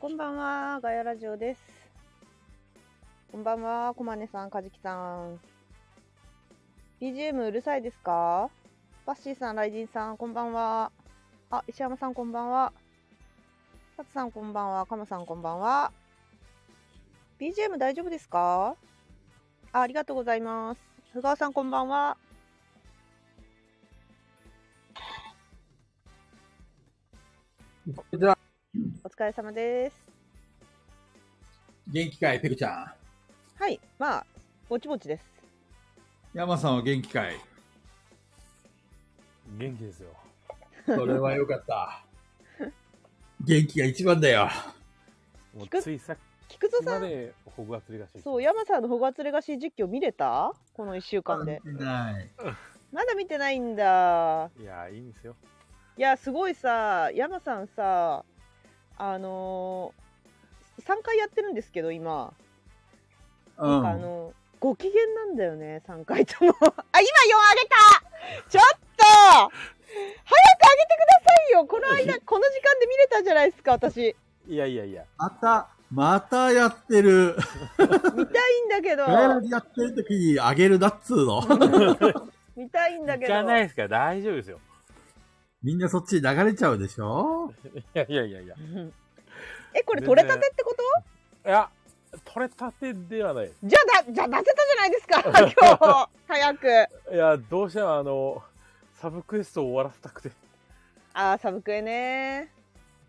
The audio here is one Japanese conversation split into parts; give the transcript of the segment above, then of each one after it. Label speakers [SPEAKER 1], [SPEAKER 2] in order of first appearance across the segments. [SPEAKER 1] こんばんは、ガヤラジオです。こんばんは、こまねさん、かじきさん。BGM うるさいですかバッシーさん、ライジンさん、こんばんは。あ、石山さん、こんばんは。サツさん、こんばんは。カマさん、こんばんは。BGM 大丈夫ですかあありがとうございます。ふがわさん、こんばんは。
[SPEAKER 2] これじゃあ
[SPEAKER 1] お疲れ様です。
[SPEAKER 2] 元気かい、ペグちゃん。
[SPEAKER 1] はい、まあ、ぼちぼちです。
[SPEAKER 2] 山さんは元気かい。
[SPEAKER 3] 元気ですよ。
[SPEAKER 2] それはよかった。元気が一番だよ。
[SPEAKER 3] も
[SPEAKER 1] 聞く
[SPEAKER 3] うついさっ
[SPEAKER 1] 菊蔵
[SPEAKER 3] き
[SPEAKER 1] さ
[SPEAKER 3] ま
[SPEAKER 1] ん、
[SPEAKER 3] でホグワーツレガシー。
[SPEAKER 1] そう、山さんのホグワーツレガシー実況見れたこの1週間で。
[SPEAKER 2] ない。
[SPEAKER 1] まだ見てないんだ。
[SPEAKER 3] いやー、いいんですよ。
[SPEAKER 1] いや、すごいさ、山さんさ、あのー、3回やってるんですけど、今。
[SPEAKER 2] う
[SPEAKER 1] あ
[SPEAKER 2] ん。
[SPEAKER 1] の、ご機嫌なんだよね、3回とも。あ、今4あ げたちょっと早くあげてくださいよこの間、この時間で見れたじゃないですか、私。
[SPEAKER 3] いやいやいや、
[SPEAKER 2] また、またやってる。
[SPEAKER 1] 見たいんだ けど
[SPEAKER 2] ガ。ヤラジやってる時にあげるなっつうの。
[SPEAKER 1] 見たいんだけ
[SPEAKER 3] じ
[SPEAKER 1] ど。
[SPEAKER 3] ゃないですから大丈夫ですよ。
[SPEAKER 2] みんなそっちに流れちゃうでしょ
[SPEAKER 3] いやいやいやいや。い
[SPEAKER 1] うん え、これ取れたてってこと
[SPEAKER 3] や、取れたてではないです。
[SPEAKER 1] じゃあだ、じゃあ出せたじゃないですか、今日。早く。
[SPEAKER 3] いや、どうしてもあの、サブクエストを終わらせたくて、
[SPEAKER 1] あー、サブクエね。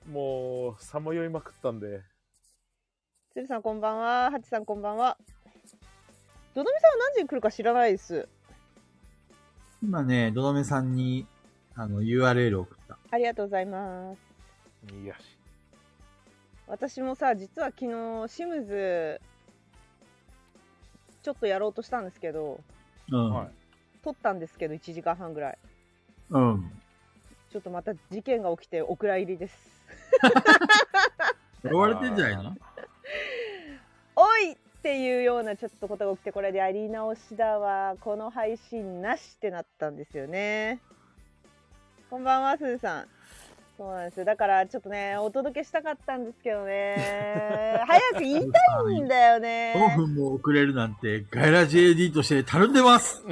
[SPEAKER 3] もう、さまよいまくったんで、
[SPEAKER 1] 鶴さんこんばんは。ハチさんこんばんは。どのみさんは何時に来るか知らないです。
[SPEAKER 2] 今ね、どどめさんに、あの、URL 送った。
[SPEAKER 1] ありがとうございます。
[SPEAKER 3] いやし。
[SPEAKER 1] 私もさ、実は昨日、シムズ、ちょっとやろうとしたんですけど、
[SPEAKER 2] うん。
[SPEAKER 3] はい。
[SPEAKER 1] 撮ったんですけど、1時間半ぐらい。
[SPEAKER 2] うん。
[SPEAKER 1] ちょっとまた事件が起きて、お蔵入りです。
[SPEAKER 2] 呪われてんじゃないの
[SPEAKER 1] おいっていうようなちょっとことが起きてこれでやり直しだわこの配信なしってなったんですよねこんばんはすずさんそうなんですよだからちょっとねお届けしたかったんですけどね早く言いたいんだよね
[SPEAKER 2] 5分 も遅れるなんて、ガヤラ JD としてたるんでます。
[SPEAKER 1] い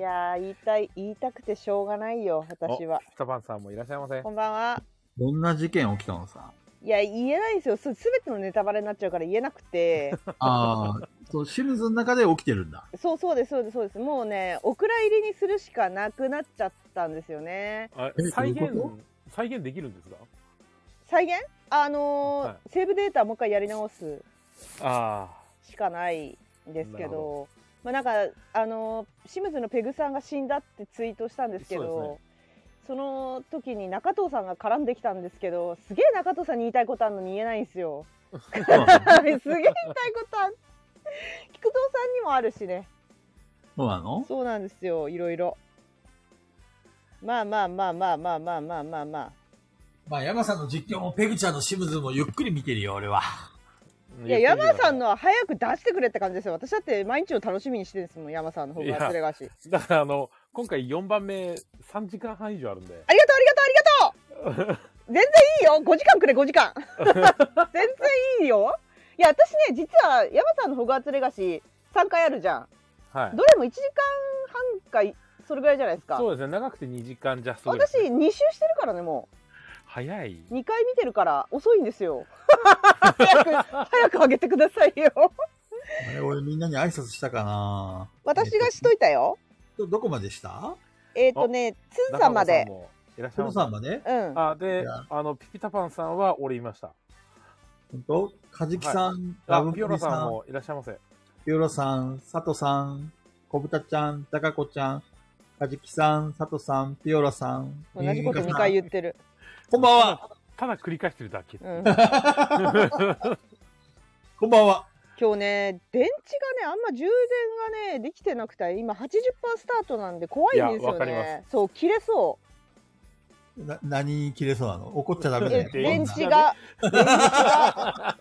[SPEAKER 1] やー言いたい言いたくてしょうがないよ私は
[SPEAKER 3] おスタバンさんもいらっしゃいませ。
[SPEAKER 1] こんばんは
[SPEAKER 2] どんな事件起きたのさ。
[SPEAKER 1] いや言えないんですよすべてのネタバレになっちゃうから言えなくて
[SPEAKER 2] ああ、そう、シムズの中で起きてるんだ。
[SPEAKER 1] そうそうですそうですそうですもうねお蔵入りにするしかなくなっちゃったんですよね
[SPEAKER 3] あ
[SPEAKER 2] え
[SPEAKER 3] 再
[SPEAKER 2] どう
[SPEAKER 3] 現
[SPEAKER 2] いうこ、
[SPEAKER 3] 再現できるんですか
[SPEAKER 1] 再現あのー
[SPEAKER 3] はい
[SPEAKER 1] セーブデータもう一回やり直す
[SPEAKER 3] あ
[SPEAKER 1] しかないんですけ
[SPEAKER 3] なる
[SPEAKER 1] どまあなんかあのーシムズのペグさんが死んだってツイートしたんですけ
[SPEAKER 3] そう
[SPEAKER 1] ど
[SPEAKER 3] で
[SPEAKER 1] その時に中藤さんが絡んできたんですけどすげえ中藤さんに言いたいことあるのに言えないんです よすげえ言いたいことある菊蔵さんにもあるしね
[SPEAKER 2] そうなの
[SPEAKER 1] そうなんですよいろいろまあまあまあまあまあまあまあまあまあ
[SPEAKER 2] まあ、山さんの実況もペグちゃんのシムズもゆっくり見てるよ、俺は。
[SPEAKER 3] あ。
[SPEAKER 1] いや山さん
[SPEAKER 3] の。
[SPEAKER 1] のは早く出してくれって感じですよ私だって毎日を楽しみにしてるんですもん山さんの方
[SPEAKER 3] い
[SPEAKER 1] が
[SPEAKER 3] や
[SPEAKER 1] 忘れがしありがと
[SPEAKER 3] だからあの、今回4番目、3時間半以上あるんで。
[SPEAKER 1] うありがとうありがとう全然いいよ5時間くれ5時 間全然いいよいや私ね実は山さんのホグワーツレガシー3回あるじゃん
[SPEAKER 3] はい。
[SPEAKER 1] どれも1時間半かいそれぐらいじゃないですか
[SPEAKER 3] そうですね、長くて2時間ジャストぐらい
[SPEAKER 1] 私
[SPEAKER 3] ですね、
[SPEAKER 1] 2周してるからねも
[SPEAKER 3] 早い。
[SPEAKER 1] う2回見てるから遅いんですよ早く早く上げてください よ
[SPEAKER 2] あれ、俺みんなに挨拶したかな
[SPEAKER 1] 私がしといたよ
[SPEAKER 2] どどこまでした
[SPEAKER 1] えっ、とねつんさんまで
[SPEAKER 3] 中野さんもいらっしゃ
[SPEAKER 2] ト
[SPEAKER 3] いま
[SPEAKER 2] ロ
[SPEAKER 3] す
[SPEAKER 2] さんまで
[SPEAKER 1] うん
[SPEAKER 3] あ、で
[SPEAKER 2] いや、
[SPEAKER 3] あの、ピピタパンさんは俺いました。
[SPEAKER 2] 本当カジキさん、ラ
[SPEAKER 3] あ
[SPEAKER 2] ブ、
[SPEAKER 3] ピ
[SPEAKER 2] ピ
[SPEAKER 3] オ
[SPEAKER 2] オ
[SPEAKER 3] ラ
[SPEAKER 2] ロ
[SPEAKER 3] さ
[SPEAKER 2] さ
[SPEAKER 3] ん
[SPEAKER 2] ん、
[SPEAKER 3] もいらっしゃいませ。
[SPEAKER 2] ピオロさん、サトさん、コブタちゃん、タカコちゃん、カジキさん、サトさん、ピオラさん、
[SPEAKER 1] 同じこと
[SPEAKER 2] ミ
[SPEAKER 1] 2
[SPEAKER 2] ミカ
[SPEAKER 1] 回
[SPEAKER 2] さん
[SPEAKER 1] 言ってる。
[SPEAKER 2] こんばんは
[SPEAKER 3] ただ繰り返してるだけ。
[SPEAKER 1] うん、
[SPEAKER 2] こんばんは
[SPEAKER 1] 今日ね、電池がね、あんま充電がね、できてなくて、今80%スタートなんで怖いんですよ
[SPEAKER 3] いやわかりま
[SPEAKER 1] ね。そう、切れそ
[SPEAKER 2] な、何切れそうなの怒っちゃダ
[SPEAKER 1] う。
[SPEAKER 2] メだ
[SPEAKER 1] え
[SPEAKER 2] よ。
[SPEAKER 1] 電
[SPEAKER 3] 池
[SPEAKER 1] 池が。電 池が。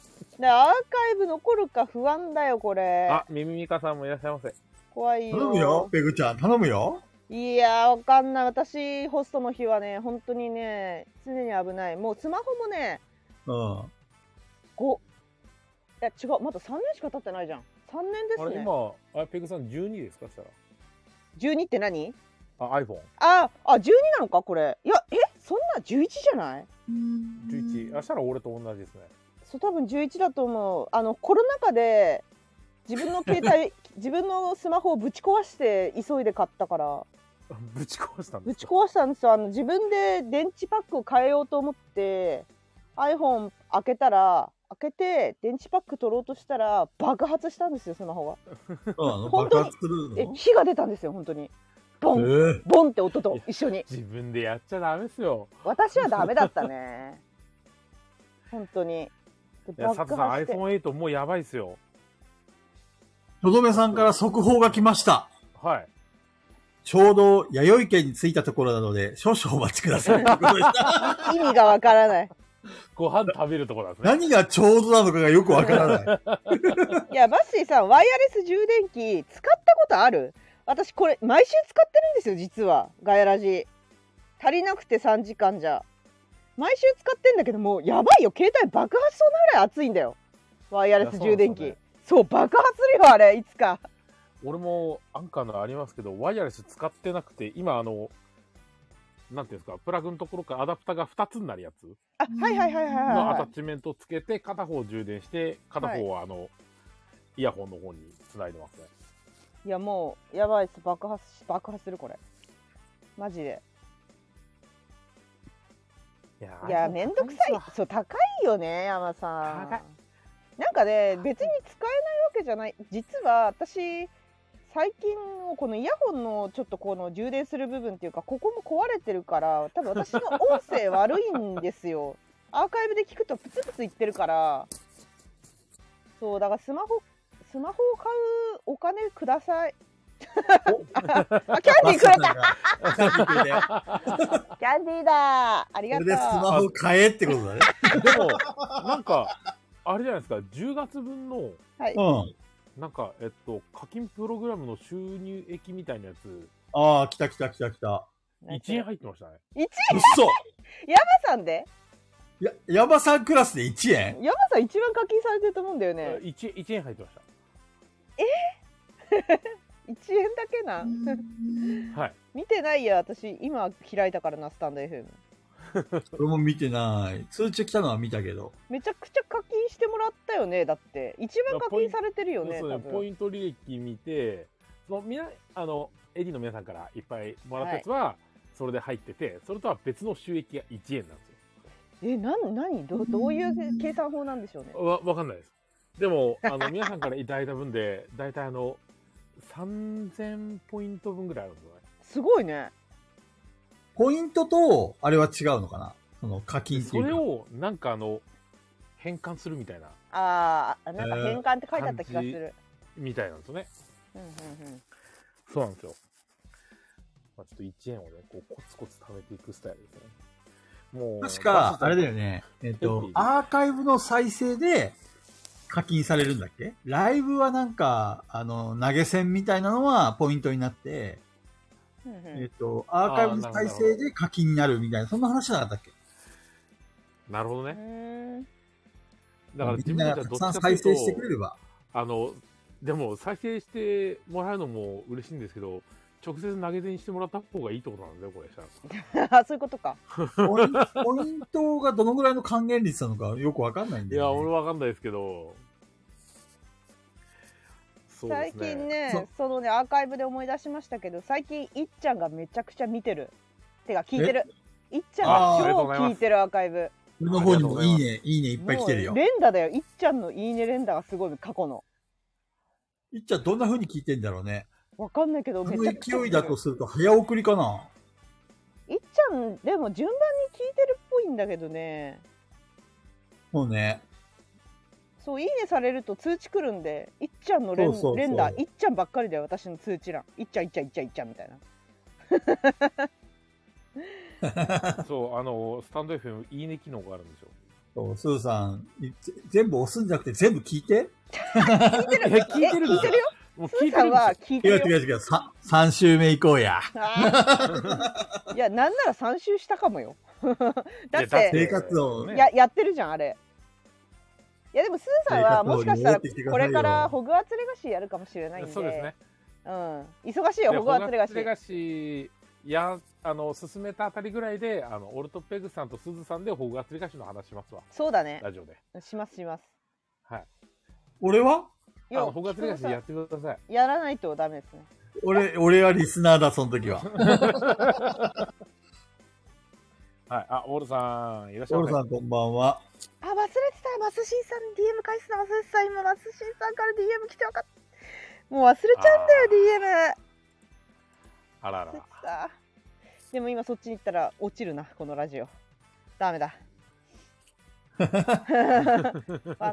[SPEAKER 1] でアーカイブ残るか不安だよ、これ。
[SPEAKER 3] あ、ミミミカさんもいらっしゃいませ。
[SPEAKER 1] 怖いよ。
[SPEAKER 2] 頼むよ、ペグちゃん、頼むよ。
[SPEAKER 1] いやーわかんない私ホストの日はね本当にね常に危ないもうスマホもね
[SPEAKER 2] うん。
[SPEAKER 1] 5いや違うまだ3年しか経ってないじゃん3年で
[SPEAKER 3] あ
[SPEAKER 1] す
[SPEAKER 3] れ
[SPEAKER 1] ね
[SPEAKER 3] 今あれペグさん12ですかしたら
[SPEAKER 1] 12って何
[SPEAKER 3] あ iPhone
[SPEAKER 1] ああ12なのかこれいやえそんな11じゃない
[SPEAKER 3] 11あしたら俺と同じですね
[SPEAKER 1] そう多分11だと思うあのコロナ禍で自分の携帯自分のスマホをぶち壊して急いで買ったから
[SPEAKER 3] ぶち壊したんで
[SPEAKER 1] ぶ
[SPEAKER 3] す
[SPEAKER 1] ち
[SPEAKER 3] か
[SPEAKER 1] 壊したんですよあの自分で電池パックを変えようと思って iPhone 開けたら開けて電池パック取ろうとしたら爆発したんですよスマホが
[SPEAKER 2] そうなの
[SPEAKER 1] 本当
[SPEAKER 2] 爆
[SPEAKER 1] に
[SPEAKER 2] 発するの
[SPEAKER 1] え火が出たんですよ本当にボン
[SPEAKER 2] え
[SPEAKER 1] ボンって音と一緒に
[SPEAKER 3] 自分でやっちゃダメですよ
[SPEAKER 1] 私はダメだったね本当にで
[SPEAKER 3] いや佐藤さん iPhone8 もうやばいですよ
[SPEAKER 2] とどめさんから速報が来ました。
[SPEAKER 3] はい
[SPEAKER 2] ちょうど、弥生県に着いたところなので、少々お待ちください。ということでした
[SPEAKER 1] 意味がわからない
[SPEAKER 3] ご飯食べるところなんですね
[SPEAKER 2] 何がちょうどなのかがよくわからない。
[SPEAKER 1] いやバッシーさんワイヤレス充電器使ったことある私これ毎週使ってるんですよ実はガヤラジ足りなくて3時間じゃ毎週使ってんだけどもうやばいよ携帯爆発しそうなぐらい熱いんだよワイヤレス充電器
[SPEAKER 3] い
[SPEAKER 1] そう,、
[SPEAKER 3] や
[SPEAKER 1] 爆発するよあれいつか
[SPEAKER 3] 俺もアンカーのありますけどワイヤレス使ってなくて今あのなんていうんですかプラグのところからアダプタが2つになるやつ
[SPEAKER 1] あはいはいはいはい
[SPEAKER 3] のアタ
[SPEAKER 1] は
[SPEAKER 3] ッチメントをつけて片方を充電して片方はあの、イヤホンの方に繋いでますね
[SPEAKER 1] いいやもうやばいです爆発し爆発するこれマジで
[SPEAKER 3] いや
[SPEAKER 1] いやめんどくさいそう高いよね山さん
[SPEAKER 3] 高い
[SPEAKER 1] なんかね
[SPEAKER 3] 高い
[SPEAKER 1] 別に使えないわけじゃない実は私最近のこのイヤホンのちょっとこの充電する部分っていうかここも壊れてるから多分私の音声悪いんですよ アーカイブで聞くとプツプツいってるからそうだからスマホスマホを買うお金ください あキャンディーく れた
[SPEAKER 2] マスターが聞いてこ
[SPEAKER 1] キャンディーだありが
[SPEAKER 2] れ
[SPEAKER 1] とう
[SPEAKER 2] でスマホ買えってことだね。
[SPEAKER 3] でもなんかあれじゃないですか10月分の
[SPEAKER 1] はい、
[SPEAKER 2] うん。
[SPEAKER 3] なんかえっと課金プログラムの収入益みたいなやつ
[SPEAKER 2] ああ、来た来た来た来た。
[SPEAKER 3] 1円入ってましたね
[SPEAKER 1] 1円
[SPEAKER 2] うっそ
[SPEAKER 1] さんで
[SPEAKER 2] や、ヤバさんクラスで1円
[SPEAKER 1] 山さん一番課金されてると思うんだよね
[SPEAKER 3] 1, 1円入ってまし
[SPEAKER 1] 1円だけな
[SPEAKER 3] たはい
[SPEAKER 1] 見てないよ私今開いたからなスタンド FM
[SPEAKER 2] これも見てない。通知来たのは見たけど。
[SPEAKER 1] めちゃくちゃ課金してもらったよねだって一番課金されてるよね
[SPEAKER 3] そう
[SPEAKER 1] 多
[SPEAKER 3] ねポイ
[SPEAKER 1] 分
[SPEAKER 3] ント履歴見てそのみなあのエディの皆さんからいっぱいもらったやつは、それで入っててそれとは別の収益が1円なんですよ
[SPEAKER 1] えなん何どどういう計算法なんでしょうね
[SPEAKER 3] わわかんないですでもあ の皆さんからいただいた分で大体あの3000ポイント分ぐらいあるんですよね
[SPEAKER 1] すごいね
[SPEAKER 2] ポイントと、あれは違うのかなその課
[SPEAKER 3] で
[SPEAKER 2] 金って
[SPEAKER 3] そ
[SPEAKER 2] いう
[SPEAKER 3] れ
[SPEAKER 2] か。
[SPEAKER 3] をなんかあの変換するみたいな
[SPEAKER 1] あーなんか変換って書いてあった気がする、
[SPEAKER 3] みたいなんですよね
[SPEAKER 1] うんうんうん
[SPEAKER 3] そうなんですよ、まあ、ちょっと1円をねこうコツコツ貯めていくスタイルですねもう
[SPEAKER 2] 確か、あれだよね。えっと、アーカイブの再生で課金されるんだっけライブはなんか、あの、投げ銭みたいなのはポイントになって、
[SPEAKER 1] うんうん
[SPEAKER 2] えっと、アーカイブの再生で課金になるみたいな、そんな話じゃなかったっけ
[SPEAKER 3] なるほどね
[SPEAKER 1] うーん
[SPEAKER 3] だから自
[SPEAKER 2] み
[SPEAKER 3] 分
[SPEAKER 2] んな
[SPEAKER 3] た
[SPEAKER 2] が
[SPEAKER 3] ち
[SPEAKER 2] たく
[SPEAKER 3] はどっち
[SPEAKER 2] さ
[SPEAKER 3] か
[SPEAKER 2] ん
[SPEAKER 3] とい
[SPEAKER 2] 再
[SPEAKER 3] うと
[SPEAKER 2] 生してくれれば。
[SPEAKER 3] あのでも再生してもらうのも嬉しいんですけど直接投げ銭してもらった方がいいってことなんですよこれしたら
[SPEAKER 1] あそういうことか
[SPEAKER 2] ポイン ポイントがどのぐらいの還元率なのかよくわかんないん
[SPEAKER 3] い
[SPEAKER 2] だ
[SPEAKER 3] や、
[SPEAKER 2] よ、ね。
[SPEAKER 3] 俺わかんないですけど。そうで
[SPEAKER 1] 最
[SPEAKER 3] す
[SPEAKER 1] 近
[SPEAKER 2] そ
[SPEAKER 1] ね
[SPEAKER 2] う
[SPEAKER 1] そのねアーカイブで思い出しましたけど最近いっちゃんがめちゃくちゃ見てるてか聞いてるいっちゃん
[SPEAKER 2] あー
[SPEAKER 1] が
[SPEAKER 3] ありがとう
[SPEAKER 1] 超
[SPEAKER 3] ございます
[SPEAKER 1] 聞いてるアーカイブ
[SPEAKER 2] 俺の方にもいいね、いいねいっぱい来てるよ
[SPEAKER 1] もう。連打だよ。いっちゃんのいいね連打がすごい過去の。
[SPEAKER 2] いっちゃんどんな風に聞いてんだろうね。
[SPEAKER 1] わかんないけど
[SPEAKER 2] こ
[SPEAKER 1] め
[SPEAKER 2] の
[SPEAKER 1] ちゃくちゃ
[SPEAKER 2] 勢いだとすると早送りかな。
[SPEAKER 1] いっちゃんでも順番に聞いてるっぽいんだけどね。
[SPEAKER 2] そうね。
[SPEAKER 1] そういいねされると通知来るんでいっちゃんの連
[SPEAKER 2] そうそうそう
[SPEAKER 1] 連打いっちゃんばっかりだよ私の通知欄いっちゃんいっちゃんいっちゃんいっちゃんみたいな。
[SPEAKER 3] ね。そう、あの、スタンド FM、いいね機能があるんですよ。
[SPEAKER 2] そう、すずさん、いぜ全部押すんじゃなくて全部聞いて。
[SPEAKER 3] え、聞いてるんですよ。もう
[SPEAKER 1] ス
[SPEAKER 3] 聞い
[SPEAKER 1] ー
[SPEAKER 3] て
[SPEAKER 1] さん
[SPEAKER 3] るんです
[SPEAKER 1] は
[SPEAKER 3] よ。
[SPEAKER 1] 聞い
[SPEAKER 2] 違
[SPEAKER 1] て
[SPEAKER 2] う
[SPEAKER 1] るよ
[SPEAKER 2] 違う違う。さ3週目行こうや。
[SPEAKER 1] あー いやなんなら3周したかもよ だっ
[SPEAKER 3] いやだってて
[SPEAKER 2] 生活を。
[SPEAKER 3] ね
[SPEAKER 1] ややってるじゃんあれいやでもスーさんはもしかしたら
[SPEAKER 2] 生活を戻ってきてく
[SPEAKER 1] こ
[SPEAKER 2] ださいよ
[SPEAKER 1] れからホグワーツレガシーやるかもしれないんで
[SPEAKER 3] そうですね。
[SPEAKER 1] うん、忙しいよ
[SPEAKER 3] で
[SPEAKER 1] ホグワーツレガシ
[SPEAKER 3] ホグ
[SPEAKER 1] ー
[SPEAKER 3] ワーツレガシーや、あの、進めたあたりぐらいで、あの、オルトペグさんとスズさんでホグワーツレガシーの話しますわ。
[SPEAKER 1] そうだね
[SPEAKER 3] ラジオで。
[SPEAKER 1] しますします
[SPEAKER 3] はい。
[SPEAKER 2] 俺は
[SPEAKER 3] あ
[SPEAKER 1] いや
[SPEAKER 3] の、ホグワーツレガシーや
[SPEAKER 1] や
[SPEAKER 3] ってください。
[SPEAKER 1] やらないとダメですね
[SPEAKER 2] 俺、俺はリスナーだ、その時は。
[SPEAKER 3] はい。あ、オールさん、いらっしゃい
[SPEAKER 2] オ
[SPEAKER 3] ま
[SPEAKER 2] ル
[SPEAKER 3] せ。
[SPEAKER 2] さんこんばんは。
[SPEAKER 1] あ忘れてたマスシンさん DM 返すの忘れてた今マスシンさんから DM 来てよかったもう忘れちゃうんだよ DM
[SPEAKER 3] あらあら
[SPEAKER 1] 忘れて。たでも今そっちに行ったら落ちるなこのラジオダメだ忘れてた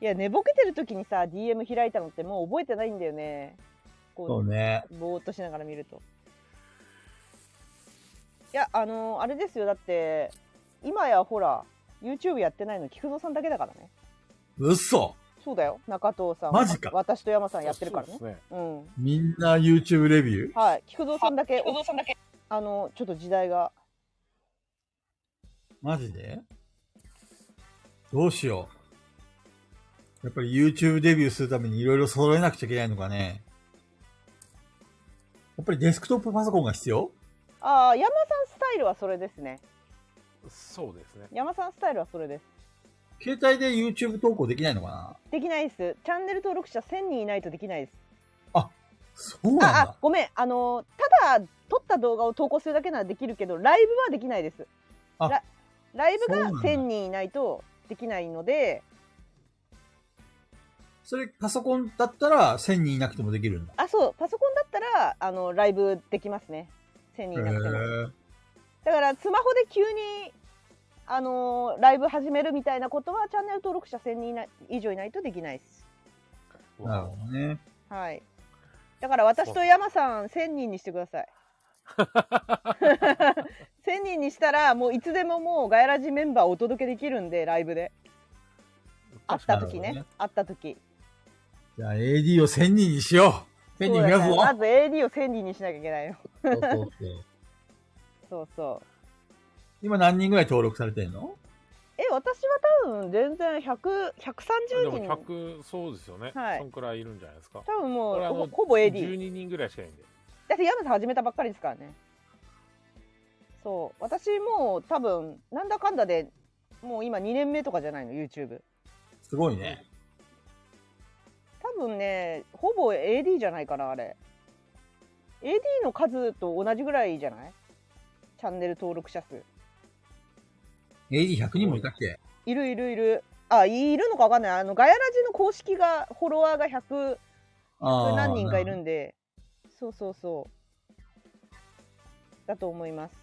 [SPEAKER 1] いや寝ぼけてる時にさ DM 開いたのってもう覚えてないんだよね
[SPEAKER 2] そ
[SPEAKER 1] こ
[SPEAKER 2] うね。
[SPEAKER 1] うぼーっとしながら見るといやあのーあれですよだって今やほら YouTube やってないの菊蔵さんだけだからね
[SPEAKER 2] 嘘
[SPEAKER 1] そうだよ中藤さん
[SPEAKER 2] マジか
[SPEAKER 1] 私と山さんやってるからね
[SPEAKER 3] そうですね。
[SPEAKER 1] うん
[SPEAKER 2] みんな YouTube レビュー
[SPEAKER 1] はい、菊蔵さんだけ、菊蔵さんだけ、あの、ちょっと時代が。
[SPEAKER 2] マジでどうしよう。やっぱり YouTube デビューするためにいろいろ揃えなくちゃいけないのかね。やっぱりデスクトップパソコンが必要
[SPEAKER 1] ああ、山さんスタイルはそれですね。
[SPEAKER 3] そうですね。
[SPEAKER 1] 山さんスタイルはそれです。
[SPEAKER 2] 携帯で YouTube 投稿できないのかな
[SPEAKER 1] できないです。チャンネル登録者1000人いないとできないです。
[SPEAKER 2] そうなん
[SPEAKER 1] ああ
[SPEAKER 2] だ、。
[SPEAKER 1] ごめん、あの、ただ撮った動画を投稿するだけならできるけど、ライブはできないです。
[SPEAKER 2] あ
[SPEAKER 1] ラライブ
[SPEAKER 2] そうな
[SPEAKER 1] が
[SPEAKER 2] んだ
[SPEAKER 1] 1000人いないとできないので、
[SPEAKER 2] それパソコンだったら1000人いなくてもできるんだ。
[SPEAKER 1] あ、そう、パソコンだったら、あの、ライブできますね。1000人いなくても。
[SPEAKER 2] へ
[SPEAKER 1] だからスマホで急に、あのーライブ始めるみたいなことはチャンネル登録者1000人いな以上いないとできないです。
[SPEAKER 2] えなるほどね。
[SPEAKER 1] はい。だから私と山さん1000人にしてください。1000人にしたらもういつでももうガヤラジメンバーをお届けできるんでライブで会った時
[SPEAKER 2] なるほど
[SPEAKER 1] ね
[SPEAKER 2] ね
[SPEAKER 1] 会った時
[SPEAKER 2] じゃあ AD を1000人にしよう。1000人増や
[SPEAKER 1] そ
[SPEAKER 2] す
[SPEAKER 1] う
[SPEAKER 2] ぞ。
[SPEAKER 1] だねまず AD を1000人にしなきゃいけないよ
[SPEAKER 2] そうそうそう
[SPEAKER 1] そうそう
[SPEAKER 2] 今何人ぐらい登録されてんの
[SPEAKER 1] え私は多分全然100 130
[SPEAKER 3] でも
[SPEAKER 1] 人
[SPEAKER 3] 100、そうですよね。
[SPEAKER 1] はい
[SPEAKER 3] そんくらいいるんじゃないですか。
[SPEAKER 1] 多分
[SPEAKER 3] これあ
[SPEAKER 1] も
[SPEAKER 3] の
[SPEAKER 1] うほぼ AD
[SPEAKER 3] 12人ぐらいしかいないんで。
[SPEAKER 1] だって山さん始めたばっかりですからねそう私もう多分なんだかんだでもう今2年目とかじゃないの YouTube
[SPEAKER 2] すごいね。
[SPEAKER 1] 多分ねほぼ AD じゃないかなあれ AD の数と同じぐらいじゃないチャンネル登録者数
[SPEAKER 2] AD100 人もいたっけ
[SPEAKER 1] いるいるいるあいるのかわかんないあのガヤラジの公式がフォロワーが100
[SPEAKER 2] あー
[SPEAKER 1] 何人かいるんでそうそうそうだと思います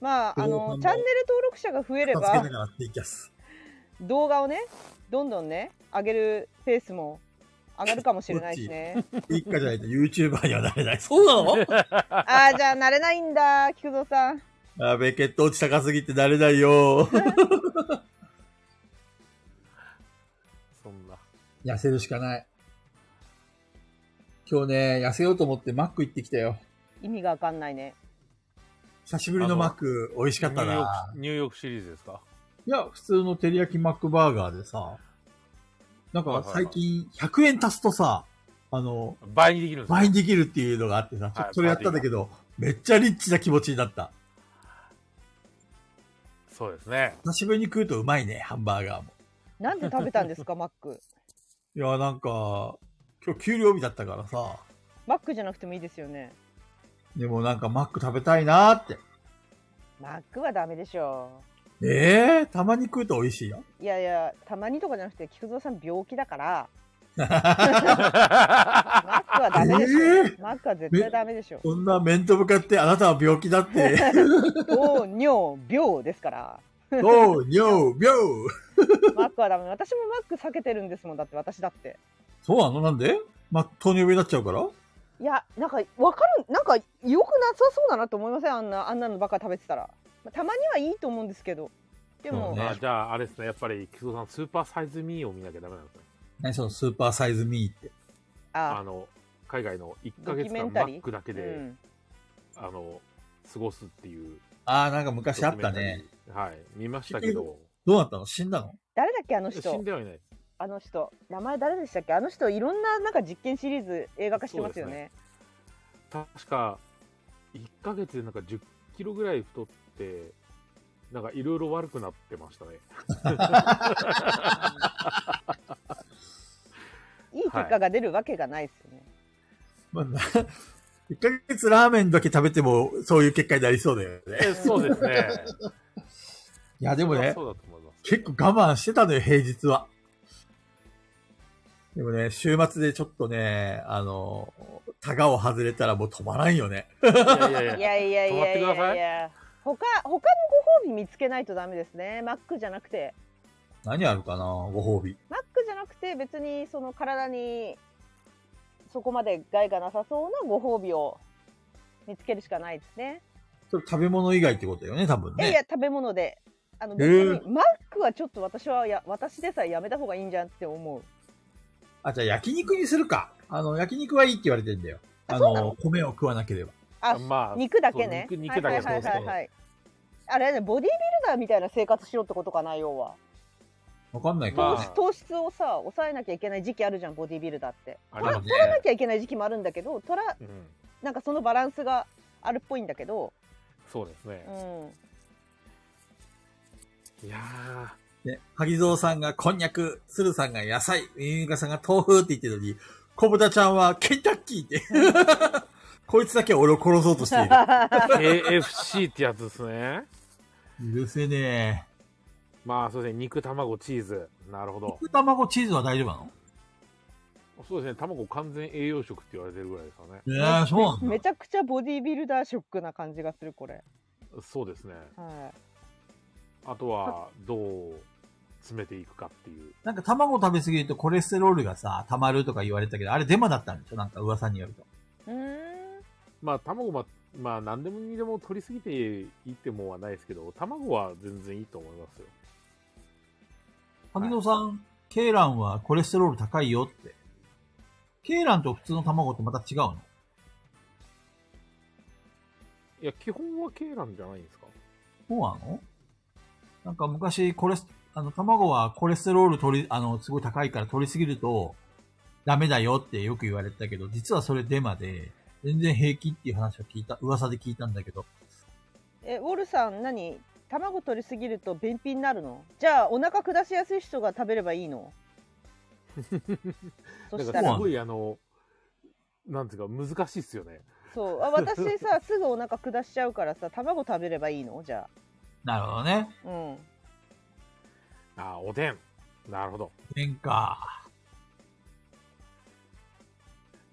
[SPEAKER 1] まああ
[SPEAKER 2] そうな
[SPEAKER 1] の
[SPEAKER 2] ん
[SPEAKER 1] チ
[SPEAKER 2] だ
[SPEAKER 1] ャンネル登録者が増えれ
[SPEAKER 2] 片付けな
[SPEAKER 1] ば
[SPEAKER 2] がらツイキャス。
[SPEAKER 1] 動画をねどんどんね上げるペースも上がるかもしれないしね
[SPEAKER 2] 一家じゃないと YouTuber にはなれない。そうなの
[SPEAKER 1] ああじゃあ慣れないんだ菊蔵さん
[SPEAKER 2] やべえ、血糖値高すぎてなれないよ。
[SPEAKER 3] そんな。
[SPEAKER 2] 痩せるしかない。今日ね、痩せようと思ってマック行ってきたよ。
[SPEAKER 1] 意味がわかんないね
[SPEAKER 2] 久しぶりのマック、美味しかった
[SPEAKER 3] ニューヨー
[SPEAKER 2] な。
[SPEAKER 3] クニューヨークシリーズですか
[SPEAKER 2] いや、普通の照り焼きマックバーガーでさ、なん
[SPEAKER 3] はい
[SPEAKER 2] か
[SPEAKER 3] はいはい
[SPEAKER 2] 最近100円足すとさ、あの、
[SPEAKER 3] 倍にできるんです
[SPEAKER 2] 倍
[SPEAKER 3] よ
[SPEAKER 2] にできるっていうのがあってさ、ちょ
[SPEAKER 3] はい
[SPEAKER 2] それやったんだけど、めっちゃリッチな気持ちになった。
[SPEAKER 3] そうです ね。
[SPEAKER 2] 久しぶりに食うとうまいね、ハンバーガーも。
[SPEAKER 1] なんで食べたんです かマック
[SPEAKER 2] いや、なんか、今日給料日だったからさ、
[SPEAKER 1] マックじゃなくてもいいですよね
[SPEAKER 2] でもなんかマック食べたいなーって。
[SPEAKER 1] マックはダメでしょ
[SPEAKER 2] ええたまに食うと美味しいよ。
[SPEAKER 1] いやいやたまにとかじゃなくて菊蔵さん病気だからマックはダメでしょ、
[SPEAKER 2] え
[SPEAKER 1] マックは絶対ダメでしょ
[SPEAKER 2] こんな面と向かってあなたは病気だ って。
[SPEAKER 1] 糖尿病ですから
[SPEAKER 2] おう、尿、病。
[SPEAKER 1] マックはダメ私もマック避けてるんですもんだって私だって
[SPEAKER 2] そうなのなんでま、糖尿病になっちゃうから
[SPEAKER 1] いやなんかわかるなんか良くなさそうだなと思いませんあんなあんなのばっか食べてたらまあたまにはいいと思うんですけどでも、
[SPEAKER 2] そうね
[SPEAKER 3] あじゃあ、あれですね。やっぱり、菊蔵さん、スーパーサイズミーを見なきゃダメなんですね。
[SPEAKER 2] 何そのスーパーサイズミーって。
[SPEAKER 3] あ
[SPEAKER 1] あ
[SPEAKER 3] の海外の1
[SPEAKER 1] ド
[SPEAKER 3] か
[SPEAKER 1] キュ
[SPEAKER 3] 月
[SPEAKER 1] メ
[SPEAKER 3] 間
[SPEAKER 1] ン
[SPEAKER 3] マ
[SPEAKER 1] タリー
[SPEAKER 3] ックだけで、
[SPEAKER 1] うん
[SPEAKER 3] あの過ごすっていう
[SPEAKER 2] ああ、なんか昔あったね。
[SPEAKER 3] ドキュメンタリーはい見ましたけど
[SPEAKER 2] どうなったの死んだの
[SPEAKER 1] 誰だっけあの
[SPEAKER 3] 死ん
[SPEAKER 1] 人
[SPEAKER 3] ではいない
[SPEAKER 1] あの人名前誰でしたっけあの人いろんななんか実験シリーズ映画化してますよね
[SPEAKER 3] 確か1か月でなんか1 0キロぐらい太ってなんかいろいろ悪くなってましたね
[SPEAKER 1] いい結果が出るわけがないですよね、
[SPEAKER 2] まあ、な 1ヶ月ラーメンだけ食べても、そういう結果になりそうだよね。
[SPEAKER 3] えそうですね
[SPEAKER 2] いや、でもね
[SPEAKER 3] そ、うだと思います
[SPEAKER 2] 結構我慢してたのよ、平日は。でもね、週末でちょっとね、あの、タガを外れたらもう止まらんよね。
[SPEAKER 3] いやいや
[SPEAKER 1] い
[SPEAKER 3] い
[SPEAKER 1] や
[SPEAKER 3] や
[SPEAKER 1] いやいやい
[SPEAKER 3] 止まってくだ
[SPEAKER 1] や
[SPEAKER 3] さ
[SPEAKER 1] い
[SPEAKER 3] い
[SPEAKER 1] や他他のご褒美見つけないとダメですねマックじゃなくて
[SPEAKER 2] 何あるかなご褒美。
[SPEAKER 1] マックじゃなくて別にその体にそこまで害がなさそうなご褒美を見つけるしかないですね
[SPEAKER 2] それ食べ物以外ってことだよね、多分
[SPEAKER 1] いやい
[SPEAKER 2] ね。
[SPEAKER 1] や食べ物であの
[SPEAKER 2] へ
[SPEAKER 1] 別
[SPEAKER 2] ー
[SPEAKER 1] にマックはちょっと私はや私でさえやめた方がいいんじゃんって思う
[SPEAKER 2] あ、じゃあ焼肉にするか。あの、焼肉はいいって言われてんだよ。あ
[SPEAKER 1] そうなの
[SPEAKER 2] の、米を食わなければ。
[SPEAKER 1] あ
[SPEAKER 3] まあ
[SPEAKER 1] 肉だけね
[SPEAKER 3] そう肉肉だ
[SPEAKER 1] は
[SPEAKER 3] け
[SPEAKER 1] いはいはいはい、
[SPEAKER 2] そう
[SPEAKER 1] はい、あれだねボディービルダーみたいな生活しろってことかな要は
[SPEAKER 2] わかんないけど、
[SPEAKER 3] ま
[SPEAKER 1] 糖
[SPEAKER 3] あ
[SPEAKER 1] 質糖質をさ抑えなきゃいけない時期あるじゃんボディービルダーって
[SPEAKER 3] あ
[SPEAKER 2] りますね
[SPEAKER 1] 取らなきゃいけない時期もあるんだけど取ら
[SPEAKER 3] うん
[SPEAKER 1] なんかそのバランスがあるっぽいんだけど、
[SPEAKER 3] そうですね
[SPEAKER 1] う、ん、
[SPEAKER 3] いやー
[SPEAKER 2] ね、萩蔵さんがこんにゃく、鶴さんが野菜、ゆうかさんが豆腐って言ってるのに、小豚ちゃんはケンタッキーって。 こいつだけは俺を殺そうとしてい
[SPEAKER 3] KFC ってやつですね
[SPEAKER 2] る。許せねえ。
[SPEAKER 3] まあそうですね肉卵チーズなるほど
[SPEAKER 2] 肉卵チーズは大丈夫なの
[SPEAKER 3] そうですね卵完全栄養食って言われてるぐらいですかね
[SPEAKER 2] えー、そうなんだ
[SPEAKER 1] めちゃくちゃボディービルダーショックな感じがするこれ、
[SPEAKER 3] そうですね
[SPEAKER 1] は
[SPEAKER 3] あとはどう詰めていくかっていう
[SPEAKER 2] なんか卵食べ過ぎるとコレステロールがさ、溜まるとか言われたけど、あれデマだったんでしょなんか噂によると。
[SPEAKER 1] い、うーん
[SPEAKER 3] まあ卵はまあ何でもにでも取りすぎていいってもんはないですけど卵は全然いいと思いますよ
[SPEAKER 2] 萩蔵さん、ケイランはコレステロール高いよって。ケイランと普通の卵ってまた違うの
[SPEAKER 3] いや基本は鶏卵じゃないんですか
[SPEAKER 2] そうなのなんか昔、コレス、あの、卵はコレステロール取り、あの、すごい高いから取りすぎると、ダメだよってよく言われてたけど、実はそれデマで、全然平気っていう話を聞いた、噂で聞いたんだけど、
[SPEAKER 1] えウォルさん何卵取りすぎると便秘になるのじゃあお腹下しやすい人が食べればいいのそした
[SPEAKER 3] だから
[SPEAKER 1] ら
[SPEAKER 3] すごいあのなんていうか難しいっすよね
[SPEAKER 1] そうあ私さすぐお腹下しちゃうからさ卵食べればいいのじゃ
[SPEAKER 2] なるほどね。
[SPEAKER 1] あうん
[SPEAKER 3] ああおでんなるほど
[SPEAKER 2] 変か。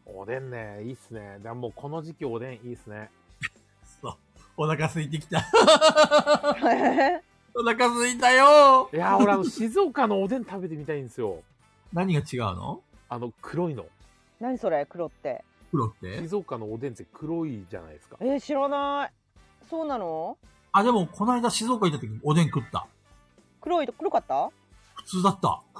[SPEAKER 3] おでんねいいっすねでももうこの時期おでんいいっすね
[SPEAKER 2] そう。お腹空いてきた。 お腹空いたよ
[SPEAKER 3] いやー俺あの静岡のおでん食べてみたいんですよ
[SPEAKER 2] 何が違うの
[SPEAKER 3] あの黒いの
[SPEAKER 1] 何それ黒って
[SPEAKER 2] 黒って
[SPEAKER 3] 静岡のおでんって黒いじゃないですか
[SPEAKER 1] えー知らないそうなの
[SPEAKER 2] あ、でも、この間静岡行った時おでん食った。
[SPEAKER 1] 黒いと黒かった
[SPEAKER 2] 普通だった。
[SPEAKER 1] え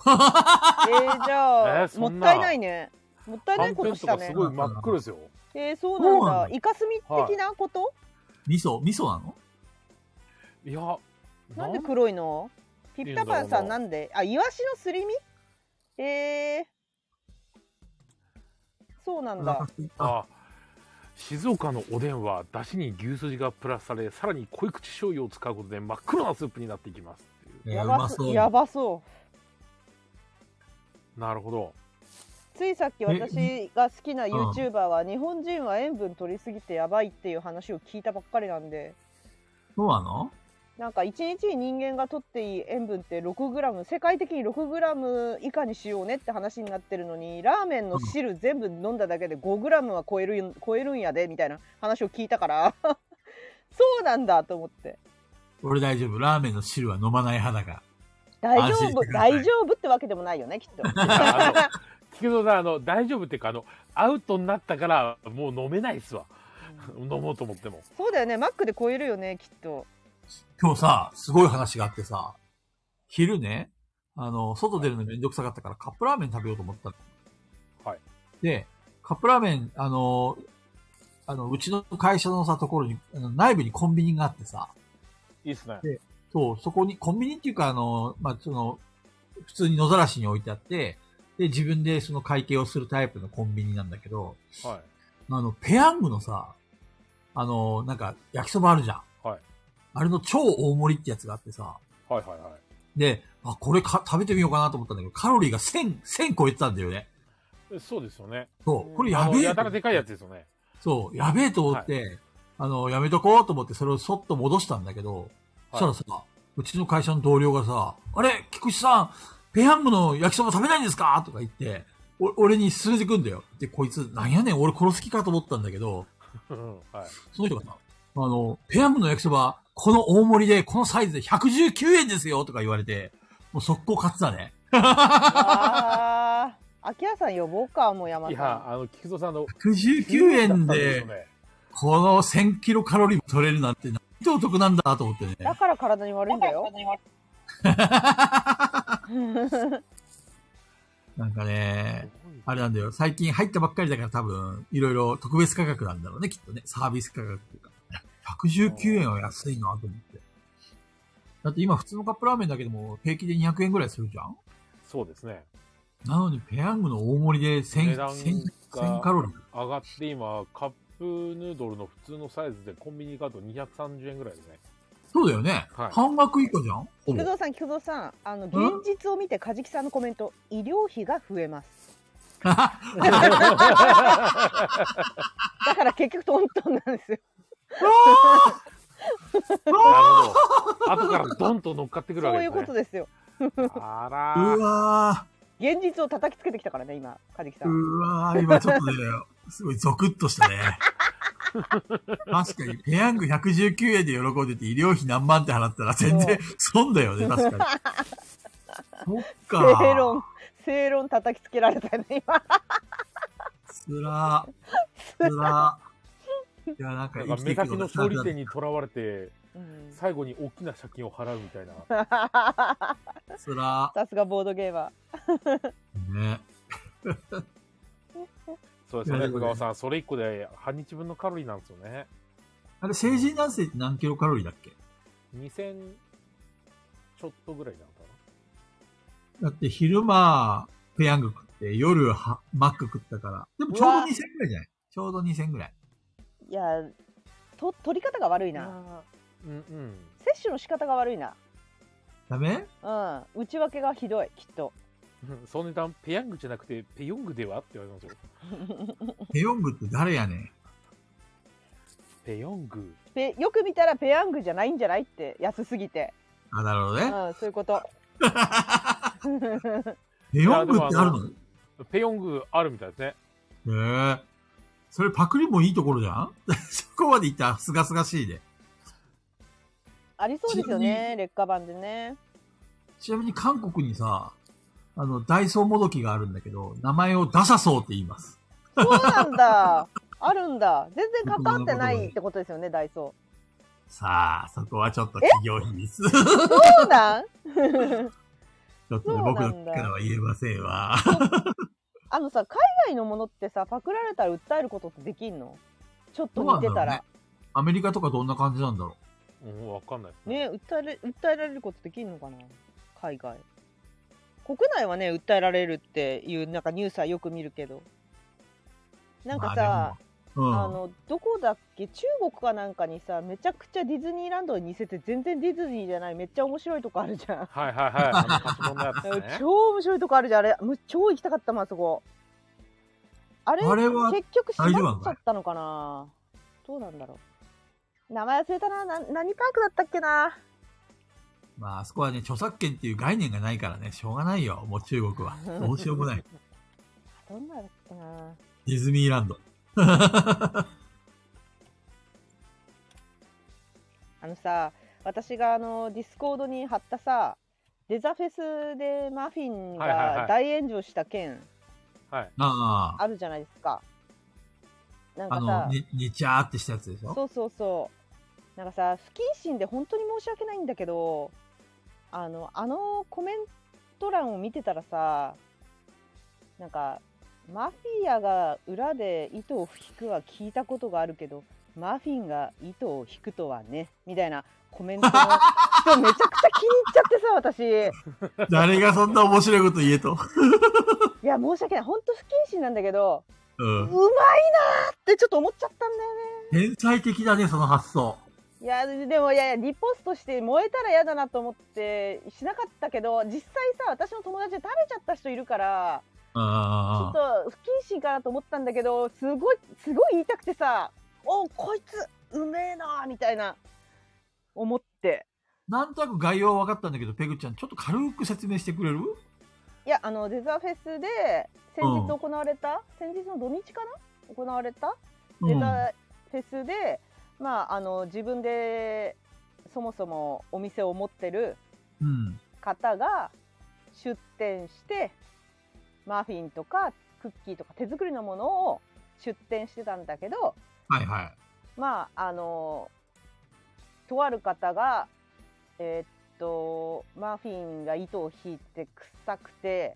[SPEAKER 1] ーじゃあ、
[SPEAKER 3] えーそん
[SPEAKER 1] も
[SPEAKER 3] な
[SPEAKER 1] ったいないねもったいない
[SPEAKER 3] はん
[SPEAKER 1] こ
[SPEAKER 3] ぺ
[SPEAKER 1] と
[SPEAKER 3] ん
[SPEAKER 1] し
[SPEAKER 3] と
[SPEAKER 1] た
[SPEAKER 3] か
[SPEAKER 1] ね
[SPEAKER 3] すごい真っ黒ですよ
[SPEAKER 1] えーそうなん
[SPEAKER 2] そうな
[SPEAKER 1] だ
[SPEAKER 2] んだ
[SPEAKER 1] イカスミ的なこと、
[SPEAKER 2] 味噌、味噌なの
[SPEAKER 3] いや
[SPEAKER 1] なんで黒いのピッタパンさん
[SPEAKER 3] な
[SPEAKER 1] なんであイワシのすり身えー、そうなん
[SPEAKER 2] お腹
[SPEAKER 1] だ
[SPEAKER 2] 空いた。
[SPEAKER 3] あ静岡のおでんはだしに牛すじがプラスされさらに濃い口醤油を使うことで真っ黒なスープになっていきますっていう
[SPEAKER 2] えー
[SPEAKER 1] や
[SPEAKER 2] う
[SPEAKER 1] ば
[SPEAKER 2] ま
[SPEAKER 1] そ
[SPEAKER 2] そうう。
[SPEAKER 1] やばそう
[SPEAKER 3] なるほど
[SPEAKER 1] ついさっき私が好きな
[SPEAKER 2] うん
[SPEAKER 1] YouTuber が日本人は塩分取りすぎてやばいっていう話を聞いたばっかりなんで
[SPEAKER 2] そうなの
[SPEAKER 1] なんか1日に人間が取っていい塩分って6グラム世界的に6グラム以下にしようねって話になってるのにラーメンの汁全部飲んだだけで5グラムは超えるん超えるんやでみたいな話を聞いたから そうなんだと思って
[SPEAKER 2] 俺大丈夫。ラーメンの汁は飲まない派だから。
[SPEAKER 1] 大
[SPEAKER 2] 安
[SPEAKER 1] 丈
[SPEAKER 2] 心し
[SPEAKER 1] 夫
[SPEAKER 2] てください
[SPEAKER 1] 大丈夫ってわけでもないよねきっと
[SPEAKER 3] あ菊蔵さんあの大丈夫っていうかあのアウトになったからもう飲めないっすわ飲もうと思っても
[SPEAKER 1] そうだよねマックで超えるよねきっと
[SPEAKER 2] 今日さ、すごい話があってさ、昼ね、あの、外出るのめんどくさかったからカップラーメン食べようと思ったの。
[SPEAKER 3] はい
[SPEAKER 2] で、カップラーメン、あの、あの、うちの会社のさ、ところに、あの内部にコンビニがあってさ、
[SPEAKER 3] いいっすね。
[SPEAKER 2] そう、そこに、コンビニっていうか、あの、まあ、その、普通に野ざらしに置いてあって、で、自分でその会計をするタイプのコンビニなんだけど、
[SPEAKER 3] は
[SPEAKER 2] あの、ペヤングのさ、あの、なんか、焼きそばあるじゃん。
[SPEAKER 3] い。はい。
[SPEAKER 2] あれの超大盛りってやつがあってさ、
[SPEAKER 3] はいはいはい。
[SPEAKER 2] で、あ、これか食べてみようかなと思ったんだけど、カロリーが1000、1000超えてたんだよね。
[SPEAKER 3] えそうですよね。
[SPEAKER 2] そう、これ
[SPEAKER 3] あ
[SPEAKER 2] や
[SPEAKER 3] の
[SPEAKER 2] べえ。
[SPEAKER 3] やたらでかいやつですよね。
[SPEAKER 2] そう、やべえと思って、あの、やめとこうと思って、それをそっと戻したんだけど、
[SPEAKER 3] はい
[SPEAKER 2] そしたらさ、うちの会社の同僚がさ、あれ、菊池さん、ペヤングの焼きそば食べないんですかとか言って、お俺に進めてくんだよ。で、こいつ、なんやねん、俺殺す気かと思ったんだけど、
[SPEAKER 3] うんはい。
[SPEAKER 2] その人がさ、あの、ペヤングの焼きそば、この大盛りで、このサイズで119円ですよとか言われて、もう速攻勝つだね。
[SPEAKER 1] ああ、秋葉さん呼ぼうか、もう山
[SPEAKER 3] い
[SPEAKER 1] さ
[SPEAKER 3] や、
[SPEAKER 1] ん。
[SPEAKER 3] あの、菊蔵さんの。
[SPEAKER 2] 119円
[SPEAKER 3] だ
[SPEAKER 2] で
[SPEAKER 3] ったん、すよね
[SPEAKER 2] この1000キロカロリーも取れるなんて、なんてお得なんだと思ってね。
[SPEAKER 1] だから体に悪いんだよ。
[SPEAKER 2] なんかね、
[SPEAKER 3] すごい
[SPEAKER 2] あれなんだよ。最近入ったばっかりだから多分、いろいろ特別価格なんだろうね、きっとね。サービス価格というか。119円は安いなと思って。だって今普通のカップラーメンだけでも平気で200円ぐらいするじゃん
[SPEAKER 3] そうですね。
[SPEAKER 2] なのにペヤングの大盛りで
[SPEAKER 3] 値
[SPEAKER 2] 1000、
[SPEAKER 3] 段が
[SPEAKER 2] 1000 1000カロリー。
[SPEAKER 3] 上がって今、カップヌードルの普通のサイズでコンビニ買うと230円ぐらいですね。
[SPEAKER 2] そうだよね。
[SPEAKER 3] はい
[SPEAKER 2] 半額以下じゃんほぼ
[SPEAKER 1] 菊。蔵さん、菊蔵さん、あの現実を見て、梶木さんのコメント、医療費が増えます。だから結局トントンなんですよ。
[SPEAKER 3] なるほど。後からドンと乗っかってくるわ
[SPEAKER 1] そ
[SPEAKER 3] け
[SPEAKER 1] うい
[SPEAKER 3] で
[SPEAKER 1] うこ
[SPEAKER 3] すね。
[SPEAKER 1] とですよ。
[SPEAKER 3] あら ー
[SPEAKER 2] うわ
[SPEAKER 1] 現実を叩きつけてきたからね、今、梶木さ
[SPEAKER 2] ー、
[SPEAKER 1] ん。
[SPEAKER 2] うわー、今ちょっとね、すごいゾクッとしたね。確かに、ペヤング119円で喜んでて医療費何万って払ったら全然損だよね、確かに。そっ
[SPEAKER 1] 正
[SPEAKER 2] か。
[SPEAKER 1] 論、正論叩きつけられたね、今。
[SPEAKER 2] つら。つら。いや、なんか
[SPEAKER 3] なん
[SPEAKER 2] 生きて
[SPEAKER 3] か目
[SPEAKER 2] いく
[SPEAKER 3] 先の
[SPEAKER 2] の
[SPEAKER 3] 勝利点
[SPEAKER 2] に。
[SPEAKER 3] にとらわれて、
[SPEAKER 1] うん
[SPEAKER 3] 最後に大きな借金を払うみたいな。
[SPEAKER 1] さ
[SPEAKER 2] つら。
[SPEAKER 1] すがボードゲーマ
[SPEAKER 2] ね。
[SPEAKER 3] そうですよ
[SPEAKER 2] いや
[SPEAKER 3] ね、
[SPEAKER 2] でもね
[SPEAKER 3] 福川さん。それ一個で半日分のカロリーなんですよね。
[SPEAKER 2] あれ、成人男性って何キロカロリーだっけ
[SPEAKER 3] 2000ちょっとぐらいなのかな
[SPEAKER 2] だって昼間、ペヤング食って、夜は、マック食ったから。でもちょうど
[SPEAKER 1] うわ
[SPEAKER 2] 2000ぐらいじゃないちょうど2000ぐらい。
[SPEAKER 1] ー。いや、と、取り方が悪いな。
[SPEAKER 3] うんうん。
[SPEAKER 1] 摂取の仕方が悪いな。
[SPEAKER 2] ダメ
[SPEAKER 1] うん、内訳がひどい、きっと。
[SPEAKER 3] うんその値段、ペヤングじゃなくて、ペヨングではって言われますよ。
[SPEAKER 2] ペヨングって誰やねん。
[SPEAKER 3] ペヨング。
[SPEAKER 1] ペよく見たらペヤングじゃないんじゃないって安すぎて、
[SPEAKER 2] あ、なるほ
[SPEAKER 1] う
[SPEAKER 2] ど
[SPEAKER 1] ん
[SPEAKER 2] ね。、
[SPEAKER 1] そういうこと。
[SPEAKER 2] ペヨングってあるの
[SPEAKER 3] ペヨングあるみたいですね。
[SPEAKER 2] へえ。それパクリもいいところじゃん そこまで行ったらすがすがしいで。
[SPEAKER 1] ありそうですよ
[SPEAKER 2] ちな
[SPEAKER 1] ね、劣化版でね。
[SPEAKER 2] ちなみに韓国にさ、あの、ダイソーもどきがあるんだけど、名前をダサソーって言います。
[SPEAKER 1] そうなんだ。あるんだ。全然かかってないってことですよね、ダイソ
[SPEAKER 2] さあ、そこはちょっと企業秘 密。ち
[SPEAKER 1] ー。そうなん
[SPEAKER 2] ょっとね
[SPEAKER 1] そう
[SPEAKER 2] 僕
[SPEAKER 1] な
[SPEAKER 2] の
[SPEAKER 1] んだ
[SPEAKER 2] 口からは言えませんわ。
[SPEAKER 1] あのさ、海外のものってさ、パクられたら訴えることってできんのちょっと似てたら。
[SPEAKER 2] アメリカとかどんな感じなんだろ
[SPEAKER 3] うん、わかんないです
[SPEAKER 1] ね
[SPEAKER 3] ね。
[SPEAKER 1] 訴えれ訴えられることできんのかな海外国内はね訴えられるっていうなんかニュースはよく見るけど
[SPEAKER 2] う。
[SPEAKER 1] なんかさ、
[SPEAKER 2] ま
[SPEAKER 1] あ
[SPEAKER 2] あ、でも
[SPEAKER 1] のどこだっけ中国かなんかにさめちゃくちゃディズニーランドに似せて全然ディズニーじゃないめっちゃ面白いとこあるじゃん
[SPEAKER 3] はいはいはい。あの、貸し物のやつですね。
[SPEAKER 1] 超面白いとこあるじゃんあれむ超行きたかったもんあそこあれ
[SPEAKER 2] あれは
[SPEAKER 1] 結局閉まっちゃったのかなどうなんだろう名前忘れたなな何パークだったっけな
[SPEAKER 2] うん。まあ、あそこはね、著作権っていう概念がないからね、しょうがないよ。もう中国 は。どうしようもない。
[SPEAKER 1] どんなだっけな
[SPEAKER 2] ディズニーランド。
[SPEAKER 1] あのさ私があのディスコードに貼ったさデザフェスでマフィン
[SPEAKER 3] はいはいは
[SPEAKER 1] が
[SPEAKER 3] い
[SPEAKER 1] 大炎上した件
[SPEAKER 3] はい。
[SPEAKER 2] ああ。
[SPEAKER 1] あるじゃないですか。なん
[SPEAKER 2] あ
[SPEAKER 1] か
[SPEAKER 2] の、
[SPEAKER 1] さ、
[SPEAKER 2] に、にちゃーってしたやつでしょ
[SPEAKER 1] そうそうそうなんかさ不謹慎で本当に申し訳ないんだけどあのあのコメント欄を見てたらさなんかマフィアが裏で糸を引くは聞いたことがあるけどマフィンが糸を引くとはねみたいなコメントの人めちゃくちゃ気に入っちゃって さ私。
[SPEAKER 2] 誰がそんな面白いこと言 えと。
[SPEAKER 1] いや申し訳ない本当不謹慎なんだけど、
[SPEAKER 2] う
[SPEAKER 1] うまい
[SPEAKER 2] ん。
[SPEAKER 1] なーってちょっと思っちゃったんだよ
[SPEAKER 2] 天才的だね、その発想。
[SPEAKER 1] ねいやでもいやいやリポストして燃えたら嫌だなと思ってしなかったけど実際さ私の友達で食べちゃった人いるから
[SPEAKER 2] う
[SPEAKER 1] ちょ
[SPEAKER 2] ん
[SPEAKER 1] っ。と不謹慎かなと思ったんだけどすごいすごい言いたくてさ「おこいつうめえなー」みたいな思って
[SPEAKER 2] なんとなく概要は分かったんだけど、ペグちゃん、ちょっと軽く説明してくれる
[SPEAKER 1] いやあのデザフェスで先日行われた、先日の土日かな行われた
[SPEAKER 2] う
[SPEAKER 1] デ
[SPEAKER 2] ん。
[SPEAKER 1] ザフェスで、まあ、あの自分でそもそもお店を持ってる
[SPEAKER 2] うん。
[SPEAKER 1] 方が出店してマフィンとかクッキーとか手作りのものを出店してたんだけど
[SPEAKER 2] はいはい。
[SPEAKER 1] まああのとある方がえーっとマフィンが糸を引いて臭くて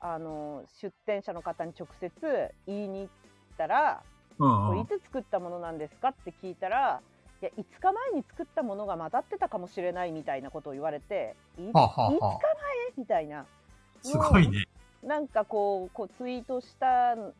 [SPEAKER 1] あの出店者の方に直接言いに行ったら
[SPEAKER 2] うん
[SPEAKER 1] こ
[SPEAKER 2] うん。
[SPEAKER 1] れいつ作ったものなんですかって聞いたらいや5日前に作ったものが混ざってたかもしれないみたいなことを言われてい5
[SPEAKER 2] はあ
[SPEAKER 1] 日
[SPEAKER 2] はあはあ
[SPEAKER 1] 前みたいな
[SPEAKER 2] すごいね。
[SPEAKER 1] なんかこうこうツイートしたん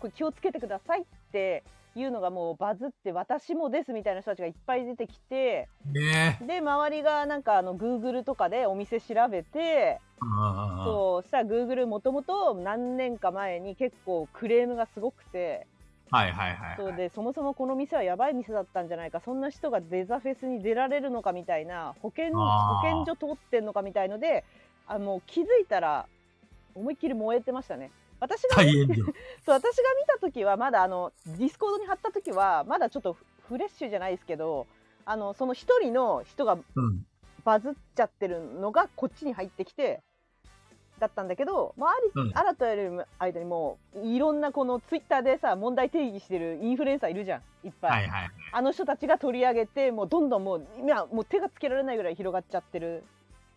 [SPEAKER 1] これ気をつけてくださいっていうのがもうバズって私もですみたいな人たちがいっぱい出てきて
[SPEAKER 2] ねえ。
[SPEAKER 1] で周りがなんかあの Google とかでお店調べて
[SPEAKER 2] うんうんうん
[SPEAKER 1] そうしたら Google もともと何年か前に結構クレームがすごくて。
[SPEAKER 2] はいはいはい。
[SPEAKER 1] そうでそもそもこの店はやばい店だったんじゃないかそんな人がデザフェスに出られるのかみたいな保健
[SPEAKER 2] あ
[SPEAKER 1] 保
[SPEAKER 2] ー
[SPEAKER 1] 健所通ってんのかみたいのであもう気づいたら思いっきり燃えてましたね私が
[SPEAKER 2] 大
[SPEAKER 1] 見
[SPEAKER 2] 炎上。
[SPEAKER 1] そう私が見た時はまだあのディスコードに貼った時はまだちょっとフフレッシュじゃないですけどあのその一人の人が
[SPEAKER 2] うん。
[SPEAKER 1] バズっちゃってるのがこっちに入ってきてだったんだけど、まあ、あ
[SPEAKER 2] うん
[SPEAKER 1] りあらとやる間にもういろんなこのツイッターでさ問題定義してるインフルエンサーいるじゃんいっぱい、
[SPEAKER 2] はいはい。
[SPEAKER 1] あの人たちが取り上げてもうどんどんもう今もう手がつけられないぐらい広がっちゃってる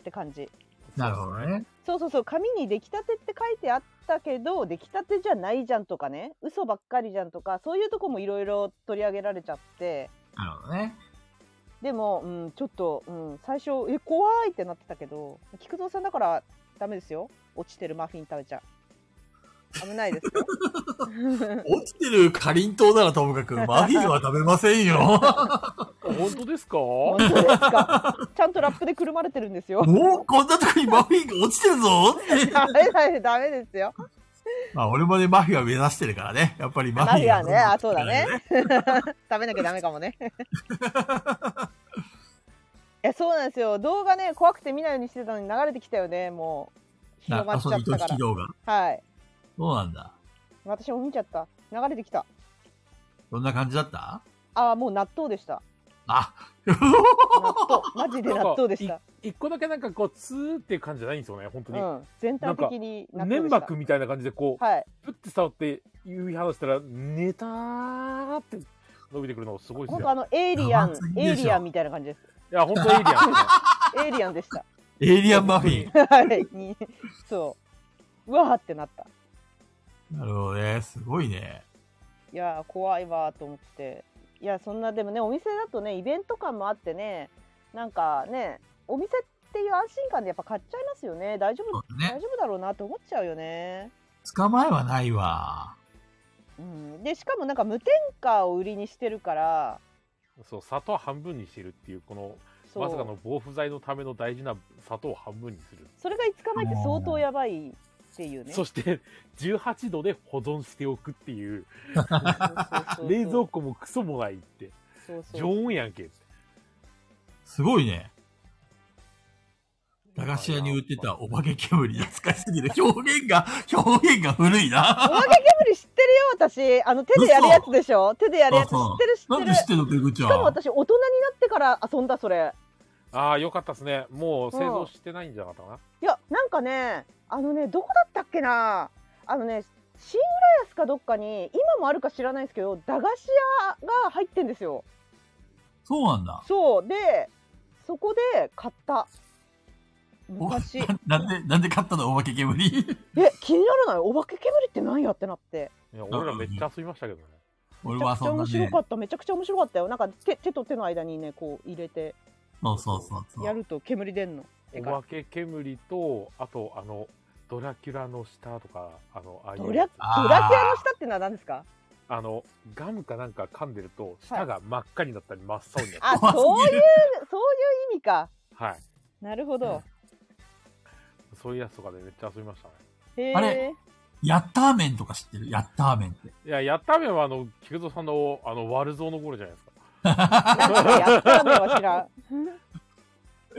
[SPEAKER 1] って感じ
[SPEAKER 2] なるほどね。
[SPEAKER 1] そうそうそう紙に「出来たて」って書いてあったけど出来たてじゃないじゃんとかね嘘ばっかりじゃんとかそういうとこもいろいろ取り上げられちゃって
[SPEAKER 2] なるほどね。
[SPEAKER 1] でも、うん、ちょっと、うん、最初え怖いってなってたけど菊蔵さんだからダメですよ落ちてるマフィン食べちゃ危ない ですよ
[SPEAKER 2] 落ちてるかりんとうならともかく、マフィンは食べませ んよ。
[SPEAKER 3] 本当ですか
[SPEAKER 1] 本当ですかちゃんとラップでくるまれてるん ですよ
[SPEAKER 2] もうこんなとこにマフィンが落ちてるぞって。
[SPEAKER 1] ダメダメダメですよ
[SPEAKER 2] まあ俺もね、マフィンは目指してるからね。やっぱりマフィン
[SPEAKER 1] マフィンはねあそうだね。 食べなきゃダメかもね。 いやそうなんですよ動画ね怖くて見ないようにしてたのに流れてきたよねもう
[SPEAKER 2] な
[SPEAKER 1] 広まっ
[SPEAKER 2] そ
[SPEAKER 1] ちゃ
[SPEAKER 2] の
[SPEAKER 1] っ
[SPEAKER 2] 糸
[SPEAKER 1] た
[SPEAKER 2] 引
[SPEAKER 1] か
[SPEAKER 2] き動画。
[SPEAKER 1] らはい
[SPEAKER 2] そうなんだ。
[SPEAKER 1] 私も見ちゃった流れてきた
[SPEAKER 2] どんな感じだった
[SPEAKER 1] ああもう納豆でした
[SPEAKER 2] あ、
[SPEAKER 1] 納豆マジで納豆でし
[SPEAKER 3] なん
[SPEAKER 1] た
[SPEAKER 3] かい一個だけなんかこうツーっていう感じじゃないんですよね本当
[SPEAKER 1] う
[SPEAKER 3] に、
[SPEAKER 1] ん全体的に納豆で
[SPEAKER 3] 粘
[SPEAKER 1] した
[SPEAKER 3] 膜みたいな感じでこう
[SPEAKER 1] はい
[SPEAKER 3] プッて触って指離したら寝たーって伸びてくるのすごいです
[SPEAKER 1] 本当あ
[SPEAKER 3] よ
[SPEAKER 1] のエイリアン
[SPEAKER 2] 生すぎ
[SPEAKER 1] エイ
[SPEAKER 2] でしょ
[SPEAKER 1] リアンみたいな感じです
[SPEAKER 3] いや本当エイリア ンですね
[SPEAKER 1] エイリアンでした
[SPEAKER 2] エイリアンマフィン。
[SPEAKER 1] はいにそううわーってなった
[SPEAKER 2] なるほどね。すごいね。
[SPEAKER 1] いやー怖いわーと思っていやそんなでもねお店だとねイベント感もあってねなんかねお店っていう安心感でやっぱ買っちゃいますよね大丈
[SPEAKER 2] そ
[SPEAKER 1] 夫
[SPEAKER 2] うだね。
[SPEAKER 1] 大丈夫だろうなと思っちゃうよね、
[SPEAKER 2] 捕まえはないわ。
[SPEAKER 1] うん、でしかもなんか無添加を売りにしてるから
[SPEAKER 3] そう砂糖半分にしてるっていうこの
[SPEAKER 1] そう
[SPEAKER 3] まさかの防腐剤のための大事な砂糖を半分にする、
[SPEAKER 1] それが5日前って相当やばいっていうね
[SPEAKER 3] そして18度で保存しておくっていう
[SPEAKER 1] そう
[SPEAKER 3] 冷蔵庫もクソもないって
[SPEAKER 1] そうそう
[SPEAKER 3] 常温やんけって
[SPEAKER 2] すごいね。駄菓子屋に売ってたお化け煙懐かしすぎる。表現が、表現が古い
[SPEAKER 1] お
[SPEAKER 2] な。
[SPEAKER 1] まけ煙知ってるよ私あの手でやるやつでしょ手でやるやつ知
[SPEAKER 2] あそう
[SPEAKER 1] ってる知
[SPEAKER 2] な
[SPEAKER 1] っ
[SPEAKER 2] ん
[SPEAKER 1] て
[SPEAKER 2] で
[SPEAKER 1] る
[SPEAKER 2] 知っ
[SPEAKER 1] して
[SPEAKER 2] んの、ペグちゃん。
[SPEAKER 1] かも私大人になってから遊んだそれ
[SPEAKER 3] ああよかったですねもう製造してないんじゃなかったかな、
[SPEAKER 1] いやなんかねあのねどこだったっけなあのね新浦安かどっかに今もあるか知らないですけど駄菓子屋が入ってんですよ
[SPEAKER 2] そうなんだ。
[SPEAKER 1] そうでそこで買った昔え
[SPEAKER 2] なんで、なんで買ったのお化け 煙。
[SPEAKER 1] 気にならないお化け煙って何やってなって
[SPEAKER 3] いや俺らめっちゃ遊びましたけどね。
[SPEAKER 2] 俺
[SPEAKER 1] めちゃ
[SPEAKER 2] は
[SPEAKER 1] くちゃ
[SPEAKER 2] そんな
[SPEAKER 1] 面
[SPEAKER 2] ね
[SPEAKER 1] 白か。っためちゃくちゃ面白かったよなんか手手と手の間にねこう入れて
[SPEAKER 2] そうそうそうそ
[SPEAKER 1] や
[SPEAKER 2] う。
[SPEAKER 1] ると煙出んのて
[SPEAKER 3] お
[SPEAKER 1] か
[SPEAKER 3] 化け煙と、あと、あの、ドラキュラの下とか、あの、ああいう
[SPEAKER 1] ドラド
[SPEAKER 2] あー
[SPEAKER 1] ラキュラの下ってのは何ですか
[SPEAKER 3] あの、ガムかなんか噛んでると、舌が真っ赤になったり、真っ青になった
[SPEAKER 1] あ
[SPEAKER 3] り。
[SPEAKER 2] 怖す
[SPEAKER 1] そう
[SPEAKER 2] ぎる
[SPEAKER 1] いうそういう意味か
[SPEAKER 3] はい。
[SPEAKER 1] なるほど、
[SPEAKER 3] そういうやつとかでめっちゃ遊びましたね。
[SPEAKER 1] へ
[SPEAKER 2] あ
[SPEAKER 1] え
[SPEAKER 2] れヤッターメンとか知ってるヤッターメンって。
[SPEAKER 3] いや、やっためは、あの、菊蔵さんの、あの、悪造の頃じゃないですか。
[SPEAKER 1] やったのは知ら ん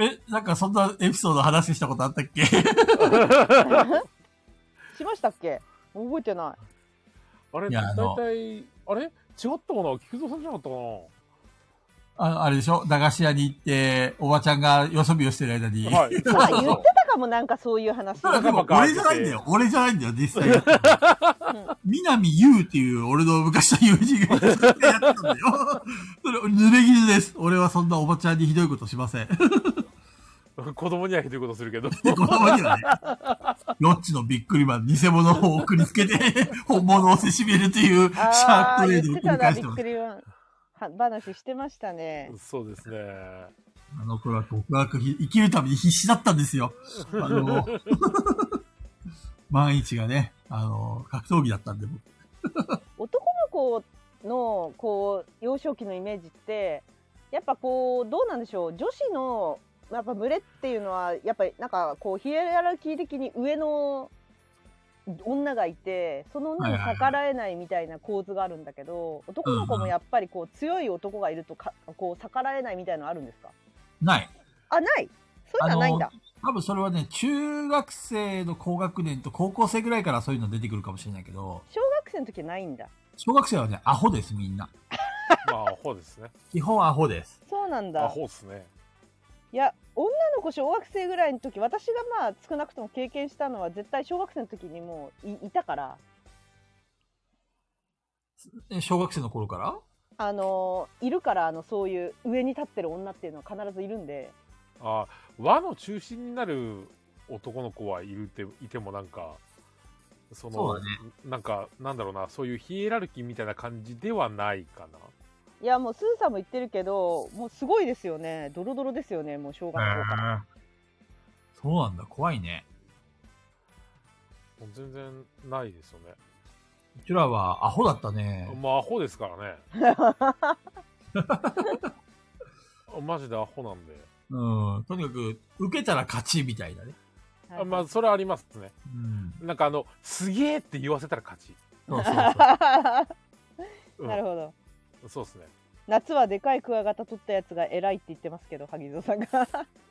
[SPEAKER 2] え、なんかそんなエピソード話したことあったっけ
[SPEAKER 1] しましたっけ覚えてない
[SPEAKER 3] あれ、
[SPEAKER 2] いやあの
[SPEAKER 3] 大体、あれ違ったかな菊蔵さんじゃなかったかな
[SPEAKER 2] ああれでしょ駄菓子屋に行って、おばちゃんがよそ見をしてる間に。
[SPEAKER 3] はい。そう
[SPEAKER 1] あ
[SPEAKER 3] そ
[SPEAKER 1] 言
[SPEAKER 3] うそ
[SPEAKER 1] っ
[SPEAKER 3] う
[SPEAKER 1] てたかもなんかそういう話
[SPEAKER 2] ただでも俺じゃないんだよ。俺じゃないんだよ、実際。 南優っていう俺の昔の友人がやってたんだよ。 それ、濡れ衣です。俺はそんなおばちゃんにひどいことしません。
[SPEAKER 3] 子供にはひどいことするけど。
[SPEAKER 2] で、子供にはね、ロッチのびっくりマン、偽物を送りつけて、 本物をせしめるというシャー
[SPEAKER 1] あ
[SPEAKER 2] ク
[SPEAKER 1] あ
[SPEAKER 2] トレ
[SPEAKER 1] 言
[SPEAKER 2] ードを
[SPEAKER 1] ってたな
[SPEAKER 2] 繰り返
[SPEAKER 1] びっ
[SPEAKER 2] し
[SPEAKER 1] て
[SPEAKER 2] ます
[SPEAKER 1] く。りは話してましたね
[SPEAKER 3] そうですね。
[SPEAKER 2] あの頃は極悪ひ、生きるために必死だったんです よ。あの、万一がね、あの、格闘技だったんで、僕
[SPEAKER 1] 男の子のこう幼少期のイメージってやっぱこうどうなんでしょう女子のやっぱ群れっていうのはやっぱりなんかこうヒエラルキー的に上の女がいてその女に逆らえないみたいな構図があるんだけど男の子もやっぱりこう強い男がいるとかこう逆らえないみたいなのあるんですか
[SPEAKER 2] ない。
[SPEAKER 1] あないそういうのはないんだ
[SPEAKER 2] 多分それはね、中学生の高学年と高校生ぐらいからそういうの出てくるかもしれないけど、
[SPEAKER 1] 小学生の時はないんだ
[SPEAKER 2] 小学生はね、アホです、みんな。
[SPEAKER 3] まあ、アホですね。
[SPEAKER 2] 基本アホです。
[SPEAKER 1] そうなん
[SPEAKER 3] ア
[SPEAKER 1] だ
[SPEAKER 3] ホですね。
[SPEAKER 1] いや女の子小学生ぐらいの時私がまあ少なくとも経験したのは絶対小学生の時にもういいたから
[SPEAKER 2] え小学生の頃から
[SPEAKER 1] あのーいるからあのそういう上に立ってる女っていうのは必ずいるんで
[SPEAKER 3] あ和の中心になる男の子はいるっていてもなんかその
[SPEAKER 2] そうだね
[SPEAKER 3] なんかなんだろうなそういうヒエラルキーみたいな感じではないかない
[SPEAKER 1] やもうスーさんも言ってるけどもうすごいですよねドロドロですよねもう小学校から
[SPEAKER 2] そうなんだ、怖いね。
[SPEAKER 3] もう全然ないですよね
[SPEAKER 2] うちらはアホだったね。
[SPEAKER 3] まあアホですからね マジでアホなんで、
[SPEAKER 2] うん。とにかく、受けたら勝ちみたいなね。
[SPEAKER 1] はい
[SPEAKER 3] まあ それはありますね
[SPEAKER 2] うん。
[SPEAKER 3] なんかあのすげえって言わせたら勝ち、
[SPEAKER 2] そう そうそう。
[SPEAKER 3] うん
[SPEAKER 1] なるほど
[SPEAKER 3] そうですね
[SPEAKER 1] 夏はでかいクワガタ取ったやつが偉いって言ってますけど萩蔵さ んが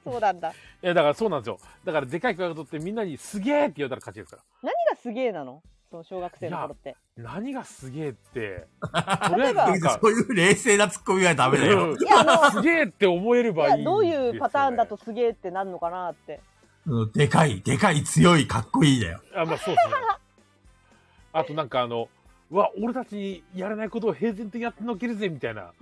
[SPEAKER 1] そうなんだ
[SPEAKER 3] いやだからそうなんですよだからでかいクワガタってみんなにすげえって言われたら勝ちですから
[SPEAKER 1] 何がすげえなのその小学生の頃って
[SPEAKER 3] 何がすげえって、 とりあえず
[SPEAKER 1] あ
[SPEAKER 2] と
[SPEAKER 3] な
[SPEAKER 2] に
[SPEAKER 3] ん
[SPEAKER 2] かく
[SPEAKER 3] か、
[SPEAKER 2] そういう冷静なツッコミはダメだよ。
[SPEAKER 1] いやあの
[SPEAKER 3] すげえって思えればいい
[SPEAKER 1] いやどういうパターンだと。すげえってなるのかなって
[SPEAKER 2] うんでかい、でかい、強い、かっこいいだよ。
[SPEAKER 3] あ、まあそうですね。あとなんかあの、うわ、俺たちにやらないことを平然とやってのけるぜ、みたいな。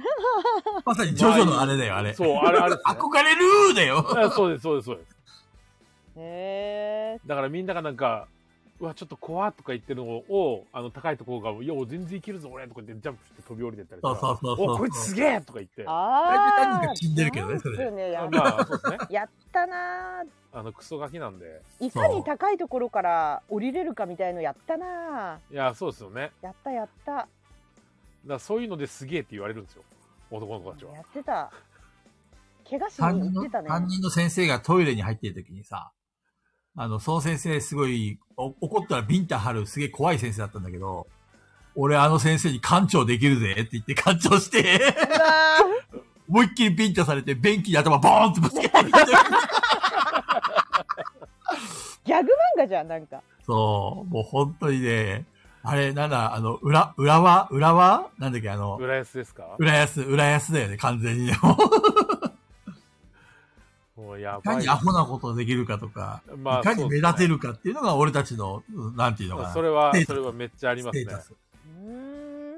[SPEAKER 2] まさにジョジョのあれだよ、あれ。
[SPEAKER 3] そう、あれ、あれですね、
[SPEAKER 2] 憧れるーだよ。
[SPEAKER 3] あそうです、そうです、そうです。
[SPEAKER 1] へえ
[SPEAKER 3] だからみんながなんか、うわ、ちょっと怖っとか言ってるのを、あの、高いところが、よう、全然いけるぞ、俺とか言ってジャンプして飛び降りてったりと
[SPEAKER 2] そう
[SPEAKER 3] か
[SPEAKER 2] そうそうそう
[SPEAKER 3] お、こいつすげえとか言って。あ
[SPEAKER 1] あ
[SPEAKER 2] 何
[SPEAKER 1] あ
[SPEAKER 2] か死んでるけどねそれ
[SPEAKER 1] そうねや,、
[SPEAKER 3] まあ、そうですね。
[SPEAKER 1] やったなー
[SPEAKER 3] あの、クソガキなんで。
[SPEAKER 1] いかに高いところから降りれるかみたいのやったない
[SPEAKER 3] や、そうですよね。
[SPEAKER 1] ーやったやった
[SPEAKER 3] だからそういうのですげえって言われるんですよ男の子たちは
[SPEAKER 1] やってた怪我し
[SPEAKER 2] 担
[SPEAKER 1] に行
[SPEAKER 2] 任
[SPEAKER 1] って
[SPEAKER 2] の
[SPEAKER 1] たね
[SPEAKER 2] 担任の先生がトイレに入ってる時にさ、あの、その先生すごい、お怒ったらビンタ張るすげえ怖い先生だったんだけど、俺あの先生に館長できるぜって言って館長して、
[SPEAKER 1] うわ
[SPEAKER 2] 思いっきりビンタされて、便器に頭ボーンってぶつけられて。
[SPEAKER 1] ーギャグ漫画じゃんなんか
[SPEAKER 2] そう、もう本当にね、あれ、なんだ、あの、裏、裏は、裏はなんだっけ、あの、
[SPEAKER 3] 浦安ですか
[SPEAKER 2] 裏安、裏安だよね、完全に。もう
[SPEAKER 3] もうや
[SPEAKER 2] いか
[SPEAKER 3] ばい
[SPEAKER 2] にアホなことできるかとか、
[SPEAKER 3] まあ
[SPEAKER 2] いかに目立てるかっていうのが俺たちの、なんていうのかな。
[SPEAKER 3] それは
[SPEAKER 2] ステータス
[SPEAKER 3] それはめっちゃあります
[SPEAKER 2] ステ
[SPEAKER 3] ね
[SPEAKER 2] ータス
[SPEAKER 1] うー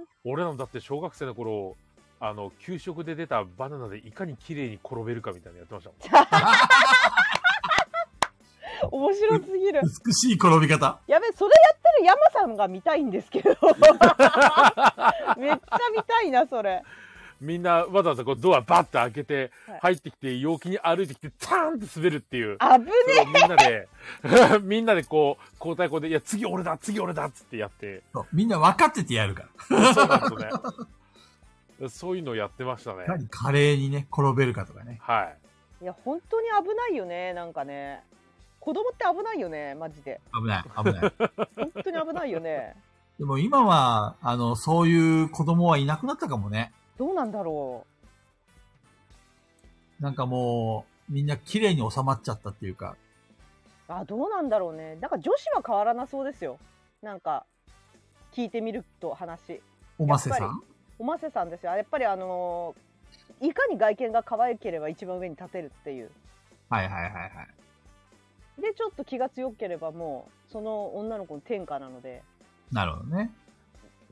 [SPEAKER 1] ん
[SPEAKER 3] 俺らのだって小学生の頃あの給食で出たバナナでいかに綺麗に転べるかみたいなのやってましたもん
[SPEAKER 1] 面白す ぎる。
[SPEAKER 2] 美しい転び方。
[SPEAKER 1] やべ、それやってる山さんが見たいんですけど。 めっちゃ見たいな、それ。
[SPEAKER 3] みんなわざわざこうドアバッと開けて
[SPEAKER 1] はい、
[SPEAKER 3] 入ってきて、陽気に歩いてきて、ターンって滑るっていう。
[SPEAKER 1] 危ね
[SPEAKER 3] それをみんなで、みんなで こう、交代校で、いや、次俺だ、次俺だっつってやって、
[SPEAKER 2] そうみんな分かっててやるから。
[SPEAKER 3] そうなんです ね。そういうのをやってましたね。
[SPEAKER 2] いかに華麗にね、転べるかとかね。
[SPEAKER 3] はい。
[SPEAKER 1] いや、本当に危ないよね、なんかね。子供って危ないよね、マジで。
[SPEAKER 2] 危ない、危ない。
[SPEAKER 1] 本当に危ないよね。
[SPEAKER 2] でも今は、あの、そういう子供はいなくなったかもね。
[SPEAKER 1] どうなんだろ
[SPEAKER 2] なんかもう、みんな綺麗に収まっちゃったっていうか、
[SPEAKER 1] う。あ、どうなんだろうね。なんか女子は変わらなそうですよ。なんか、聞いてみると話。
[SPEAKER 2] おませさ
[SPEAKER 1] やっ
[SPEAKER 2] ん
[SPEAKER 1] おませさんですよ。やっぱりあのーいかに外見が可愛ければ一番上に立てるっていう。
[SPEAKER 2] はいはいはいはい。
[SPEAKER 1] で、ちょっと気が強ければもう、その女の子の天下なので。
[SPEAKER 2] なるほどね。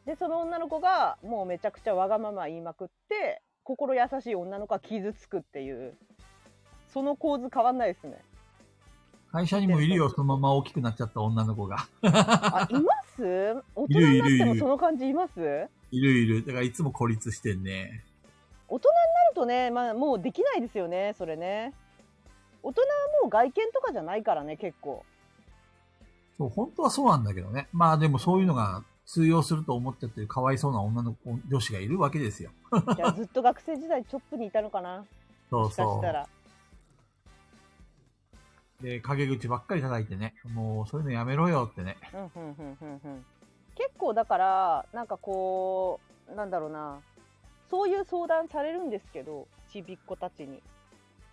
[SPEAKER 1] でその女の子がもうめちゃくちゃわがまま言いまくって心優しい女の子は傷つくっていうその構図変わんないですね
[SPEAKER 2] 会社にもいるよ、そのまま大きくなっちゃった女の子が。
[SPEAKER 1] あいます大人
[SPEAKER 2] いる
[SPEAKER 1] に
[SPEAKER 2] い
[SPEAKER 1] なっ
[SPEAKER 2] る
[SPEAKER 1] て
[SPEAKER 2] い
[SPEAKER 1] も
[SPEAKER 2] る
[SPEAKER 1] その感じいますなる
[SPEAKER 2] いるいる。だからいつも孤立してんね。
[SPEAKER 1] とね、まあ、もうできないですよねそれね大人はもう外見とかじゃないからね結構
[SPEAKER 2] そう、本当はそうなんだけどね。まあでもそういうのが通用すると思っちゃってるかわいそうな女の子、女子がいるわけですよ。
[SPEAKER 1] じ ゃあずっと学生時代チョップにいたのかな
[SPEAKER 2] そう
[SPEAKER 1] もしか
[SPEAKER 2] そ
[SPEAKER 1] したら
[SPEAKER 2] う。で、陰口ばっかり叩いてね。もうそういうのやめろよってね。
[SPEAKER 1] うんうんうんうんうん結構だからなんかこうなんだろうなそういう相談されるんですけどちびっ子たちに、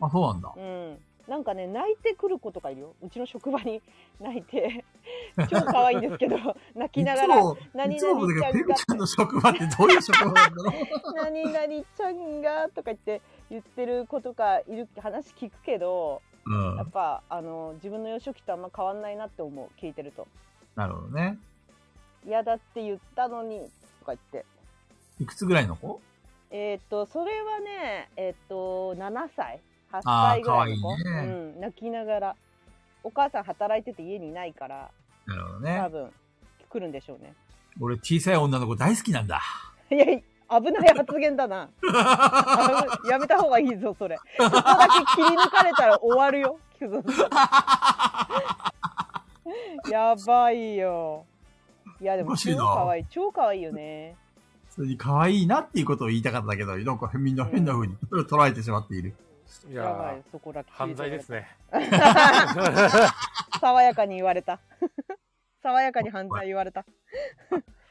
[SPEAKER 2] あ、そうなんだ
[SPEAKER 1] う。ん、なんかね泣いてくる子とかいるようちの職場に 泣いて超可愛いんですけ ど泣きなが
[SPEAKER 2] い
[SPEAKER 1] ら
[SPEAKER 2] つも、
[SPEAKER 1] 何々
[SPEAKER 2] いつも思うんだ
[SPEAKER 1] ちゃん
[SPEAKER 2] けど、ペ
[SPEAKER 1] が
[SPEAKER 2] グちゃんの職場ってどういう職場なんだろ
[SPEAKER 1] 「
[SPEAKER 2] う。
[SPEAKER 1] 何々ちゃんが」とか言って言ってる子とかいるって話聞くけど
[SPEAKER 2] うん
[SPEAKER 1] やっ。ぱあの自分の幼少期とあんま変わんないなって思う聞いてると
[SPEAKER 2] なるほどね。
[SPEAKER 1] 「嫌だって言ったのに」とか言って
[SPEAKER 2] いくつぐらいの子
[SPEAKER 1] えーっとそれはねえーっと7歳8
[SPEAKER 2] あ
[SPEAKER 1] 歳
[SPEAKER 2] ー
[SPEAKER 1] ぐらいの子
[SPEAKER 2] 可愛いね
[SPEAKER 1] うん、泣きながらお母さん働いてて家にいないから
[SPEAKER 2] なるほど
[SPEAKER 1] 多
[SPEAKER 2] ね。
[SPEAKER 1] 分来るんでしょうね
[SPEAKER 2] 俺小さい女の子大好きなんだ。
[SPEAKER 1] いやいや危ない発言だ な危やめた方がいいぞそれそこだけ切り抜かれたら終わるよ菊蔵さんやばいよいやで
[SPEAKER 2] お
[SPEAKER 1] も
[SPEAKER 2] かしい
[SPEAKER 1] 超
[SPEAKER 2] な
[SPEAKER 1] 可愛い超可愛いよね
[SPEAKER 2] それに可愛いなっていうことを言いたかったけど、なんかみんな変な風に捉えてしまっている。
[SPEAKER 3] い
[SPEAKER 1] やばい
[SPEAKER 3] やー
[SPEAKER 1] そこだけ切り
[SPEAKER 3] 犯
[SPEAKER 1] 抜かれ
[SPEAKER 3] 罪
[SPEAKER 1] た
[SPEAKER 3] ですね。
[SPEAKER 1] 爽やかに言われた。爽やかに犯罪言われた。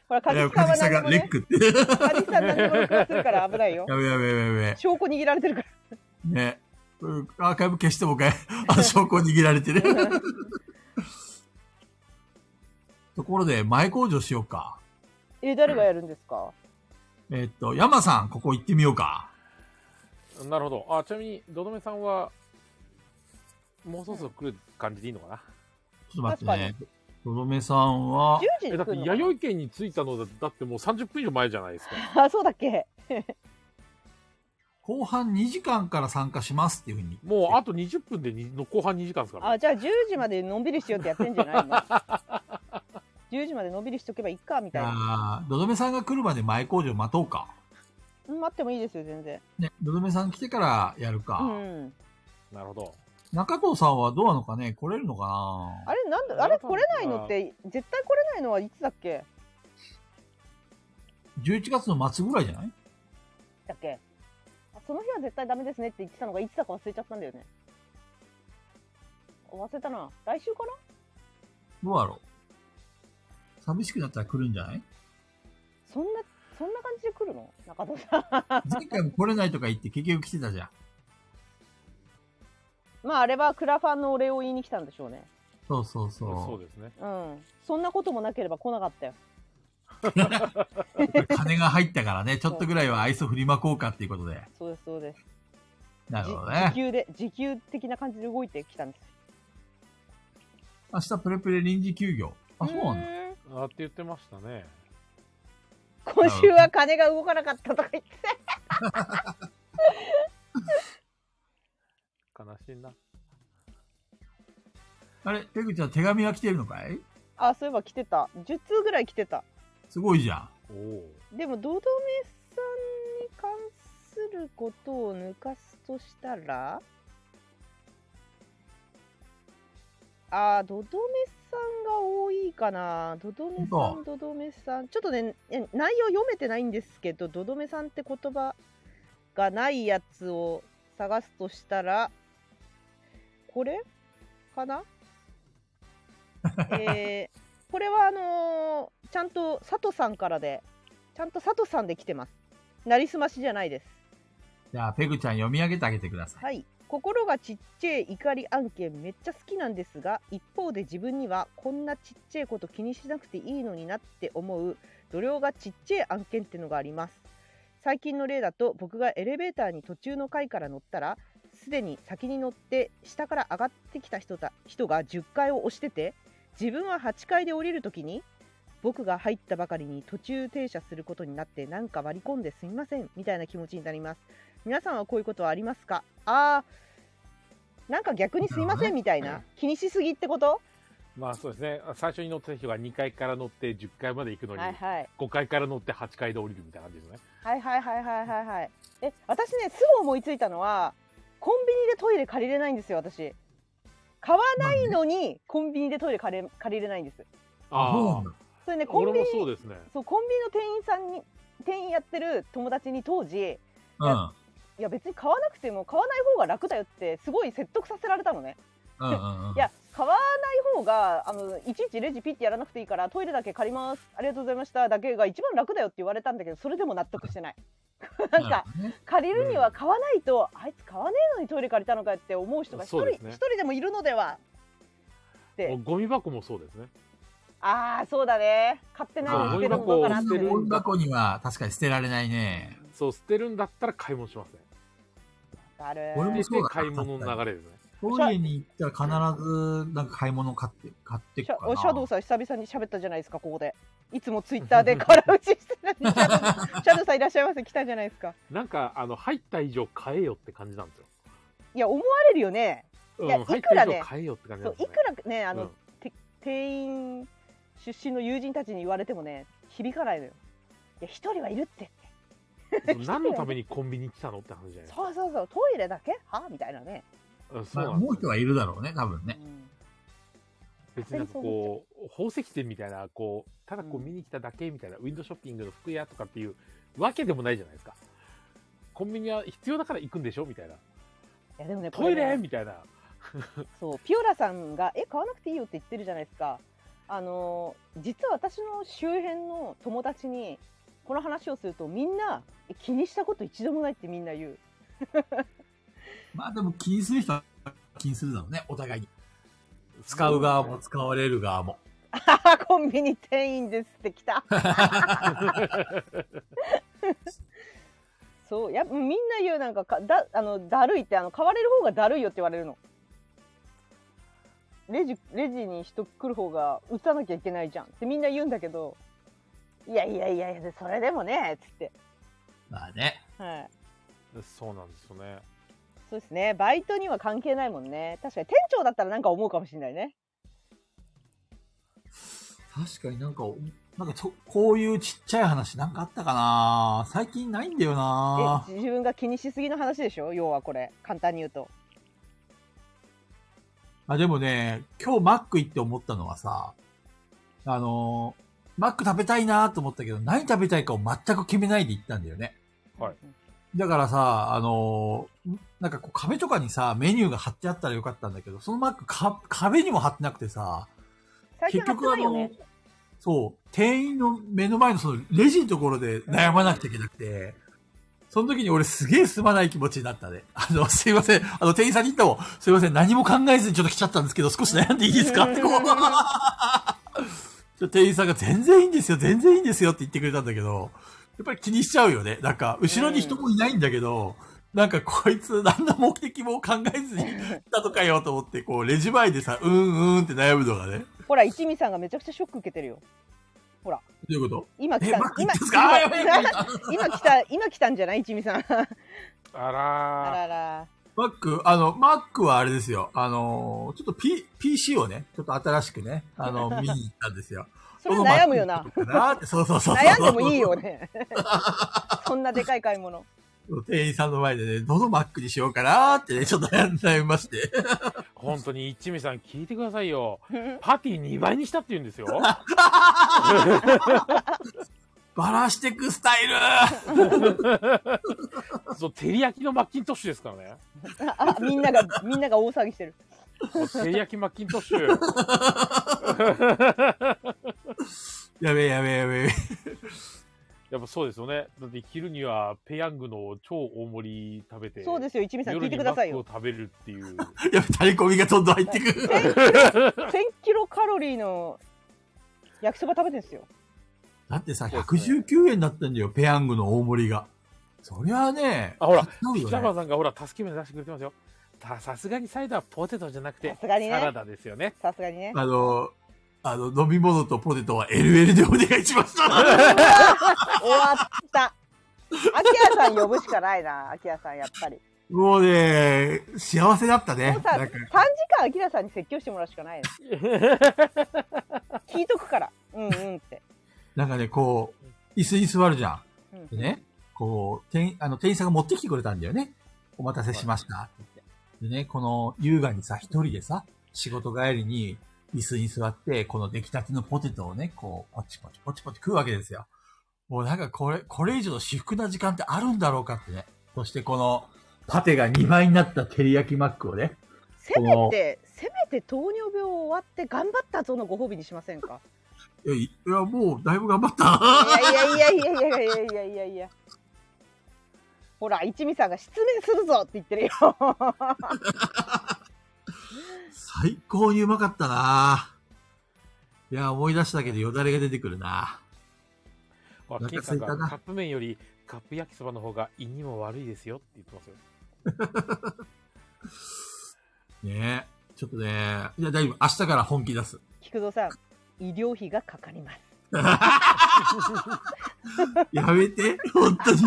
[SPEAKER 1] ほら、
[SPEAKER 2] あ
[SPEAKER 1] かず
[SPEAKER 2] れは
[SPEAKER 1] きさんは
[SPEAKER 2] さん
[SPEAKER 1] 何で
[SPEAKER 2] が
[SPEAKER 1] も
[SPEAKER 2] レッ
[SPEAKER 1] ね、
[SPEAKER 2] クって。や
[SPEAKER 1] かずきさん何でも録画するから危ないよ。
[SPEAKER 2] べやべやべやべ。
[SPEAKER 1] 証拠握られてるから。
[SPEAKER 2] ね。うんアーカイブ消して もかい。あの証拠握られてる。 ところで、前工場しようか。
[SPEAKER 1] え、誰がやるんですか
[SPEAKER 2] えっと、山さん、ここ行ってみようか。
[SPEAKER 3] なるほど。あ、ちなみに、どどめさんは、もうそろそろ来る感じでいいのかな
[SPEAKER 2] ちょっと待ってね。とどめさんは
[SPEAKER 1] ?10、時
[SPEAKER 3] え、
[SPEAKER 1] に
[SPEAKER 3] だっ
[SPEAKER 1] 来
[SPEAKER 3] て、
[SPEAKER 1] るのかな
[SPEAKER 3] 弥生県に着いたのだだってもう30分以上前じゃないですか。
[SPEAKER 1] あ、そうだっけ
[SPEAKER 2] 後半2時間から参加しますっていうふうに。
[SPEAKER 3] もうあと20分でにの後半2時間ですから、
[SPEAKER 1] あ、
[SPEAKER 3] ね。
[SPEAKER 1] じゃあ10時までのんびりしようってやってんじゃないの ?10 時までのんびりしとけばいいか、み
[SPEAKER 2] じ
[SPEAKER 1] たい
[SPEAKER 2] ゃ
[SPEAKER 1] な。
[SPEAKER 2] あ、どどめさんが来るまで前工場待とうか。
[SPEAKER 1] うん待ってもいいですよ、全然。
[SPEAKER 2] ね、どどめさん来てからやるか。
[SPEAKER 1] うん。
[SPEAKER 3] なるほど。
[SPEAKER 2] 中藤さんはどうなのかね来れるのかな
[SPEAKER 1] あれ、なんだ、あれ、来れないのって、絶対来れないのはいつだっけ
[SPEAKER 2] ?11 月の末ぐらいじゃない
[SPEAKER 1] だっけあその日は絶対ダメですねって言ってたのがいつだか忘れちゃったんだよね忘れたな来週かな
[SPEAKER 2] どうだろう寂しくなったら来るんじゃない
[SPEAKER 1] そんなそんな感じで来るの中田さん
[SPEAKER 2] 前回も来れないとか言って結局来てたじゃん。
[SPEAKER 1] まああれはクラファンのお礼を言いに来たんでしょうね
[SPEAKER 2] そうそうそう。
[SPEAKER 3] そうですね。
[SPEAKER 1] うんそんなこともなければ来なかったよ
[SPEAKER 2] 金が入ったからね、ちょっとぐらいは愛想振りまこうかっていうことで。
[SPEAKER 1] そうですそうです
[SPEAKER 2] なるほど
[SPEAKER 1] じ時
[SPEAKER 2] ね。
[SPEAKER 1] 給で時給的な感じで動いてきたんです
[SPEAKER 2] 明日プレプレ臨時休業。あ、そうなんだ。
[SPEAKER 1] うーん
[SPEAKER 3] あって言ってましたね。
[SPEAKER 1] 今週は金が動かなかったとか言って
[SPEAKER 3] 悲しいな。
[SPEAKER 2] あれ、ペグちゃん手紙は来てるのかい
[SPEAKER 1] あそういえば来てた10通ぐらい来てた
[SPEAKER 2] すごいじゃん。
[SPEAKER 3] おお。
[SPEAKER 1] でも堂々めさんに関することを抜かすとしたらあーどどめさんが多いかなどどめさ
[SPEAKER 2] 本
[SPEAKER 1] んどどめさんちょっとねえ内容読めてないんですけどどどめさんって言葉がないやつを探すとしたらこれかなえー、これはあのーちゃんと佐藤さんからでちゃんと佐藤さんで来てますなりすましじゃないです
[SPEAKER 2] じゃあ、ペグちゃん読み上げてあげてください。
[SPEAKER 1] はい心がちっちゃい怒り案件めっちゃ好きなんですが一方で自分にはこんなちっちゃいこと気にしなくていいのになって思う度量がちっちゃい案件ってのがあります最近の例だと僕がエレベーターに途中の階から乗ったらすでに先に乗って下から上がってきた人た人が10階を押してて自分は8階で降りるときに僕が入ったばかりに途中停車することになってなんか割り込んですみませんみたいな気持ちになります皆さんはこういうことはありますかあーなんか逆にすいませんみたいな気にしすぎってこと
[SPEAKER 3] まあそうですね。最初に乗ってた人が2階から乗って10階まで行くのに、
[SPEAKER 1] はいはい
[SPEAKER 3] 5階から乗って8階で降りるみたいな感じですね。
[SPEAKER 1] はいはいはいはいはいはいえ私ねすぐ思いついたのはコンビニでトイレ借りれないんですよ私買わないのにコンビニでトイレ借りれ借りれないんです
[SPEAKER 2] あ、そうなん
[SPEAKER 3] ー
[SPEAKER 2] だ。
[SPEAKER 1] それねコン
[SPEAKER 3] 俺
[SPEAKER 1] ビニ
[SPEAKER 3] もそうですね。
[SPEAKER 1] そうコンビニの店員さんに店員やってる友達に当時
[SPEAKER 2] うん。
[SPEAKER 1] いや別に買わなくても買わない方が楽だよってすごい説得させられたのね
[SPEAKER 2] うんうんうん。
[SPEAKER 1] いや買わない方があのいちいちレジピッてやらなくていいからトイレだけ借りますありがとうございましただけが一番楽だよって言われたんだけどそれでも納得して ないなんか
[SPEAKER 2] るほどね。
[SPEAKER 1] 借りるには買わないと、あいつ買わねえのにトイレ借りたのかよって思う人が一
[SPEAKER 3] そ
[SPEAKER 1] 人
[SPEAKER 3] う
[SPEAKER 1] 一、
[SPEAKER 3] ですね
[SPEAKER 1] 人でもいるのではって
[SPEAKER 3] ゴミ箱もそうですね。
[SPEAKER 1] ああそうだね買ってないのに捨てたものかなって
[SPEAKER 3] ゴミ
[SPEAKER 2] ゴ
[SPEAKER 3] 箱を捨
[SPEAKER 2] ミ箱には確かに捨てられないね。
[SPEAKER 3] そう、捨てるんだったら買い物しますね。
[SPEAKER 1] ある
[SPEAKER 2] ゴミ箱
[SPEAKER 3] で
[SPEAKER 2] そうだ
[SPEAKER 3] 買い物の流れですね。
[SPEAKER 2] トイレに行ったら必ずなんか買い物買って、買ってく
[SPEAKER 1] シ
[SPEAKER 2] か
[SPEAKER 1] ャお
[SPEAKER 2] な。
[SPEAKER 1] シャドウさん久々に喋ったじゃないですかここでいつもツイッターで 空打ちしてるのにシャドウさんシャドウさんいらっしゃいませ来たじゃないですか
[SPEAKER 3] なんか、あの、入った以上買えよって感じなんですよ。
[SPEAKER 1] いや思われるよね
[SPEAKER 3] う
[SPEAKER 1] いや
[SPEAKER 3] ん、入
[SPEAKER 1] い
[SPEAKER 3] っ
[SPEAKER 1] くら
[SPEAKER 3] た以
[SPEAKER 1] ね
[SPEAKER 3] 上買えよって感じ
[SPEAKER 1] そ
[SPEAKER 3] なん
[SPEAKER 1] う
[SPEAKER 3] です
[SPEAKER 1] い
[SPEAKER 3] よ、
[SPEAKER 1] くら
[SPEAKER 3] ね。
[SPEAKER 1] ねあの、
[SPEAKER 3] うん
[SPEAKER 1] て店員出身の友人たちに言われてもね響かないのよいや一人はいるって
[SPEAKER 3] そう何のためにコンビニ来たのって話じゃないですか。
[SPEAKER 1] そうそうそうトイレだけはみたいなね、
[SPEAKER 3] うんそう
[SPEAKER 2] まあ、
[SPEAKER 3] なんで
[SPEAKER 2] もう
[SPEAKER 3] す
[SPEAKER 2] 人
[SPEAKER 3] よ
[SPEAKER 2] はいるだろうね、多分ね。
[SPEAKER 1] うん
[SPEAKER 3] 別になんかこう、宝石店みたいな、こう、ただこう見に来ただけみたいな、ウィンドウショッピングの服屋とかっていうわけでもないじゃないですか。コンビニは必要だから行くんでしょみたいな。
[SPEAKER 1] いやでもねこ
[SPEAKER 3] トイ
[SPEAKER 1] れね
[SPEAKER 3] レみたいな。
[SPEAKER 1] そうピオラさんが「え買わなくていいよ」って言ってるじゃないですかあのー実は私の周辺の友達にこの話をするとみんなえ気にしたこと一度もないってみんな言う
[SPEAKER 2] まあでも気にする人は気にするだろうね、お互いに。使う側も使われる側も。
[SPEAKER 1] あはは コンビニ店員ですってき た。そう、や、みんな言う、なんか、か、だ、あの、だるいって、あの、買われる方がだるいよって言われるの。レジ、レジに人来る方が、打たなきゃいけないじゃんってみんな言うんだけど。いやいやいやいや、それでもね、つって。
[SPEAKER 2] まあね。
[SPEAKER 1] はい。
[SPEAKER 3] そうなんですよね。
[SPEAKER 1] そうですね。バイトには関係ないもんね。確かに店長だったら、なんか思うかもしれないね。
[SPEAKER 2] 確かになんか、なんかそこういうちっちゃい話なんかあったかな最近ないんだよな
[SPEAKER 1] え自分が気にしすぎの話でしょ要はこれ、簡単に言うと。
[SPEAKER 2] あ、でもね、今日マック行って思ったのはさ、あのーマック食べたいなと思ったけど、何食べたいかを全く決めないで行ったんだよね。
[SPEAKER 3] はい
[SPEAKER 2] だからさ、あのーなんかこう壁とかにさ、メニューが貼ってあったらよかったんだけど、そのマックか壁にも貼ってなくてさ、
[SPEAKER 1] 最近
[SPEAKER 2] 結
[SPEAKER 1] 貼って
[SPEAKER 2] 局あ
[SPEAKER 1] ないよ
[SPEAKER 2] の、
[SPEAKER 1] ね。
[SPEAKER 2] そう、店員の目の前のそのレジのところで悩まなくちゃいけなくて、その時に俺すげえすまない気持ちになったね。あの、すいません。あの、店員さんに言ったもん、すいません。何も考えずにちょっと来ちゃったんですけど、少し悩んでいいですかってこうちょ店員さんが全然いいんですよ、全然いいんですよって言ってくれたんだけど、やっぱり気にしちゃうよね。なんか、後ろに人もいないんだけど、なんかこいつ何の目的も考えずに来たとかよと思って、こう、レジ前でさ、うんうんって悩むのがね。
[SPEAKER 1] ほら、一味さんがめちゃくちゃショック受けてるよ。
[SPEAKER 2] どういうこと
[SPEAKER 1] 今来
[SPEAKER 2] え、
[SPEAKER 1] た、
[SPEAKER 2] マック行
[SPEAKER 1] 今
[SPEAKER 2] ってんすかあやばいやばい
[SPEAKER 1] 今今来た、今来たんじゃない一味さん。あ
[SPEAKER 3] あらー
[SPEAKER 1] らら。
[SPEAKER 2] マック、あの、マックはあれですよ。あのー、ちょっと P、PC をね、ちょっと新しくね、あの、見に行ったんですよ。
[SPEAKER 1] それ悩むよな。
[SPEAKER 2] どの Mac かってそうそうそう。
[SPEAKER 1] 悩んでもいいよね。 そんなでかい買い物。
[SPEAKER 2] 店員さんの前でね、どのマックにしようかなーってね、ちょっと悩んでみまして。
[SPEAKER 3] 本当に一味さん聞いてくださ いよ。パティ2倍にしたって言う んですよ。
[SPEAKER 2] バラしてくスタイル
[SPEAKER 3] そう、照り焼きのマッキントッシュですからね。
[SPEAKER 1] あ、みんなが、みんなが大騒ぎしてる。
[SPEAKER 3] そう照り焼きマッキント ッシュ。
[SPEAKER 2] やべえやべえやべえ。
[SPEAKER 3] やっぱそうですよね。だって昼にはペヤングの超大盛り食べて。。
[SPEAKER 1] そうですすよ、一味さん、聞
[SPEAKER 3] 夜
[SPEAKER 1] いて
[SPEAKER 3] に
[SPEAKER 1] く
[SPEAKER 3] マ
[SPEAKER 1] ださい
[SPEAKER 3] ック
[SPEAKER 1] よ
[SPEAKER 3] を。食べるっていう。
[SPEAKER 2] やべえ、タレコミがどんどん入ってくる。
[SPEAKER 1] 1000キロカロリーの焼きそば食べてんですよ。
[SPEAKER 2] だってさ、
[SPEAKER 3] そうですね
[SPEAKER 2] 119円だったんだよ、ペヤングの大盛りが。そりゃあね、
[SPEAKER 3] あ、ほら、
[SPEAKER 2] なる
[SPEAKER 3] 北
[SPEAKER 2] よね。
[SPEAKER 3] 川さんがほら、助け舟出してくれてますよ。たさすがにサイドはポテトじゃなくて、
[SPEAKER 1] さすがにね
[SPEAKER 3] サラダですよ ね。
[SPEAKER 1] さすがに ね。
[SPEAKER 2] あの、あの、飲み物とポテトは LL でお願いし まし
[SPEAKER 1] 終
[SPEAKER 2] た。
[SPEAKER 1] わった。秋谷さん呼ぶしかないな、秋谷さん、やっぱり。
[SPEAKER 2] もうね、幸せだったね
[SPEAKER 1] もう。さ、
[SPEAKER 2] な
[SPEAKER 1] 3
[SPEAKER 2] ん
[SPEAKER 1] 時
[SPEAKER 2] か
[SPEAKER 1] 間秋谷さんに説教してもらうしかないの。聞いとくから。うんうんって。
[SPEAKER 2] なんかね、こう、椅子に座るじゃん。
[SPEAKER 1] うん
[SPEAKER 2] でね、こう、店あの店員さんが持ってきてくれたんだよね。お待たせしました。でね、この優雅にさ、一人でさ、仕事帰りに椅子に座って、この出来たてのポテトをね、こう、ポチポチポチポチ食うわけですよ。もうなんかこれ、これ以上の至福な時間ってあるんだろうかってね。そしてこの、パテが2倍になった照り焼きマックをね。
[SPEAKER 1] せめて、せめて糖尿病を終わって頑張ったぞのご褒美にしませんか
[SPEAKER 2] いや、いいやもうだいぶ頑張った。
[SPEAKER 1] いやいやいやいやいやいやいやいやいや。ほら、一味さんが失念するぞって言ってるよ。
[SPEAKER 2] 最高にうまかったないや、思い出しただけでよだれが出てくるな
[SPEAKER 3] あ
[SPEAKER 2] 腹
[SPEAKER 3] 金さん
[SPEAKER 2] 空
[SPEAKER 3] が
[SPEAKER 2] いたな
[SPEAKER 3] カップ麺よりカップ焼きそばの方が胃にも悪いですよって言ってますよ。
[SPEAKER 2] ねえ。ちょっとね、いや、大丈夫。明日から本気出す。
[SPEAKER 1] 菊蔵さん、医療費がかかります。
[SPEAKER 2] やめて。本当に。そ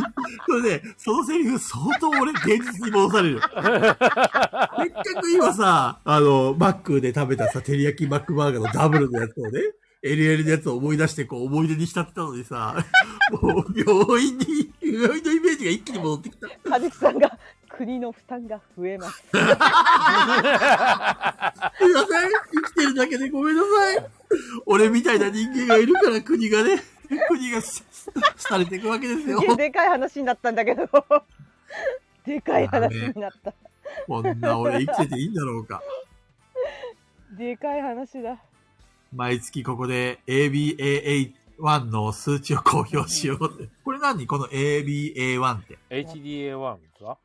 [SPEAKER 2] れね、そのセリフ相当俺、現実に戻される。せっかく今さ、あの、マックで食べたさ、照り焼きマックバーガーのダブルのやつをね、LL のやつを思い出して、こう、思い出に浸ってたのにさ、もう、病院に、病院のイメージが一気に戻ってきた。
[SPEAKER 1] 和樹さんが、国の負担が増えます。
[SPEAKER 2] すいません。生きてるだけでごめんなさい。俺みたいな人間がいるから国がね、国がすす廃れていくわけです
[SPEAKER 1] す
[SPEAKER 2] よ。
[SPEAKER 1] げえでかい話になったんだけど。 でかい話になった。
[SPEAKER 2] こんな俺生きてていいんだろうか。
[SPEAKER 1] でかい話だ。
[SPEAKER 2] 毎月ここで ABAA1 の数値を公表しようって。これ何この ABA1 って。
[SPEAKER 3] HDA1 か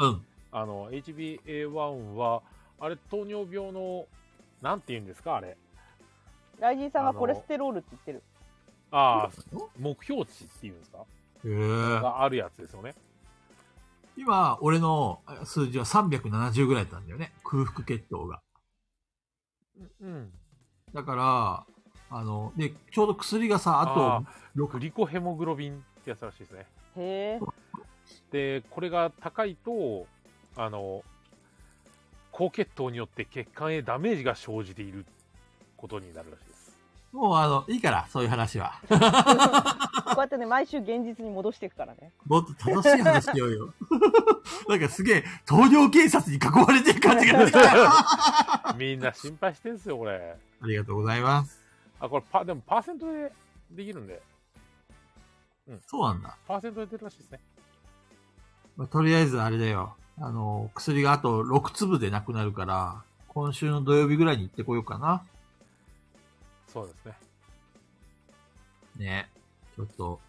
[SPEAKER 2] うん。
[SPEAKER 3] あの、HBA1 は、あれ、糖尿病の、なんて言うんですかあれ。
[SPEAKER 1] ライジンさんがコレステロールって言ってる。
[SPEAKER 3] ああ、目標値っていうんですか
[SPEAKER 2] へー
[SPEAKER 3] があるやつですよね。
[SPEAKER 2] 今、俺の数字は370ぐらいだったんだよね。空腹血糖が。
[SPEAKER 3] うん。
[SPEAKER 2] だから、あの、で、ちょうど薬がさ、あと
[SPEAKER 3] グ
[SPEAKER 2] 6、
[SPEAKER 3] リコヘモグロビンってやつらしいですね。
[SPEAKER 1] へえ。
[SPEAKER 3] で、これが高いと、あの、高血糖によって血管へダメージが生じていることになるらしい です。
[SPEAKER 2] もうあの、いいから、そういう話は。
[SPEAKER 1] こうやってね、毎週現実に戻していくからね。
[SPEAKER 2] もっと正しい話しようよ。 なんかすげえ、糖尿警察に囲まれてる感じが出 てきた。あ
[SPEAKER 3] みんな心配してんすよ、これ。
[SPEAKER 2] りがとうございます。
[SPEAKER 3] あ、これパ、でもパーセントでできるんで、
[SPEAKER 2] そうなんだ。
[SPEAKER 3] パーセントで出るらしいですね。
[SPEAKER 2] まあとりあえずあれだよ。あの、薬があと6粒でなくなるから、今週の土曜日ぐらいに行ってこようかな。
[SPEAKER 3] そうですね。
[SPEAKER 2] ね。ちょっと。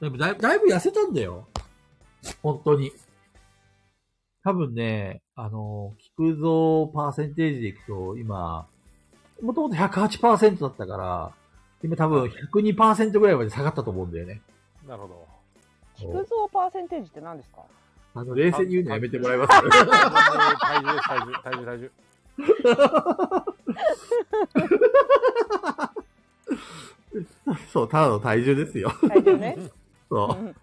[SPEAKER 2] だいぶ、だいぶだいぶ痩せたんだよ。本当に。多分ね、あの、菊蔵パーセンテージでいくと、今、もともと108%だったから、今多分102%ぐらいまで下がったと思うんだよね。
[SPEAKER 3] なるほ ど。
[SPEAKER 1] 菊蔵パーセンテージって何ですか
[SPEAKER 2] あの、冷静に言うのやめてもらえます
[SPEAKER 3] 体重です、体重、体重、体重。
[SPEAKER 2] そう、ただの体重ですよ。
[SPEAKER 1] 体重ね。
[SPEAKER 2] そう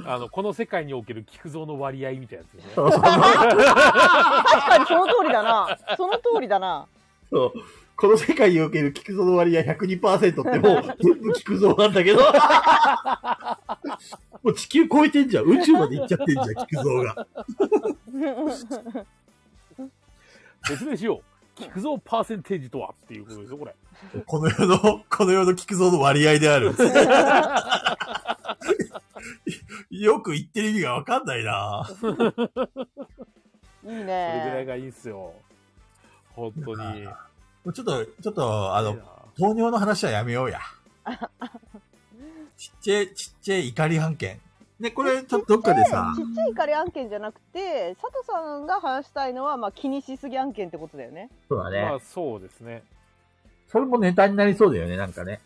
[SPEAKER 2] う。
[SPEAKER 1] ん
[SPEAKER 3] あの、この世界における菊蔵の割合みたいなやつです
[SPEAKER 2] そう
[SPEAKER 3] ね。
[SPEAKER 2] そう
[SPEAKER 1] 確かにその通りだな。その通りだな。
[SPEAKER 2] そう。この世界における菊蔵の割合102%ってもう全部菊蔵なんだけど。 もう地球超えてんじゃん。宇宙まで行っちゃってんじゃん、菊蔵が。
[SPEAKER 3] 説明しよう。菊蔵パーセンテージとはっていうことですよ、これ。
[SPEAKER 2] この世の、この世の菊蔵の割合であ る。よく言ってる意味がわかんないない
[SPEAKER 1] いね。
[SPEAKER 3] それぐらいがいいんすよ。本当に。
[SPEAKER 2] もうちょっと、ちょっと、あ
[SPEAKER 3] いい
[SPEAKER 2] の
[SPEAKER 3] な、
[SPEAKER 2] 糖尿の話はやめようや。ちっちゃい、ちっちゃい怒り案件。ね、これ、ちょっとどっかでさ
[SPEAKER 1] ち、っちゃい怒り案件じゃなくて佐藤さんが話したいのは、まあ、気にしすぎ案件ってことだよね
[SPEAKER 2] そうだ
[SPEAKER 3] まあ、そうですね。
[SPEAKER 2] それもネタになりそうだよね、なんかね。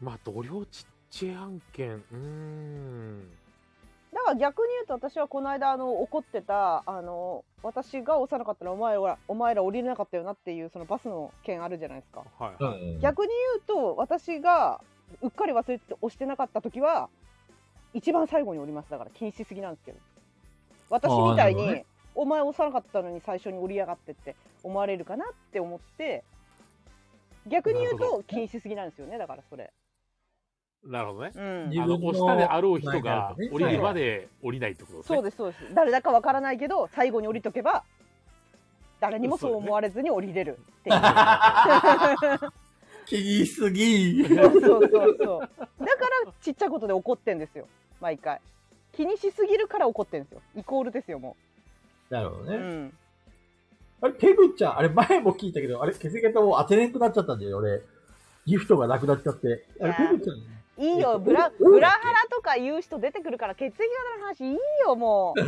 [SPEAKER 3] まあ、同僚ちっちゃい案件。うーん。
[SPEAKER 1] だから逆に言うと私はこの間あの怒ってたあの私が幼かったらお前らお前ら降りれなかったよなっていうそのバスの件あるじゃないですか
[SPEAKER 3] はい、
[SPEAKER 2] う
[SPEAKER 3] はい。
[SPEAKER 2] ん。
[SPEAKER 1] 逆に言うと私がうっかり忘れて押してなかった時は一番最後に降りますだから気にしすぎなんですけど私みたい
[SPEAKER 2] あーなるほど
[SPEAKER 1] に
[SPEAKER 2] ね
[SPEAKER 1] お前押さなかったのに最初に降りやがってって思われるかなって思って逆に言う
[SPEAKER 3] なるほ
[SPEAKER 1] と気にしすぎなんですよねだからそれ。
[SPEAKER 3] なるほどね。
[SPEAKER 1] うん
[SPEAKER 2] 自
[SPEAKER 3] あ
[SPEAKER 2] 分の
[SPEAKER 3] の、押したであろう人
[SPEAKER 2] 前があ
[SPEAKER 3] が
[SPEAKER 2] るね
[SPEAKER 3] 降りるまで降りないってことですね。
[SPEAKER 1] そうですそうです誰だかわからないけど最後に降りとけば誰にもそう思われずに降りれ るっていう
[SPEAKER 2] 気にしすぎ。
[SPEAKER 1] そうそうそうそうだからちっちゃいことで怒ってんですよ毎回気にしすぎるから怒ってんですよイコールですよも
[SPEAKER 2] なるほど
[SPEAKER 1] う、う
[SPEAKER 2] ね。
[SPEAKER 1] ん、
[SPEAKER 2] あれ、ペグちゃん、あれ前も聞いたけど、あれ、血液型もう当てれんくなっちゃったんだよ、俺。ギフトがなくなっちゃって。あれ、
[SPEAKER 1] いや
[SPEAKER 2] ペグちゃん。
[SPEAKER 1] いいよブラブラハラとか言う人出てくるから血液型の話いいよもういい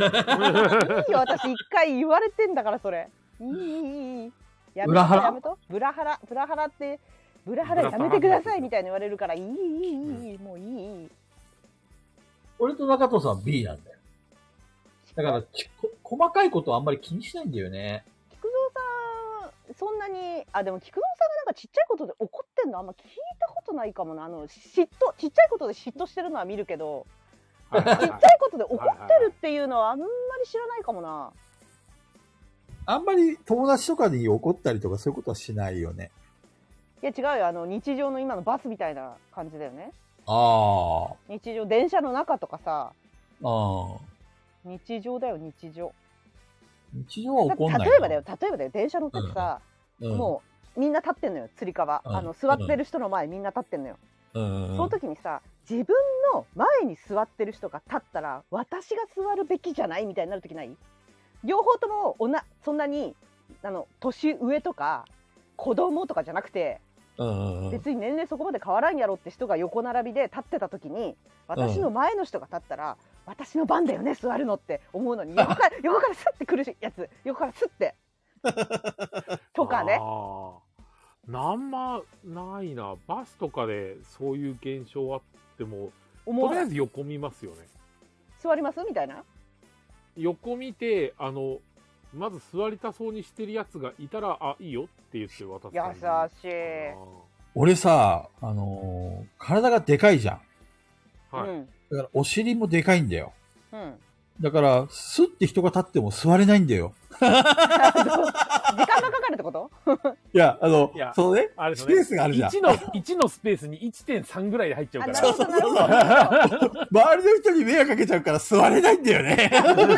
[SPEAKER 1] よ私一回言われてんだからそれいいいいいいやめ
[SPEAKER 2] ブラハ
[SPEAKER 1] と
[SPEAKER 2] ラ
[SPEAKER 1] やめとブラハラブラハラってブラハラやめてくださいみたいに言われるからいいいいいいいいもういいいい
[SPEAKER 2] 俺と中藤さんは B なんだよ。だからちこ、細かいことはあんまり気にしないんだよね。
[SPEAKER 1] 菊蔵さんそんなにあでも菊蔵さんがなんかちっちゃいことで怒ってんのあんま聞いたことないかもなあの嫉妬ちっちゃいことで嫉妬してるのは見るけど
[SPEAKER 3] はいはい
[SPEAKER 1] ちっちゃ
[SPEAKER 3] はい
[SPEAKER 1] いことで怒ってるっていうのはあんまり知らないかもな
[SPEAKER 2] あんまり友達とかに怒ったりとかそういうことはしないよね。
[SPEAKER 1] いや違うよあの日常の今のバスみたいな感じだよね
[SPEAKER 2] あ
[SPEAKER 1] 日常電車の中とかさ
[SPEAKER 2] あ。ああ。
[SPEAKER 1] 日常だよ日常
[SPEAKER 2] 日常は
[SPEAKER 1] だって
[SPEAKER 2] 怒んない。
[SPEAKER 1] 例えばだよ。例えばだよ電車乗っててさ、
[SPEAKER 2] うん、
[SPEAKER 1] もうみんな立ってんのよつり革、
[SPEAKER 2] うん
[SPEAKER 1] あの座ってる人の前みんな立ってんのよ
[SPEAKER 2] う、うんうん、
[SPEAKER 1] その時にさ自分の前に座ってる人が立ったら私が座るべきじゃないみたいになる時ない両方ともおなそんなにあの年上とか子供とかじゃなくて
[SPEAKER 2] うんうんうん。
[SPEAKER 1] 別に年齢そこまで変わらんやろって人が横並びで立ってた時に私の前の人が立ったら、私の番だよね座るのって思うのに横 から横からスッてくるしやつ横からスッてとかね
[SPEAKER 3] あー。なんまないな。バスとかでそういう現象あっても、
[SPEAKER 1] 思
[SPEAKER 3] と
[SPEAKER 1] う
[SPEAKER 3] りあえず横見ますよね。
[SPEAKER 1] 座りますみたいな
[SPEAKER 3] 横見て、あの、まず座りたそうにしてるやつがいたら、あ、いいよって言って渡す
[SPEAKER 1] 優
[SPEAKER 3] 感じ。
[SPEAKER 1] しい、
[SPEAKER 2] 俺さ、あのー体がでかいじゃん。
[SPEAKER 3] あーは
[SPEAKER 1] う
[SPEAKER 3] い。
[SPEAKER 1] ん
[SPEAKER 2] だからお尻もでかいんだよ。
[SPEAKER 1] うん
[SPEAKER 2] だから、スッて人が立っても座れないんだよ。
[SPEAKER 1] 時間がかかるってこと
[SPEAKER 2] いや、あの
[SPEAKER 3] いや
[SPEAKER 2] そのね
[SPEAKER 3] あれですよね。1の、1の スペースに1.3ぐらいで入っちゃう
[SPEAKER 1] あ
[SPEAKER 3] か
[SPEAKER 1] な
[SPEAKER 3] ら。
[SPEAKER 1] るほどなるほど同
[SPEAKER 2] 周りの人に迷惑かけちゃうから座れないんだよね。
[SPEAKER 1] じ同じ割合の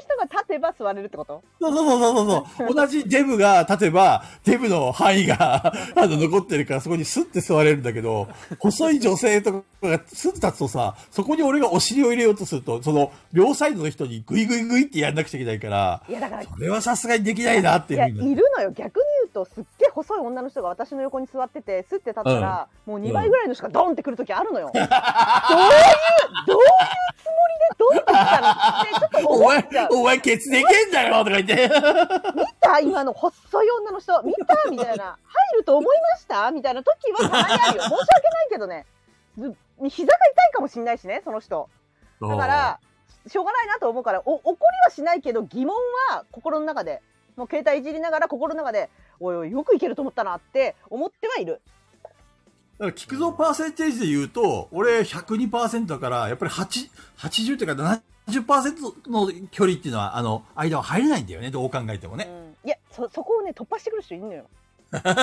[SPEAKER 1] 人が立てば座れるってこと
[SPEAKER 2] そうそうそうそうそう。同じデブが立てば、デブの範囲が あの残ってるからそこにスッて座れるんだけど、細い女性とかがスッて立つとさ、そこに俺がお尻を入れようとすると、その両サイドの人にグイグイグイってやんなくちゃいけないから、
[SPEAKER 1] いやだから
[SPEAKER 2] これはさすがにできないなって
[SPEAKER 1] い
[SPEAKER 2] いうふ
[SPEAKER 1] や
[SPEAKER 2] う
[SPEAKER 1] い
[SPEAKER 2] に
[SPEAKER 1] るの
[SPEAKER 2] なって。
[SPEAKER 1] よ逆に言うとすっげえ細い女の人が私の横に座っててスッて立ったら、もう2倍ぐらいの人がドンってくる時あるのよ、どういうどういうつもりでドンって来たの ってちょっと
[SPEAKER 2] お
[SPEAKER 1] 思っ
[SPEAKER 2] 前
[SPEAKER 1] ちゃ、う
[SPEAKER 2] お前ケツでけんだよとか言って。
[SPEAKER 1] 見た今の細い女の人見たみたいな入ると思いましたみたいな時はたまにあるよ申し訳ないけどねず膝が痛いかもしんないしねその人だから、しょうがないなと思うから、お怒りはしないけど、疑問は心の中で、もう携帯いじりながら心の中で、おいおい、よくいけると思ったなって思ってはいる。
[SPEAKER 2] から、聞くぞパーセンテージで言うと、俺102%だから、やっぱり8 80っていうか70%の距離っていうのは、あの、間は入れないんだよね、どう考えても
[SPEAKER 1] う
[SPEAKER 2] ね。
[SPEAKER 1] ん、いやそそこをね突破してくる人いるのよ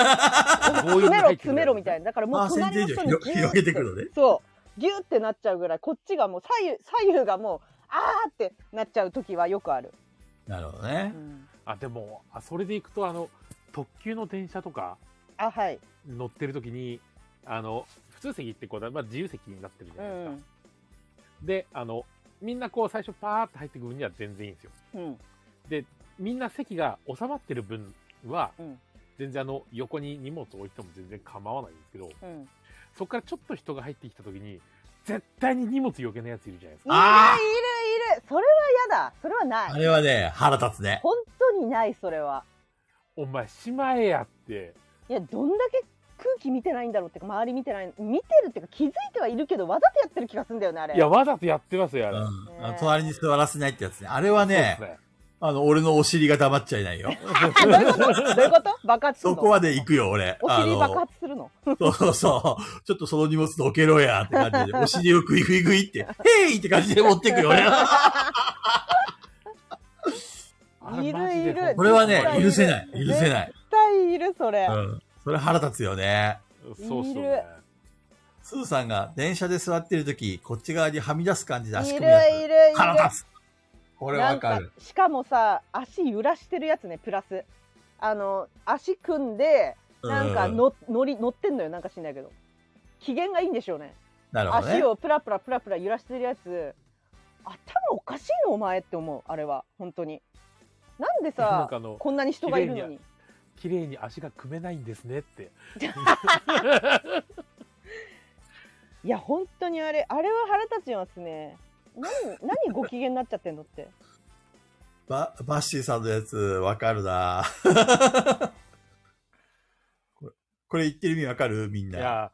[SPEAKER 1] 詰めろ
[SPEAKER 3] 強引に入ってく
[SPEAKER 1] 詰
[SPEAKER 3] る
[SPEAKER 1] めろみたいなだからも
[SPEAKER 2] パ
[SPEAKER 1] う
[SPEAKER 2] ーセンテ
[SPEAKER 1] 隣の
[SPEAKER 2] ージ
[SPEAKER 1] 人
[SPEAKER 2] を
[SPEAKER 1] に
[SPEAKER 2] 広
[SPEAKER 1] ギュ
[SPEAKER 2] 広
[SPEAKER 1] ー
[SPEAKER 2] げてくるのね。
[SPEAKER 1] そうギューってなっちゃうぐらいこっちがもう左右左右がもうあーってなっちゃう時はよくある、
[SPEAKER 2] なるほど
[SPEAKER 1] う
[SPEAKER 2] ね。
[SPEAKER 1] ん、
[SPEAKER 3] あでもあそれでいくとあの特急の電車とか
[SPEAKER 1] あはい
[SPEAKER 3] 乗ってる時にあの普通席ってこう、まあ、自由席になってるじ
[SPEAKER 1] う
[SPEAKER 3] ゃないですか、
[SPEAKER 1] ん
[SPEAKER 3] であのみんなこう最初パーって入ってく分には全然いいんですよ
[SPEAKER 1] うん
[SPEAKER 3] みんな席が収まってる分は
[SPEAKER 1] うん
[SPEAKER 3] 全然あの横に荷物置いても全然構わないんですけど
[SPEAKER 1] うん
[SPEAKER 3] そこからちょっと人が入ってきた時に絶対に荷物余計なやついるじゃないですか
[SPEAKER 2] あ
[SPEAKER 1] いるいるいるそれは嫌だそれはない
[SPEAKER 2] あれはね、腹立つね。
[SPEAKER 1] 本当にないそれは
[SPEAKER 3] お前しまえやって
[SPEAKER 1] いやどんだけ空気見てないんだろうってか周り見てない見てるっていうか気づいてはいるけどわざとやってる気がするんだよねあれ
[SPEAKER 3] いやわざとやってますよあ
[SPEAKER 2] うん
[SPEAKER 3] れ、そう
[SPEAKER 2] あの。隣に座らせないってやつね。あれは
[SPEAKER 3] です
[SPEAKER 2] ね、あの、俺のお尻が黙っちゃいないよ。
[SPEAKER 1] あどういうことどういうこと爆発するの
[SPEAKER 2] そこまで行くよ、俺。
[SPEAKER 1] お
[SPEAKER 2] あ
[SPEAKER 1] 尻
[SPEAKER 2] の
[SPEAKER 1] 爆発するの
[SPEAKER 2] そうそうそう。ちょっとその荷物どけろや、って感じで、お尻をグイグイグイって、へいって感じで持ってくよ、俺は。
[SPEAKER 3] あれマジで
[SPEAKER 1] いるいる
[SPEAKER 2] これはね
[SPEAKER 1] 絶、対
[SPEAKER 2] 許せない。許せない。
[SPEAKER 1] 絶対いるそれ、
[SPEAKER 2] うん。それ腹立つよね。
[SPEAKER 3] そうそう、
[SPEAKER 1] いる
[SPEAKER 3] ね、
[SPEAKER 2] スーさんが電車で座ってるとき、こっち側にはみ出す感じで足
[SPEAKER 1] いるい
[SPEAKER 2] 組
[SPEAKER 1] る
[SPEAKER 2] むやつ。
[SPEAKER 1] いる
[SPEAKER 2] 腹立つ。これわか
[SPEAKER 1] なん
[SPEAKER 2] る。
[SPEAKER 1] しかもさ足揺らしてるやつねプラスあの足組んでなんか
[SPEAKER 2] う
[SPEAKER 1] の、乗り乗ってんのよなんか知んないけど機嫌がいいんでしょうね
[SPEAKER 2] なるほどね
[SPEAKER 1] 足。をプラプラプラプラ揺らしてるやつ頭おかしいのお前って思うあれは本当になんで
[SPEAKER 3] な
[SPEAKER 1] さ
[SPEAKER 3] んかあの
[SPEAKER 1] こんなに人がいるの
[SPEAKER 3] 綺麗
[SPEAKER 1] に
[SPEAKER 3] 綺麗に足が組めないんですねって
[SPEAKER 1] いや本当にあれあれは腹立ちますね何何ご機嫌になっちゃってんのって
[SPEAKER 2] ババッシーさんのやつ、わかるな これ、これ言ってる意味わかるみん
[SPEAKER 3] い
[SPEAKER 2] な。
[SPEAKER 3] や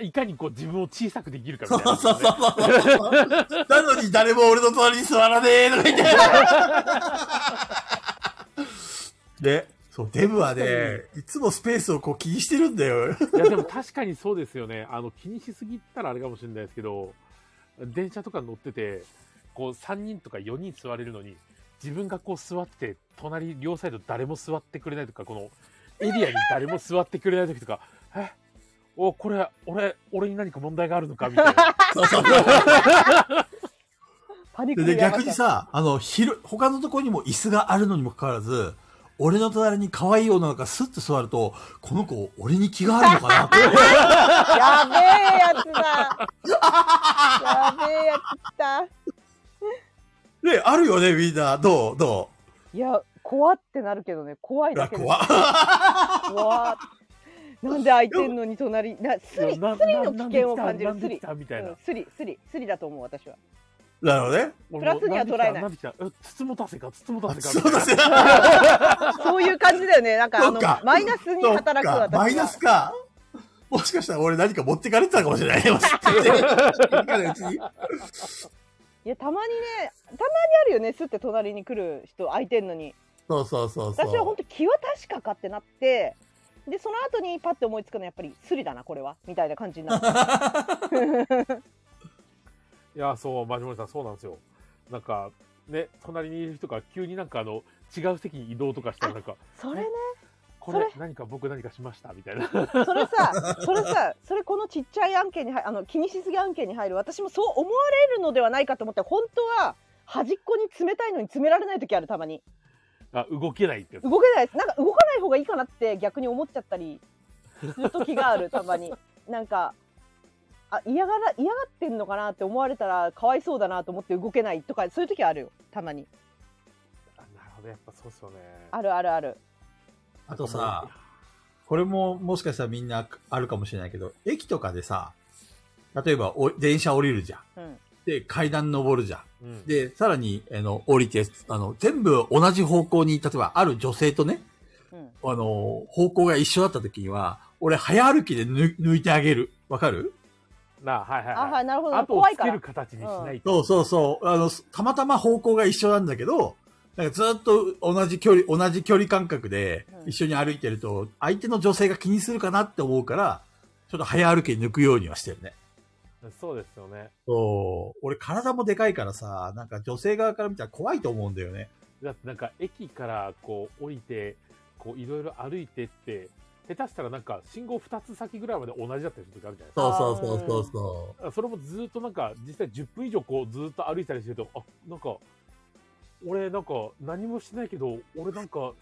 [SPEAKER 3] いかにこう自分を小さくできるか
[SPEAKER 2] そう
[SPEAKER 3] みたい
[SPEAKER 2] そう
[SPEAKER 3] な、
[SPEAKER 2] そうそう。なのに誰も俺の隣に座らね えとか言って。で、そう、デブはね、いつもスペースをこう気にしてるん だよ。
[SPEAKER 3] いやでも確かにそうですよねあの気にしすぎたらあれかもしれないですけど電車とか乗っててこう3人とか4人座れるのに自分がこう座って隣両サイド誰も座ってくれないとかこのエリアに誰も座ってくれない時とかえおこれ俺俺に何か問題があるの かみたいな
[SPEAKER 2] そうそう
[SPEAKER 1] パニック
[SPEAKER 2] で
[SPEAKER 1] に
[SPEAKER 2] で
[SPEAKER 1] なりま
[SPEAKER 2] 逆
[SPEAKER 1] した
[SPEAKER 2] にさ、あの、広い、他のところにも椅子があるのにもかかわらず、俺の隣に可愛い女の子がスッと座ると、この子、俺に気があるのか なって。
[SPEAKER 1] やべえやつだ。やべえやつ来た。
[SPEAKER 2] ね、あるよね、みんな。どうど
[SPEAKER 1] いや、怖ってなるけどね、怖いう
[SPEAKER 2] うわ
[SPEAKER 1] だけで
[SPEAKER 2] 怖っ。
[SPEAKER 1] 怖っなんで開いてんのに隣、な、スリ、スリ
[SPEAKER 3] な
[SPEAKER 1] の
[SPEAKER 3] な
[SPEAKER 1] 危険を感じ
[SPEAKER 3] な
[SPEAKER 1] る。
[SPEAKER 3] ん
[SPEAKER 1] ス
[SPEAKER 3] で来
[SPEAKER 1] リ、
[SPEAKER 3] たなんで来たみたいな、
[SPEAKER 1] うんスリ、スリ、スリだと思う、私は。
[SPEAKER 2] なるほどね。
[SPEAKER 3] 俺も
[SPEAKER 1] プラスには捉えない
[SPEAKER 3] んで来たんで来たえ筒もたせか筒もたせか
[SPEAKER 2] そ
[SPEAKER 3] み
[SPEAKER 2] う
[SPEAKER 3] た
[SPEAKER 2] だ
[SPEAKER 3] いな
[SPEAKER 2] ね。
[SPEAKER 1] そういう感じだよね、なんか、あ
[SPEAKER 2] そ
[SPEAKER 1] の
[SPEAKER 2] っか、
[SPEAKER 1] マイナスに 働く私
[SPEAKER 2] そっか
[SPEAKER 1] は。
[SPEAKER 2] マイナスか。もしかしたら俺何か持ってかれてたかも しれない。 もしかして何かのうちに
[SPEAKER 1] いや、たまにね、たまにあるよね、スって隣に来る人、開いてんのに。
[SPEAKER 2] そうそうそうそう。
[SPEAKER 1] 私は本当気は確かかってなってでその後にパッて思いつくのはやっぱりスリだなこれはみたいな感じにな る
[SPEAKER 3] いや、そう、マジモリさん、そうなんですよ。なんか、ね、隣にいる人が急になんかあの、違う席に移動とかしたらなんか、
[SPEAKER 1] それね
[SPEAKER 3] こ
[SPEAKER 1] そ
[SPEAKER 3] れ
[SPEAKER 1] れ
[SPEAKER 3] 何か僕何かしましたみたいな。
[SPEAKER 1] それさそれさそれこのちっちゃい案件に入あの気にしすぎ案件に入る私もそう思われるのではないかと思って本当は端っこに冷たいのに詰められない時あるたまに
[SPEAKER 3] あ、動けないってやつ。
[SPEAKER 1] 動けないですなんか動かない方がいいかなって逆に思っちゃったりする時があ るたまになんかあ嫌がら嫌がってんのかなって思われたらかわいそうだなと思って動けないとかそういう時あるよたまに
[SPEAKER 3] あなるほど、やっぱそうっすよね。
[SPEAKER 1] あるあるある
[SPEAKER 2] あとさ、これももしかしたらみんなあるかもしれないけど、駅とかでさ、例えばお電車降りるじゃん。
[SPEAKER 1] うん
[SPEAKER 2] で、階段登るじゃん。
[SPEAKER 3] うん、
[SPEAKER 2] で、さらに、あの、降りて、あの、全部同じ方向に、例えばある女性とね、
[SPEAKER 1] うん
[SPEAKER 2] あの、方向が一緒だった時には、俺早歩きで抜抜いてあげる。わかる
[SPEAKER 3] なあ、はいはい、
[SPEAKER 1] あ
[SPEAKER 3] は。
[SPEAKER 1] はいいなるほど
[SPEAKER 3] 後を
[SPEAKER 1] 怖い
[SPEAKER 3] つ
[SPEAKER 1] か
[SPEAKER 3] け
[SPEAKER 1] ら
[SPEAKER 3] る形にしないと。
[SPEAKER 2] そうそうそう。あの、すたまたま方向が一緒なんだけど、なんかずっと同じ距離、同じ距離感覚で
[SPEAKER 1] うん
[SPEAKER 2] 一緒に歩いてると、相手の女性が気にするかなって思うから、ちちょっと早歩き抜くようにはしてるね。
[SPEAKER 3] そうですよね。
[SPEAKER 2] そう。俺体もでかいからさ、なんか女性側から見たら怖いと思うんだよね。
[SPEAKER 3] だってなんか駅からこう降りて、こういろいろ歩いてって、下手したらなんか信号2つ先ぐらいまで同じだったりする時あるじゃないですか。
[SPEAKER 2] そうそうそうそうそ
[SPEAKER 3] あそれもずーっとなんか実際10分以上こうずーっと歩いたりしてると、あ、なんか、俺なんか何もしてないけど、俺なんか、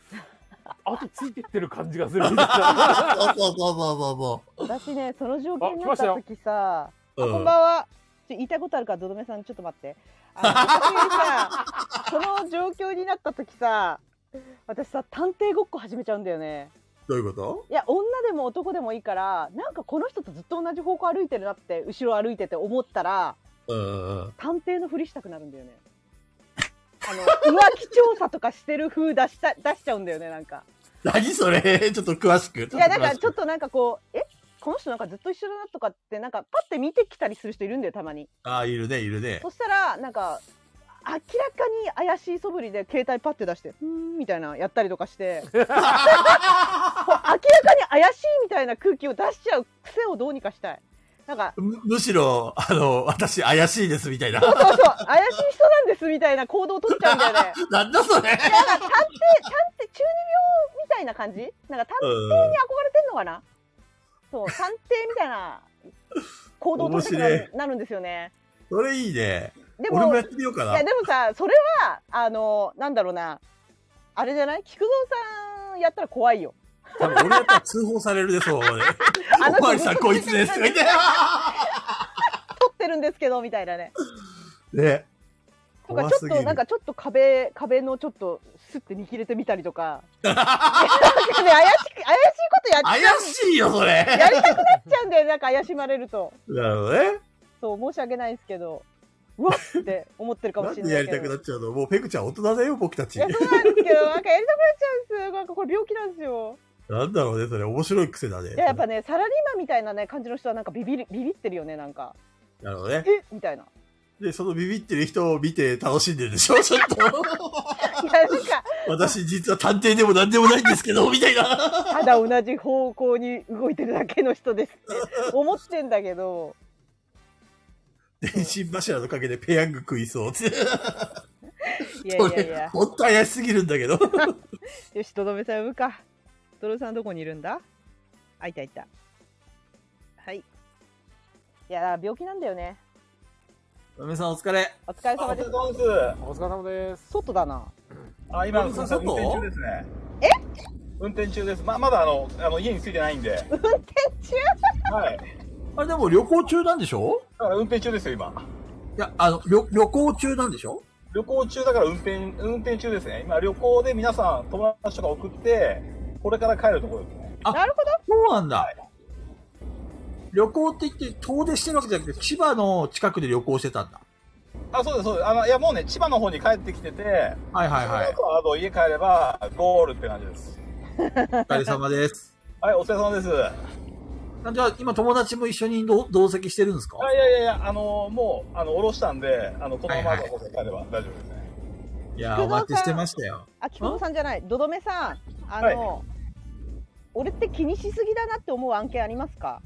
[SPEAKER 3] 後ついてってる感じがするみたい な。
[SPEAKER 2] う。そうそうそうそ
[SPEAKER 1] 私ねその状況にな
[SPEAKER 3] あ来ま
[SPEAKER 1] っ
[SPEAKER 3] した
[SPEAKER 1] た
[SPEAKER 3] よ
[SPEAKER 1] 時さ
[SPEAKER 2] うそう。
[SPEAKER 1] こん
[SPEAKER 2] ん。
[SPEAKER 1] ばんは。ちょ言いたいことあるから、どどめさん、ちょっと待って。あの、私さ、その状況になった時さ。私さ、探偵ごっこ始めちゃうんだよね。
[SPEAKER 2] どういうこと
[SPEAKER 1] いや、女でも男でもいいから、なんかこの人とずっと同じ方向歩いてるなって、後ろ歩いてて思ったら。
[SPEAKER 2] うんうんうん。
[SPEAKER 1] 探偵のふりしたくなるんだよね。あ の、浮気調査とかしてる風出した、出しちゃうんだよね、なんか。
[SPEAKER 2] 何それ ちょっと詳しく。
[SPEAKER 1] いや、なんか、ちょっ
[SPEAKER 2] と詳しく。
[SPEAKER 1] と、なんか、こう、え。この人なんかずっと一緒だなとかってなんかパッて見てきたりする人いるんだよたまに
[SPEAKER 2] ああ、いるね、いるね。
[SPEAKER 1] そしたらなんか明らかに怪しい素振りで携帯パッて出して「うーん」みたいなやったりとかして こう明らかに怪しいみたいな空気を出しちゃう癖をどうにかしたいなんか
[SPEAKER 2] むむしろ、あの、私怪しいですみたい
[SPEAKER 1] 「
[SPEAKER 2] な。
[SPEAKER 1] そうそう怪しい人なんです」みたいな行動を取っちゃうんだよね
[SPEAKER 2] なんだそれ
[SPEAKER 1] なんか探偵探偵中二病みたいな感じなんか探偵に
[SPEAKER 2] う
[SPEAKER 1] 憧
[SPEAKER 2] ん。
[SPEAKER 1] れてんのかな そう探偵みたいな行動を取ってくな
[SPEAKER 2] 面
[SPEAKER 1] るなるんですよね
[SPEAKER 2] それいいね。
[SPEAKER 1] で
[SPEAKER 2] 俺
[SPEAKER 1] も
[SPEAKER 2] もやってみようか
[SPEAKER 1] い
[SPEAKER 2] な
[SPEAKER 1] や。でもさそれはあのなんだろうなあれじゃない菊蔵さんやったら怖いよ
[SPEAKER 2] 多分俺やったら通報されるで、そう。俺
[SPEAKER 1] あの人
[SPEAKER 2] おまわりさん、こいつです。とか言って。
[SPEAKER 1] 撮ってるんですけどみたいなね
[SPEAKER 2] ね。
[SPEAKER 1] とか
[SPEAKER 2] 怖
[SPEAKER 1] ちょっ
[SPEAKER 2] すぎ
[SPEAKER 1] と
[SPEAKER 2] る
[SPEAKER 1] なんかちょっと壁壁のちょっとスッて見切れてみたりと かなんかね怪しく怪しいことやっ
[SPEAKER 2] 怪しいよ、それ。
[SPEAKER 1] やりたくなっちゃうんだよねなんか怪しまれると
[SPEAKER 2] なるほどね。
[SPEAKER 1] そう申し訳ないんですけどうわっって思ってるか
[SPEAKER 2] な
[SPEAKER 1] も
[SPEAKER 2] ん
[SPEAKER 1] しれ
[SPEAKER 2] で
[SPEAKER 1] な
[SPEAKER 2] や
[SPEAKER 1] い
[SPEAKER 2] り
[SPEAKER 1] け
[SPEAKER 2] たく
[SPEAKER 1] ど
[SPEAKER 2] なっちゃうのもうペグちゃん大人だよ、僕た
[SPEAKER 1] い
[SPEAKER 2] ち。
[SPEAKER 1] やそうなんですけどなんかやりたくなっちゃうんですよなんかこれ病気なんですよ
[SPEAKER 2] なんだろうね、それ。面白い癖だね。
[SPEAKER 1] いややっぱねサラリーマンみたいなね感じの人はなんかビビりビビってるよねなんか
[SPEAKER 2] なるほどね。
[SPEAKER 1] えみたいな
[SPEAKER 2] で、そのビビってる人を見て楽しんでるでしょ ちょっと。
[SPEAKER 1] いやなんか
[SPEAKER 2] 私実は探偵でも何でもないんですけど、みたいな。
[SPEAKER 1] ただ同じ方向に動いてるだけの人です って思ってんだけど
[SPEAKER 2] 電信柱の陰でペヤング食いそう。い
[SPEAKER 1] い やいやいや
[SPEAKER 2] ほんと怪しすぎるんだけど。
[SPEAKER 1] よしとどめさん呼ぶかとどめさんどこにいるんだあいたいたはいいや病気なんだよね
[SPEAKER 2] 嫁さんお疲れ。
[SPEAKER 1] お疲れ様です
[SPEAKER 4] 様です。
[SPEAKER 3] お疲れ様です。
[SPEAKER 1] 外だな
[SPEAKER 4] あ、今、
[SPEAKER 2] お
[SPEAKER 4] 運
[SPEAKER 2] 疲れ様
[SPEAKER 4] 転中ですね。運転中です。ま、まだあの、あの、家に着いてないんで。
[SPEAKER 1] 運転中
[SPEAKER 4] はい。
[SPEAKER 2] あれでも旅行中なんでしょ
[SPEAKER 4] だから運転中ですよ、今。
[SPEAKER 2] いや、あの、旅、旅行中なんでしょ
[SPEAKER 4] 旅行中だから運転、運転中ですね。今、旅行で皆さん、友達とか送って、これから帰るところですね。
[SPEAKER 2] あ
[SPEAKER 1] なるほど
[SPEAKER 2] そうなんだ。旅行って言って遠出してるわけじゃなくて、千葉の近くで旅行してたんだ。
[SPEAKER 4] あ、そうです、そうです。あの、いや、もうね、千葉の方に帰ってきてて、
[SPEAKER 2] はいはいはい
[SPEAKER 4] あ。とは、あの、家帰れば、ゴールって感じです。
[SPEAKER 2] お疲れ様 です。
[SPEAKER 4] はい、お疲れ様です。
[SPEAKER 2] じゃあ、今友達も一緒に同同席してるんですか
[SPEAKER 4] あいやいやいや、あの、もう、あの、降ろしたんで、あの、このまま
[SPEAKER 2] はいはい
[SPEAKER 4] ここで帰れば大丈夫ですね。
[SPEAKER 2] いやー、お待ちしてましたよ。
[SPEAKER 1] あ菊野さんじゃないどどめさんあの、俺って気にしすぎだなって思う案件ありますか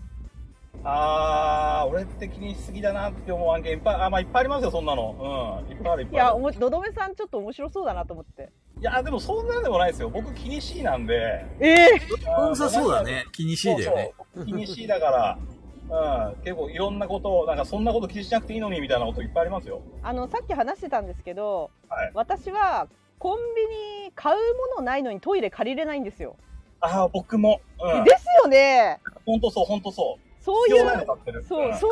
[SPEAKER 4] あー、俺って気にしすぎだなって思う案件いっぱい、あ、まあいっぱいありますよ、そんなの。うん。いっぱいある、いっ
[SPEAKER 1] い
[SPEAKER 4] ぱいあ
[SPEAKER 1] や
[SPEAKER 4] る。
[SPEAKER 1] おもどどめさんちょっと面白そうだなと思って
[SPEAKER 4] いや、でもそんなんでもないですよ。僕気にしいなんで。
[SPEAKER 1] ええ
[SPEAKER 2] うん、さそうだね。気にしいだよね。
[SPEAKER 4] そうそう。気にしいだから、うん。結構いろんなことを、なんかそんなこと気にしなくていいのにみたいなこといっぱいありますよ。
[SPEAKER 1] あのさっき話してたんですけど、
[SPEAKER 4] はい
[SPEAKER 1] 私はコンビニ買うものないのにトイレ借りれないんですよ。
[SPEAKER 4] ああ、僕も。うん。
[SPEAKER 1] ですよね。
[SPEAKER 4] ほんとそう、ほんとそう。
[SPEAKER 1] そうい
[SPEAKER 4] 必要なの
[SPEAKER 1] う
[SPEAKER 4] 買ってる。
[SPEAKER 1] そう、
[SPEAKER 4] ん
[SPEAKER 1] そう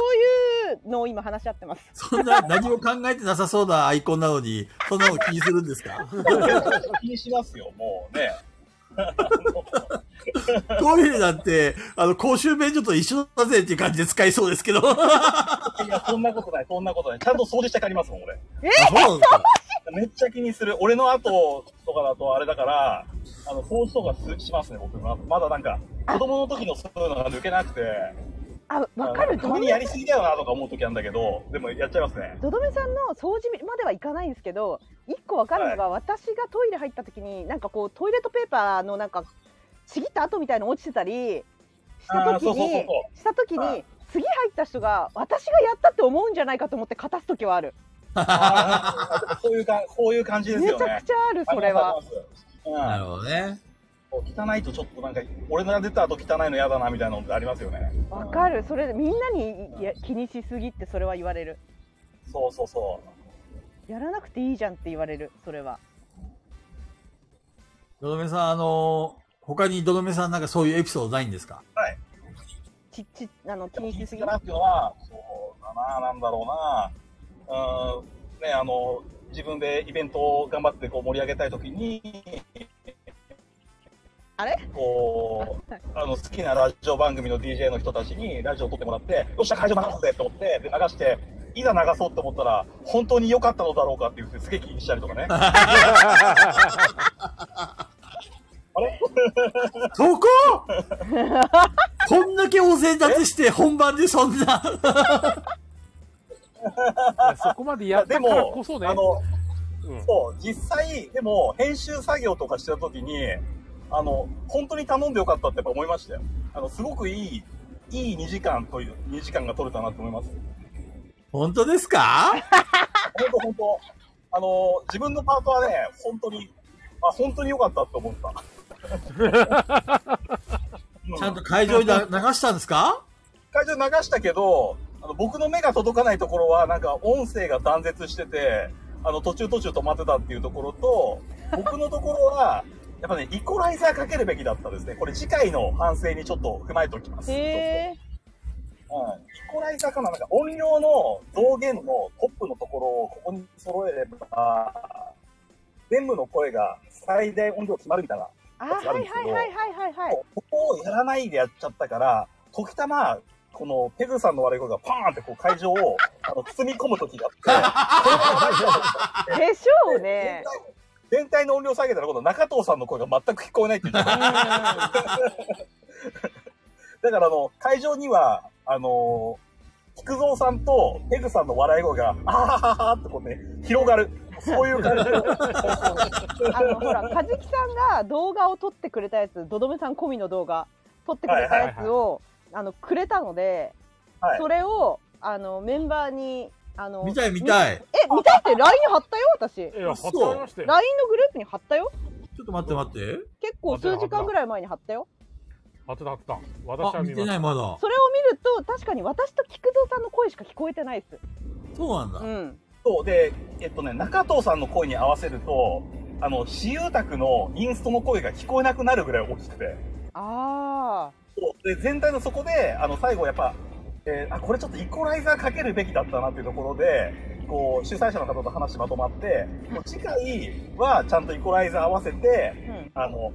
[SPEAKER 1] いうのを今話し合ってます。
[SPEAKER 2] そんな、何も考えてなさそうなアイコンなのに、そんなの気にするんです か
[SPEAKER 4] 気にしますよ、もうね。
[SPEAKER 2] トイレなんて、あの、公衆便所と一緒だぜっていう感じで使いそうですけど。あ
[SPEAKER 4] いや、そんなことない、そんなことない。ちゃんと掃除して帰りますもん、俺。
[SPEAKER 2] そうなんですか
[SPEAKER 4] めっちゃ気にする。俺の後とかだとあれだから、あの、放送がすしますね、僕は。まだなんか、子供の時のそういうのが抜けなくて、
[SPEAKER 1] あ、わかる。
[SPEAKER 4] た
[SPEAKER 1] ど
[SPEAKER 4] ま
[SPEAKER 1] ど
[SPEAKER 4] に
[SPEAKER 1] め
[SPEAKER 4] やりすぎだよなとか思う時あるんだけど、でもやっちゃいます ね。
[SPEAKER 1] どどめさんの掃除まではいかないんですけど、一個わかるのが、私がトイレ入った時になんかこうトイレットペーパーのなんかちぎった跡みたいの落ちてたりした時
[SPEAKER 4] あーそうそうそう
[SPEAKER 1] に
[SPEAKER 4] そ
[SPEAKER 1] した時
[SPEAKER 4] は
[SPEAKER 1] に次入った人が私がやったって思うんじゃないかと思って勝たす時はある
[SPEAKER 4] あーそういうかこういう感じです
[SPEAKER 1] めちゃ
[SPEAKER 4] よ
[SPEAKER 1] くちゃ
[SPEAKER 4] ね。
[SPEAKER 1] あるそれは
[SPEAKER 4] あり
[SPEAKER 2] なる
[SPEAKER 4] ま
[SPEAKER 2] ほどね。
[SPEAKER 4] す。うん、汚いとちょっとなんか俺が出た後汚いの嫌だなみたいなのってありますよね。
[SPEAKER 1] わかるそれみんなにいや気にしすぎってそれは言われる
[SPEAKER 4] そうそうそ
[SPEAKER 1] やらなくていいじゃんって言われるそれは
[SPEAKER 2] どどめさん、あの他にどどめさんなんかそういうエピソードないんですか
[SPEAKER 1] ちっちあの
[SPEAKER 4] う。
[SPEAKER 1] 気にしすぎ
[SPEAKER 4] だなっていうのはそうだななんだろうな。うんねあの自分でイベントを頑張ってこう盛り上げたいときに。
[SPEAKER 1] あれ
[SPEAKER 4] こうあの好きなラジオ番組の DJ の人たちにラジオを撮ってもらって、よっしゃ、会場流すぜと思って、で流して、いざ流そうと思ったら、本当に良かったのだろうかって言って、すげえ気にしたりとかね。あれ
[SPEAKER 2] そこ こんだけお膳立てして本番でそんな。
[SPEAKER 3] いやそこまでやった
[SPEAKER 4] で
[SPEAKER 3] から
[SPEAKER 4] も
[SPEAKER 3] こそ、ね。
[SPEAKER 4] あの、
[SPEAKER 3] うん
[SPEAKER 4] そう、実際、でも、編集作業とかしてた時に、あの、本当に頼んでよかったってやっぱ思いましたよ。あの、すごくいい、いい2時間という、2時間が取れたなと思います。
[SPEAKER 2] 本当ですか
[SPEAKER 4] 本当本当。あの、自分のパートはね、本当に、あ、本当に良かったって思った。う
[SPEAKER 2] ちゃんと会場に だ流したんですか
[SPEAKER 4] 会場流したけど、あの僕の目が届かないところは、なんか音声が断絶してて、あの途中途中止まってたっていうところと、僕のところは、 やっぱね、イコライザーかけるべきだったですね。これ次回の反省にちょっと踏まえておきます。
[SPEAKER 1] へえ
[SPEAKER 4] うんイコライザーかななんか音量の増減のトップのところをここに揃えれば、全部の声が最大音量決まるみたいな。
[SPEAKER 1] あはいはいはいはいはいはい
[SPEAKER 4] ここをやらないでやっちゃったから、時たま、このペグさんの悪い声がパーンってこう会場をあの包み込む時があって、
[SPEAKER 1] でしょうね
[SPEAKER 4] 全体全体の音量下げたら、今度中藤さんの声が全く聞こえないっていう状態。だからあの、会場には、あのー、菊蔵さんとペグさんの笑い声が、あははははってこうね、広がる。そういう感じの。
[SPEAKER 1] あのほら、和樹さんが動画を撮ってくれたやつ、どどめさん込みの動画、撮ってくれたやつを、あの、くれたので、
[SPEAKER 4] はい
[SPEAKER 1] それを、あの、メンバーに、あの、
[SPEAKER 2] 見たい見たい。
[SPEAKER 1] みえ、見たいって LINE 貼ったよ、私。LINE
[SPEAKER 3] いや、
[SPEAKER 2] 嘘
[SPEAKER 3] 働きましたよ。
[SPEAKER 1] のグループに貼ったよ。
[SPEAKER 2] ちょっと待って待って。
[SPEAKER 1] 結構数時間ぐらい前に貼ったよ。
[SPEAKER 3] 当てた当てた。私
[SPEAKER 2] あ、
[SPEAKER 3] は
[SPEAKER 2] 見
[SPEAKER 3] 見
[SPEAKER 2] て
[SPEAKER 3] ま
[SPEAKER 2] な
[SPEAKER 3] し
[SPEAKER 2] いまだ。
[SPEAKER 1] それを見ると、確かに私と菊蔵さんの声しか聞こえてないです。
[SPEAKER 2] そうなんだ
[SPEAKER 1] う。ん。
[SPEAKER 4] そうで、えっとね、中藤さんの声に合わせると、あの、私有宅のインストの声が聞こえなくなるぐらい大きくて。
[SPEAKER 1] あ
[SPEAKER 4] そうで、全体のそこで、あの、最後やっぱ、えーあ、これちょっとイコライザーかけるべきだったなっていうところで、こう、主催者の方と話まとまって、もう次回はちゃんとイコライザー合わせて、
[SPEAKER 1] ー。うん。
[SPEAKER 4] あの、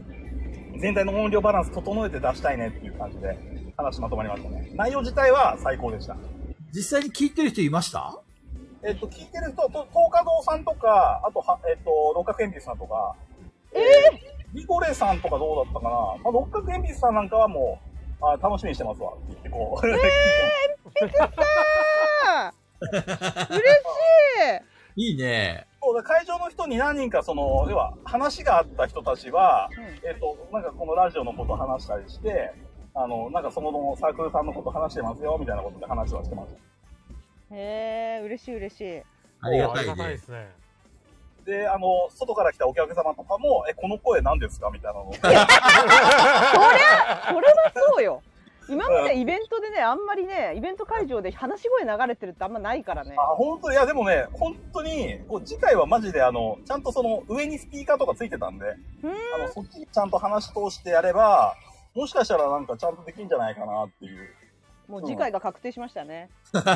[SPEAKER 4] 全体の音量バランス整えて出したいねっていう感じで話まとまりましたね。内容自体は最高でした。
[SPEAKER 2] 実際に聞いてる人いました
[SPEAKER 4] えっと、聞いてる人、と東華堂さんとか、あとは、えっと、六角鉛筆さんとか、
[SPEAKER 1] え
[SPEAKER 4] リコレさんとかどうだったかな、まあ、六角鉛筆さんなんかはもう、あ楽しみにしてますわって言ってこう。
[SPEAKER 1] あー嬉しい
[SPEAKER 2] いいね。
[SPEAKER 4] そうだ会場の人に何人か、その、要は、話があった人たちは、
[SPEAKER 1] うん
[SPEAKER 4] えっと、なんかこのラジオのこと話したりして、あの、なんかその後のサークルさんのこと話してますよ、みたいなことで話はしてます。
[SPEAKER 1] へえ、嬉しい嬉しい。
[SPEAKER 2] ありがた
[SPEAKER 3] あり
[SPEAKER 2] い
[SPEAKER 3] がたいで
[SPEAKER 2] ね。
[SPEAKER 3] すね。
[SPEAKER 4] で、あの、外から来たお客様とかも、え、この声何ですかみたいなのを。
[SPEAKER 1] それはそうよ今までイベントでねあんまりねイベント会場で話し声流れてるってあんまないからね
[SPEAKER 4] あ、本当いや、でもね、本当に、こう、次回はマジで、あの、ちゃんとその、上にスピーカーとかついてたんで、
[SPEAKER 1] うん
[SPEAKER 4] あの、そっちにちゃんと話し通してやれば、もしかしたらなんかちゃんとできんじゃないかなっていう。
[SPEAKER 1] もう次回が確定しましたね
[SPEAKER 4] やるんだった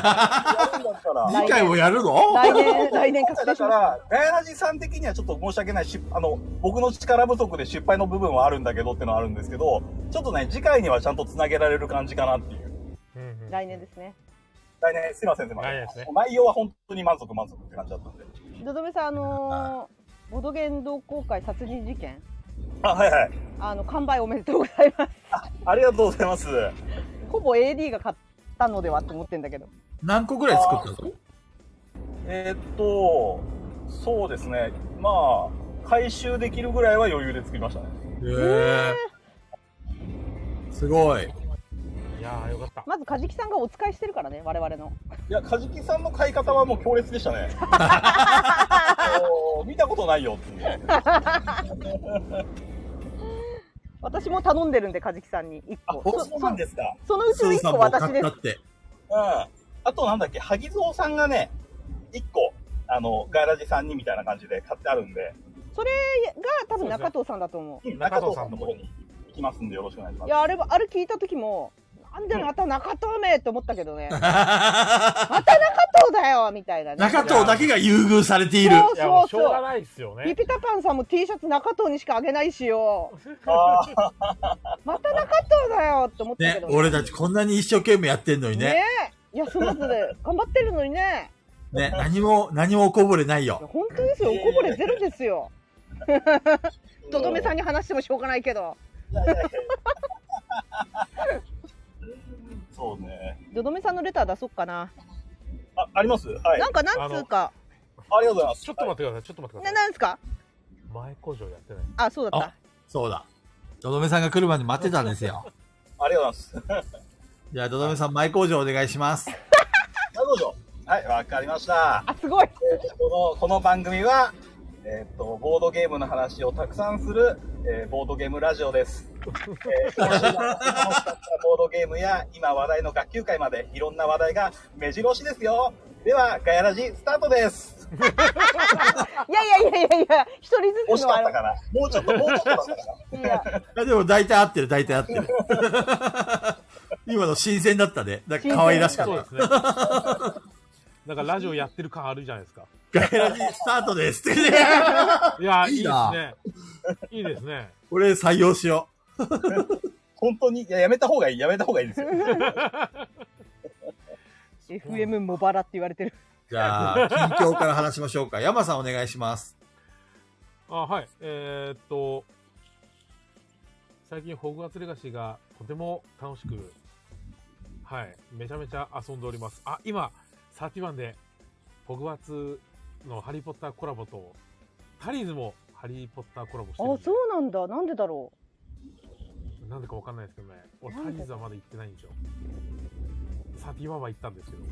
[SPEAKER 4] ら。
[SPEAKER 1] ない
[SPEAKER 2] 次回もやるの
[SPEAKER 1] 来 年来年確定
[SPEAKER 4] だ
[SPEAKER 1] し
[SPEAKER 4] か
[SPEAKER 1] ました
[SPEAKER 4] ら、ガヤラジさん的にはちょっと申し訳ないし、あの、僕の力不足で失敗の部分はあるんだけどってのはあるんですけど、ちょっとね、次回にはちゃんと繋げられる感じかなっていう。
[SPEAKER 3] うんうん
[SPEAKER 1] 来年ですね
[SPEAKER 4] 来年、すいません、すいませ
[SPEAKER 3] 来
[SPEAKER 4] ん。
[SPEAKER 3] 年ですね
[SPEAKER 4] 内容は本当に満足満足って感じだったんで。
[SPEAKER 1] どどめさんあのー、ボドゲン同好会殺人事件
[SPEAKER 4] あ、はいはい。
[SPEAKER 1] あの完売おめでとうございます
[SPEAKER 4] ありがとうございます。
[SPEAKER 1] ほぼ AD が買ったのではと思ってんだけど
[SPEAKER 2] 何個ぐらい作ったの
[SPEAKER 4] えーっと、そうですね。まあ、回収できるぐらいは余裕で作りましたね。
[SPEAKER 2] へえ。すごい。
[SPEAKER 3] やーよかった。
[SPEAKER 1] まずカジキさんがお使いしてるからね我々の
[SPEAKER 4] いや、カジキさんの買い方はもう強烈でしたね。おー見たことないよっていう。
[SPEAKER 1] 私も頼んでるんでカジキさんに1
[SPEAKER 4] あ、
[SPEAKER 1] 個そ
[SPEAKER 4] そうなんですか。
[SPEAKER 1] そそのうちの1個私です
[SPEAKER 2] って。
[SPEAKER 4] うん。あとなんだっけ、萩蔵さんがね、1個、あの、ガイラジさんにみたいな感じで買ってあるんで、
[SPEAKER 1] それが多分中藤さんだと思う
[SPEAKER 3] 中藤さんのところ
[SPEAKER 4] のところに行きますんでよろしくお願いしま
[SPEAKER 1] い
[SPEAKER 4] す。
[SPEAKER 1] やあれあれ聞いた時もなんでまた中藤めって思ったけどねまた中藤だよみたいなね
[SPEAKER 2] 中藤だけが優遇されている。
[SPEAKER 1] そう
[SPEAKER 3] いやも
[SPEAKER 1] そうう
[SPEAKER 3] しょう
[SPEAKER 1] そ
[SPEAKER 3] が
[SPEAKER 1] う
[SPEAKER 3] ないですよ
[SPEAKER 1] ピ
[SPEAKER 3] ね。
[SPEAKER 1] ピタパンさんも T シャツ中藤にしかあげないしよ
[SPEAKER 4] あー
[SPEAKER 1] また中藤だよって思ったけ
[SPEAKER 2] ね
[SPEAKER 1] ど、
[SPEAKER 2] 俺たちこんなに一生懸命やってんのに
[SPEAKER 1] ね
[SPEAKER 2] ね。
[SPEAKER 1] え休まずで頑張ってるのにね
[SPEAKER 2] ね、何も、何もおこぼれない
[SPEAKER 1] いや
[SPEAKER 2] よ。
[SPEAKER 1] 本当ですよおこぼれゼロですよとどめさん
[SPEAKER 4] い
[SPEAKER 1] に話してもしょうがないけど
[SPEAKER 4] やいやいやそうね。
[SPEAKER 1] とどめさんのレター出そっかな、
[SPEAKER 4] あ、ありますはい。あ
[SPEAKER 1] なんかなんつうか
[SPEAKER 4] りがとうございます。
[SPEAKER 3] ちょっと待ってください、ちょっと待っ
[SPEAKER 1] な
[SPEAKER 3] てください。
[SPEAKER 1] なんですか
[SPEAKER 3] 前工場やってない。
[SPEAKER 1] あそうだっ
[SPEAKER 2] あ
[SPEAKER 1] た
[SPEAKER 2] そうだ。とどめさんが来るまで待ってたんですよ。
[SPEAKER 4] ありがとうございます。
[SPEAKER 2] じゃあ、とどめさん、前工場お願いします。
[SPEAKER 4] なるほど。はい、わかりました。
[SPEAKER 1] あすごい
[SPEAKER 4] えーこのこの番組は、えー、とボードゲームの話をたくさんする、えーボードゲームラジオです、 えー、今週の楽しかったボードゲームや今話題の学級会までいろんな話題が目白押しですよではガヤラジスタートです
[SPEAKER 1] いやいやいやいやいや一人
[SPEAKER 4] 惜
[SPEAKER 1] ずつ
[SPEAKER 4] し
[SPEAKER 1] の
[SPEAKER 4] か
[SPEAKER 1] あ
[SPEAKER 4] った
[SPEAKER 1] れ
[SPEAKER 4] かなもうちょっともうちょっとだったかない
[SPEAKER 1] や
[SPEAKER 2] いやでも、大体合ってる、大体合ってる。今の新鮮だったね。なんか可愛らしか
[SPEAKER 3] そう
[SPEAKER 2] っ
[SPEAKER 3] ですね。なんかラジオやってる感あるじゃないですか。
[SPEAKER 2] た。ガイラジスタートです。
[SPEAKER 3] いや、い
[SPEAKER 2] い
[SPEAKER 3] い
[SPEAKER 2] い
[SPEAKER 3] で
[SPEAKER 2] な
[SPEAKER 3] すね。いいですね。
[SPEAKER 2] 俺採用しよ
[SPEAKER 4] 本当にいややめた方がいいやめた方がいいですよ
[SPEAKER 1] FM 茂原って言われてる
[SPEAKER 2] う。じ ゃあ、近況から話しましょうか。山さんお願いします。
[SPEAKER 3] あ、はい。えーっと、最近ホグワーツレガシーがとても楽しく、はい。めちゃめちゃ遊んでおります。あ、今、31で、ホグワーツのハリーポッターコラボと、タリーズもハリーポッターコラボして
[SPEAKER 1] あ
[SPEAKER 3] るんで
[SPEAKER 1] そうなんだなんでだろ
[SPEAKER 3] なんでかわかんないですけどね。俺、
[SPEAKER 1] な
[SPEAKER 3] タ
[SPEAKER 1] ん
[SPEAKER 3] リ
[SPEAKER 1] で
[SPEAKER 3] ーズはまだ行ってないんですよ。31は行ったんですけど。
[SPEAKER 1] う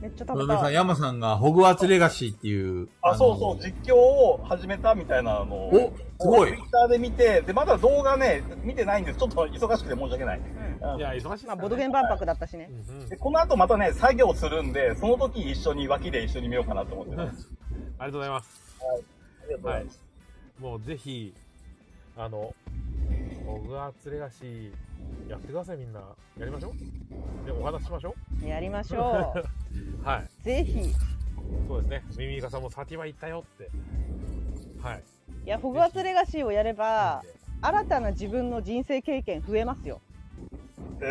[SPEAKER 1] めっちゃ
[SPEAKER 2] と
[SPEAKER 1] 食
[SPEAKER 2] ど
[SPEAKER 1] べ
[SPEAKER 2] めさ
[SPEAKER 1] た
[SPEAKER 2] ん、
[SPEAKER 1] い
[SPEAKER 2] 山さんがホグワーツレガシーっていう。
[SPEAKER 4] あ
[SPEAKER 2] の
[SPEAKER 4] そうそう実況を始めたみたいなの
[SPEAKER 2] お、す
[SPEAKER 4] を
[SPEAKER 2] ごい
[SPEAKER 4] ツイ。ッターで見てでまだ動画ね見てないんですちょっと忙しくて申し訳ない、うん
[SPEAKER 3] いや、忙しいです
[SPEAKER 1] ま
[SPEAKER 3] から
[SPEAKER 1] あ
[SPEAKER 3] ね
[SPEAKER 1] ボドゲン万博だったしね
[SPEAKER 3] うんうん
[SPEAKER 4] でこの後またね、作業するんで、その時に一緒に脇で一緒に見ようかなと思ってます。
[SPEAKER 3] ありがとうございます。
[SPEAKER 4] ありがとうございます。
[SPEAKER 3] もうぜひ、あの、ホグワーツレガシー、やってください、みんな。やりましょう。で、お話ししましょ
[SPEAKER 1] やりましょ
[SPEAKER 3] う。はい。
[SPEAKER 1] うぜひ
[SPEAKER 3] そうですね。ミミイカさんもサティは行ったよって。はい。
[SPEAKER 1] いやホグワーツレガシーをやれば
[SPEAKER 3] なんで
[SPEAKER 1] 新たな自分の人生経験増えますよ増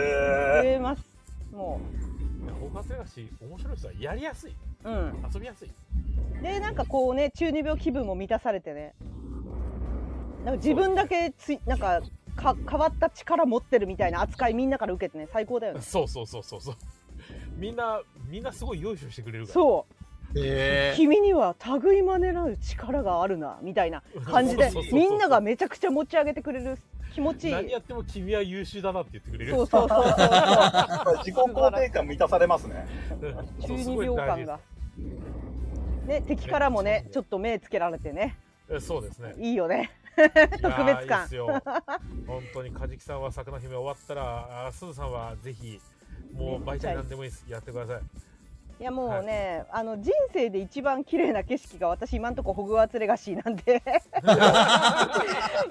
[SPEAKER 4] え
[SPEAKER 1] えますも
[SPEAKER 3] いやホグワーツレガシー、面白い人はやりやすい。
[SPEAKER 1] ううん
[SPEAKER 3] 遊びやすい。
[SPEAKER 1] でなんかこうね中二病気分も満たされてねなんか自分だけついなんかか変わった力持ってるみたいな扱いみんなから受けてね最高だよね
[SPEAKER 3] そうそうそうそうそう。みんな、みんなすごい用意してくれるから。
[SPEAKER 1] そう
[SPEAKER 2] えー、
[SPEAKER 1] 君には類まねなる力があるなみたいな感じで
[SPEAKER 3] そうそうそうそう
[SPEAKER 1] みんながめちゃくちゃ持ち上げてくれる気持ちいい
[SPEAKER 3] 何やっても君は優秀だなって言ってくれる。
[SPEAKER 1] そうそうそうそうそう
[SPEAKER 4] ー、自己肯定感満たされますね。
[SPEAKER 3] うん
[SPEAKER 1] 中
[SPEAKER 3] そうす
[SPEAKER 1] 二
[SPEAKER 3] ごい
[SPEAKER 1] 病
[SPEAKER 3] 大
[SPEAKER 1] 感
[SPEAKER 3] 事
[SPEAKER 1] がね敵からもねちょっと目つけられてね
[SPEAKER 3] ですえそうですね。
[SPEAKER 1] いいよね
[SPEAKER 3] 特
[SPEAKER 1] 別感
[SPEAKER 3] いいっすよ本当にカジキさんは桜姫終わったらあすずさんはぜひもう
[SPEAKER 1] め
[SPEAKER 3] バ
[SPEAKER 1] っ
[SPEAKER 3] イ
[SPEAKER 1] ち
[SPEAKER 3] チ
[SPEAKER 1] ゃ
[SPEAKER 3] ャ
[SPEAKER 1] いい
[SPEAKER 3] イなんでもいいですやってください
[SPEAKER 1] いやもうね、あの人生で一番綺麗な景色が私今んとこホグワーツレガシーなんで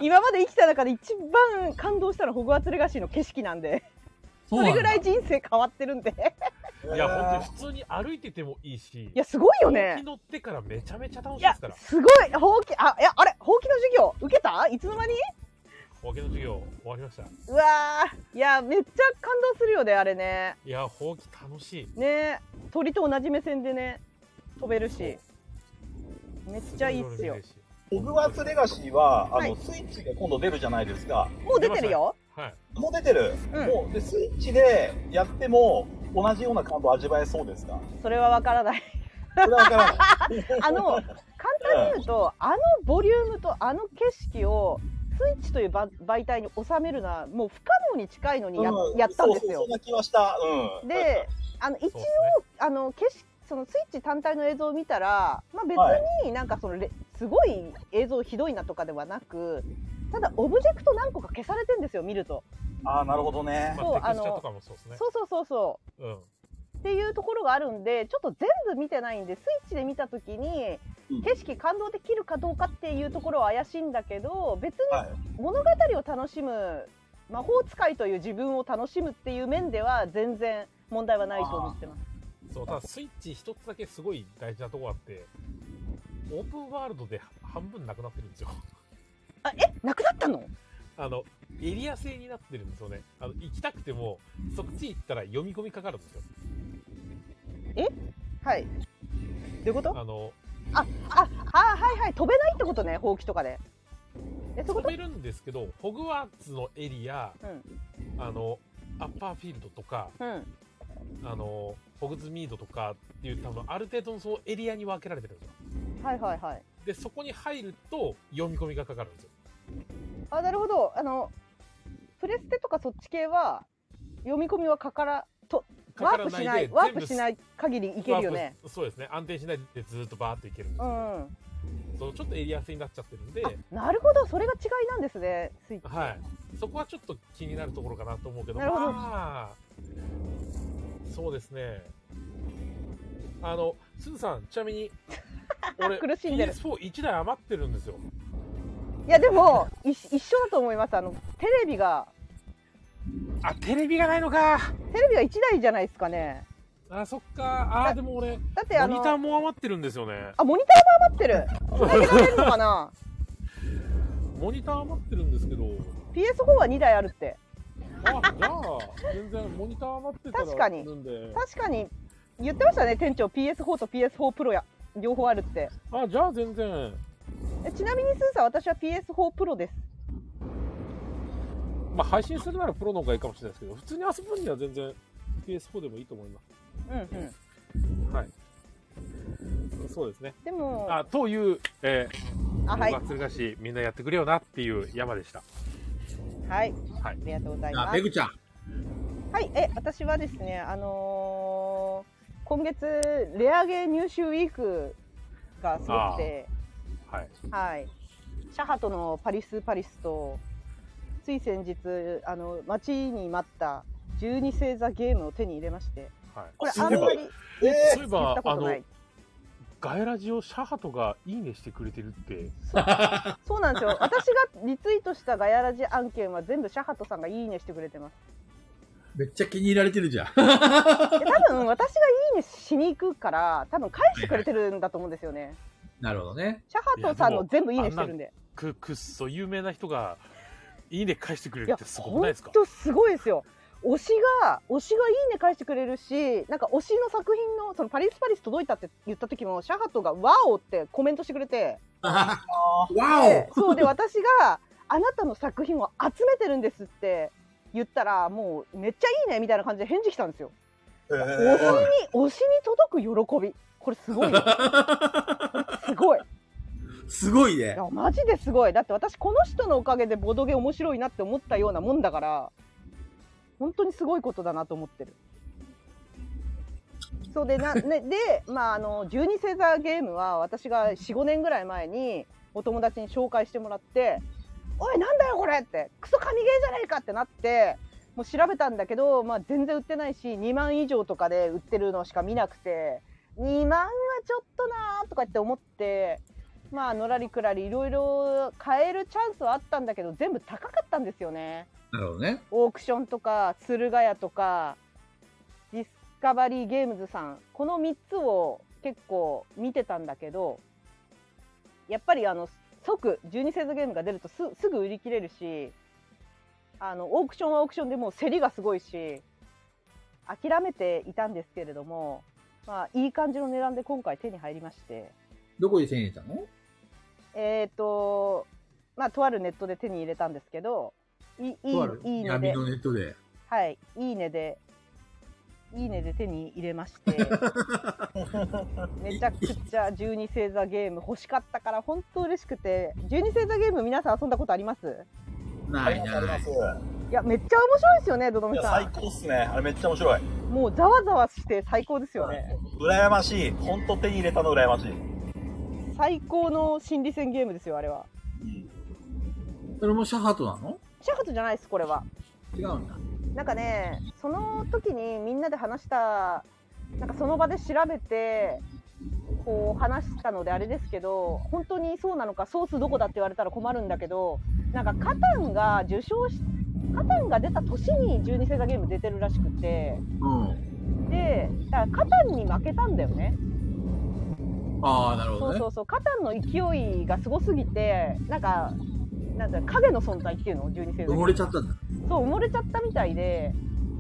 [SPEAKER 1] 今まで生きた中で一番感動したのはホグワーツレガシーの景色なんで
[SPEAKER 2] そ
[SPEAKER 1] それぐらい人生変わってるんで
[SPEAKER 3] いや本当に普通に歩いててもいいし
[SPEAKER 1] いやすごいよ
[SPEAKER 3] ほうき
[SPEAKER 1] ね
[SPEAKER 3] 乗ってからめちゃめちゃ楽し
[SPEAKER 1] い
[SPEAKER 3] いで
[SPEAKER 1] や
[SPEAKER 3] すから
[SPEAKER 1] すごいほうきあいやあれほうきの授業受けたいつの間に
[SPEAKER 3] ほうきの授業終わりました
[SPEAKER 1] うわーいやめっちゃ感動するよねあれね
[SPEAKER 3] いやほうき楽しい
[SPEAKER 1] ね鳥と同じ目線でね飛べるしめっちゃいいっすよ
[SPEAKER 3] 嬉しい
[SPEAKER 4] ホグワーツレガシーは、あの、
[SPEAKER 1] はい
[SPEAKER 4] スイッチが今度出るじゃないですか。
[SPEAKER 1] もう出てるよ
[SPEAKER 3] はい
[SPEAKER 4] もう出てる。
[SPEAKER 1] うん
[SPEAKER 4] もうで、スイッチでやっても、同じような感動味わえそうですか
[SPEAKER 1] それはわからない
[SPEAKER 4] それはわからない。
[SPEAKER 1] あの簡単に言うとあのボリュームとあの景色をスイッチというば媒体に収めるのはもう不可能に近いのにや,、
[SPEAKER 4] うん
[SPEAKER 1] やったんです
[SPEAKER 4] そうそうそ
[SPEAKER 1] よ
[SPEAKER 4] ん。な気はした。うん。
[SPEAKER 1] であの一
[SPEAKER 3] そ
[SPEAKER 1] 応
[SPEAKER 3] うっすね
[SPEAKER 1] あの景色そのスイッチ単体の映像を見たら、まあ、別
[SPEAKER 4] は
[SPEAKER 1] になんかそのレすごい映像ひどいなとかではなくただオブジェクト何個か消されてんですよ見ると、
[SPEAKER 4] ああ、なるほどね。
[SPEAKER 1] そう
[SPEAKER 3] まあ、テクスチ
[SPEAKER 1] あ
[SPEAKER 3] ャ
[SPEAKER 1] の
[SPEAKER 3] ーとかもそうですね。
[SPEAKER 1] そうそうそうそう
[SPEAKER 3] うん。
[SPEAKER 1] っていうところがあるんでちょっと全部見てないんでスイッチで見た時に
[SPEAKER 4] うん
[SPEAKER 1] 景色感動できるかどうかっていうところは怪しいんだけど別に
[SPEAKER 4] はい。
[SPEAKER 1] 物語を楽しむ魔法使いという自分を楽しむっていう面では全然問題はないと思ってます。
[SPEAKER 3] そう、ただスイッチ一つだけすごい大事なとこあって、オープンワールドで半分なくなってるんですよ。
[SPEAKER 1] あえなくなったの
[SPEAKER 3] あの、エリア制になってるんですよね。あの、行きたくても、そっち行ったら読み込みかかるんですよ。
[SPEAKER 1] はいどういうこと
[SPEAKER 3] あの、
[SPEAKER 1] ああはいはい飛べないってことねほうきとかで。えそういう
[SPEAKER 3] 飛
[SPEAKER 1] こ
[SPEAKER 3] べるんですけど、ホグワーツのエリア、
[SPEAKER 1] と
[SPEAKER 3] あの、アッパーフィールドとか、
[SPEAKER 1] うんうん
[SPEAKER 3] あの、ホグズミードとかっていう、多分ある程度のそのエリアに分けられてるんですよ。
[SPEAKER 1] はいはいはい。
[SPEAKER 3] で、そこに入ると読み込みがかかるんですよ。
[SPEAKER 1] あなるほどあのプレステとかそっち系は読み込みはかからと
[SPEAKER 3] か
[SPEAKER 1] ワ
[SPEAKER 3] か
[SPEAKER 1] ー
[SPEAKER 3] ら
[SPEAKER 1] プ
[SPEAKER 3] な
[SPEAKER 1] し
[SPEAKER 3] い
[SPEAKER 1] ない
[SPEAKER 3] で、。
[SPEAKER 1] ワープしないい限りいけるよね。
[SPEAKER 3] ワープそうですね。安定しないでずっとバーっといけるんです
[SPEAKER 1] う
[SPEAKER 3] よ
[SPEAKER 1] ん、うん。
[SPEAKER 3] そのちょっとエリア制になっちゃってるんで、
[SPEAKER 1] なるほど、それが違いなんですね、スイッチ。
[SPEAKER 3] はい、そこはちょっと気になるところかなと思うけど、
[SPEAKER 1] なるほど
[SPEAKER 3] まあ、そうですね。あの、すずさん、ち なみに、俺、
[SPEAKER 1] 苦しんでる
[SPEAKER 3] PS41 台余ってるんですよ。
[SPEAKER 1] いや、でも、い一緒だと思います。あの、テレビが、
[SPEAKER 3] あ、テレビがないのか。
[SPEAKER 1] テレビは1台じゃないですかね。
[SPEAKER 3] あ、そっか。あ、でも俺、
[SPEAKER 1] だって、あ
[SPEAKER 3] モ
[SPEAKER 1] の、
[SPEAKER 3] ニターも余ってるんですよね。
[SPEAKER 1] あ、モニターも余ってる。繋げられるのかな
[SPEAKER 3] モニター余ってるんですけど、
[SPEAKER 1] ?PS4 は2台あるって。
[SPEAKER 3] あ、じゃあ、全然モニター余ってたら
[SPEAKER 1] 確かに
[SPEAKER 3] あるんで、
[SPEAKER 1] 確かに、言ってましたね、店長、PS4 と PS4 プロや、両方あるって。
[SPEAKER 3] あ、じゃあ全然、
[SPEAKER 1] えちなみに、スーさん、私は PS4 プロです。
[SPEAKER 3] まあ配信するならプロの方がいいかもしれないですけど、普通に遊ぶには全然 PS4 でもいいと思います。
[SPEAKER 1] うんうん。
[SPEAKER 3] はい。そうですね。
[SPEAKER 1] でも、
[SPEAKER 3] あ、という、え
[SPEAKER 1] あ
[SPEAKER 3] ー、
[SPEAKER 1] はい
[SPEAKER 3] 僕。が釣り出し、みんなやってくれよなっていう山でした。
[SPEAKER 1] はい。
[SPEAKER 3] はい
[SPEAKER 1] ありがとうござい
[SPEAKER 2] あ
[SPEAKER 1] ま、す
[SPEAKER 2] ペ。グちゃん。
[SPEAKER 1] はい、え、私はですね、あのー今月レアゲー入手ウィークがすごくて、
[SPEAKER 3] はい。
[SPEAKER 1] はい、シャハトのパリスパリスとつい先日あの待ちに待った12星座ゲームを手に入れまして、
[SPEAKER 3] はい。
[SPEAKER 1] これ
[SPEAKER 4] す
[SPEAKER 1] あ
[SPEAKER 4] ご
[SPEAKER 1] ん
[SPEAKER 4] い
[SPEAKER 1] まり
[SPEAKER 4] え
[SPEAKER 3] そうい
[SPEAKER 4] え
[SPEAKER 3] え
[SPEAKER 1] 言っ
[SPEAKER 3] ば
[SPEAKER 1] た、こ
[SPEAKER 3] あ
[SPEAKER 1] と
[SPEAKER 3] の
[SPEAKER 1] な、い。
[SPEAKER 3] ガエラジをシャハトがいいねしてくれてるって、
[SPEAKER 1] そうなんですよ。私がリツイートしたガヤラジ案件は全部シャハトさんがいいねしてくれてます。
[SPEAKER 2] めっちゃ気に入られてるじゃん。
[SPEAKER 1] で多分私がいいねしに行くから、多分返してくれてるんだと思うんですよね。
[SPEAKER 2] なるほどね。
[SPEAKER 1] シャハトさんの全部いいねしてるんで。
[SPEAKER 3] く、くっそ有名な人が、いいね返してくれ
[SPEAKER 1] い
[SPEAKER 3] る
[SPEAKER 1] や
[SPEAKER 3] ってすごくないですか
[SPEAKER 1] 本当すごいですよ。推しが推しがいいね返してくれるし、なんか推しの作品のそのパリスパリス届いたって言った時もシャハトがワオってコメントしてくれて、
[SPEAKER 2] わ
[SPEAKER 4] あ
[SPEAKER 1] で
[SPEAKER 2] お
[SPEAKER 1] そうで私があなたの作品を集めてるんですって言ったらもうめっちゃいいねみたいな感じで返事来たんですよ。
[SPEAKER 4] ー
[SPEAKER 1] 推
[SPEAKER 4] へ
[SPEAKER 1] し
[SPEAKER 4] え
[SPEAKER 1] に推しに届く喜び、これすご いよ。すごい。
[SPEAKER 2] すごい
[SPEAKER 1] い
[SPEAKER 2] ね。
[SPEAKER 1] やマジですごいだって私この人のおかげでボドゲ面白いなって思ったようなもんだから本当にすごいことだなと思ってるそうでな、ね、で、まあ、あの12星座ゲームは私が45年ぐらい前にお友達に紹介してもらって「おいなんだよこれ!」って「クソ神ゲーじゃないか!」ってなってもう調べたんだけど、まあ、全然売ってないし2万以上とかで売ってるのしか見なくて2万はちょっとなーとかって思ってまあのらりくらりいろいろ買えるチャンスはあったんだけど全部高かったんですよね
[SPEAKER 2] なるほどね。
[SPEAKER 1] オークションとか駿河屋とかディスカバリーゲームズさんこの3つを結構見てたんだけどやっぱりあの即12星座ゲームが出るとすすぐ売り切れるしあのオークションはオークションでもう競りがすごいし諦めていたんですけれども、まあ、いい感じの値段で今回手に入りまして。
[SPEAKER 2] どこで手に入れたの
[SPEAKER 1] えっ、と、まあ、とあるネットで手に入れたんですけど、いいい
[SPEAKER 2] とある
[SPEAKER 1] いいいね
[SPEAKER 2] 闇
[SPEAKER 1] で、
[SPEAKER 2] のネットで。
[SPEAKER 1] はい、いいねで、いいねで手に入れまして めちゃくちゃ12星座ゲーム欲しかったから本当嬉しくて12星座ゲーム皆さん遊んだことあります
[SPEAKER 4] あ
[SPEAKER 2] な
[SPEAKER 4] り
[SPEAKER 2] い
[SPEAKER 4] ますあり
[SPEAKER 2] な
[SPEAKER 4] ま
[SPEAKER 2] い
[SPEAKER 4] す。
[SPEAKER 1] いやめっちゃ面白いですよねどど
[SPEAKER 4] い
[SPEAKER 1] め
[SPEAKER 4] や、
[SPEAKER 1] さ
[SPEAKER 4] 最
[SPEAKER 1] ん
[SPEAKER 4] 高っすね。あれめっちゃ面白い。
[SPEAKER 1] もうざわざわして最高ですよね
[SPEAKER 4] 羨ましい。ほんと手に入れたの羨ましい。
[SPEAKER 1] 最高の心理戦ゲームですよあれは
[SPEAKER 2] それもシャハトなの
[SPEAKER 1] シャカトじゃないですこれは
[SPEAKER 2] 違うんだ。
[SPEAKER 1] なんかねその時にみんなで話したなんかその場で調べてこう話したのであれですけど本当にそうなのかソースどこだって言われたら困るんだけどなんかカタンが受賞しカタンが出た年に12星座ゲーム出てるらしくて
[SPEAKER 2] うん。
[SPEAKER 1] でだからカタンに負けたんだよね
[SPEAKER 2] ああ、なるほ
[SPEAKER 1] そう
[SPEAKER 2] どね
[SPEAKER 1] そ。うそうカタンの勢いがすごすぎてなんかなんか影の存在っていうの12星座ゲー
[SPEAKER 2] 埋
[SPEAKER 1] ム
[SPEAKER 2] もれちゃったんだ。
[SPEAKER 1] そう埋もれちゃったみたいで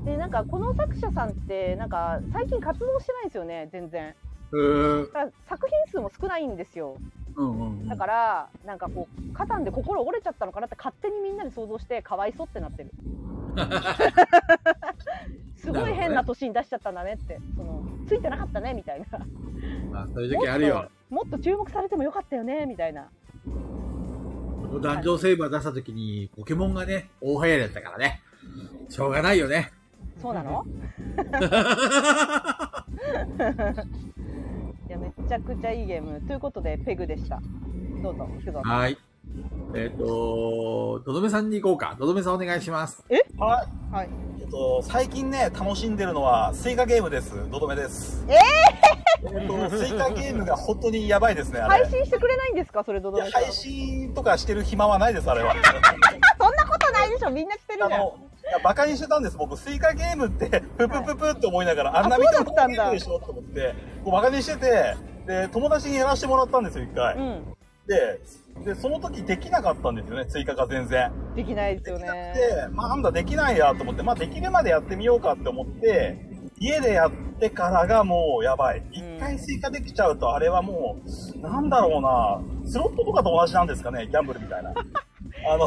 [SPEAKER 1] でなんかこの作者さんってなんか最近活動してないんですよね全然
[SPEAKER 2] へえ。
[SPEAKER 1] だから作品数も少ないんですよ
[SPEAKER 2] うんうんうん。
[SPEAKER 1] だからなんかこうカタンで心折れちゃったのかなって勝手にみんなで想像してかわいそうってな ってるすごい変な年に出しちゃったんだねってそのついてなかったねみたい な
[SPEAKER 2] まあ、そういう
[SPEAKER 1] もっ
[SPEAKER 2] 時
[SPEAKER 1] と
[SPEAKER 2] あるよ。
[SPEAKER 1] もっと注目されてもよかったよねみたいな
[SPEAKER 2] ダンジョンセイバー出した時に、ポケモンがね、大流行りだったからね。しょうがないよね。
[SPEAKER 1] そうなのいやめちゃくちゃいいゲームということでペグでしたどうぞ行くぞ
[SPEAKER 2] はい。えっ、と、とどめさんに行こうか。とどめさんお願いします。
[SPEAKER 4] はい。
[SPEAKER 1] はい
[SPEAKER 4] えっと、最近ね、楽しんでるのは、スイカゲームです。ドドメです。ええっと、スイカゲームが本当にやばいですね、あれ。
[SPEAKER 1] 配信してくれないんですかそれど
[SPEAKER 4] い
[SPEAKER 1] ど
[SPEAKER 4] や
[SPEAKER 1] めさん
[SPEAKER 4] 配信とかしてる暇はないです、あれは。
[SPEAKER 1] そんなことないでしょみんなしてる
[SPEAKER 4] あ
[SPEAKER 1] じゃん
[SPEAKER 4] の、いやバカにしてたんです、僕、スイカゲームって、ププププって思いながら、あんな見た
[SPEAKER 1] そうだったん
[SPEAKER 4] ゲ
[SPEAKER 1] だ
[SPEAKER 4] ームでしょと思って、こうバカにしてて、で、友達にやらせてもらったんですよ、一回。
[SPEAKER 1] う
[SPEAKER 4] で、で、その時できなかったんですよね、追加が全然。
[SPEAKER 1] んできないです
[SPEAKER 4] で
[SPEAKER 1] よ
[SPEAKER 4] きなく
[SPEAKER 1] ね
[SPEAKER 4] て、まあ、なんだ、できないやと思って、まあ、できるまでやってみようかって思って、家でやってからがもうやばい。一回追加できちゃうと、あれはもう、なんだろうな、スロットとかと同じなんですかね、ギャンブルみたいな。あの、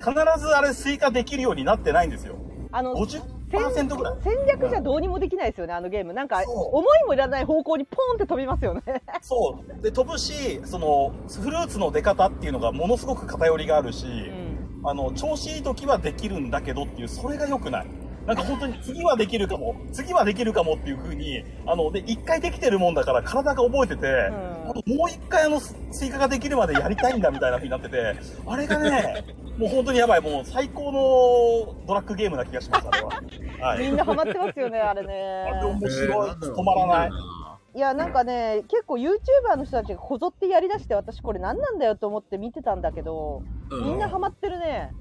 [SPEAKER 4] 必ずあれ追加できるようになってないんですよ。
[SPEAKER 1] あの戦
[SPEAKER 4] 50%ぐらい。
[SPEAKER 1] 戦略じゃどうにもできないですよねあのゲームなんか
[SPEAKER 4] そう
[SPEAKER 1] 思いもいらない方向にポンって飛びますよね
[SPEAKER 4] そう。で、飛ぶし、その、フルーツの出方っていうのがものすごく偏りがあるし、
[SPEAKER 1] うん
[SPEAKER 4] あの、調子いい時はできるんだけどっていう、それが良くない。なんか本当に次はできるかも、次はできるかもっていう風に、あの、で、一回できてるもんだから体が覚えてて、あのもう一回あの、スイカができるまでやりたいんだみたいな風になってて、あれが ね、もう本当にやばい、もう最高のドラッグゲームな気がします、あれは。 は
[SPEAKER 1] み
[SPEAKER 4] い。
[SPEAKER 1] んなハマってますよねあれ
[SPEAKER 4] あれ
[SPEAKER 1] ね
[SPEAKER 4] 面白い。
[SPEAKER 2] えー
[SPEAKER 4] 止まらない。。
[SPEAKER 1] いやなんかね結構 YouTuber の人たちがこぞってやりだして私これ何なんだよと思って見てたんだけど
[SPEAKER 2] う
[SPEAKER 1] みんなハマってるね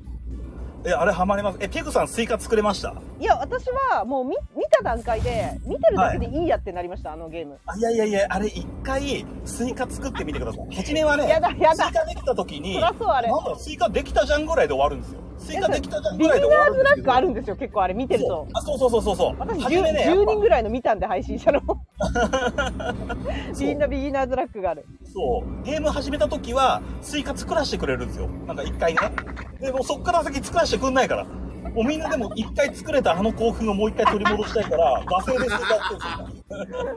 [SPEAKER 4] え、あれハマります。え、ペグさんスイカ作れました
[SPEAKER 1] いや私はもう見見た段階で見てるだけでいいやってなりました、あのゲーム
[SPEAKER 4] あいやいやいや、あれ一回スイカ作ってみてください。初めはね、
[SPEAKER 1] やだやだ
[SPEAKER 4] スイカできた時に、
[SPEAKER 1] そらそうあれ
[SPEAKER 4] なんだろうスイカできたじゃんぐらいで終わるんですよ。スイカできたじゃん
[SPEAKER 1] ビ
[SPEAKER 4] ぐ
[SPEAKER 1] ギナ
[SPEAKER 4] らいで終
[SPEAKER 1] ー
[SPEAKER 4] わるん
[SPEAKER 1] ズ
[SPEAKER 4] で
[SPEAKER 1] ラッ
[SPEAKER 4] すけど。
[SPEAKER 1] クあるんですよ結構あれ見てると
[SPEAKER 4] そうあそうそうそうそうそう。
[SPEAKER 1] 私 10,
[SPEAKER 4] 初めね、やっ
[SPEAKER 1] 10人ぐ
[SPEAKER 4] ぱ
[SPEAKER 1] らいの見たんで配信者の
[SPEAKER 4] そう
[SPEAKER 1] みんなビギナーズラックがある
[SPEAKER 4] そうゲーム始めた時はスイカ作らせてくれるんですよ。なんか一回ね。でもうそっから先作らせてくんないから。もうみんなでも一回作れたあの興奮をもう一回取り戻したい から、惰性でスイカ作ってるんですよ。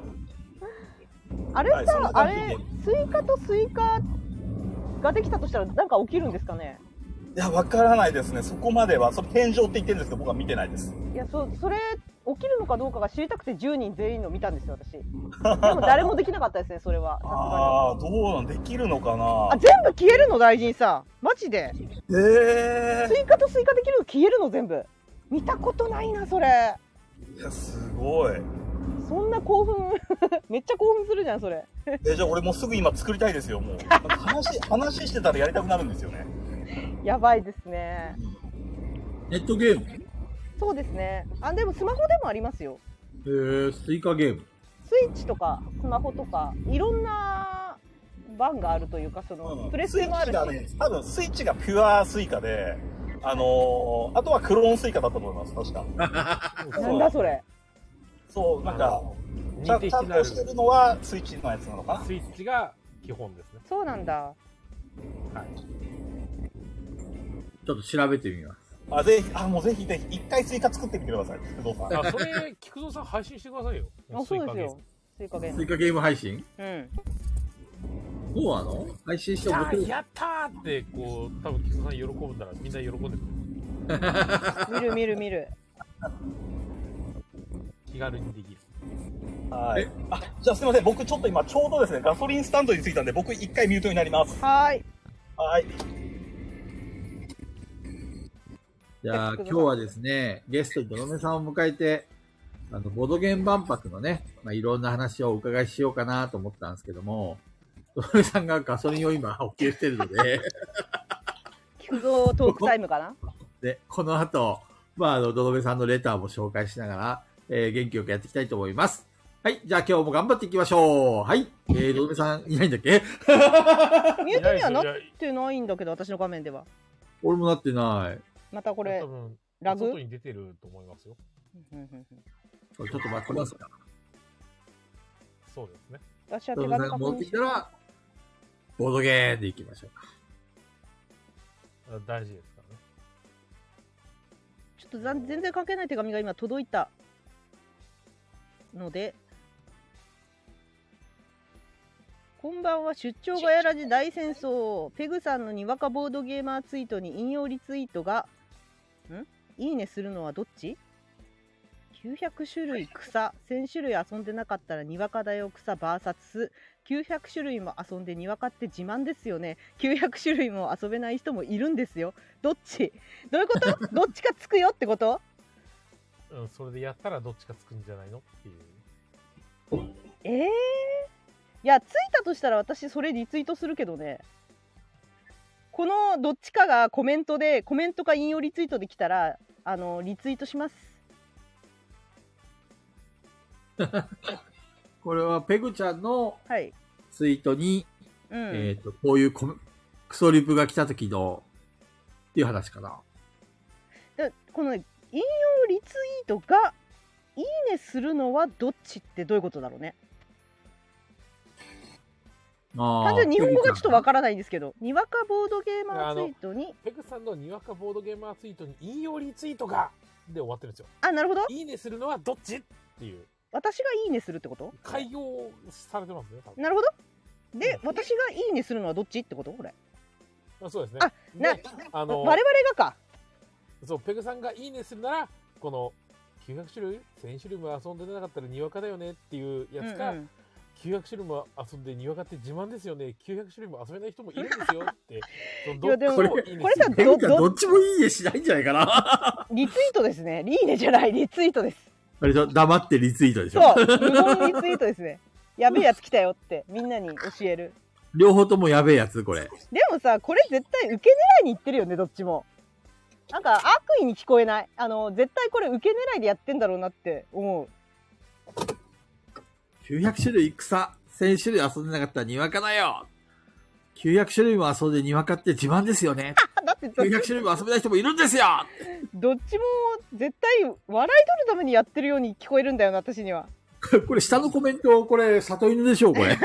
[SPEAKER 1] あれ
[SPEAKER 4] はいそん
[SPEAKER 1] さ
[SPEAKER 4] な
[SPEAKER 1] あ
[SPEAKER 4] 感じで
[SPEAKER 1] れスイカとスイカができたとしたらなんか起きるんですかね
[SPEAKER 4] いや、わからないですね。そこまでは。それ天井って言ってるんですけど、僕は見てないです。
[SPEAKER 1] いやそそれ起きるのかどうかが知りたくて10人全員の見たんですよ 私でも誰もできなかったですねそれはさすがに
[SPEAKER 4] ああ、どうなんできるのかな
[SPEAKER 1] あ全部消えるの大臣さマジで
[SPEAKER 4] え
[SPEAKER 1] スイカとスイカできるの消えるの全部見たことないなそれ
[SPEAKER 4] えすごい。
[SPEAKER 1] そんな興奮 めっちゃ興奮するじゃんそれ
[SPEAKER 4] え、じゃあ俺もうすぐ今作りたいですよ、もう。なんか話、話してたらやりたくなるんですよね。
[SPEAKER 1] やばいですね
[SPEAKER 2] ネットゲームへ
[SPEAKER 1] そうですねあでもスマホでもありますよ
[SPEAKER 2] えー、スイカゲーム。
[SPEAKER 1] スイッチとかスマホとかいろんな版があるというかその、プレステもあるし、
[SPEAKER 4] スイッチがね、多分スイッチがピュアスイカで、あのーあとはクローンスイカだったと思います、確か。
[SPEAKER 1] なんだそれ
[SPEAKER 4] そう、なんか、ちゃ
[SPEAKER 3] 認
[SPEAKER 4] んち
[SPEAKER 3] 定
[SPEAKER 4] ゃん
[SPEAKER 3] なる
[SPEAKER 4] としてるのはスイッチのやつなのか
[SPEAKER 3] スイッチが基本ですね。
[SPEAKER 1] そうなんだ
[SPEAKER 3] はい。
[SPEAKER 2] ちょっと調べてみます。
[SPEAKER 4] あ、ぜひ、あ、もうぜひぜひ、一回スイカ作ってみてください、工藤さん。
[SPEAKER 3] あそれ、菊蔵さん配信してくださいよ。
[SPEAKER 1] あそうですよ。スイカゲー
[SPEAKER 2] スイ
[SPEAKER 1] ム
[SPEAKER 2] カゲーム配信
[SPEAKER 1] うん
[SPEAKER 2] そうなの配信し
[SPEAKER 3] スイ
[SPEAKER 2] て
[SPEAKER 3] カ
[SPEAKER 2] も
[SPEAKER 3] ゲーム。いやーやったーって、こう、多分菊蔵さん喜ぶんだらみんな喜んで
[SPEAKER 1] 見
[SPEAKER 3] くれる。
[SPEAKER 1] る見る見る
[SPEAKER 3] 気軽にできる。
[SPEAKER 4] はい
[SPEAKER 2] え。
[SPEAKER 4] あ、じゃあすいません。僕ちょっと今ちょうどですね、ガソリンスタンドに着いたんで、僕一回ミュートになります。
[SPEAKER 1] はーい
[SPEAKER 4] はい。
[SPEAKER 2] じゃあ、今日はですね、ゲストにどのめさんを迎えて、あの、ボドゲン万博のね、まあ、いろんな話をお伺いしようかなと思ったんですけども、どのめさんがガソリンを今補給してるの で、
[SPEAKER 1] 菊蔵トークタイム かな
[SPEAKER 2] で、この後、まあ、あの、どのめさんのレターも紹介しながら、えー元気よくやっていきたいと思います。はい、じゃあ今日も頑張っていきましょう。はい、えー、どのめさんいないんだっけ
[SPEAKER 1] ミュートにはいな
[SPEAKER 3] や
[SPEAKER 1] っ
[SPEAKER 3] いやいや
[SPEAKER 1] てないんだけど私の画面では
[SPEAKER 2] 俺もなってない。
[SPEAKER 1] またこれ
[SPEAKER 3] 多分
[SPEAKER 1] ラグ
[SPEAKER 3] 外に出てると思いますよ。
[SPEAKER 1] うんうんうん
[SPEAKER 2] ちょっと待ってます。
[SPEAKER 3] そうですね。
[SPEAKER 1] 私は
[SPEAKER 2] ど
[SPEAKER 1] 手
[SPEAKER 2] のめさ
[SPEAKER 1] 紙
[SPEAKER 2] んが
[SPEAKER 1] 確
[SPEAKER 2] 戻っ
[SPEAKER 1] 認
[SPEAKER 2] て
[SPEAKER 1] し
[SPEAKER 2] きたら、ボドゲーでいきましょう。
[SPEAKER 3] あ大事ですからね。
[SPEAKER 1] ちょっとざん全然関係ない手紙が今届いたのでこんばんは出張がやらじ大戦争ペグさんのにわかボードゲーマーツイートに引用リツイートがんいいねするのはどっち900種類草1000種類遊んでなかったらにわかだよ草 VS900 種類も遊んでにわかって自慢ですよね900種類も遊べない人もいるんですよどっちどういうこと どっちかつくよってこと
[SPEAKER 3] うん、それでやったらどっちかつくんじゃないのっていう。
[SPEAKER 1] ええいやついたとしたら私それリツイートするけどねこのどっちかがコメントでコメントか引用リツイートできたらあのリツイートします
[SPEAKER 2] これはペグちゃんの
[SPEAKER 1] はい
[SPEAKER 2] ツイートに、
[SPEAKER 1] うん、
[SPEAKER 2] えっ、と、こういうコメクソリプが来た時の、っていう話かな。
[SPEAKER 1] だこのね引用リツイートが「いいね」するのはどっちってどういうことだろうね
[SPEAKER 2] あー
[SPEAKER 1] 単純に日本語がちょっとわ
[SPEAKER 2] ペ
[SPEAKER 1] からないんですけどにわかボードゲーマーツイートに
[SPEAKER 3] ペグさんのにわかボードゲーマーツイートに引用リツイートがで終わってるんですよ。
[SPEAKER 1] あなるほど
[SPEAKER 3] いいねするのはどっちっていう。
[SPEAKER 1] 私が「いいね」するってこと
[SPEAKER 3] 開業されてますね、多分。
[SPEAKER 1] なるほどで私が「いいね」するのはどっちってことこれ
[SPEAKER 3] あそうですね。
[SPEAKER 1] あな
[SPEAKER 3] であの
[SPEAKER 1] 我々がか
[SPEAKER 3] そう、ペグさんがいいねするなら、この900種類、1000種類も遊んでなかったらにわかだよねっていうやつか、
[SPEAKER 1] うんうん
[SPEAKER 3] 900種類も遊んでにわかって自慢ですよね、900種類も遊べない人もいるんですよ って、その
[SPEAKER 1] いやでも
[SPEAKER 3] どっち
[SPEAKER 2] こ
[SPEAKER 3] も
[SPEAKER 2] れ
[SPEAKER 3] いいね
[SPEAKER 1] これさ
[SPEAKER 3] する
[SPEAKER 1] ど
[SPEAKER 2] グちゃんどっちもいいねしないんじゃないかな。
[SPEAKER 1] リツイートですね。いいねじゃない、リツイート です。
[SPEAKER 2] あれでしょ黙ってリツイートでし
[SPEAKER 1] そ
[SPEAKER 2] ょ
[SPEAKER 1] う、無言リツイートですね。やべえやつ来たよって、みんなに教える。
[SPEAKER 2] 両方ともやべえやつ、これ。
[SPEAKER 1] でもさ、これ絶対受け狙いにいってるよね、どっちも。なんか悪意に聞こえない。あの、絶対これ受け狙いでやってんだろうなって思う。
[SPEAKER 2] 900種類草、1000種類遊んでなかったらにわかだよ。900種類も遊んでにわかって自慢ですよね。
[SPEAKER 1] あだってど
[SPEAKER 2] 900種類も遊べない人もいるんですよ。
[SPEAKER 1] どっちも絶対笑い取るためにやってるように聞こえるんだよな、私には。
[SPEAKER 2] これ下のコメント、これ里犬でしょう、こ れ。
[SPEAKER 1] い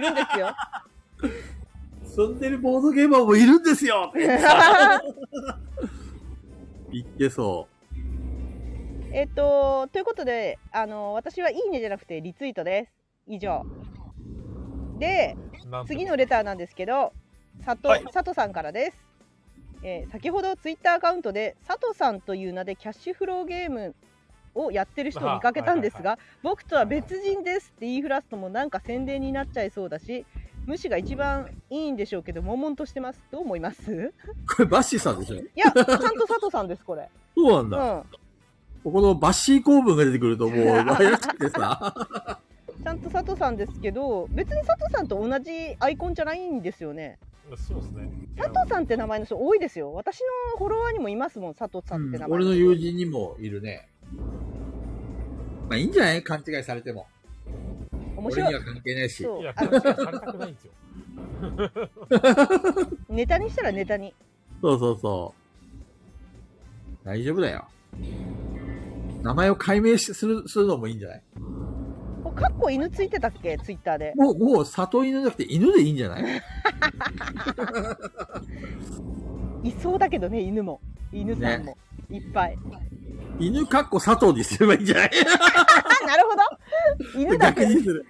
[SPEAKER 1] るんですよ。
[SPEAKER 2] 遊んでるボードゲーマーもいるんですよ。 言ってそう。
[SPEAKER 1] えっと、ということで、あの、私はいいねじゃなくてリツイートです。以上。で、
[SPEAKER 3] なんて
[SPEAKER 1] 次のレターなんですけど佐藤,、
[SPEAKER 4] はい
[SPEAKER 1] 佐藤さんからです、えー先ほどツイッターアカウントで佐藤さんという名でキャッシュフローゲームをやってる人を見かけたんですが、
[SPEAKER 3] あは
[SPEAKER 1] 僕とは別人ですって言いふらすともなんか宣伝になっちゃいそうだし無視が一番いいんでしょうけど悶々としてますどう思います
[SPEAKER 2] これバッシーさんでしょ
[SPEAKER 1] いやちゃんと佐藤さんですこれ、
[SPEAKER 2] そうなん
[SPEAKER 1] う
[SPEAKER 2] だ。
[SPEAKER 1] ん、
[SPEAKER 2] ここのバッシー構文が出てくると もう、怪しくてさ。
[SPEAKER 1] ちゃんと佐藤さんですけど別に佐藤さんと同じアイコンじゃないんですよね
[SPEAKER 3] そうですね。
[SPEAKER 1] 佐藤さんって名前の人多いですよ私のフォロワーにもいますもん佐藤さんって名前、
[SPEAKER 2] 俺の友人にもいるね。まあいいんじゃない勘違いされても。
[SPEAKER 1] 面
[SPEAKER 2] 俺
[SPEAKER 1] 白
[SPEAKER 2] に
[SPEAKER 1] い
[SPEAKER 2] は関係ないし。
[SPEAKER 1] そ
[SPEAKER 3] いうや、
[SPEAKER 1] あ
[SPEAKER 3] 勘違いされたくないんですよ。
[SPEAKER 1] ネタにしたらネタに
[SPEAKER 2] そうそうそう。大丈夫だよ。名前を解明しするするのもいいんじゃない
[SPEAKER 1] おかっこ犬ついてたっけツイッターで
[SPEAKER 2] もう、もう、里犬じゃなくて犬でいいんじゃない
[SPEAKER 1] いそうだけどね犬も犬さんも、いっぱい。
[SPEAKER 2] 犬かっこ佐藤にすればいいんじゃない
[SPEAKER 1] あ、なるほど。 犬だ
[SPEAKER 2] 逆
[SPEAKER 1] け、
[SPEAKER 2] にする。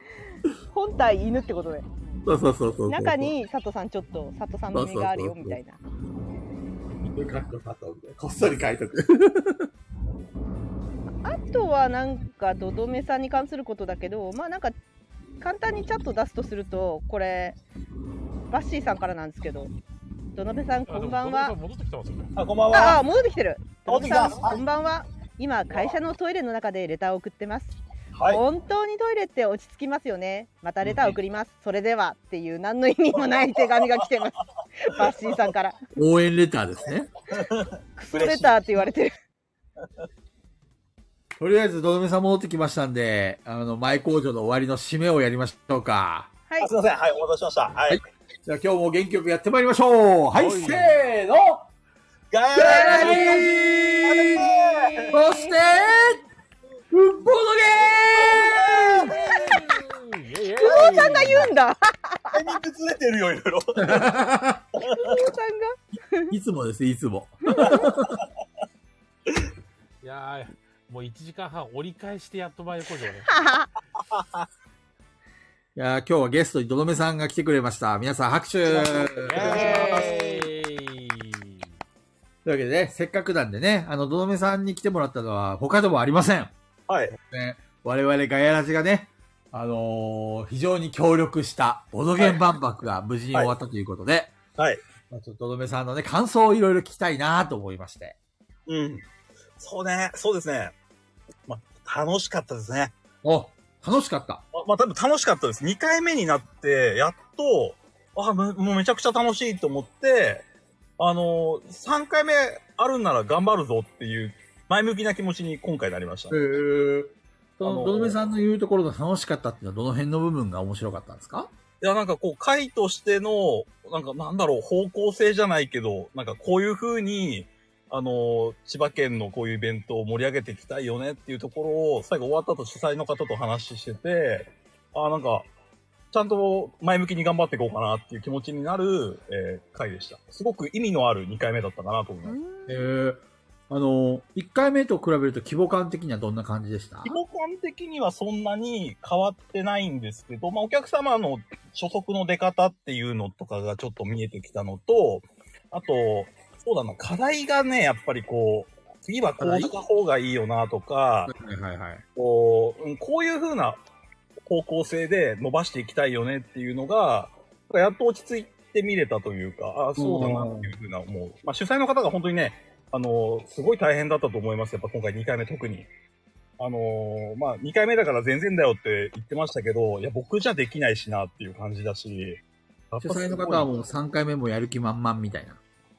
[SPEAKER 1] 本体犬ってことで。
[SPEAKER 2] そうそうそうそうそう。
[SPEAKER 1] 中に佐藤さんちょっと、佐藤さんの目があるよみたいな。
[SPEAKER 2] 犬かっこ佐藤みたいな。こっそり書いとく。
[SPEAKER 1] あとはなんかどどめさんに関することだけどまあなんか簡単にチャット出すとするとこれバッシーさんからなんですけどどどめさん こんばんは
[SPEAKER 3] 戻ってきてますよね。
[SPEAKER 4] あ、こんばん
[SPEAKER 1] ああ
[SPEAKER 4] は。
[SPEAKER 1] 戻ってきてるど
[SPEAKER 4] 戻
[SPEAKER 1] ど
[SPEAKER 4] って
[SPEAKER 1] めさ
[SPEAKER 4] きた
[SPEAKER 1] んこんばんは今会社のトイレの中でレターを送ってます、
[SPEAKER 4] はい。
[SPEAKER 1] 本当にトイレって落ち着きますよねまたレター送ります、それではっていう何の意味もない手紙が来て ますバッシーさんから
[SPEAKER 2] 応援レターですね。
[SPEAKER 1] クソレターって言われてる
[SPEAKER 2] とりあえず、どどめさん戻ってきましたんで、あの、前工場の終わりの締めをやりましょうか。
[SPEAKER 1] はい
[SPEAKER 4] あすいません。はい、お待たせしました。はい。
[SPEAKER 2] じゃあ今日も元気よくやってまいりましょうはい、
[SPEAKER 3] はい
[SPEAKER 2] せーの
[SPEAKER 4] ガー
[SPEAKER 2] ガーそして、ボードゲーム
[SPEAKER 3] 久
[SPEAKER 1] 久保さんが言うんだ
[SPEAKER 4] タイミングずれてるよ、いろいろ。
[SPEAKER 1] 久保さんが
[SPEAKER 2] いつもです、いつも。
[SPEAKER 3] いやーもう1時間半折り返してやっと前工場ね。
[SPEAKER 2] いやー今日はゲストにどどめさんが来てくれました。皆さん拍手と
[SPEAKER 3] エーイ
[SPEAKER 2] いうわけでね、せっかくなんでね、あの、どどめさんに来てもらったのは他でもありません。
[SPEAKER 4] はい。
[SPEAKER 2] ね、我々ガヤラジがね、あのー非常に協力したボドゲン万博が無事に終わったということで、
[SPEAKER 4] はい。
[SPEAKER 2] まあちょっとどどめさんのね、感想をいろいろ聞きたいなと思いまして。
[SPEAKER 4] うん。そうね。そうですね。ま、楽しかったですね。
[SPEAKER 2] お、楽しかった。
[SPEAKER 4] ま、まあ、多分楽しかったです。2回目になって、やっと、あ、むもうめちゃくちゃ楽しいと思って、あのー、3回目あるんなら頑張るぞっていう、前向きな気持ちに今回なりました。
[SPEAKER 2] そ
[SPEAKER 4] あの
[SPEAKER 2] の、
[SPEAKER 4] ー
[SPEAKER 2] どどめさんの言うところの楽しかったっていうのはどの辺の部分が面白かったんですか
[SPEAKER 4] いや、なんかこう、回としての、なんかなんだろう、方向性じゃないけど、なんかこういう風に、あの、千葉県のこういうイベントを盛り上げていきたいよねっていうところを、最後終わったと主催の方と話してて、あーなんか、ちゃんと前向きに頑張っていこうかなっていう気持ちになる、えー回でした。すごく意味のある2回目だったかなと思います。
[SPEAKER 2] えー、あのー、1回目と比べると規模感的にはどんな感じでした
[SPEAKER 4] 規模感的にはそんなに変わってないんですけど、まあ、お客様の所得の出方っていうのとかがちょっと見えてきたのと、あと、そうだな、課題がね、やっぱりこう、次はこうした方がいいよなとか、
[SPEAKER 2] はいはいはい。
[SPEAKER 4] こううんこういう風な方向性で伸ばしていきたいよねっていうのが、なんかやっと落ち着いて見れたというか、あそうだなっていう風な思う。まあ、主催の方が本当にね、あのーすごい大変だったと思います。やっぱ今回2回目特に。あのーまあ、2回目だから全然だよって言ってましたけど、いや、僕じゃできないしなっていう感じだし。やっ
[SPEAKER 2] 主
[SPEAKER 4] ぱすごい
[SPEAKER 2] 催の方はもう3回目もやる気満々みたいな。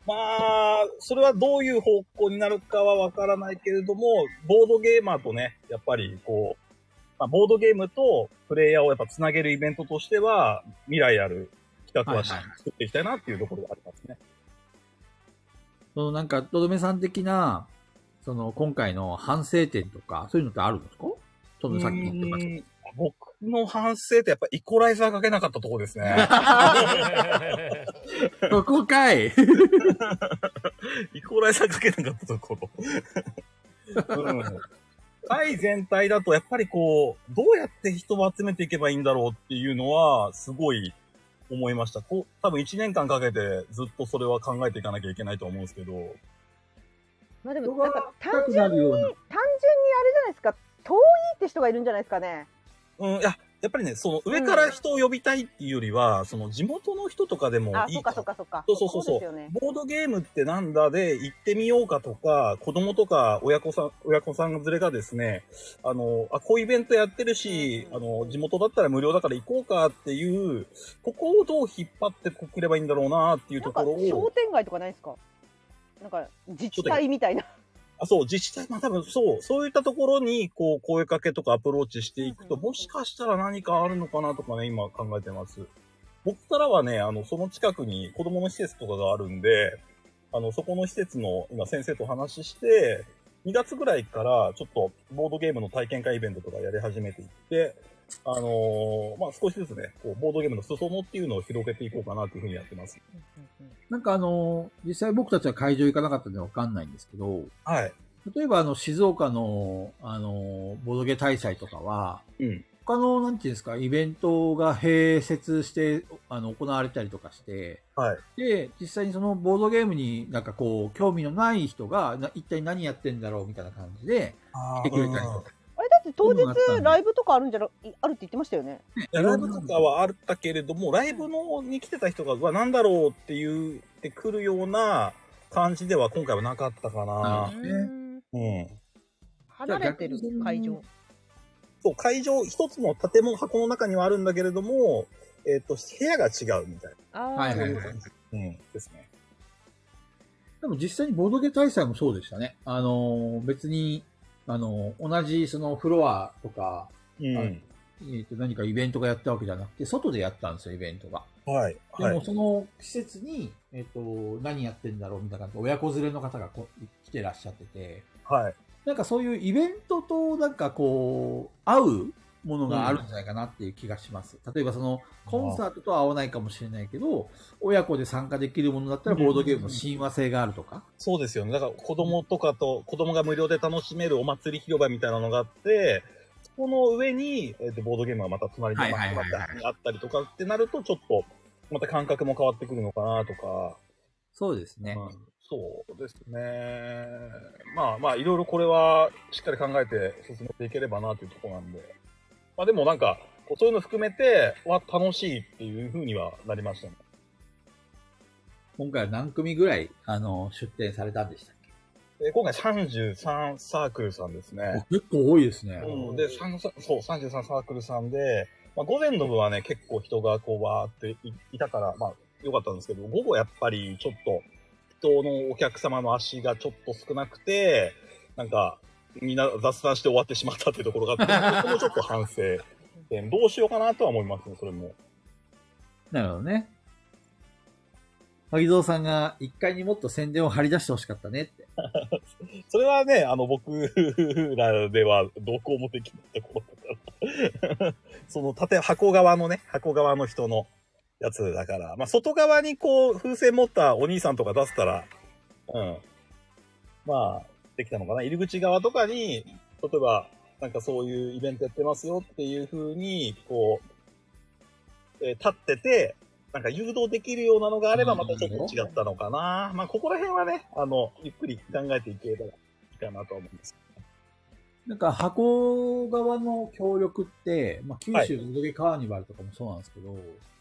[SPEAKER 4] まあ、それはどういう方向になるかはわからないけれども、ボードゲーマーとね、やっぱりこう、まあ、ボードゲームとプレイヤーをやっぱつなげるイベントとしては、未来ある企画はし
[SPEAKER 2] はいはい
[SPEAKER 4] 作っていきたいなっていうところがありますね。
[SPEAKER 2] そのなんか、とどめさん的な、その今回の反省点とか、そういうのってあるんですかそのさっき言ってました
[SPEAKER 4] うーん僕の反省ってやっぱイコライザーかけなかったところですね。
[SPEAKER 2] けど。そこかい
[SPEAKER 4] イコライザーかけなかったところ。うん。会全体だと、やっぱりこう、どうやって人を集めていけばいいんだろうっていうのは、すごい思いました。こう、多分1年間かけてずっとそれは考えていかなきゃいけないと思うんですけど。
[SPEAKER 1] まあでもなんか単純に
[SPEAKER 2] なるような。
[SPEAKER 1] 単純にあれじゃないですか遠いって人がいるんじゃないですかね
[SPEAKER 4] うん、いや、やっぱりね、その上から人を呼びたいっていうよりは、その地元の人とかでも
[SPEAKER 1] あ
[SPEAKER 4] い
[SPEAKER 1] そ
[SPEAKER 4] いう
[SPEAKER 1] かそうかそうか
[SPEAKER 4] そうそうそうそう
[SPEAKER 1] ですよね
[SPEAKER 4] ボードゲームってなんだで行ってみようかとか、子供とか親子さん、親子さん連れがですね、あの、あ、こういうイベントやってるし、あの、地元だったら無料だから行こうかっていう、ここをどう引っ張ってくればいいんだろうなっていう
[SPEAKER 1] な
[SPEAKER 4] と
[SPEAKER 1] んか
[SPEAKER 4] ころ
[SPEAKER 1] 商
[SPEAKER 4] を、
[SPEAKER 1] 店街とかないですかなんか自治体みたいな
[SPEAKER 4] あ、そう、自治体、まあ多分そう、そういったところに、こう、声かけとかアプローチしていくと、
[SPEAKER 1] うん
[SPEAKER 4] もしかしたら何かあるのかなとかね、今考えてます。僕からはね、あの、その近くに子供の施設とかがあるんで、あの、そこの施設の今先生と話して、 2月ぐらいから、ちょっとボードゲームの体験会イベントとかやり始めていって、あのーまあ、少しずつね、こう、ボードゲームの裾野っていうのを広げていこうかなっていうふうにやってます。
[SPEAKER 2] なんかあの、実際僕たちは会場行かなかったんでわかんないんですけど、
[SPEAKER 4] はい。
[SPEAKER 2] 例えばあの、静岡の、あの、ボドゲ大祭とかは、
[SPEAKER 4] うん。
[SPEAKER 2] 他の、なんていうんですか、イベントが併設して、あの、行われたりとかして、
[SPEAKER 4] はい。
[SPEAKER 2] で、実際にそのボードゲームになんかこう、興味のない人が、な一体何やってんだろうみたいな感じで、
[SPEAKER 4] あ
[SPEAKER 2] 来てくれたりとか。
[SPEAKER 1] あれだって当
[SPEAKER 2] そういうのがあったん
[SPEAKER 1] 日
[SPEAKER 2] で
[SPEAKER 1] ライブとかあるんじゃろいあるって言ってましたよね。
[SPEAKER 4] ライブとかはあったけれども、ライブのに来てた人が、うわ、なんだろうって言ってくるような感じでは今回はなかったか
[SPEAKER 2] な
[SPEAKER 4] な。
[SPEAKER 2] る
[SPEAKER 1] うん
[SPEAKER 4] うん。
[SPEAKER 1] 離れてる
[SPEAKER 2] じゃあ逆
[SPEAKER 1] 会
[SPEAKER 2] に
[SPEAKER 1] 場。
[SPEAKER 4] そう、会場、一つの建物、箱の中にはあるんだけれども、えっ、と、部屋が違うみたい
[SPEAKER 1] あ
[SPEAKER 2] はい
[SPEAKER 1] ー
[SPEAKER 2] は
[SPEAKER 4] な。
[SPEAKER 2] いはい。
[SPEAKER 4] うん。ですね。
[SPEAKER 2] でも実際にボードゲ大祭もそうでしたね。あの、別に、あの、同じそのフロアとか、
[SPEAKER 4] うん。
[SPEAKER 2] えーと何かイベントがやったわけじゃなくて、外でやったんですよ、イベントが。
[SPEAKER 4] はい。
[SPEAKER 2] で
[SPEAKER 4] は
[SPEAKER 2] も
[SPEAKER 4] い。
[SPEAKER 2] その施設に、えっ、と、何やってんだろうみたいな感じで、親子連れの方がこ来てらっしゃってて、
[SPEAKER 4] はい。
[SPEAKER 2] なんかそういうイベントとなんかこう、合うものがあるんじゃないかなっていう気がします。例えばその、コンサートとは合わないかもしれないけど、親子で参加できるものだったらボードゲームの親和性があるとか。
[SPEAKER 4] そうですよね。だから子供とかと、子供が無料で楽しめるお祭り広場みたいなのがあって、そこの上に、えっ、と、ボードゲームがまた隣に
[SPEAKER 2] はい
[SPEAKER 4] ま
[SPEAKER 2] はいはいはい
[SPEAKER 4] あったりとかってなると、ちょっと、また感覚も変わってくるのかなとか。
[SPEAKER 2] そうですね。
[SPEAKER 4] うんそうですね。まあまあ、いろいろこれはしっかり考えて進めていければなというところなんで。まあでもなんか、こうそういうの含めて、は楽しいっていうふうにはなりましたね。
[SPEAKER 2] 今回は何組ぐらい、あの、出展されたんでしたっ
[SPEAKER 4] で今回33サークルさんです
[SPEAKER 2] け
[SPEAKER 4] ね。
[SPEAKER 2] 結構多いですね
[SPEAKER 4] うん、で、三そう、33サークルさんで、まあ午前の部はね、結構人がこう、わーっていいたから、まあ、良かったんですけど、午後やっぱりちょっと、人のお客様の足がちょっと少なくて、なんか、みんな雑談して終わってしまったっていうところがあって、 そこもちょっと反省点。どうしようかなとは思いますね、それも。
[SPEAKER 2] なるほどね。萩蔵さんが一回にもっと宣伝を張り出してほしかったねって。
[SPEAKER 4] それはね、あの、僕らではどうこうもできないところだから。 その縦、箱側のね、箱側の人のやつだから、まあ、外側にこう、風船持ったお兄さんとか出せたら、うん。まあ、できたのかな。入り口側とかに、例えば、なんかそういうイベントやってますよっていう風に、こう、えー立ってて、なんか誘導できるようなのがあれば、またちょっと違ったのかな。まあ、ここら辺はね、あの、ゆっくり考えていければいいかなとは思うんです。
[SPEAKER 2] なんか箱側の協力って、まあ、九
[SPEAKER 4] はい
[SPEAKER 2] 州のゲカーニバルとかもそうなんですけど、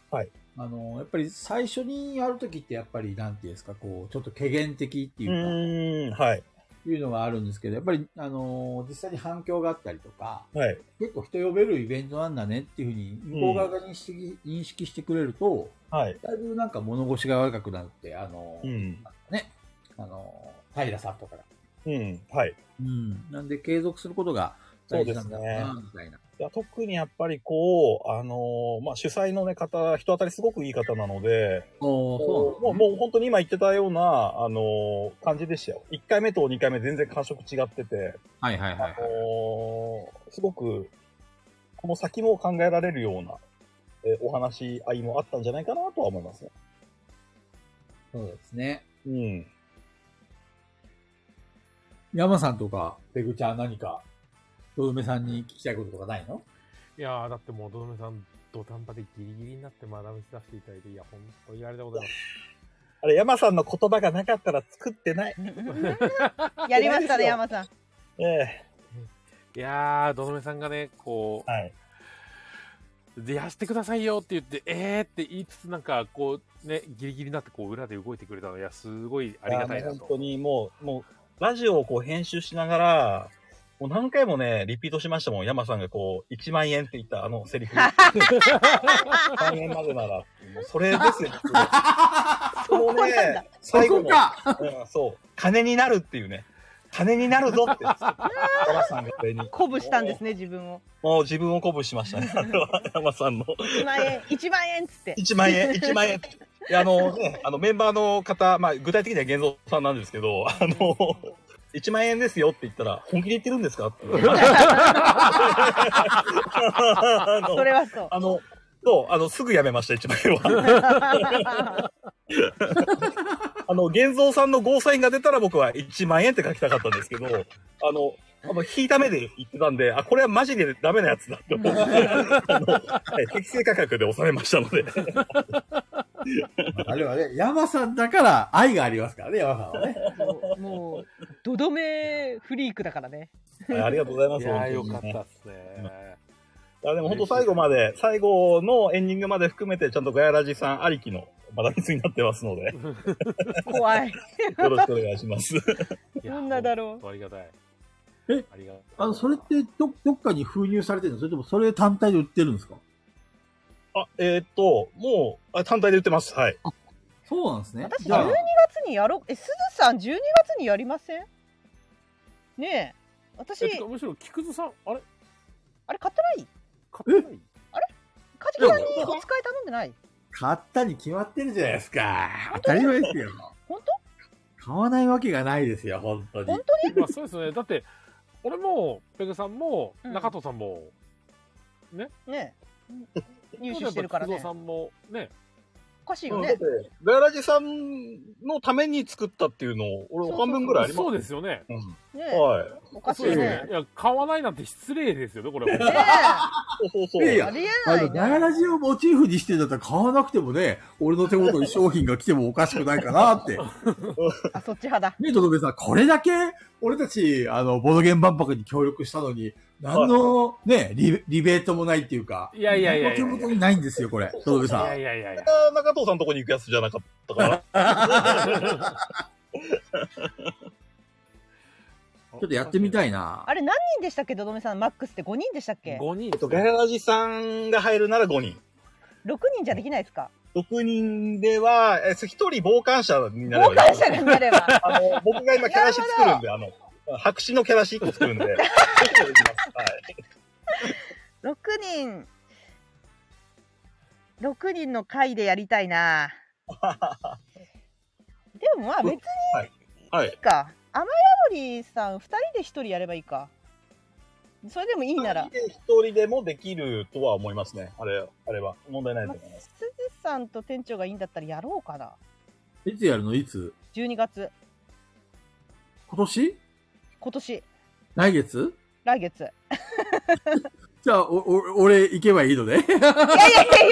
[SPEAKER 4] はい。
[SPEAKER 2] あの、やっぱり最初にやるときってやっぱりなんていうんですか、こう、ちょっと軽減的っていう
[SPEAKER 4] う
[SPEAKER 2] か、
[SPEAKER 4] ーん、はい。
[SPEAKER 2] いうのがあるんですけど、やっぱり、あの、実際に反響があったりとか、
[SPEAKER 4] はい。
[SPEAKER 2] 結構人呼べるイベントなんだねっていうふうに、向こう側が認識,、認識してくれると、
[SPEAKER 4] はい。
[SPEAKER 2] だいぶなんか物腰が若くなって、あの、
[SPEAKER 4] うん。
[SPEAKER 2] ね、あの、平さんとかだ。
[SPEAKER 4] うん、はい。
[SPEAKER 2] うん。なんで継続することが大事なんだろうな
[SPEAKER 4] そ、
[SPEAKER 2] みたいな。
[SPEAKER 4] いや特にやっぱりこう、あのーまあ、主催のね、方、人当たりすごくいい方なので、
[SPEAKER 2] おー
[SPEAKER 4] も
[SPEAKER 2] そううなん
[SPEAKER 4] もう本当に今言ってたような、あのー感じでしたよ。1回目と2回目全然感触違ってて、
[SPEAKER 2] はいはいはい
[SPEAKER 4] あ
[SPEAKER 2] はい。
[SPEAKER 4] のーすごく、この先も考えられるような、えーお話し合いもあったんじゃないかなとは思いますね。
[SPEAKER 2] そうですね。
[SPEAKER 4] うん。
[SPEAKER 2] 山さんとか、ペグちゃん何か、ドルメさんに聞きたいこととかないの
[SPEAKER 3] いやー、だってもう、どどめさん、土壇場でギリギリになって、まだ見せ出していただいて、いや、本当にありがとうございます。
[SPEAKER 4] あれ、山さんの言葉がなかったら作ってない。
[SPEAKER 1] やりましたね
[SPEAKER 4] やり
[SPEAKER 1] 山さん。
[SPEAKER 4] ええ
[SPEAKER 3] いやー、どどめさんがね、こ
[SPEAKER 4] はい。
[SPEAKER 3] う、でやしてくださいよって言って、えーって言いつつ、なんか、こう、ね、ギリギリになって、こう、裏で動いてくれたの、いや、すごいありがたい
[SPEAKER 4] や
[SPEAKER 3] な
[SPEAKER 4] もう本当
[SPEAKER 3] と。
[SPEAKER 4] にもう、もう、ラジオをこう編集しながら、もう何回もね、リピートしましたもん。山さんがこう、1万円って言ったあのセリフ。1万円までなら、もうそれですよ。その
[SPEAKER 1] こなんだ
[SPEAKER 4] ね、最後
[SPEAKER 2] そ
[SPEAKER 4] の
[SPEAKER 2] こ、か
[SPEAKER 4] うんそう、金になるっていうね。金になるぞって。山さんがこれに。
[SPEAKER 1] 鼓舞したんですね自分を。
[SPEAKER 4] もう自分を鼓舞しましたね。あれは山さんの。
[SPEAKER 1] 1万 円1万円っつって。
[SPEAKER 4] 1万円、1万円。 いや、あのね、あのメンバーの方、まあ、具体的には現像さんなんですけど、あの、 1万円ですよって言ったら、本気で言ってるんですか って。あの
[SPEAKER 1] それはそう。
[SPEAKER 4] あの、そう、あの、すぐやめました、一枚 は。あの、現像さんのゴーサインが出たら僕は1万円って書きたかったんですけど、あの、あの引いた目で言ってたんで、あ、これはマジでダメなやつだって思っ て、あの、はい適正価格で収めましたので。
[SPEAKER 5] あれはね、山さんだから愛がありますからね、山さんはね。
[SPEAKER 6] もう、もう、どどめフリークだからね。
[SPEAKER 4] はいありがとうございま
[SPEAKER 3] い
[SPEAKER 4] す。
[SPEAKER 3] やー、
[SPEAKER 4] 本
[SPEAKER 3] よ
[SPEAKER 4] 当に
[SPEAKER 3] か
[SPEAKER 4] ね
[SPEAKER 3] ったっすね。
[SPEAKER 4] あでも本当最後まで、最後のエンディングまで含めて、ちゃんとガヤラジさんありきのバランスになってますので、
[SPEAKER 1] 怖い。
[SPEAKER 4] よろしくお願いします。
[SPEAKER 3] いや
[SPEAKER 1] どんなだろう
[SPEAKER 3] 本当ありがたい。
[SPEAKER 5] え
[SPEAKER 3] ありがたい
[SPEAKER 5] あの、それってど、どっかに封入されてるのそれともそれ単体で売ってるんですか
[SPEAKER 4] あ、えーっと、もう、あ単体で売ってます。はい。
[SPEAKER 5] そうなんですね。
[SPEAKER 1] 私
[SPEAKER 5] じゃあ
[SPEAKER 1] 12月にやろう。え、すずさん12月にやりませんねえ。私
[SPEAKER 3] え、てかむしろ、菊津さん、あれ
[SPEAKER 1] あれ買ってない
[SPEAKER 3] 買ってない
[SPEAKER 1] カジキさんにお使い頼んでない
[SPEAKER 5] 買ったに決まってるじゃないですか。当たり前ですよ。
[SPEAKER 1] 本
[SPEAKER 5] 買わないわけがないですよ、本当に。
[SPEAKER 1] 本
[SPEAKER 3] まあそうですね。だって、俺も、ペグさんも、
[SPEAKER 1] うん
[SPEAKER 3] 中戸さんも、
[SPEAKER 1] 当ねえ。入手
[SPEAKER 3] やっ
[SPEAKER 1] してるか
[SPEAKER 3] ぱ
[SPEAKER 1] ら
[SPEAKER 3] 菊
[SPEAKER 1] ね
[SPEAKER 3] 蔵。さんも、ね、
[SPEAKER 1] おかしい
[SPEAKER 4] だ
[SPEAKER 1] よ
[SPEAKER 4] って
[SPEAKER 1] ね。、
[SPEAKER 4] ガヤラジさんのために作ったっていうのを、
[SPEAKER 1] そう
[SPEAKER 4] 俺
[SPEAKER 1] そう
[SPEAKER 4] 半分ぐらいあります。
[SPEAKER 3] そうですよね。
[SPEAKER 1] ね
[SPEAKER 4] うん
[SPEAKER 1] え。
[SPEAKER 4] はい。
[SPEAKER 1] おかしい
[SPEAKER 3] そう
[SPEAKER 1] よ
[SPEAKER 3] です
[SPEAKER 1] ね
[SPEAKER 3] よね。。いや、買わないなんて失礼ですよね、これ
[SPEAKER 1] ねえ。
[SPEAKER 3] は。
[SPEAKER 4] そうそうそう。
[SPEAKER 5] いやいや
[SPEAKER 1] ありえ
[SPEAKER 5] あ
[SPEAKER 1] ない
[SPEAKER 5] の、
[SPEAKER 1] ね。
[SPEAKER 5] ガヤラジをモチーフにしてんだったら買わなくてもね、俺の手元に商品が来てもおかしくないかな って。
[SPEAKER 1] あ、そっち派だ。
[SPEAKER 5] ねえ、とどめさん、これだけ俺たち、あの、ボードゲーム万博に協力したのに、何の、ね、リリベートもないっていうか、
[SPEAKER 3] いやいやいやいや
[SPEAKER 5] 何の手元にないんですよ、これ。とどめ
[SPEAKER 3] い
[SPEAKER 5] さ
[SPEAKER 3] や
[SPEAKER 5] ん。
[SPEAKER 3] いやいやいや。
[SPEAKER 4] 中藤さんのとこに行くやつじゃなかったから。
[SPEAKER 3] ちょ
[SPEAKER 5] ちょっとやってみた
[SPEAKER 3] い。
[SPEAKER 5] いな
[SPEAKER 1] あ。れ何人でしたっけどどめさん、マックスって5人でしたっけ
[SPEAKER 3] 5人
[SPEAKER 4] えっと、ガヤラジさんが入るなら5人。
[SPEAKER 1] ?6 人じゃできないですか
[SPEAKER 4] 6人では、え1人傍観者になれば
[SPEAKER 1] 傍観者になれば。
[SPEAKER 4] あの、僕が今キャラシ作るんで、あの、白紙のキャラシ1個作るん で、そういうことできます。はい。
[SPEAKER 1] 6人6人の会でやりたいな でもまあ別に
[SPEAKER 4] はい
[SPEAKER 1] いい。か雨宿りさん2人で1人やればいいかそれでもいいなら
[SPEAKER 4] 一人でもできるとは思いますね。あれ、あれは。問題ないと思います。
[SPEAKER 1] すずさんと店長がいいんだったらやろうかない
[SPEAKER 5] つやるのいつ
[SPEAKER 1] 12月
[SPEAKER 5] 今年
[SPEAKER 1] 今年
[SPEAKER 5] 来月
[SPEAKER 1] 来月い
[SPEAKER 5] じゃあ、お、お、俺行けばいいの ね。
[SPEAKER 1] やいやいやい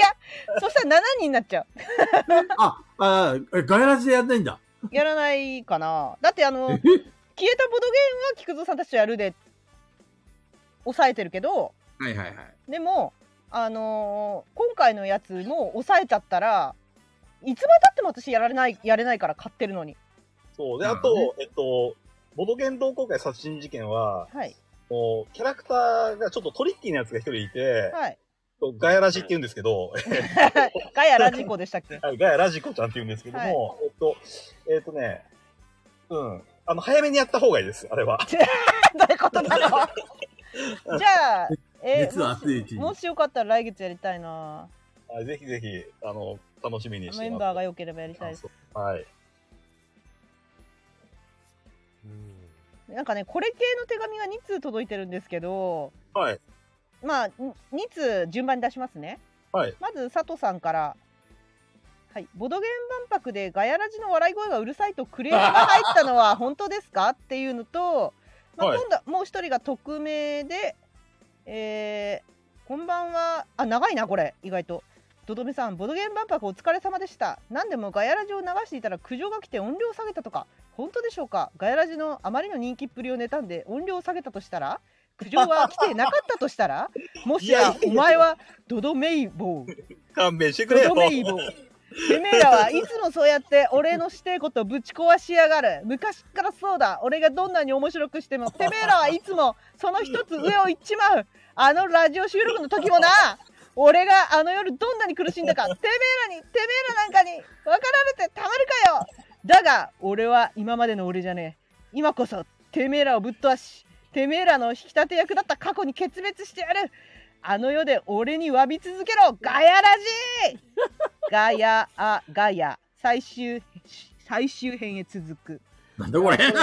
[SPEAKER 1] やそしたら7人になっちゃ
[SPEAKER 5] あ、あ、ガヤラジでやんないんだ。
[SPEAKER 1] うやらないかなだってあの
[SPEAKER 5] え
[SPEAKER 1] 消えたボドゲームは菊蔵さんたちとやるで抑えてるけど
[SPEAKER 5] はいはいはい。
[SPEAKER 1] でも、あのー今回のやつも抑えちゃったらいつまでたっても私やられないやれないから買ってるのに
[SPEAKER 4] そう。で、あ
[SPEAKER 5] なるほ
[SPEAKER 4] と、えっと、ボドゲン同好会殺人事件は、
[SPEAKER 1] はい
[SPEAKER 4] もう、キャラクターがちょっとトリッキーなやつが一人いて、
[SPEAKER 1] はい
[SPEAKER 4] ガヤラジって言うんですけど、
[SPEAKER 1] ガヤラジコでしたっ け
[SPEAKER 4] はいガヤラジコちゃんって言うんですけども、えっと、えっとね、うん。あの、早めにやった方がいいです、あれは。
[SPEAKER 1] どういうことだろう じゃあ、え
[SPEAKER 5] 熱は熱いうち
[SPEAKER 1] ー、
[SPEAKER 5] に
[SPEAKER 1] もしよかったら来月やりたいな
[SPEAKER 4] はいぜひぜひ、あの、楽しみにしてます。
[SPEAKER 1] メンバーが良ければやりたいです
[SPEAKER 4] はい。
[SPEAKER 3] うん
[SPEAKER 1] なんかねこれ系の手紙が2通届いてるんですけど
[SPEAKER 4] はい。
[SPEAKER 1] まあ2通順番に出しますね
[SPEAKER 4] はい。
[SPEAKER 1] まず佐藤さんから、はい、ボドゲン万博でガヤラジの笑い声がうるさいとクレームが入ったのは本当ですかっていうのと、まあ、
[SPEAKER 4] はい
[SPEAKER 1] 今度はもう一人が匿名で、えーこんばんはあ長いなこれ意外と。ドドメさんボドゲン万博お疲れ様でした何でもガヤラジを流していたら苦情が来て音量を下げたとか本当でしょうかガヤラジのあまりの人気っぷりを妬んで音量を下げたとしたら苦情は来てなかったとしたらもしやお前はドドメイボー
[SPEAKER 4] 勘弁してく
[SPEAKER 1] と
[SPEAKER 4] れよ
[SPEAKER 1] ど。めいぼ。てめえらはいつもそうやって俺のしてえことぶち壊しやがる昔からそうだ俺がどんなに面白くしてもてめえらはいつもその一つ上を行っちまうあのラジオ収録の時もな俺があの夜どんなに苦しんだかてめえらにてめえらなんかに分かられてたまるかよだが俺は今までの俺じゃねえ今こそてめえらをぶっ飛ばしてめえらの引き立て役だった過去に決別してやるあの世で俺に詫び続けろガヤラジーガヤあガヤ最終最終編へ続く
[SPEAKER 5] なんだこれ。
[SPEAKER 1] これライ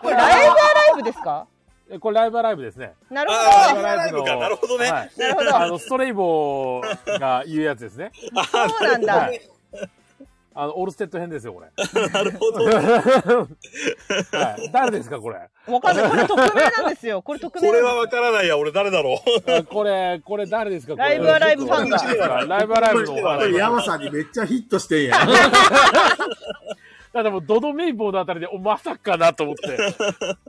[SPEAKER 1] ブアライブですか
[SPEAKER 3] えこれライブアライブですね。
[SPEAKER 1] なるほ
[SPEAKER 4] あ
[SPEAKER 1] ど
[SPEAKER 4] ー、ライブか。なるほどね。
[SPEAKER 3] はい
[SPEAKER 1] なるほど
[SPEAKER 3] あの、ストレイボーが言うやつですね。
[SPEAKER 1] そうなんだ
[SPEAKER 3] は。い。あの、オールステッド編ですよ、これ。
[SPEAKER 4] なる ほど。
[SPEAKER 3] はい、誰ですか、これ。
[SPEAKER 1] わかんない。これ匿名なんですよ。これ匿
[SPEAKER 4] こ
[SPEAKER 1] 名
[SPEAKER 4] れ
[SPEAKER 1] な
[SPEAKER 4] は
[SPEAKER 1] んで
[SPEAKER 4] わからないや、俺誰だろう。
[SPEAKER 3] あこれ、これ誰ですか、これ
[SPEAKER 1] ライブアライブファン
[SPEAKER 4] だ
[SPEAKER 3] ライブアライブの
[SPEAKER 5] こ
[SPEAKER 3] お
[SPEAKER 5] れ
[SPEAKER 3] 話。
[SPEAKER 5] 山さんにめっちゃヒットしてん やん。
[SPEAKER 3] だってもう、ドドメイボーのあたりで、お、まさかなと思って。
[SPEAKER 1] す。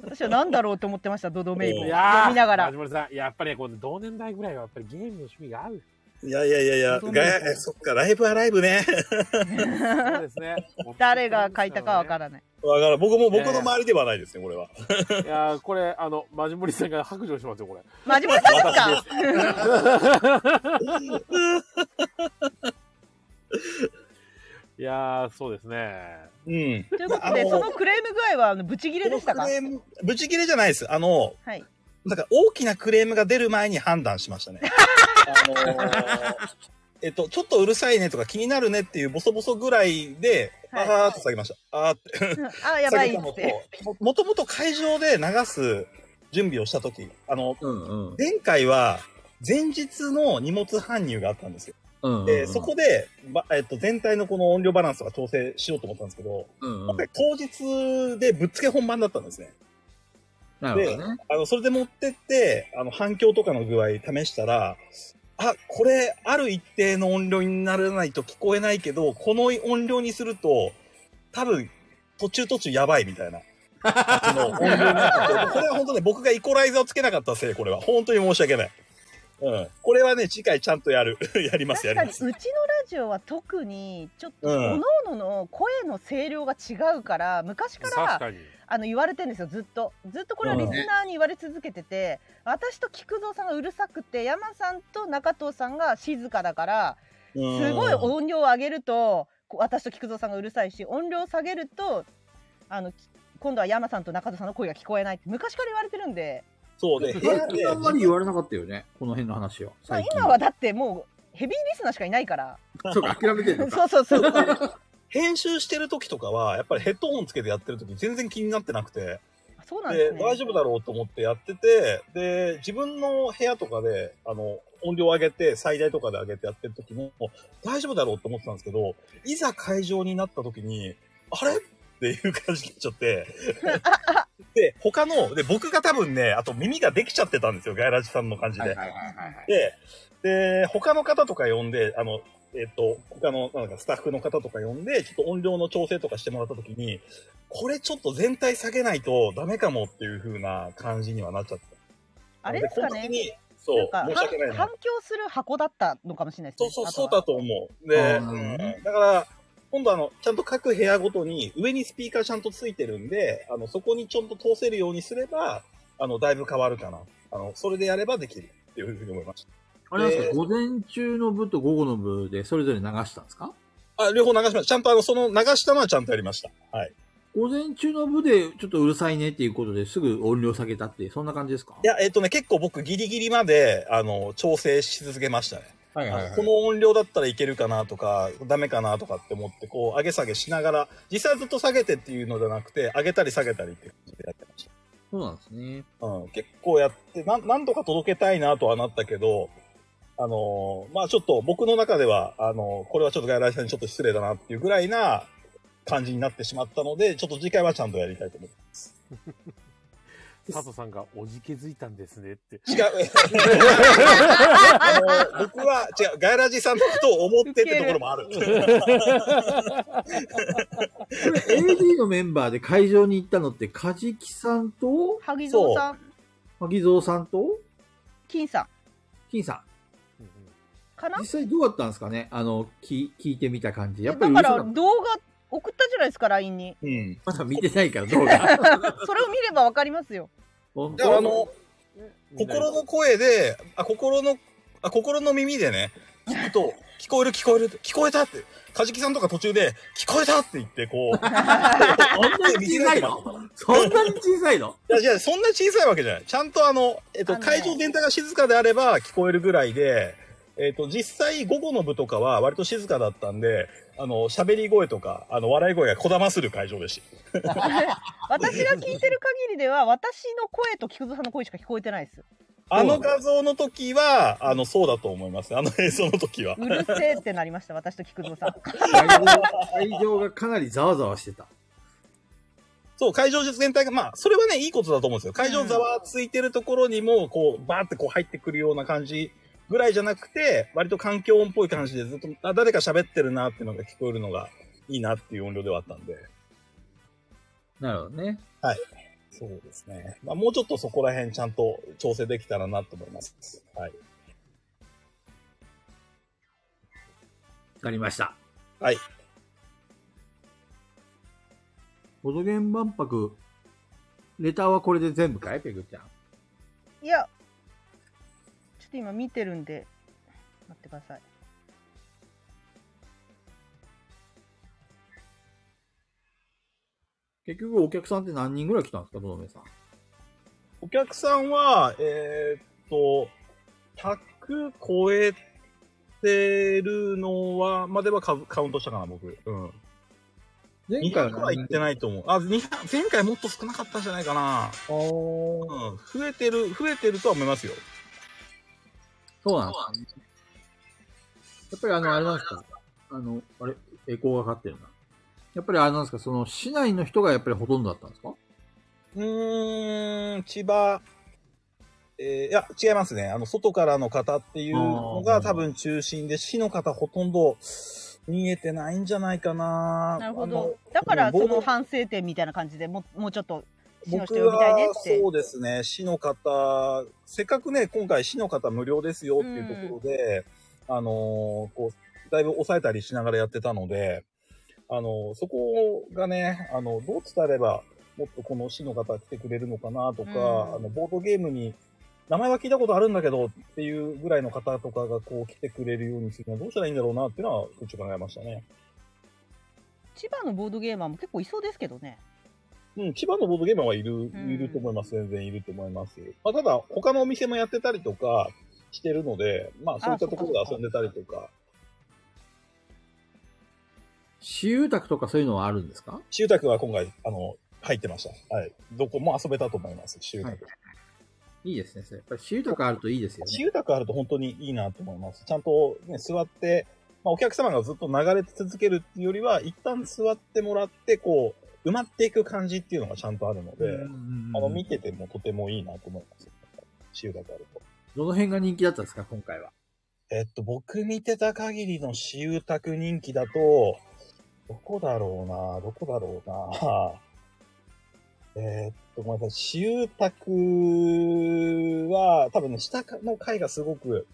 [SPEAKER 1] 私は何だろうと思ってました、ドドメイボ
[SPEAKER 3] い
[SPEAKER 1] ー。
[SPEAKER 3] やー
[SPEAKER 1] 読みながら
[SPEAKER 3] 松。森さん、やっぱりね、この同年代ぐらいは、やっぱりゲームの趣味 がある。
[SPEAKER 4] いやいやいやいや、ガヤ、えそっか、ライブはライブね。
[SPEAKER 3] そうですね。
[SPEAKER 1] 誰が書いたかわからない。
[SPEAKER 4] わからん僕も僕の周りではないですね、これは。
[SPEAKER 3] いやーこれ、あの、マジモリさんが白状しますよ、これ。
[SPEAKER 1] マジモリさんですか
[SPEAKER 3] いやーそうですね。
[SPEAKER 4] うん。
[SPEAKER 1] ということ
[SPEAKER 4] あ
[SPEAKER 1] で、
[SPEAKER 4] の
[SPEAKER 1] そのクレーム具合はあのブチギレでしたか
[SPEAKER 4] このクレームぶち切れじゃないです。あの、
[SPEAKER 1] はい。
[SPEAKER 4] なんか大きなクレームが出る前に判断しました ね。あのー えっと、ちょっとうるさいねとか気になるねっていうボソボソぐらいで、
[SPEAKER 1] はい
[SPEAKER 4] あーっと下げました。あーって。
[SPEAKER 1] あ、やばい
[SPEAKER 4] 下げたの
[SPEAKER 1] っ
[SPEAKER 4] と
[SPEAKER 1] て。
[SPEAKER 4] ももともと会場で流す準備をしたとき、あの、
[SPEAKER 5] うんうん。
[SPEAKER 4] 前回は前日の荷物搬入があったんですよ。
[SPEAKER 5] うんうん
[SPEAKER 4] で、そこで、ばえっと、全体のこの音量バランスとか調整しようと思ったんですけど、
[SPEAKER 5] うんう
[SPEAKER 4] 今
[SPEAKER 5] ん
[SPEAKER 4] 回当日でぶっつけ本番だったんですね。
[SPEAKER 5] なるほどね。
[SPEAKER 4] あの、それで持ってって、あの、反響とかの具合試したら、あ、これ、ある一定の音量にならないと聞こえないけど、この音量にすると、多分、途中途中やばいみたいな。あの音量になっててこれは本当ね、僕がイコライザーをつけなかったせい、これは。本当に申し訳ない。うん。これはね、次回ちゃんとやる。 やります、や
[SPEAKER 1] 確
[SPEAKER 4] り
[SPEAKER 1] かに
[SPEAKER 4] ま
[SPEAKER 1] うち
[SPEAKER 4] す
[SPEAKER 1] の。ラジオは特にちょっと
[SPEAKER 4] うん
[SPEAKER 1] 各々の声の声量が違うから昔から
[SPEAKER 3] 確かに。
[SPEAKER 1] あの言われてんですよずっとずっとこれはリスナーに言われ続けてて、私と菊蔵さんがうるさくて山さんと中藤さんが静かだから
[SPEAKER 4] うん
[SPEAKER 1] すごい音量を上げるとこう私と菊蔵さんがうるさいし音量を下げるとあのき今度は山さんと中藤さんの声が聞こえないって昔から言われてるんで、
[SPEAKER 4] そうで、部屋で、
[SPEAKER 5] あんまり言われなかったよね。この辺の話は。
[SPEAKER 1] まあ、
[SPEAKER 5] 最近。
[SPEAKER 1] 今はだってもうヘビーリスナーしかいないから
[SPEAKER 5] そうか、諦めてるのか。
[SPEAKER 1] そうそうそう そう
[SPEAKER 4] 編集してる時とかは、やっぱりヘッドホンつけてやってる時全然気になってなくて、
[SPEAKER 1] そうなんで
[SPEAKER 4] です
[SPEAKER 1] ね
[SPEAKER 4] 大丈夫だろうと思ってやってて、で、自分の部屋とかで、あの、音量上げて、最大とかで上げてやってる時も、大丈夫だろうと思ってたんですけど、いざ会場になった時に、あれっていう感じになっち ゃって、で、他の、で、僕が多分ね、あと耳ができちゃってたんですよ、ガイラジさんの感じ
[SPEAKER 5] はい
[SPEAKER 4] で
[SPEAKER 5] は。いはいはい。
[SPEAKER 4] で、で、他の方とか呼んで、あの、えっ、と、他の、なんかスタッフの方とか呼んで、ちょっと音量の調整とかしてもらったときに、これちょっと全体下げないとダメかもっていう風な感じにはなっちゃった。
[SPEAKER 1] あれですか
[SPEAKER 4] なの
[SPEAKER 1] ね
[SPEAKER 4] この時に
[SPEAKER 1] な
[SPEAKER 4] そ
[SPEAKER 1] ん
[SPEAKER 4] う、
[SPEAKER 1] か
[SPEAKER 4] 申し
[SPEAKER 1] 反
[SPEAKER 4] 訳ない
[SPEAKER 1] 反
[SPEAKER 4] な。
[SPEAKER 1] 響する箱だったのかもしれないです
[SPEAKER 4] そう
[SPEAKER 1] ね。
[SPEAKER 4] そう、
[SPEAKER 1] あと
[SPEAKER 4] そう
[SPEAKER 1] は
[SPEAKER 4] だと思う。で、
[SPEAKER 5] あー
[SPEAKER 4] うんだから、今度あの、ちゃんと各部屋ごとに上にスピーカーちゃんとついてるんで、あの、そこにちょっと通せるようにすれば、あの、だいぶ変わるかな。あの、それでやればできるっていうふうに思いました。
[SPEAKER 5] あれなんです
[SPEAKER 4] え
[SPEAKER 5] か、
[SPEAKER 4] ー
[SPEAKER 5] 午前中の部と午後の部でそれぞれ流したんですか
[SPEAKER 4] あ、両方流しました。ちゃんとあの、その流したのはちゃんとやりました。はい。
[SPEAKER 5] 午前中の部でちょっとうるさいねっていうことですぐ音量下げたって、そんな感じですか
[SPEAKER 4] いや、えっ、とね、結構僕ギリギリまで、あの、調整し続けましたね。
[SPEAKER 5] はいはい
[SPEAKER 4] あの
[SPEAKER 5] はい
[SPEAKER 4] こ。の音量だったらいけるかなとか、ダメかなとかって思って、こう、上げ下げしながら、実際ずっと下げてっていうのじゃなくて、上げたり下げたりっていう感じでやってまし
[SPEAKER 5] そうなんですね。
[SPEAKER 4] た。うん、結構やって、なん、なんとか届けたいなとはなったけど、あのーまあちょっと僕の中では、あのーこれはちょっと外来さんにちょっと失礼だなっていうぐらいな感じになってしまったので、ちょっと次回はちゃんとやりたいと思います。
[SPEAKER 3] 佐藤さんがおじけづいたんですねって。
[SPEAKER 4] 違う。 あの僕は違う、ガイラジさんのことを思ってってところもある。
[SPEAKER 5] これ AD のメンバーで会場に行ったのって、カジキさんと、
[SPEAKER 1] 萩蔵さん、
[SPEAKER 5] マギゾウさんと、
[SPEAKER 1] 金さん
[SPEAKER 5] 金さ。
[SPEAKER 3] うんうん
[SPEAKER 1] かなん
[SPEAKER 5] 実。際どうだったんですかねあの、き聞いてみた感じ。や
[SPEAKER 1] だ
[SPEAKER 5] っぱりう
[SPEAKER 1] か
[SPEAKER 5] るさ
[SPEAKER 1] ら
[SPEAKER 5] かった
[SPEAKER 1] 動画送ったじゃないですか LINE に。
[SPEAKER 4] うん。
[SPEAKER 5] まだ見てないから動画。
[SPEAKER 1] それを見ればわかりますよ。
[SPEAKER 5] 本
[SPEAKER 4] だから
[SPEAKER 5] 当
[SPEAKER 4] あの、心の声で、あ、心の、あ、心の耳でね、聞くと、聞こえる聞こえる、聞こえたって、カジキさんとか途中で、聞こえたって言って、 こう、
[SPEAKER 5] そんなに小さいのそんなに小さいの
[SPEAKER 4] いや、じゃそんな小さいわけじゃない。ちゃんとあの、えっと、
[SPEAKER 1] あのね
[SPEAKER 4] 会場全体が静かであれば聞こえるぐらいで、えっ、と、実際午後の部とかは割と静かだったんで、あの、喋り声とか、あの、笑い声がこだまする会場でし
[SPEAKER 1] 私が聞いてる限りでは私の声と菊蔵さんの声しか聞こえてないです
[SPEAKER 4] た。あの画像の時は、あの、そうだと思います。あの映像の時は。
[SPEAKER 1] うるせえってなりました私と菊蔵さん
[SPEAKER 2] 会場会場がかなりざわざわしてた。
[SPEAKER 4] そう、会場全体が、まあ、それはね、いいことだと思うんですよ。会場ざわついてるところにも、こう、バーってこう入ってくるような感じぐらいじゃなくて、割と環境音っぽい感じでずっと、あ、誰か喋ってるなっていうのが聞こえるのがいいなっていう音量ではあったんで。
[SPEAKER 2] なるほどね。
[SPEAKER 4] そうですね。まあ、もうちょっとそこら辺ちゃんと調整できたらなと思います。はい。
[SPEAKER 2] わかりました。
[SPEAKER 4] はい。
[SPEAKER 2] ボドゲン万博、レターはこれで全部かいペグちゃん。
[SPEAKER 1] いやちょっと今見てるんで待ってください
[SPEAKER 2] 結局お客さんって何人ぐらい来たんですか、どのめさん。
[SPEAKER 4] お客さんは、えーっと、100超えてるのは、まあではカウカウントしたかな、僕。うん。
[SPEAKER 2] 前回は
[SPEAKER 4] 200は行ってないと思う。あ、200前回もっと少なかったんじゃないかな。
[SPEAKER 2] おー
[SPEAKER 4] うん。増えてる、増えてるとは思いますよ。
[SPEAKER 2] そうなんですね。やっぱりあの、あれなんですか。あの、あれ、エコーがかかってるな。やっぱりあれなんですか、その市内の人がやっぱりほとんどだったんですか
[SPEAKER 4] うーん、千葉、えーいや、違いますね。あの、外からの方っていうの
[SPEAKER 2] あ
[SPEAKER 4] が
[SPEAKER 2] ー
[SPEAKER 4] 多分中心で、市の方ほとんど見えてないんじゃないかな。
[SPEAKER 1] なる
[SPEAKER 4] あ
[SPEAKER 1] ほ
[SPEAKER 4] の
[SPEAKER 1] ど。だから
[SPEAKER 4] ボー
[SPEAKER 1] そ
[SPEAKER 4] ド
[SPEAKER 1] の反省点みたいな感じでもうもうちょっと市の人
[SPEAKER 4] 僕
[SPEAKER 1] 呼びたいね
[SPEAKER 4] は
[SPEAKER 1] っ、て
[SPEAKER 4] そうですね、市の方、せっかくね、今回市の方無料ですよっていうところで、あのーこう、だいぶ抑えたりしながらやってたので、あのーそこがね、あの、どう伝えれば、もっとこの市の方来てくれるのかなとか、
[SPEAKER 1] うん
[SPEAKER 4] あの、ボードゲームに、名前は聞いたことあるんだけどっていうぐらいの方とかがこう来てくれるようにするにはどうしたらいいんだろうなっていうのは、一応考えましたね。
[SPEAKER 1] 千葉のボードゲーマーも結構いそうですけどね
[SPEAKER 4] うん、千葉のボードゲーマーはいる、
[SPEAKER 1] ん
[SPEAKER 4] いると思います。全然いると思います。まあ、ただ、他のお店もやってたりとかしてるので、まあ、そういったところで
[SPEAKER 1] そっかそっか
[SPEAKER 4] 遊んでたりとか、
[SPEAKER 2] 私有宅とかそういうのはあるんですか
[SPEAKER 4] 集客は今回、あの、入ってました。はい。どこも遊べたと思います、集
[SPEAKER 2] はい
[SPEAKER 4] 客。
[SPEAKER 2] いいですね。それやっぱり私有宅あるといいですよ
[SPEAKER 4] 私
[SPEAKER 2] ね。
[SPEAKER 4] 有宅あると本当にいいなと思います。ちゃんとね、座って、まあ、お客様がずっと流れ続けるっていうよりは、一旦座ってもらって、こう、埋まっていく感じっていうのがちゃんとあるので、
[SPEAKER 2] うんうんうん
[SPEAKER 4] あの、見ててもとてもいいなと思います。集客あると。
[SPEAKER 2] どの辺が人気だったんですか、今回は。
[SPEAKER 4] えっと、僕見てた限りの私有宅人気だと、どこだろうな、どこだろうな。 えっと、ごめんなさい、私有宅は、多分ね、下の階がすごく、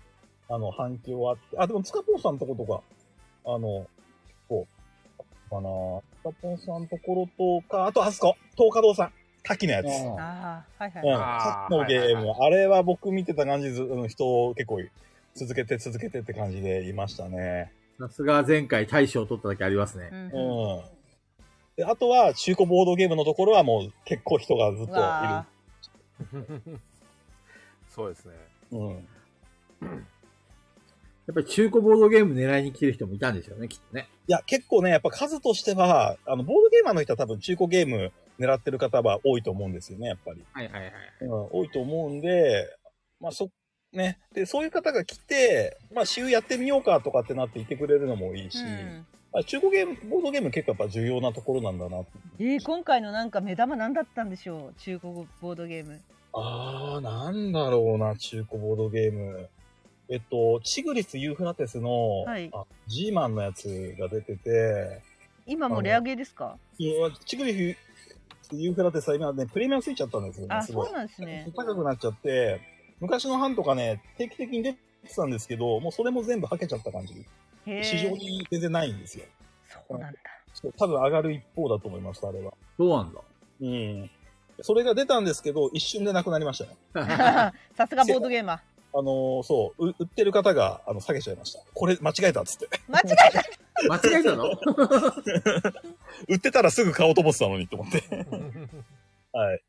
[SPEAKER 4] あの、反響あって、あ、でも、つかぽんさんのとことか、あの、結構、かな、つかぽんさんのところとか、あと、あそこ、東華堂さん、滝のやつ。
[SPEAKER 2] ああ
[SPEAKER 1] ああはいは
[SPEAKER 4] う
[SPEAKER 1] い、
[SPEAKER 4] ん、
[SPEAKER 1] はい
[SPEAKER 3] あー
[SPEAKER 4] さっきのゲー
[SPEAKER 3] はいはい
[SPEAKER 4] ム、あれは僕見てた感じず、うん人を結構続けて続けてって感じでいましたね。
[SPEAKER 2] さすが前回大賞を取っただけありますね
[SPEAKER 1] う。ん
[SPEAKER 4] うん。であとは中古ボードゲームのところはもう結構人がずっ
[SPEAKER 1] う
[SPEAKER 4] とい
[SPEAKER 1] わ
[SPEAKER 3] そうです ね。
[SPEAKER 4] る。うん。
[SPEAKER 2] やっぱり中古ボードゲーム狙いに来てる人もいたんでしょうね、きっとね。
[SPEAKER 4] いや、結構ね、やっぱ数としては、あの、ボードゲーマーの人は多分中古ゲーム狙ってる方は多いと思うんですよね、やっぱり。
[SPEAKER 2] はいはいはい。
[SPEAKER 4] うん、多いと思うんで、まあそ、ね。で、そういう方が来て、まあ、週やってみようかとかってなっていてくれるのもいいし、
[SPEAKER 1] ーうん
[SPEAKER 4] まあ、中古ゲーム、ボードゲーム結構やっぱ重要なところなんだなって
[SPEAKER 1] えー、今回のなんか目玉何だったんでしょう中古ボードゲーム
[SPEAKER 4] ああ、なんだろうな、中古ボードゲーム。えっと、チグリス・ユーフラテスの、
[SPEAKER 1] はい
[SPEAKER 4] あジーマンのやつが出てて、
[SPEAKER 1] 今もうレアゲーですか
[SPEAKER 4] いやチグリス・ユーフラテスは今ね、プレミアムついちゃったんですよね、
[SPEAKER 1] あ
[SPEAKER 4] すごい
[SPEAKER 1] そう。なんですね
[SPEAKER 4] 高くなっちゃって、昔の版とかね、定期的に出てたんですけど、もうそれも全部はけちゃった感じ。
[SPEAKER 1] へえ
[SPEAKER 4] 市場に全然ないんですよ。
[SPEAKER 1] そうなんだ
[SPEAKER 4] そう多分上がる一方だと思います、あれは。
[SPEAKER 2] そうなんだ。
[SPEAKER 4] うん。それが出たんですけど、一瞬でなくなりましたね。
[SPEAKER 1] さすがボードゲー マー
[SPEAKER 4] あのーそう、う売ってる方が、あの、下げちゃいました。これ間違えたっつって。
[SPEAKER 1] 間違えた
[SPEAKER 2] 間違えたの
[SPEAKER 4] 売ってたらすぐ買おうと思ってたのにって思って。はい。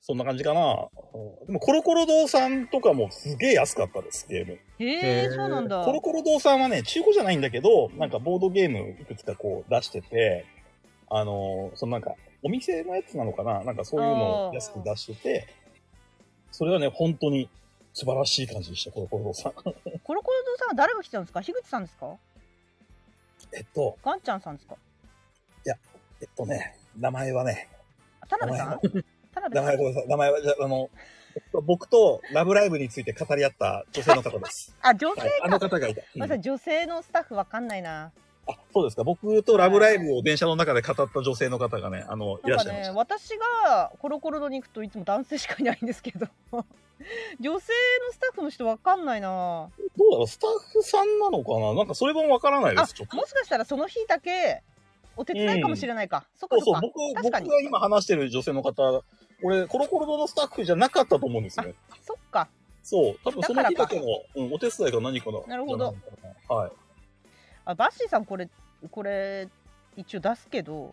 [SPEAKER 4] そんな感じかな。うんでも、コロコロ堂さんとかもすげえ安かったです、ゲーム。
[SPEAKER 6] へ
[SPEAKER 5] へ
[SPEAKER 6] え
[SPEAKER 5] ー
[SPEAKER 6] そうなんだ
[SPEAKER 4] コロコロ堂さんはね、中古じゃないんだけど、なんかボードゲームいくつかこう出してて、あのーそのなんか、お店のやつなのかななんかそういうのを安く出してて、それはね、本当に素晴らしい感じでした、コロコロ堂さん。
[SPEAKER 6] コロコロ堂さんは誰が来てたんですか樋口さんですか
[SPEAKER 4] えっと、
[SPEAKER 6] ガンちゃんさんですか
[SPEAKER 4] えっとね、名前はね、
[SPEAKER 6] 田辺さん田辺
[SPEAKER 4] 名
[SPEAKER 6] さん
[SPEAKER 4] 前ごめんなさい、名前は、じゃあ、あの、えっと僕とラブライブについて語り合った女性の方です。
[SPEAKER 6] あ女性
[SPEAKER 4] はい、あの方がいた。うん
[SPEAKER 6] まさ女性のスタッフわかんないな
[SPEAKER 4] あ、そうですか。僕とラブライブを電車の中で語った女性の方がね、あの、い
[SPEAKER 6] なん
[SPEAKER 4] らっ
[SPEAKER 6] か
[SPEAKER 4] しゃいまし
[SPEAKER 6] ね
[SPEAKER 4] た。
[SPEAKER 6] 私がコロコロ堂に行くといつも男性しかいないんですけど 女性のスタッフの人わかんないな
[SPEAKER 4] どうだろうスタッフさんなのかななんかそれもわからないで
[SPEAKER 6] あ
[SPEAKER 4] す、ちょっと。
[SPEAKER 6] もしかしたらその日だけお手伝いかもしれないか、そっか
[SPEAKER 4] そう
[SPEAKER 6] そ
[SPEAKER 4] そ
[SPEAKER 6] っ
[SPEAKER 4] う、
[SPEAKER 6] か
[SPEAKER 4] 僕、
[SPEAKER 6] 確
[SPEAKER 4] 僕
[SPEAKER 6] かに
[SPEAKER 4] が今話してる女性の方、俺、コロコロ堂のスタッフじゃなかったと思うんですよね。
[SPEAKER 6] そっか
[SPEAKER 4] そう、多分その日だけの
[SPEAKER 6] だ、
[SPEAKER 4] うん、お手伝いか何かだ。
[SPEAKER 6] なるほど
[SPEAKER 4] じゃないかな。はい。
[SPEAKER 6] あバッシーさんこれこれ一応出すけど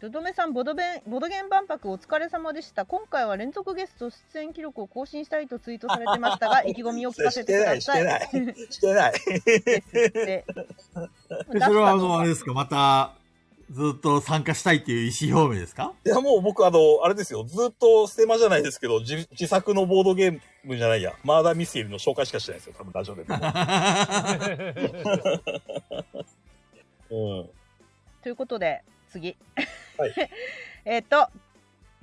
[SPEAKER 6] ドドメさんボドベンボドゲン万博お疲れ様でした今回は連続ゲスト出演記録を更新したいとツイートされてましたが意気込みを聞かせてください
[SPEAKER 4] してない、してない。してない。
[SPEAKER 6] ですって
[SPEAKER 2] えそれはあの、あれですか、また、ずっと参加したいっていう意思表明ですか
[SPEAKER 4] いや、もう僕、あの、あれですよ。ずっとステマじゃないですけど、自自作のボードゲームじゃないや、マーダーミステリーの紹介しかしてないですよ。多分ラジオで。うん。
[SPEAKER 6] ということで次、
[SPEAKER 4] はい
[SPEAKER 6] えっと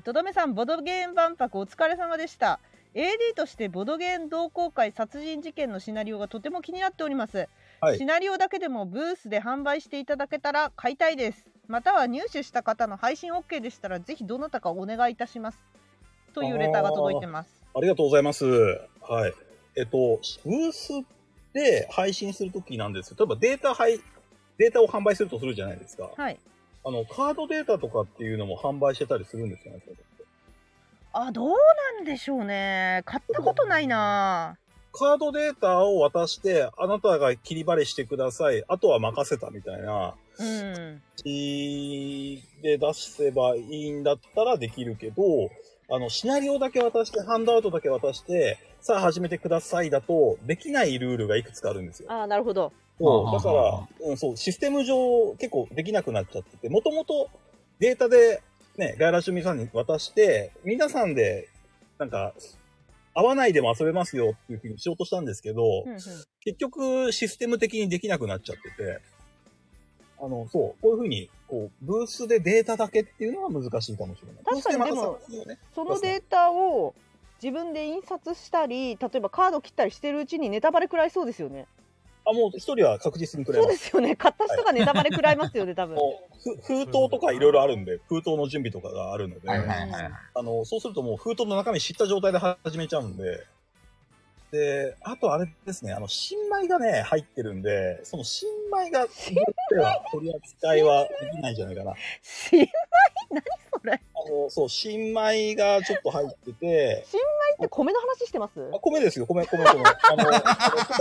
[SPEAKER 6] とどめさんボドゲーム万博お疲れ様でした AD としてボドゲーム同好会殺人事件のシナリオがとても気になっております、
[SPEAKER 4] はい
[SPEAKER 6] シナリオだけでもブースで販売していただけたら買いたいですまたは入手した方の配信 OK でしたらぜひどなたかお願いいたしますというレターが届いてます
[SPEAKER 4] ありがとうございます。はい。えっと、ブースで配信するときなんですけど、例えばデータ配、データを販売するとするじゃないですか。
[SPEAKER 6] はい
[SPEAKER 4] あの、カードデータとかっていうのも販売してたりするんですよね。
[SPEAKER 6] あどうなんでしょうね買ったことないな
[SPEAKER 4] カードデータを渡して、あなたが切り張りしてください。あとは任せたみたいな。
[SPEAKER 6] うん
[SPEAKER 4] で出せばいいんだったらできるけど、あの、シナリオだけ渡して、ハンドアウトだけ渡して、さあ始めてくださいだと、できないルールがいくつかあるんですよ。
[SPEAKER 1] ああ、なるほど。
[SPEAKER 4] そう。
[SPEAKER 2] あ
[SPEAKER 4] だ
[SPEAKER 2] あ
[SPEAKER 4] から、うん、そう、システム上結構できなくなっちゃってて、もともとデータで、ね、外来趣味さんに渡して、皆さんで、なんか、合わないでも遊べますよっていうふうにしようとしたんですけど、
[SPEAKER 6] うんうん
[SPEAKER 4] 結局システム的にできなくなっちゃってて、あの、そう、こういうふうに、こう、ブースでデータだけっていうのは難しいかもしれな
[SPEAKER 1] 確
[SPEAKER 4] い。
[SPEAKER 1] かに
[SPEAKER 4] ブース
[SPEAKER 1] で
[SPEAKER 4] ま
[SPEAKER 1] も
[SPEAKER 4] た作品をね、
[SPEAKER 1] そのデータを自分で印刷したり、例えばカード切ったりしてるうちにネタバレ食らいそうですよね。
[SPEAKER 4] あ、もう一人は確実にくれ
[SPEAKER 1] そう
[SPEAKER 4] ま。
[SPEAKER 1] ですすよね。買った人がネタバレ食らいますよね、多分。
[SPEAKER 4] もうふ封筒とかいろいろあるんで、封筒の準備とかがあるので、
[SPEAKER 2] はいはいはい。
[SPEAKER 4] あの、そうするともう封筒の中身知った状態で始めちゃうんで、で、あとあれですね、あの、新米がね、入ってるんで、その新米が、では取り扱いはできないんじゃないかな。
[SPEAKER 6] しない何それ
[SPEAKER 4] あの、そう、新米がちょっと入ってて、
[SPEAKER 1] え米の話してます
[SPEAKER 4] あ米ですよ、米、米、米。あの、世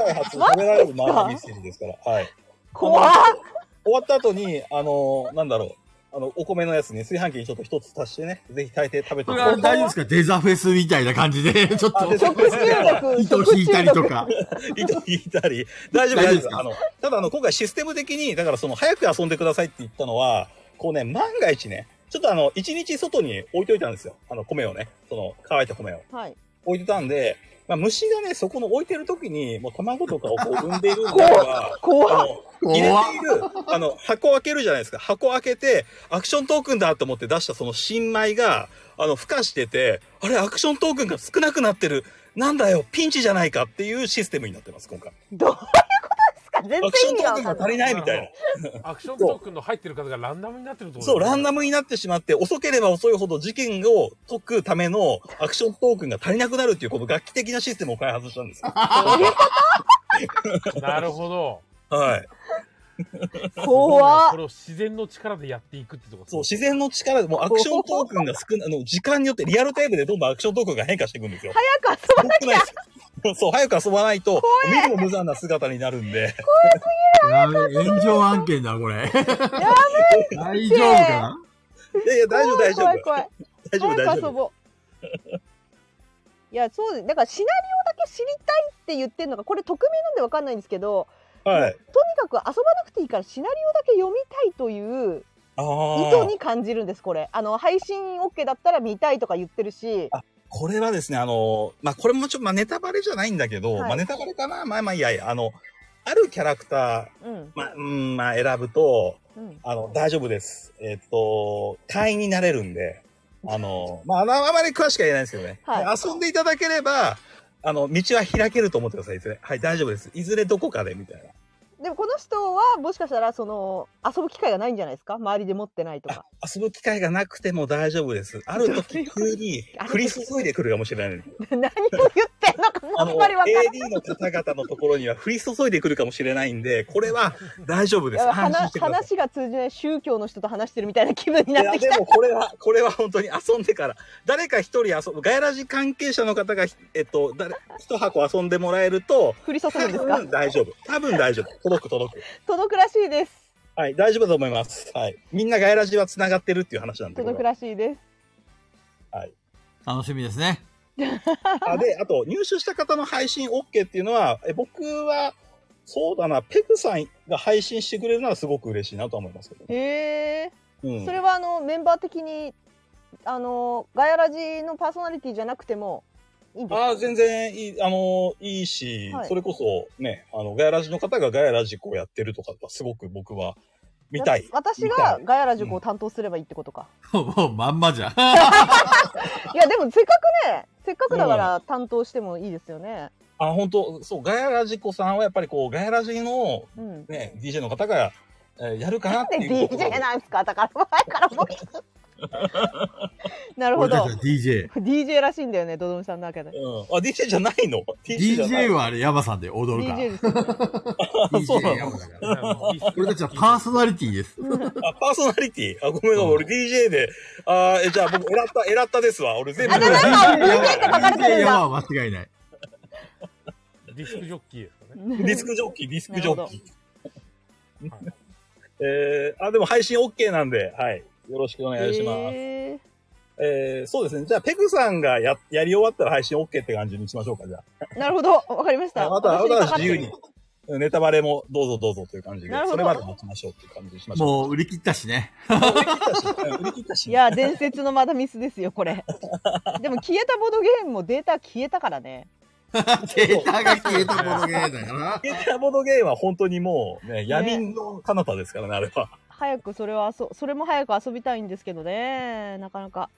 [SPEAKER 4] 界初食べられるマーミステリーですから、はい。
[SPEAKER 1] 怖っ
[SPEAKER 4] あの終わった後に、あの、なんだろう、あの、お米のやつに炊飯器にちょっと一つ足してね、ぜひ炊いて食べて
[SPEAKER 2] これ
[SPEAKER 4] くださ。
[SPEAKER 2] はい大丈夫ですかデザフェスみたいな感じで、ちょっ
[SPEAKER 4] あ
[SPEAKER 2] と
[SPEAKER 4] デザフ
[SPEAKER 1] 食中 毒、
[SPEAKER 2] 糸
[SPEAKER 1] 食
[SPEAKER 2] 引い
[SPEAKER 1] 中
[SPEAKER 2] たりと
[SPEAKER 1] 毒。
[SPEAKER 2] か。
[SPEAKER 4] 糸引いたり。大
[SPEAKER 2] 大丈
[SPEAKER 4] 丈夫、大丈夫
[SPEAKER 2] 夫で
[SPEAKER 4] で
[SPEAKER 2] すす
[SPEAKER 4] か
[SPEAKER 2] か
[SPEAKER 4] あの、ただあの、今回システム的に、だからその、早く遊んでくださいって言ったのは、こうね、万が一ね、ちょっとあの、一日外に置いといたんですよ。あの、米をね、その、乾いた米を。
[SPEAKER 1] はい。
[SPEAKER 4] 置いてたんで、まあ、虫がね、そこの置いてる時に、もう卵とかをこう産んでいるんだから、
[SPEAKER 1] 怖っ
[SPEAKER 4] あの、入れている、あの、箱開けるじゃないですか。箱開けて、アクショントークンだと思って出したその新米が、あの、孵化してて、あれ、アクショントークンが少なくなってる。なんだよ、ピンチじゃないかっていうシステムになってます、今回。
[SPEAKER 1] どういうことですか全然
[SPEAKER 4] アクショ
[SPEAKER 1] 意
[SPEAKER 4] ント
[SPEAKER 1] 味が
[SPEAKER 4] ー
[SPEAKER 1] 分
[SPEAKER 4] ク
[SPEAKER 1] か
[SPEAKER 4] ンが
[SPEAKER 1] んない。
[SPEAKER 4] 足りないみたいな。
[SPEAKER 3] アクショントークンの入ってる方がランダムになってるってこと
[SPEAKER 4] そう、ランダ
[SPEAKER 3] ム。
[SPEAKER 4] ムになってしまって、遅ければ遅いほど事件を解くためのアクショントークンが足りなくなるっていう、この楽器的なシステムを開発したんですよ。
[SPEAKER 3] なるほど。
[SPEAKER 4] はい。
[SPEAKER 1] 怖っ
[SPEAKER 3] これを自然の力でやっていくってとこ
[SPEAKER 4] そう、自然の力で、もうアクショントークンが少ない、あの、時間によってリアルタイムでどんどんアクショントークンが変化していくんですよ。
[SPEAKER 1] 早く遊ば
[SPEAKER 4] 早くないですよ。そう、早く遊ばないと、見るも無残な姿になるんで。
[SPEAKER 2] やべえ炎上案件だ、これ。大丈夫かない
[SPEAKER 4] やいや、大丈夫、大丈
[SPEAKER 1] 怖い
[SPEAKER 4] 夫。
[SPEAKER 1] 怖い。
[SPEAKER 4] 大丈夫、大
[SPEAKER 1] 早く
[SPEAKER 4] 丈
[SPEAKER 1] 遊
[SPEAKER 4] 夫。
[SPEAKER 1] ぼう。いや、そうです。だからシナリオだけ知りたいって言ってるのが、これ匿名なんでわかんないんですけど、
[SPEAKER 4] はい。
[SPEAKER 1] とにかく遊ばなくていいからシナリオだけ読みたいという
[SPEAKER 4] あ
[SPEAKER 1] 意図
[SPEAKER 4] あ。
[SPEAKER 1] に感じるんです、これ。あの、配信 OK だったら見たいとか言ってるし、
[SPEAKER 4] これはですね、あの、まあ、これもちょっと、まあ、ネタバレじゃないんだけど、
[SPEAKER 1] はい
[SPEAKER 4] まあ、ネタバレかなまあまあ、いやいや、あの、あるキャラクタ
[SPEAKER 1] うん
[SPEAKER 4] ー、。まあ、うん、まあ、選ぶと、
[SPEAKER 1] うん。
[SPEAKER 4] あの、大丈夫です。えっと、会員になれるんで、あの、まあ、あのあまり詳しくは言えないんですけどね。
[SPEAKER 1] は
[SPEAKER 4] 遊んでいただければ、あの、道は開けると思ってください、いずれ。はい、大丈夫です。いずれどこかで、みたいな。
[SPEAKER 1] でもこの人はもしかしたら、その、遊ぶ機会がないんじゃないですか周りで持ってないとか。
[SPEAKER 4] 遊ぶ機会がなくても大丈夫です。ある時、急に降り注いでくるかもしれない。
[SPEAKER 1] 何を言ってんのか、
[SPEAKER 4] あ
[SPEAKER 1] もう
[SPEAKER 4] の、
[SPEAKER 1] あんまりわかんない。
[SPEAKER 4] AD の方々のところには降り注いでくるかもしれないんで、これは大丈夫
[SPEAKER 1] い
[SPEAKER 4] です。
[SPEAKER 1] や
[SPEAKER 4] 安心
[SPEAKER 1] 話
[SPEAKER 4] してください。
[SPEAKER 1] 話が通じない宗教の人と話してるみたいな気分に
[SPEAKER 4] い
[SPEAKER 1] なって
[SPEAKER 4] や、
[SPEAKER 1] き
[SPEAKER 4] で
[SPEAKER 1] た。
[SPEAKER 4] もこれは、これは本当に遊んでから、誰か一人遊ぶ、ガヤラジ関係者の方が、えっと、誰、一箱遊んでもらえると、
[SPEAKER 1] 降り注ぐ
[SPEAKER 4] 多
[SPEAKER 1] んですか
[SPEAKER 4] 分大丈夫。多分大丈夫。届く届く。
[SPEAKER 1] 届くらしいです。
[SPEAKER 4] はい、大丈夫だと思います。はい。みんなガヤラジは繋がってるっていう話なんで。
[SPEAKER 1] 届
[SPEAKER 4] こ
[SPEAKER 1] く
[SPEAKER 4] れは
[SPEAKER 1] らしいです。
[SPEAKER 2] 楽しみですね。
[SPEAKER 4] あで、あと、入手した方の配信 OK っていうのは、え僕は、そうだな、ペグさんが配信してくれるのはすごく嬉しいなとは思いますけどね。
[SPEAKER 1] へえ。
[SPEAKER 4] うん
[SPEAKER 1] それはあのメンバー的にあのガヤラジのパーソナリティじゃなくてもいいんですか。
[SPEAKER 4] ああ、全然いい、あのーいいし、
[SPEAKER 1] はい
[SPEAKER 4] それこそね、あの、ガヤラジの方がガヤラジこうやってるとかはすごく僕は見たい。
[SPEAKER 1] わ私
[SPEAKER 4] 見た
[SPEAKER 1] が
[SPEAKER 4] い
[SPEAKER 1] ガヤラジを担当すればいいってことか。
[SPEAKER 2] もうまんまじゃん。
[SPEAKER 1] いやでもせっかくね、せっかくだから担当してもいいですよね。
[SPEAKER 4] あ、本当そう、ガヤラジ子さんはやっぱりこう、ガヤラジの
[SPEAKER 1] うん。
[SPEAKER 4] ね、DJ の方が、えーやるかな
[SPEAKER 1] な
[SPEAKER 4] っ
[SPEAKER 1] ん
[SPEAKER 4] て
[SPEAKER 1] で
[SPEAKER 4] いうことを。
[SPEAKER 1] DJ なんですか。だから前からもう。 なるほ
[SPEAKER 2] 俺た
[SPEAKER 1] ど
[SPEAKER 2] ち。は DJ。
[SPEAKER 1] DJ らしいんだよね、ドドムさんの中で。
[SPEAKER 4] うん。あ、DJ じゃないの ?DJ じゃない
[SPEAKER 2] DJ はあれ、ヤマさんで踊るから
[SPEAKER 1] DJ ですよね。
[SPEAKER 4] そうな
[SPEAKER 2] DJ
[SPEAKER 4] の
[SPEAKER 2] ヤマだから。
[SPEAKER 3] こ
[SPEAKER 2] 俺たちはパーソナリティです。
[SPEAKER 4] あ、パーソナリティあ、ごめんごめん、俺 DJ で。あーえ、じゃあ僕、エラッタ、エラッタですわ。俺全部。
[SPEAKER 1] あでもなんか DJ って書かれて るん
[SPEAKER 2] DJ ヤ
[SPEAKER 1] だ。
[SPEAKER 2] マは間違いない。
[SPEAKER 3] ディスクジョッキーですよね。
[SPEAKER 4] ディスクジョッキー、ディスクジョッキー。
[SPEAKER 3] なるほど
[SPEAKER 4] えー、あ、でも配信 OK なんで、はい。よろしくお願いします。
[SPEAKER 1] へー
[SPEAKER 4] えー、そうですね。じゃあ、ペグさんがや、やり終わったら配信 OK って感じにしましょうか、じゃ
[SPEAKER 1] なるほど、わかりまし
[SPEAKER 4] あ。
[SPEAKER 1] た。
[SPEAKER 4] また、あ
[SPEAKER 1] 私
[SPEAKER 4] と
[SPEAKER 1] に
[SPEAKER 4] は
[SPEAKER 1] かかって
[SPEAKER 4] 自
[SPEAKER 1] る
[SPEAKER 4] 由に。ネタバレもどうぞどうぞという感じで
[SPEAKER 1] なる、ほ
[SPEAKER 4] そ
[SPEAKER 1] ど
[SPEAKER 4] れまで待ちましょうっていう感じにしましょ
[SPEAKER 2] もう売り切ったしね。
[SPEAKER 4] う。うん売り切ったし。
[SPEAKER 1] いや伝説のまだミスですよこれでも消えたボードゲームもデータ消えたからね
[SPEAKER 2] データが消えたボードゲーだから。
[SPEAKER 4] ゲーターボードゲームは本当にもう、ね、闇の彼方ですからね、あれは。
[SPEAKER 1] 早くそれはそそれも早く遊びたいんですけどねなかなか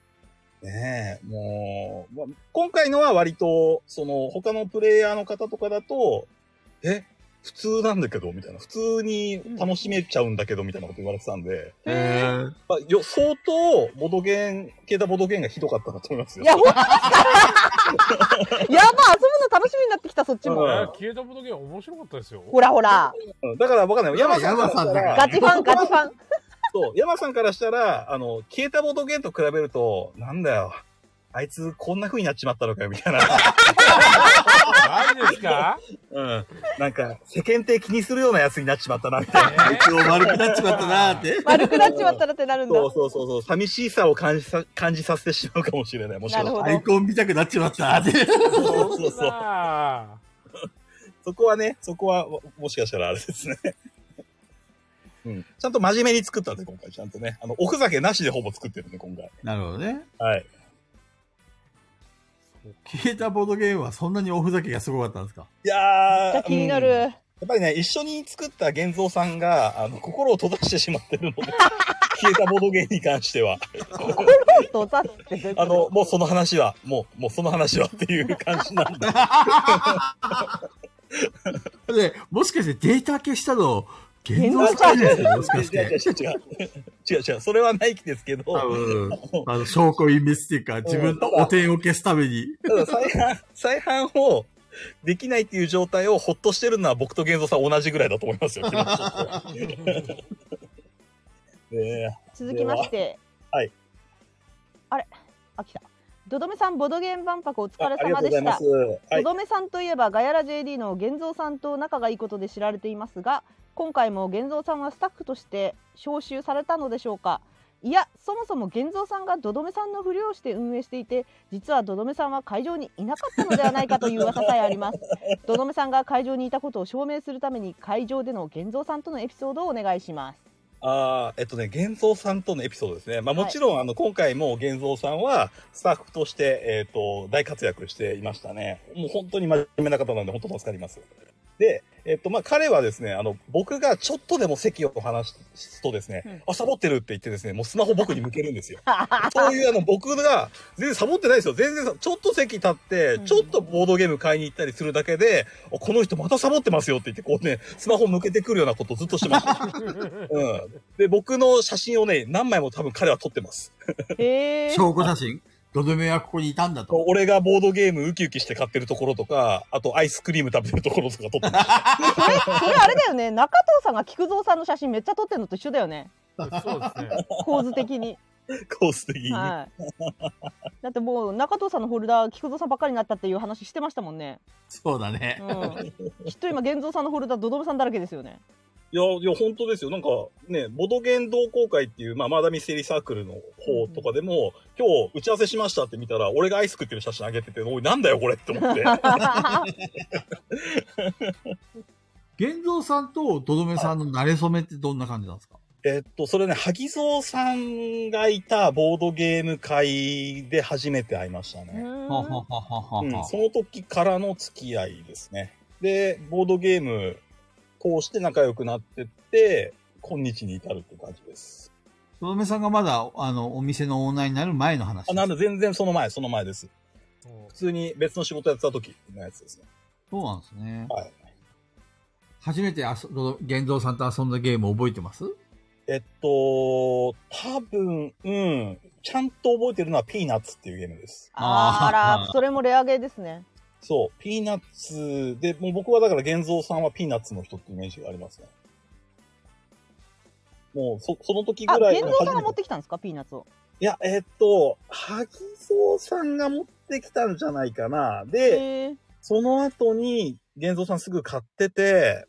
[SPEAKER 4] ねえ、もう、まあ今回のは割と、その、他のプレイヤーの方とかだと、え、普通なんだけど、みたいな。普通に楽しめちゃうんだけど、みたいなこと言われてたんで、
[SPEAKER 2] えー
[SPEAKER 4] まあ、よ相当、ボドゲン、消えたボドゲンがひどかったなと思いますよ。
[SPEAKER 1] いやほんやば遊ぶの楽しみになってきたそっち
[SPEAKER 4] う
[SPEAKER 1] も
[SPEAKER 4] ん
[SPEAKER 3] あ消えたボードゲーム面白かったですよ。
[SPEAKER 1] ほらほら
[SPEAKER 4] うんだからわかんない。山さんからし
[SPEAKER 2] 山
[SPEAKER 4] た、
[SPEAKER 2] さんだからら
[SPEAKER 1] ガチファンガチファン
[SPEAKER 4] そう、山さんからしたら、あの、消えたボドゲンと比べると、なんだよ。あいつ、こんな風になっちまったのかよ、みたいな。
[SPEAKER 3] マジですか
[SPEAKER 4] うん。なんか、世間体気にするようなやつになっちまったな、みたいな。
[SPEAKER 2] あいつを丸くなっちまったなーって。
[SPEAKER 1] 悪くなっちまったらってなるんだ
[SPEAKER 4] そうそうそうそう、寂しさを感じさ、感じさせてしまうかもしれない。もしかしたら
[SPEAKER 1] な
[SPEAKER 2] ア
[SPEAKER 1] る
[SPEAKER 2] イコン見たくなっちまったーって。
[SPEAKER 4] そうそうそ う。
[SPEAKER 3] あ
[SPEAKER 4] そこはね、そこは、ももしかしたらあれですね。うん。ちゃんと真面目に作ったんで、今回。ちゃんとね。あの、おふざけなしでほぼ作ってるんで、今回。
[SPEAKER 2] なるほどね。
[SPEAKER 4] はい。
[SPEAKER 2] 消えたボードゲームはそんなにおふざけがすごかったんですか
[SPEAKER 4] いや
[SPEAKER 1] じゃ
[SPEAKER 4] ー
[SPEAKER 1] あ。気にな
[SPEAKER 4] うんや
[SPEAKER 1] る
[SPEAKER 4] っぱりね、一緒に作った玄三さんが、あの、心を閉ざしてしまってるので、 消えたボードゲームに関しては。
[SPEAKER 1] 心を閉ざすってどういうこと
[SPEAKER 4] あの、もうその話は、もう、もうその話はっていう感じなんで。
[SPEAKER 2] で、もしかしてデータ消したの、現像
[SPEAKER 1] 現像し
[SPEAKER 2] した
[SPEAKER 1] ん
[SPEAKER 2] たん
[SPEAKER 1] じ ゃ
[SPEAKER 2] じゃ
[SPEAKER 1] な
[SPEAKER 2] ない
[SPEAKER 1] でか
[SPEAKER 2] いですすかもしかして。
[SPEAKER 4] 違う違う違う。違う違う。それはないですけど。
[SPEAKER 2] 多分、あの、証拠隠滅っていうか、自分の汚点を消すために。
[SPEAKER 4] ただ再販、 再販をできないっていう状態をほっとしてるのは僕と源三さん同じぐらいだと思いますよ。 ね
[SPEAKER 1] 続きまして
[SPEAKER 4] はい
[SPEAKER 1] あれあ来たドドメさんボドゲーム万博お疲
[SPEAKER 4] え、あ
[SPEAKER 1] れ
[SPEAKER 4] あ
[SPEAKER 1] 様
[SPEAKER 4] りがとう
[SPEAKER 1] で
[SPEAKER 4] ござい
[SPEAKER 1] し
[SPEAKER 4] ま
[SPEAKER 1] た
[SPEAKER 4] す。はい
[SPEAKER 1] と。どめさんといえばガヤラ JD の源蔵さんと仲がいいことで知られていますが今回も源蔵さんはスタッフとして招集されたのでしょうかいやそもそも玄三さんがどどめさんのふりをして運営していて実はどどめさんは会場にいなかったのではないかという噂さえあり ますどどめさんが会場にいたことを証明するために会場での玄三さんとのエピソードをお願いします
[SPEAKER 4] ああ、えっとね、玄三さんとのエピソードですね。まあもちろん、あの、今回も玄三さんは、スタッフとして、えっ、と、大活躍していましたね。もう本当に真面目な方なんで、本当助かります。で、えっと、まあ彼はですね、あの、僕がちょっとでも席を話すとですね、あ、サボってるって言ってですね、もうスマホ僕に向けるんですよ。そういう、あの、僕が、全然サボってないですよ。全然さ、ちょっと席立って、ちょっとボードゲーム買いに行ったりするだけで、あこの人またサボってますよって言って、こうね、スマホ向けてくるようなことずっとしてました。うん。で、僕の写真をね、何枚も多分彼は撮ってます。
[SPEAKER 1] へえ
[SPEAKER 2] 証拠写真ドドメはここにいたんだと。
[SPEAKER 4] 俺がボードゲームウキウキして買ってるところとか、あとアイスクリーム食べてるところとか撮ってます。
[SPEAKER 1] それそれあれだよね中藤さんが菊蔵さんの写真めっちゃ撮ってるのと一緒だよね
[SPEAKER 3] そうですね。
[SPEAKER 1] 構図的に
[SPEAKER 4] コース的に。
[SPEAKER 1] はい、だってもう中藤さんのホルダー菊蔵さんばっかりになったっていう話してましたもんね、
[SPEAKER 2] そうだね。
[SPEAKER 1] うん、きっと今現像さんのホルダードドムさんだらけですよね
[SPEAKER 4] いや、いや、本当ですよ。なんか、ね、ボドゲン同好会っていう、まあ、マダミステリーサークルの方とかでも、今日打ち合わせしましたって見たら、俺がアイス食ってる写真あげてて、おい、なんだよ、これって思 って。
[SPEAKER 2] 玄三さんとドドメさんの慣れ初めってどんな感じなんですか
[SPEAKER 4] えっと、それね、萩蔵さんがいたボードゲーム会で初めて会いましたね。
[SPEAKER 2] ははははは
[SPEAKER 4] うん、
[SPEAKER 2] は
[SPEAKER 4] その時からの付き合いですね。で、ボードゲーム通して仲良くなってって、今日に至るって感じです。
[SPEAKER 2] ドドメさんがまだ、あの、お店のオーナーになる前の話で
[SPEAKER 4] あ、
[SPEAKER 2] す。
[SPEAKER 4] なんだ、全然その前、その前です。
[SPEAKER 3] うん
[SPEAKER 4] 普通に別の仕事やってた時のやつですね。
[SPEAKER 2] そうなんですね。
[SPEAKER 4] はい。
[SPEAKER 2] 初めてあそ、ドド玄三さんと遊んだゲーム覚えてます
[SPEAKER 4] えっと、多分、うん、ちゃんと覚えてるのはピーナッツっていうゲームです。
[SPEAKER 1] あ
[SPEAKER 2] あー
[SPEAKER 1] らそれもレアゲーですね
[SPEAKER 4] そう、ピーナッツで、もう僕はだから玄三さんはピーナッツの人ってイメージがありますね。もう、そ、その時ぐ
[SPEAKER 1] あ
[SPEAKER 4] らい
[SPEAKER 1] 現
[SPEAKER 4] の
[SPEAKER 1] 像さん
[SPEAKER 4] 初め
[SPEAKER 1] が
[SPEAKER 4] て
[SPEAKER 1] 持ってきたんですかピーナッツを
[SPEAKER 4] いや、えーっと、萩蔵さんが持ってきたんじゃないかな。で、
[SPEAKER 1] へえ
[SPEAKER 4] その後に、玄三さんすぐ買ってて、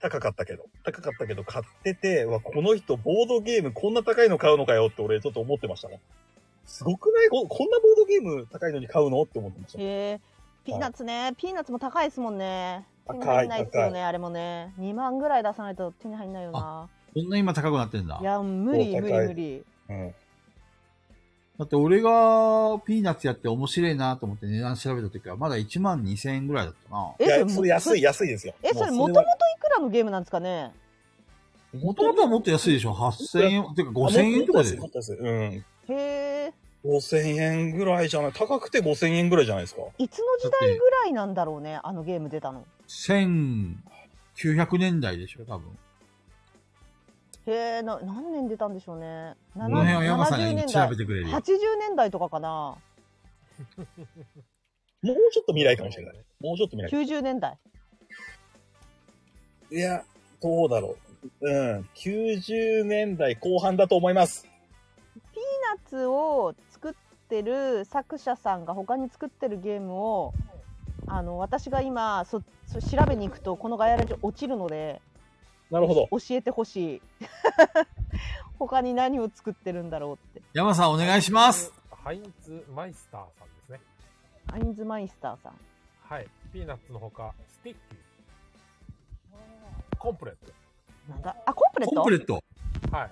[SPEAKER 4] 高かったけど、高かったけど買ってて、うわ、この人ボードゲームこんな高いの買うのかよって俺ちょっと思ってましたもん。すごくないここんなボードゲーム高いのに買うのって思ってました。
[SPEAKER 1] へえピーナッツねピーナッツも高いですもんね手に
[SPEAKER 4] 高
[SPEAKER 1] 入
[SPEAKER 4] い
[SPEAKER 1] んないですよねあれもね2万ぐらい出さないと手に入んないよな
[SPEAKER 2] こんな今高くなってんだ
[SPEAKER 1] い。や無
[SPEAKER 4] そ
[SPEAKER 1] 理
[SPEAKER 4] う
[SPEAKER 1] 無
[SPEAKER 4] 高
[SPEAKER 1] 理
[SPEAKER 4] い
[SPEAKER 1] 無理
[SPEAKER 4] うん。
[SPEAKER 2] だって俺がピーナッツやって面白いなと思って値段調べた時はまだ1万2000円ぐらいだったな。
[SPEAKER 4] い
[SPEAKER 1] え
[SPEAKER 4] や、それ安い、
[SPEAKER 1] や
[SPEAKER 4] 安いですよ。
[SPEAKER 1] えそれ
[SPEAKER 4] も
[SPEAKER 1] も
[SPEAKER 4] う
[SPEAKER 1] ともとい
[SPEAKER 4] は
[SPEAKER 1] くらのゲームなんですかね
[SPEAKER 2] もともとはもっと安いでしょ ?8000 円、てか5000円とかで
[SPEAKER 4] あ。もっと安いもっと安いうん。
[SPEAKER 1] へえ
[SPEAKER 4] 5000円ぐらいじゃない高くて5000円ぐらいじゃないですか。
[SPEAKER 1] いつの時代ぐらいなんだろうねあのゲーム出たの
[SPEAKER 2] 1900年代でしょ多分。
[SPEAKER 1] へえな何年出たんでしょうね
[SPEAKER 2] こ
[SPEAKER 1] な
[SPEAKER 2] の
[SPEAKER 1] な
[SPEAKER 2] 辺は山さ
[SPEAKER 1] 70
[SPEAKER 2] んが
[SPEAKER 1] 年
[SPEAKER 2] 調
[SPEAKER 1] 代
[SPEAKER 2] べてくれるよ。
[SPEAKER 1] 80年代とかかな
[SPEAKER 4] もうちょっと 未来かもしれない。もうちょっと未来。
[SPEAKER 1] 90年代
[SPEAKER 4] いや、どうだろう。うん。90年代後半だと思います。
[SPEAKER 1] ピーナッツを作ってる作者さんが他に作ってるゲームをあの私が今そそ調べに行くとこのガヤラジ落ちるので
[SPEAKER 4] なるほど。
[SPEAKER 1] 教えてほしい 他に何を作ってるんだろうって
[SPEAKER 2] 山さんお願いします。
[SPEAKER 3] ハインツマイスターさんですね。
[SPEAKER 1] アインズマイスターさん
[SPEAKER 3] はい。ピーナッツのほか、スティッキー。コンプレッ
[SPEAKER 1] なんだあコンプレット
[SPEAKER 2] コンプレット。
[SPEAKER 3] ト。はい。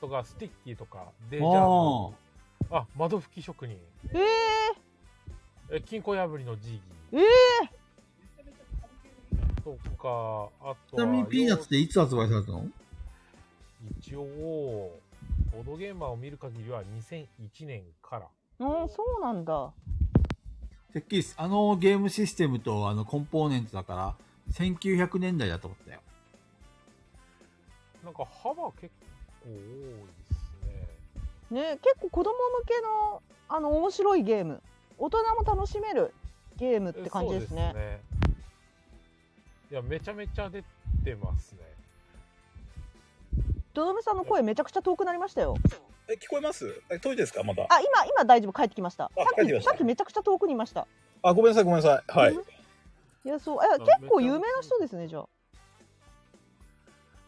[SPEAKER 3] とか、スティッキーとか、デジャー
[SPEAKER 2] あ
[SPEAKER 3] ズ。あ、窓拭き職人。
[SPEAKER 1] ええ
[SPEAKER 3] え、金庫破りのジーギ
[SPEAKER 1] え
[SPEAKER 3] ー。
[SPEAKER 1] え
[SPEAKER 3] とか、あとは
[SPEAKER 2] あ。ちなみにピーナッツっていつ発売されたの
[SPEAKER 3] 一応、ボードゲーマーを見る限りは2001年から。
[SPEAKER 1] うんそうなんだ
[SPEAKER 2] てっきりあのゲームシステムとあのコンポーネントだから1900年代だと思ったよ。
[SPEAKER 3] なんか幅結構多いですね。
[SPEAKER 1] ね結構子供向けのあの面白いゲーム大人も楽しめるゲームって感じですね
[SPEAKER 3] そうですねいや、めちゃめちゃ出てますね。
[SPEAKER 1] ドドメさんの声めちゃくちゃ遠くなりましたよ
[SPEAKER 4] え、聞こえますえ、トイレですかまだ。
[SPEAKER 1] あ今今大丈夫帰ってきました
[SPEAKER 4] あ
[SPEAKER 1] さ
[SPEAKER 4] 帰っ
[SPEAKER 1] って
[SPEAKER 4] きま
[SPEAKER 1] き
[SPEAKER 4] した
[SPEAKER 1] さっきめちゃくちゃ遠くにいました
[SPEAKER 4] あ、ごめんなさい、ごめんなさい。はい。
[SPEAKER 1] いやそうえ
[SPEAKER 3] あ
[SPEAKER 1] 結構有名な人ですねじゃあ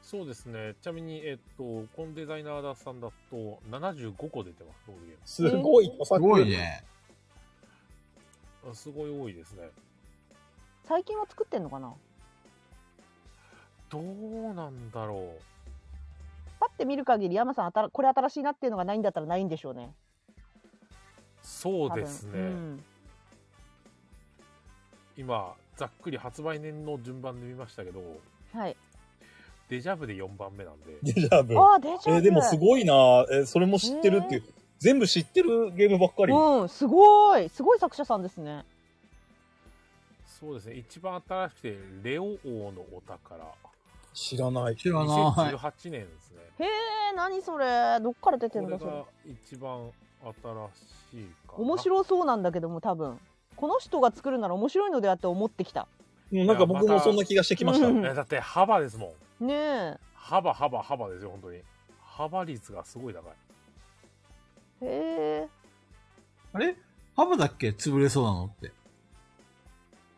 [SPEAKER 3] そうですね。ちなみに、えっと、このデザイナーださんだと、75個出てます、ボードゲーム。
[SPEAKER 4] すごい、す
[SPEAKER 2] すごい。ね。
[SPEAKER 3] あすごい多いですね。
[SPEAKER 1] 最近は作ってんのかな
[SPEAKER 3] どうなんだろう。
[SPEAKER 1] パッて見る限り山さんあたらこれ新しいなっていうのがないんだったらないんでしょうね
[SPEAKER 3] そう
[SPEAKER 1] 多分
[SPEAKER 3] ですね。
[SPEAKER 1] ん
[SPEAKER 3] 今、ざっくり発売年の順番で見ましたけど、
[SPEAKER 1] はい
[SPEAKER 3] デジャブで4番目なんで、
[SPEAKER 4] デジャブ。
[SPEAKER 1] ああデジ
[SPEAKER 4] え
[SPEAKER 1] ャブ
[SPEAKER 4] ーでもすごいなえーそれも知ってるっていう。全部知ってるゲームばっかり。
[SPEAKER 1] うんすごいすごい作者さんですね
[SPEAKER 3] そうですね。一番新しくて、レオ王のお宝。
[SPEAKER 4] 知らない。
[SPEAKER 2] 知らない。
[SPEAKER 3] 2018年ですね。
[SPEAKER 1] へえ何それどっから出て
[SPEAKER 3] こ
[SPEAKER 1] ん
[SPEAKER 3] れ
[SPEAKER 1] だそれ
[SPEAKER 3] が一番新しいかな。
[SPEAKER 1] 面白そうなんだけども多分この人が作るなら面白いのではって思ってきた
[SPEAKER 4] うんなんか僕もそんな気がしてきました。
[SPEAKER 1] うん
[SPEAKER 3] えだって幅ですもん。
[SPEAKER 1] ねえ
[SPEAKER 3] 幅幅幅ですよ本当に。幅率がすごい高い。
[SPEAKER 1] へえ
[SPEAKER 2] あれハブだっけ潰れそうなのって。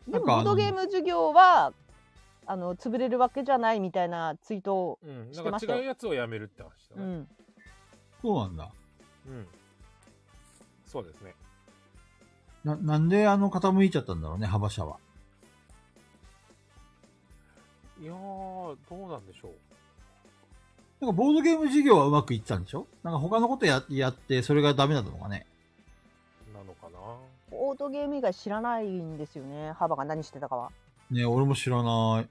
[SPEAKER 1] でもボ
[SPEAKER 2] なんかあ
[SPEAKER 1] ー
[SPEAKER 2] の
[SPEAKER 1] ドゲーム授業はあの潰れるわけじゃないみたいなツイートを
[SPEAKER 3] うん。
[SPEAKER 1] 知
[SPEAKER 3] な
[SPEAKER 1] ってま
[SPEAKER 3] ん
[SPEAKER 1] し
[SPEAKER 3] か
[SPEAKER 1] たよ
[SPEAKER 3] 違うやつをやめるって話だ
[SPEAKER 1] う
[SPEAKER 3] ね。
[SPEAKER 1] ん
[SPEAKER 2] そうなんだ。
[SPEAKER 3] うん。そうですね。
[SPEAKER 2] な、なんであの傾いちゃったんだろうね、ハバ社は。
[SPEAKER 3] いやーどうなんでしょう。
[SPEAKER 2] なんかボードゲーム事業はうまくいってたんでしょなんか他のことややって、それがダメだったのかね。
[SPEAKER 3] なのかな。
[SPEAKER 1] ボードゲーム以外知らないんですよね幅が何してたかは
[SPEAKER 2] ね俺も知らない。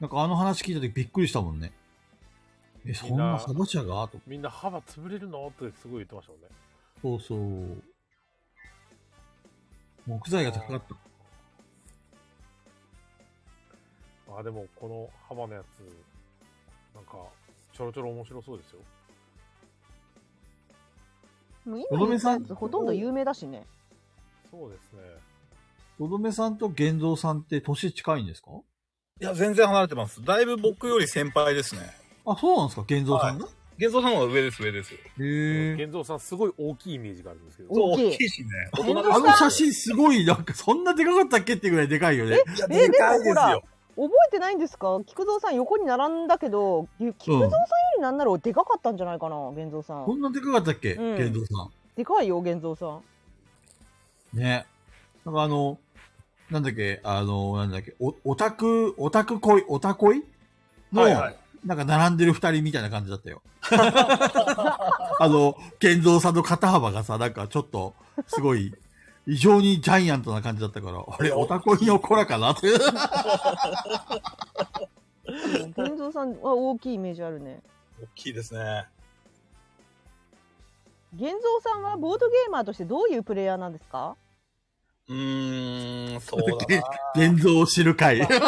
[SPEAKER 2] なんかあの話聞いた時びっくりしたもんね。え、そんなハバ社がと。
[SPEAKER 3] みんな幅潰れるのってすごい言ってましたもんね。
[SPEAKER 2] そうそう。木材が高かった。
[SPEAKER 3] あーでもこの幅のやつなんかちょろちょろ面白そうですよ。
[SPEAKER 1] もう
[SPEAKER 2] の
[SPEAKER 1] 今言
[SPEAKER 2] め
[SPEAKER 1] った
[SPEAKER 2] さ
[SPEAKER 1] や
[SPEAKER 2] ん
[SPEAKER 1] つほとんど有名だしね
[SPEAKER 3] そうですね。
[SPEAKER 2] とどめさんと玄三さんって年近いんですか
[SPEAKER 4] いや、全然離れてます。だいぶ僕より先輩ですね。
[SPEAKER 2] あ、そうなんですか玄三さんが、
[SPEAKER 4] ゲゾさんは上です、上です。
[SPEAKER 2] へえ。
[SPEAKER 3] 健三さんすごい大きいイメージがあるんです けど。
[SPEAKER 1] 大きい
[SPEAKER 4] しね。
[SPEAKER 1] 大人
[SPEAKER 2] あの写真すごい、なんかそんなでかかったっけってぐらいでかいよね。
[SPEAKER 4] いや、
[SPEAKER 1] えで
[SPEAKER 4] でかい
[SPEAKER 1] も
[SPEAKER 4] です
[SPEAKER 1] ほら
[SPEAKER 4] よ。
[SPEAKER 1] 覚えてないんですか菊蔵さん横に並んだけどゆ菊蔵さんよりなんならでかかったんじゃないかな玄蔵さん
[SPEAKER 2] そんなでかかったっけ、
[SPEAKER 1] うん
[SPEAKER 2] 玄三さ
[SPEAKER 1] でかいよ玄蔵さん
[SPEAKER 2] ん。ね。なんかあの、なんだっけ、あの、なんだっけ、おオタク、オタク恋、オタ恋の、
[SPEAKER 4] はいはい
[SPEAKER 2] なんか並んでる二人みたいな感じだったよ。 あの、玄三さんの肩幅がさ、なんかちょっと、すごい、異常にジャイアントな感じだったから、あれ、オタク恋の子らかなって。
[SPEAKER 1] 玄蔵さんは大きいイメージあるね
[SPEAKER 4] 大きいですね。
[SPEAKER 1] 玄三さんはボードゲーマーとしてどういうプレイヤーなんですか
[SPEAKER 4] うーん、そうだな。
[SPEAKER 2] 現像を知る会。
[SPEAKER 1] はい
[SPEAKER 4] 遠藤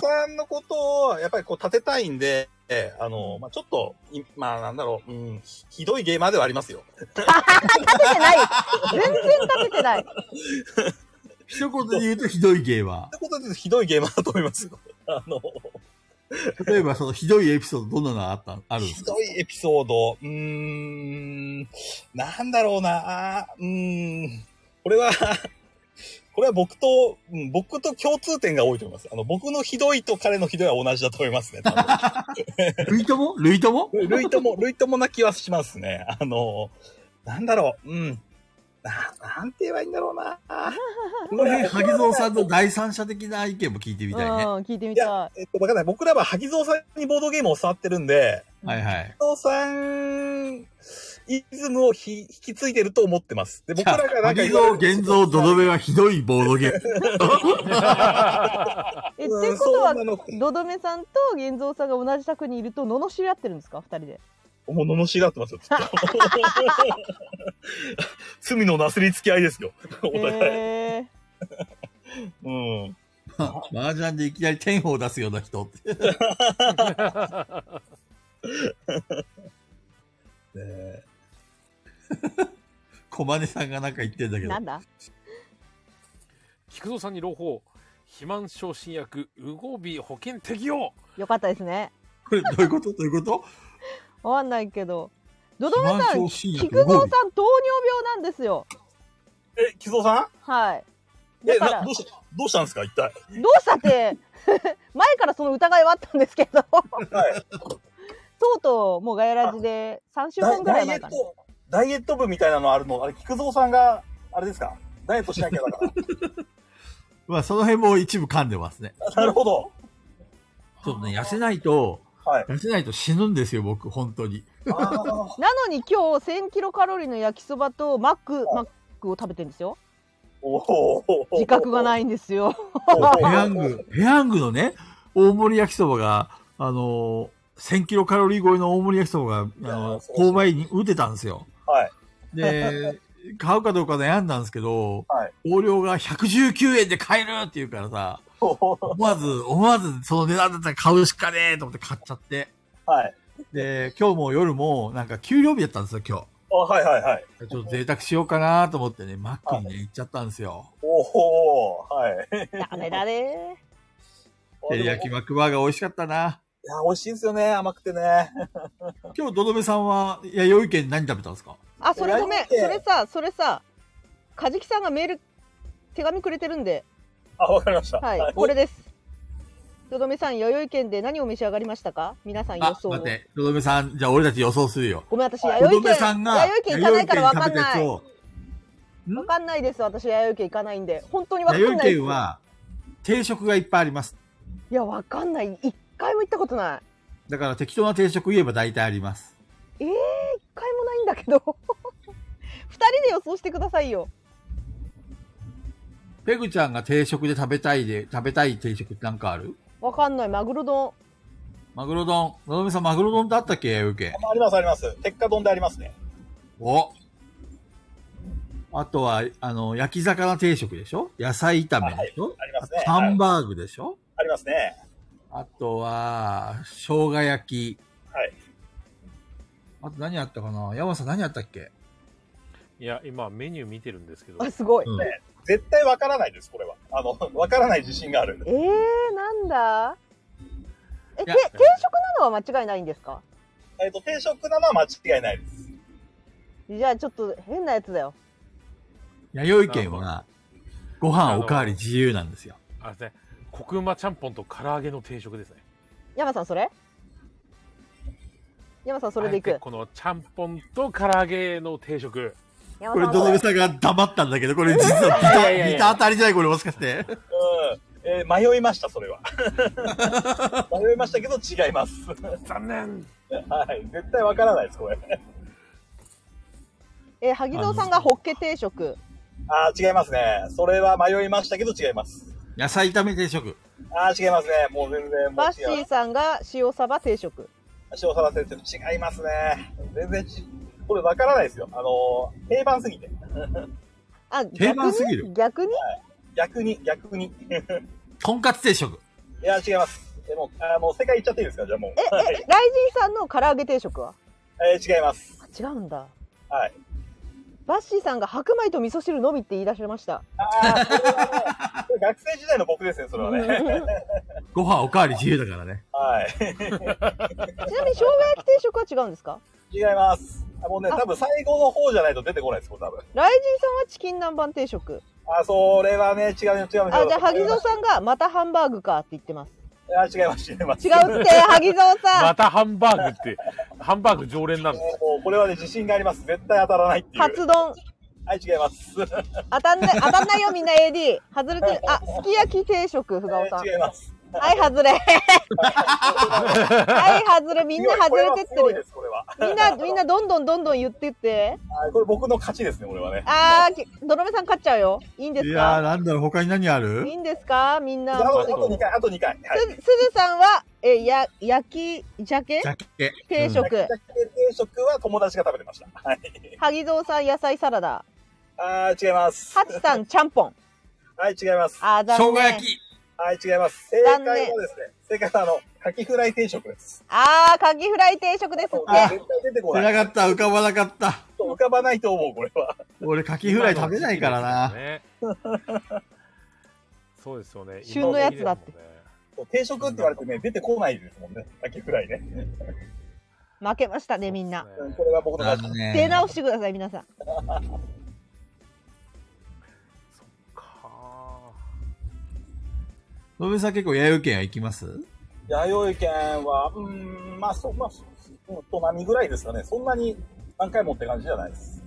[SPEAKER 4] さんのことを、やっぱりこう立てたいんで、ええあの、まあ、ちょっと、いまあ、なんだろう、うん、ひひどいゲーマーではありますよ。
[SPEAKER 1] 立ててない全然立てて ない
[SPEAKER 2] 一言で言うとひどい芸は。
[SPEAKER 4] ということで、ひどいゲーマーだと思いますよ。 あの、
[SPEAKER 2] 例えばそのひどいエピソードどんなのあった、あるんで
[SPEAKER 4] ひ
[SPEAKER 2] すか
[SPEAKER 4] どいエピソード、うーん、なんだろうな、あーうーん、これは、 これは僕と、うん僕と共通点が多いと思います。あの、僕のひどいと彼のひどいは同じだと思いますね。多分
[SPEAKER 2] 類とも類とも
[SPEAKER 4] 類とも、類ともな気はしますね。あの、なんだろう、うん。な、なんて言えばいいんだろ うな。
[SPEAKER 2] この辺、萩蔵さんの第三者的な意見も聞いてみ
[SPEAKER 1] うん
[SPEAKER 2] たいね。
[SPEAKER 1] 聞いてみた
[SPEAKER 4] えっと、わかんない。僕らは萩蔵さんにボードゲームを教わってるんで、
[SPEAKER 1] い
[SPEAKER 2] はいはい。
[SPEAKER 4] 萩蔵さん、イズムをひ引き継いでると思ってます。で、僕らがなんか
[SPEAKER 2] 萩蔵、現像、どど
[SPEAKER 4] め。
[SPEAKER 2] めはひどいボードゲーム。
[SPEAKER 1] いえって
[SPEAKER 4] うん
[SPEAKER 1] こと
[SPEAKER 4] そう
[SPEAKER 1] は
[SPEAKER 4] なのか。
[SPEAKER 1] どどめさんと玄三さんが同じ宅にいると罵り合ってるんですか二人で
[SPEAKER 4] もう、罵り合ってますよ。ず っと罪のなすりつき合いですよ。お互い。
[SPEAKER 1] へえ
[SPEAKER 4] うん。
[SPEAKER 2] 麻雀でいきなり天砲を出すような人って。
[SPEAKER 4] ね
[SPEAKER 2] 小金さんがなんか言ってんだけど
[SPEAKER 1] な。んだ
[SPEAKER 3] 菊蔵さんに朗報。肥満症新薬ウゴビ保険適用。
[SPEAKER 1] よかったですね
[SPEAKER 2] これどういうことどういうこと
[SPEAKER 1] わかんないけどどどめさん
[SPEAKER 2] 肥満症
[SPEAKER 1] 菊
[SPEAKER 2] 新
[SPEAKER 1] 蔵
[SPEAKER 2] 薬
[SPEAKER 1] さん糖尿病なんですよ
[SPEAKER 4] え、木曽さん
[SPEAKER 1] はい
[SPEAKER 4] え、
[SPEAKER 1] だか
[SPEAKER 4] な
[SPEAKER 1] ら
[SPEAKER 4] どうし、どうしたんですか一体。
[SPEAKER 1] どうしたってこ前からその疑いはあったんですけど、と
[SPEAKER 4] はい。
[SPEAKER 1] うとうもうガヤラジで3週間ぐらい前かな。
[SPEAKER 4] ダイエットダイエット部みたいなのあるの、あれ、菊蔵さんが、あれですかダイエットしなきゃだか
[SPEAKER 2] まあ、その辺も一部噛んでますね。
[SPEAKER 4] ら。 なるほど。
[SPEAKER 2] ちょっとね、痩せないと、
[SPEAKER 4] はい。
[SPEAKER 2] 痩せないと死ぬんですよ、僕、本当に。
[SPEAKER 4] あー
[SPEAKER 1] なのに今日1000キロカロリーの焼きそばとマック、マックを食べてるんですよ。
[SPEAKER 4] おー
[SPEAKER 1] 自覚がないんですよ。
[SPEAKER 2] ペヤング、ペヤングのね、大盛り焼きそばが、あのー1000キロカロリー超えの大盛り焼きそばが、あのー購買に打てたんですよ。
[SPEAKER 4] はい。
[SPEAKER 2] で、買うかどうか悩んだんですけど、
[SPEAKER 4] はい
[SPEAKER 2] 同僚が119円で買えるって言うからさ、
[SPEAKER 4] は
[SPEAKER 2] 思わず、思わずその値段だったら買うしかねえと思って買っちゃって。
[SPEAKER 4] い。
[SPEAKER 2] で、今日も夜も、なんか給料日だったんですよ、今日。
[SPEAKER 4] あ、はいはいはい。
[SPEAKER 2] ちょっと贅沢しようかなと思ってね、マックにね、行っちゃったんですよ。
[SPEAKER 4] おおはい。
[SPEAKER 1] ダメだね。
[SPEAKER 2] 照り焼きマックバーガー美味しかったな。
[SPEAKER 4] いや、美味しいですよね。甘くてね。
[SPEAKER 2] 今日、どどめさんは、弥生県何食べたんですか
[SPEAKER 1] あ、それごめん。
[SPEAKER 4] ラ
[SPEAKER 1] そ
[SPEAKER 4] ジオ
[SPEAKER 1] れさ、それさ、カジキさんがメール、手紙くれてるんで、
[SPEAKER 4] あ、わかりました。
[SPEAKER 1] はい、これです。とどめさん、弥生県で何を召し上がりましたか皆さん予
[SPEAKER 2] あ、
[SPEAKER 1] 想を。
[SPEAKER 2] 待って、どどめさん、じゃあ俺たち予想するよ。
[SPEAKER 1] ごめん、私、
[SPEAKER 2] ど
[SPEAKER 1] 弥
[SPEAKER 2] ど
[SPEAKER 1] 生県、
[SPEAKER 2] めさんが、
[SPEAKER 1] 弥生県行かないからわかん
[SPEAKER 2] 弥生県食べた
[SPEAKER 1] な
[SPEAKER 2] やつ
[SPEAKER 1] い。
[SPEAKER 2] を
[SPEAKER 1] わかんないです、私、弥生県行かないんで。本当にわかんない
[SPEAKER 2] 弥生
[SPEAKER 1] です。
[SPEAKER 2] 県は、定食がいっぱいあります。
[SPEAKER 1] いや、わかんない。一回も行ったことない。
[SPEAKER 2] だから適当な定食言えば大体あります。
[SPEAKER 1] ええー、一回もないんだけど。 二人で予想してくださいよ。
[SPEAKER 2] ペグちゃんが定食で食べたいで、食べたい定食ってなんかある
[SPEAKER 1] わかんない、マグロ丼。
[SPEAKER 2] マグロ丼。のどめさん、マグロ丼ってあったっけ弥生県。
[SPEAKER 4] ありますあります。鉄火丼でありますね。
[SPEAKER 2] おあとは、あの、焼き魚定食でしょ野菜炒めでしょ、
[SPEAKER 4] ありますね。
[SPEAKER 2] ハン
[SPEAKER 4] はい
[SPEAKER 2] バーグでしょ、
[SPEAKER 4] ありますね。
[SPEAKER 2] あとは、生姜焼き。
[SPEAKER 4] はい。
[SPEAKER 2] あと何あったかな山さん何あったっけ
[SPEAKER 3] いや、今メニュー見てるんですけど、
[SPEAKER 1] あ、すごい。
[SPEAKER 2] うん
[SPEAKER 4] 絶対わからないです、これは。あの、わからない自信がある。
[SPEAKER 1] ええー、なんだえ、
[SPEAKER 2] い
[SPEAKER 1] て
[SPEAKER 2] や
[SPEAKER 1] 定食なのは間違いないんですか
[SPEAKER 4] えっと、定食なのは間違いないです。
[SPEAKER 1] じゃあちょっと変なやつだよ。
[SPEAKER 2] 弥生県は、ご飯おかわり自由なんですよ。
[SPEAKER 3] あれですね、コクうまちゃんぽんと唐揚げの定食ですね。
[SPEAKER 1] 山さんそれ山さんそれでい
[SPEAKER 3] あえて
[SPEAKER 1] く。
[SPEAKER 3] このちゃんぽんと唐揚げの定食。
[SPEAKER 1] 山
[SPEAKER 2] これ、
[SPEAKER 1] さん
[SPEAKER 2] ど
[SPEAKER 1] そ
[SPEAKER 2] の
[SPEAKER 1] れ
[SPEAKER 2] めさんが黙ったんだけど、これ実 はビタ、
[SPEAKER 3] いやいやいや
[SPEAKER 2] ビタ当たりじゃないこれもしかして。
[SPEAKER 4] うん。えー迷いました、それは。迷いましたけど違います。
[SPEAKER 3] 残念
[SPEAKER 4] はい。絶対わからないです、これ。
[SPEAKER 1] えー、萩蔵さんがホッケ定食。
[SPEAKER 4] あー違いますね。それは迷いましたけど違います。
[SPEAKER 2] 野菜炒め定食。
[SPEAKER 4] あー違いますね。もう全然、もう
[SPEAKER 1] バッシ
[SPEAKER 4] 違
[SPEAKER 1] ー
[SPEAKER 4] う。
[SPEAKER 1] さんが塩サバ定食。
[SPEAKER 4] 塩沢先生、違いますね。全然ち、これわからないですよ。あのー定番すぎて。
[SPEAKER 1] あ、
[SPEAKER 2] 定番すぎ
[SPEAKER 1] 逆
[SPEAKER 2] る
[SPEAKER 1] に逆に
[SPEAKER 4] 逆に、逆に。い
[SPEAKER 2] とんかつ定食。
[SPEAKER 4] や、違います。でも、あもう世界行っちゃっていいですか、じゃあもう。
[SPEAKER 1] え、え、
[SPEAKER 4] は
[SPEAKER 1] ライジ
[SPEAKER 4] い。
[SPEAKER 1] ンさんの唐揚げ定食は
[SPEAKER 4] えー違います。
[SPEAKER 1] あ違うんだ。
[SPEAKER 4] はい。
[SPEAKER 1] バッシーさんが白米と味噌汁のみって言い出しました。
[SPEAKER 4] ああ、これはねこれ学生時代の僕ですね、それは ね。
[SPEAKER 2] ご飯おかわり自由だからね。
[SPEAKER 4] はい。
[SPEAKER 1] ちなみに生姜焼き定食は違うんですか
[SPEAKER 4] 違います。あもうね、
[SPEAKER 1] あ
[SPEAKER 4] 多分最後の方じゃないと出てこないです、これ多分。
[SPEAKER 1] ライジンさんはチキン南蛮定食。
[SPEAKER 4] あ、それはね、違うよ、違うよ。
[SPEAKER 1] あ、じゃあ萩
[SPEAKER 4] 違いま
[SPEAKER 1] 蔵
[SPEAKER 4] す
[SPEAKER 1] さんがまたハンバーグかって言ってます。
[SPEAKER 4] いや違います、違います。
[SPEAKER 1] 違うって、萩蔵さ
[SPEAKER 3] ま
[SPEAKER 1] ん。
[SPEAKER 3] たハンバーグって、ハンバーグ常連なんです。
[SPEAKER 4] もうこれはね、自信があります。絶対当たらないっていう。
[SPEAKER 1] カツ丼。
[SPEAKER 4] はい、違います。
[SPEAKER 1] 当たんない、当たんないよ、みんな AD。外れてる。あ、すき焼き定食、ふがおさん。
[SPEAKER 4] 違い ます。
[SPEAKER 1] はい、外れ。はい、外れ。みんな外れてって
[SPEAKER 4] これは強い
[SPEAKER 1] る
[SPEAKER 4] です、これは。
[SPEAKER 1] みんな、みんな、どんどんどんどん言ってって。
[SPEAKER 4] はいこれ僕の勝ちですね、これはね。
[SPEAKER 1] あーき、どろめさん勝っちゃうよ。いいんで
[SPEAKER 2] い
[SPEAKER 1] す
[SPEAKER 2] や
[SPEAKER 1] か
[SPEAKER 2] ー、なんだろう、他に何ある
[SPEAKER 1] いいんですかみん
[SPEAKER 4] あ
[SPEAKER 1] な。
[SPEAKER 4] とあ
[SPEAKER 1] す
[SPEAKER 4] と2回、あと2回。はい。
[SPEAKER 1] すずさんは、え、や、焼き、鮭
[SPEAKER 2] ジャケ。
[SPEAKER 1] 定
[SPEAKER 2] うん
[SPEAKER 1] 食。
[SPEAKER 4] 定食は友達が食べてました。はい。
[SPEAKER 1] 萩蔵さん、野菜サラダ。
[SPEAKER 4] あー違います。
[SPEAKER 1] ハチさん、ちゃんぽん。
[SPEAKER 4] はい、違います。
[SPEAKER 1] あー、
[SPEAKER 2] 生
[SPEAKER 1] 残念
[SPEAKER 2] 姜焼き。
[SPEAKER 4] はい、違います。正
[SPEAKER 1] 残
[SPEAKER 4] 解
[SPEAKER 1] 念
[SPEAKER 4] はですね、正解はあの、カキフライ定食です。
[SPEAKER 1] あー、カキフライ定食です
[SPEAKER 4] 絶
[SPEAKER 1] って。
[SPEAKER 4] 対出てこ
[SPEAKER 2] 出
[SPEAKER 4] な。
[SPEAKER 2] ないかった、浮かばなかった。
[SPEAKER 4] 浮かばないと思う、これは。
[SPEAKER 2] 俺、カキフライ食べないからな。
[SPEAKER 3] 今の時期ですよね。そうですよね。
[SPEAKER 1] 旬のやつだって
[SPEAKER 3] 今の時期ですもんね。
[SPEAKER 4] 定食って言われてね、出てこないですもんね。カキフライね。
[SPEAKER 1] 負けましたね、みんな。
[SPEAKER 3] そうです
[SPEAKER 4] こ
[SPEAKER 3] ね
[SPEAKER 4] れは僕の
[SPEAKER 2] あ
[SPEAKER 4] 勝ち
[SPEAKER 2] の
[SPEAKER 4] です。
[SPEAKER 1] 出
[SPEAKER 2] ね、
[SPEAKER 1] 直してください、皆さん。
[SPEAKER 3] か
[SPEAKER 2] のぶさん結構、弥生県は行きます
[SPEAKER 4] 弥生県は、うーん、まあ、そ、まあ、そうんと何ぐらいですかね。そんなに何回もって感じじゃないです。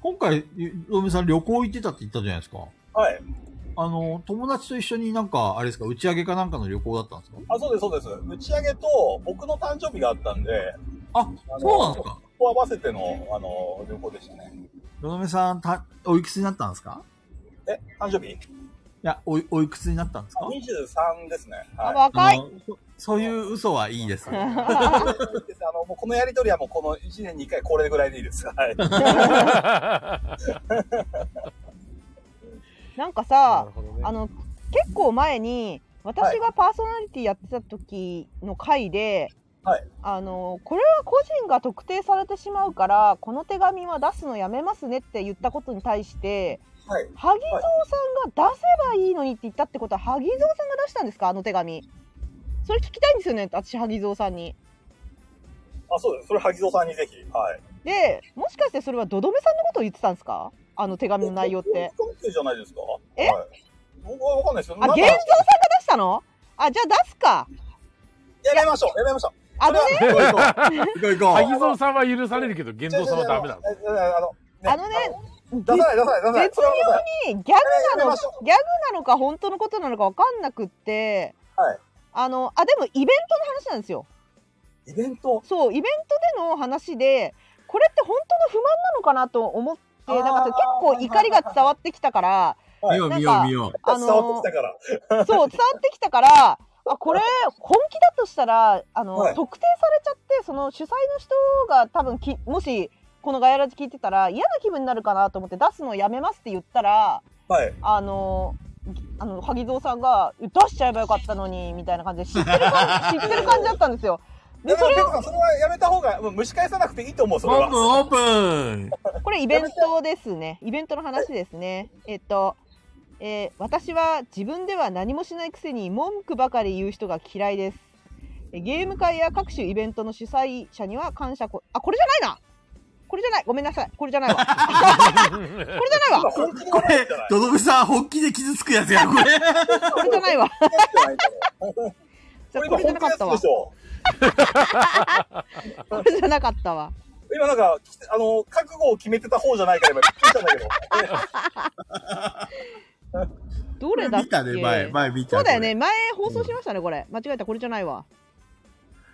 [SPEAKER 2] 今回、のぶさん旅行行ってたって言ったじゃないですか。
[SPEAKER 4] はい。
[SPEAKER 2] あの、友達と一緒になんか、あれですか、打ち上げかなんかの旅行だったんですか
[SPEAKER 4] あ、そうです、そうです。打ち上げと僕の誕生日があったんで、
[SPEAKER 2] あ、
[SPEAKER 4] の
[SPEAKER 2] そうなんですか
[SPEAKER 4] ここ合わせての、あの、旅行でしたね。
[SPEAKER 2] のどめさん、た、おいくつになったんですか
[SPEAKER 4] え、誕生日
[SPEAKER 2] いや、おい、おいくつになったんですか
[SPEAKER 4] あ ?23 ですね。
[SPEAKER 1] あ
[SPEAKER 4] はい。
[SPEAKER 1] 若
[SPEAKER 2] あ
[SPEAKER 1] い
[SPEAKER 2] のそそういう嘘はいいです。
[SPEAKER 4] あの、もうこのやりとりはもうこの1年に1回これぐらいでいいです。はい。
[SPEAKER 1] なんか
[SPEAKER 3] な
[SPEAKER 1] さ
[SPEAKER 3] るほどね
[SPEAKER 1] あの結構前に私がパーソナリティやってた時の回で、
[SPEAKER 4] はい
[SPEAKER 1] あのこれは個人が特定されてしまうからこの手紙は出すのやめますねって言ったことに対して
[SPEAKER 4] はい。
[SPEAKER 1] 萩蔵さんが出せばいいのにって言ったってことは萩蔵さんが出したんですかあの手紙それ聞きたいんですよね私萩蔵さんに
[SPEAKER 4] あ、そうです。それ、萩蔵さんにぜひ。はい。
[SPEAKER 1] でもしかしてそれはどどめさんのことを言ってたんですかあの手紙の内容って
[SPEAKER 4] 僕僕関係じゃないですか
[SPEAKER 1] え
[SPEAKER 4] はい、僕はわかんないですよ。
[SPEAKER 1] あ
[SPEAKER 4] なん
[SPEAKER 1] 現
[SPEAKER 4] か
[SPEAKER 1] 像さんが出したのあじゃあ出すか
[SPEAKER 4] やめましょう。やめましょう。
[SPEAKER 1] あのね
[SPEAKER 4] それはもう
[SPEAKER 2] 行こう行こ
[SPEAKER 3] 萩蔵さんは許されるけど、玄蔵さんはダメだ。
[SPEAKER 4] 違う違う違うあの、
[SPEAKER 1] あのね
[SPEAKER 4] 出さない、出さない、出さない。
[SPEAKER 1] 絶妙
[SPEAKER 4] それは
[SPEAKER 1] にギャグな
[SPEAKER 4] やめ
[SPEAKER 1] の
[SPEAKER 4] ましょ
[SPEAKER 1] ギャグなのか本当のことなのか分かんなくって、
[SPEAKER 4] はい
[SPEAKER 1] あのあでもイベントの話なんですよ
[SPEAKER 4] 出さないイベント。
[SPEAKER 1] そうイベントでの話でこれって本当の不満なのかなと思って
[SPEAKER 4] あー
[SPEAKER 1] なんかそれ結構怒りが伝わってきたから
[SPEAKER 2] う。見よう見よう見よ
[SPEAKER 1] あ
[SPEAKER 4] 伝わ
[SPEAKER 1] の
[SPEAKER 4] ってきたから。
[SPEAKER 1] そう伝わってきたからあこれ本気だとしたらあの、
[SPEAKER 4] はい
[SPEAKER 1] 特定されちゃってその主催の人が多分きもしこのガヤラジ聞いてたら嫌な気分になるかなと思って出すのをやめますって言ったら
[SPEAKER 4] はい。
[SPEAKER 1] あのあの萩蔵さんが「出しちゃえばよかったのに」みたいな感じで知ってる感じ知ってる感じだったんですよ。で
[SPEAKER 4] で
[SPEAKER 1] そ
[SPEAKER 4] も、
[SPEAKER 1] れ
[SPEAKER 4] ペコさん、それはやめた方が、もう蒸し返さなくていいと思う、
[SPEAKER 2] う。
[SPEAKER 4] それ
[SPEAKER 2] オー
[SPEAKER 4] は。
[SPEAKER 2] プンオープン
[SPEAKER 1] これイベントですねイベントの話ですね。えっとえー私は自分では何もしないくせに文句ばかり言う人が嫌いです。えゲーム会や各種イベントの主催者には感謝こあこれじゃないなこれじゃないごめんなさいこれじゃ ないわこれじゃないわ
[SPEAKER 4] 本気で
[SPEAKER 2] こ
[SPEAKER 4] 言わな
[SPEAKER 2] れ
[SPEAKER 4] いんじゃない、
[SPEAKER 2] ドドブさん本気で傷つくやつや、これ。
[SPEAKER 1] これじゃないわ
[SPEAKER 4] 本気で言わないんじゃない
[SPEAKER 1] じゃ
[SPEAKER 4] これ
[SPEAKER 1] これ
[SPEAKER 4] 今本
[SPEAKER 1] じゃな
[SPEAKER 4] 気で
[SPEAKER 1] かっ
[SPEAKER 4] やつ
[SPEAKER 1] た
[SPEAKER 4] で
[SPEAKER 1] わ
[SPEAKER 4] しょ。
[SPEAKER 1] これじゃなかったわ
[SPEAKER 4] 今なんか、きあの、覚悟を決めてた方じゃないから今、びっくりしたんだけど。
[SPEAKER 1] どれだっけ
[SPEAKER 2] 見たね、前、前見た。
[SPEAKER 1] そうだよね前放送しましたねこれ間違えたこれじゃないわ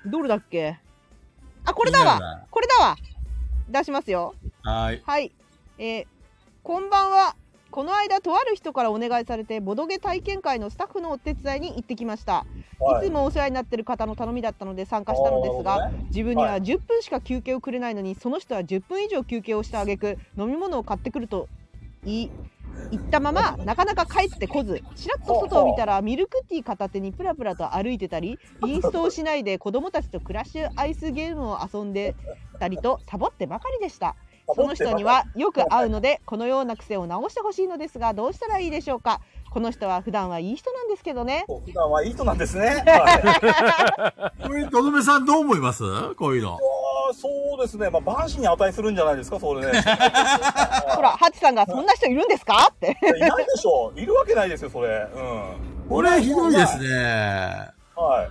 [SPEAKER 1] どれだっけあこ
[SPEAKER 2] こ
[SPEAKER 1] れだわ。これだわ出しますよ
[SPEAKER 2] はい。
[SPEAKER 1] はいえーこんばんはこの間とある人からお願いされてボドゲ体験会のスタッフのお手伝いに行ってきました、、
[SPEAKER 4] はい
[SPEAKER 1] つもお世話になってる方の頼みだったので参加したのです
[SPEAKER 4] あーな
[SPEAKER 1] が、
[SPEAKER 4] るほどね
[SPEAKER 1] 自分に
[SPEAKER 4] は
[SPEAKER 1] はい10分しか休憩をくれないのにその人は10分以上休憩をした挙句飲み物を買ってくると言い言ったままなかなか帰ってこずちらっと外を見たらミルクティー片手にプラプラと歩いてたりインストをしないで子供たちとクラッシュアイスゲームを遊んでたりとサボってばかりでした。その人にはよく会うのでこのような癖を直してほしいのですがどうしたらいいでしょうかこの人は普段はいい人なんですけどね
[SPEAKER 4] そう普段はいい人なんですね。は
[SPEAKER 2] こ
[SPEAKER 4] い
[SPEAKER 2] れ、ドドメさんどう思いますこういうの。
[SPEAKER 4] あーそうですね。まあ、万死に値するんじゃないですか、それね。
[SPEAKER 1] ほらハチさんが「そんな人いるんですか?」って
[SPEAKER 4] いやいないでしょ。いるわけないですよ、それ。うん。
[SPEAKER 2] これ、ひどいですね。
[SPEAKER 4] は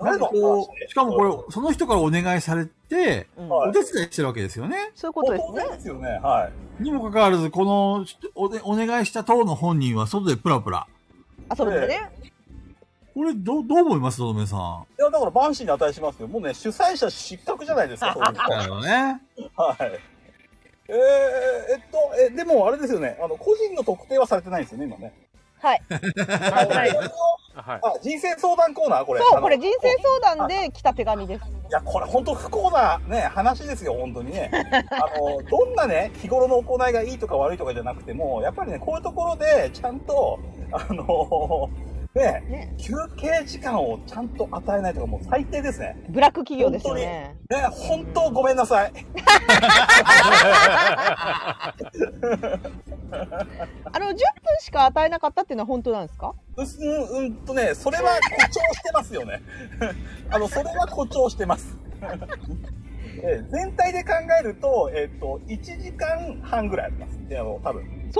[SPEAKER 4] い。
[SPEAKER 2] なんかこう、しかもこれ、その人からお願いされて、
[SPEAKER 1] うん
[SPEAKER 4] はい
[SPEAKER 2] お手伝いしてるわけですよね。
[SPEAKER 1] そういうことです
[SPEAKER 4] 当
[SPEAKER 1] ね
[SPEAKER 4] 然ですよね。はい。
[SPEAKER 2] にもかかわらず、このおお願いした党の本人は外でプラプラ。
[SPEAKER 1] 遊ぶんでね
[SPEAKER 2] これ、どう、どう思いますドドメさん。
[SPEAKER 4] いや、だから万死に値しますよ。もうね、主催者失格じゃないです か、そういう
[SPEAKER 2] だよね。
[SPEAKER 4] のはい。えー、えっと、え、でもあれですよね。あの、個人の特定はされてないんですよね、今ね。
[SPEAKER 1] はい
[SPEAKER 3] はい
[SPEAKER 4] これを
[SPEAKER 3] はい。
[SPEAKER 4] あ、人生相談コーナーこれ。あ
[SPEAKER 1] そう
[SPEAKER 4] の
[SPEAKER 1] これ人生相談で来た手紙です
[SPEAKER 4] いや、これ本当不幸なね、話ですよ、本当にね。あの、どんなね、日頃の行いがいいとか悪いとかじゃなくても、やっぱりね、こういうところで、ちゃんと、あの、ね、
[SPEAKER 1] ね
[SPEAKER 4] 休憩時間をちゃんと与えないとか、もう最低ですね。
[SPEAKER 1] ブラック企業ですよね
[SPEAKER 4] ね、本当ごめんなさい。
[SPEAKER 1] あの10分しか与えなかったっていうのは本当なんですか
[SPEAKER 4] うすうん、うんとね、それは誇張してますよね。 あの、それは誇張してます。 え全体で考えると、えっ、と、1時間半ぐらいあります。で、あの、多分。
[SPEAKER 1] そんなに休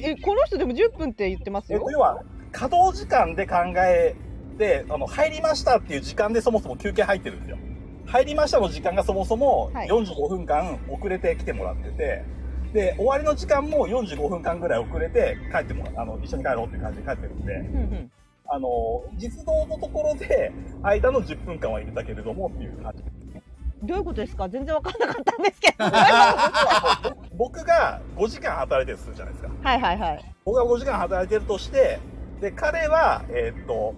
[SPEAKER 1] 憩えこの人でも10分って言ってます
[SPEAKER 4] えっ
[SPEAKER 1] よ
[SPEAKER 4] と、要は、稼働時間で考えて、あの、入りましたっていう時間でそもそも休憩入ってるんですよ。入りましたの時間がそもそも
[SPEAKER 7] はい
[SPEAKER 4] 45分間遅れて来てもらってて、で、終わりの時間も45分間ぐらい遅れて帰ってもらあの、一緒に帰ろうっていう感じで帰ってるんで、
[SPEAKER 7] うんうん
[SPEAKER 4] あの、実動のところで、間の10分間は入れたけれどもっていう感じ。
[SPEAKER 1] どういうことですか全然わかんなかったんですけ ど
[SPEAKER 4] 僕が5時間働いてるとするじゃないですか。
[SPEAKER 1] はいはいはい
[SPEAKER 4] 僕が5時間働いてるとして、で、彼は、えーっと、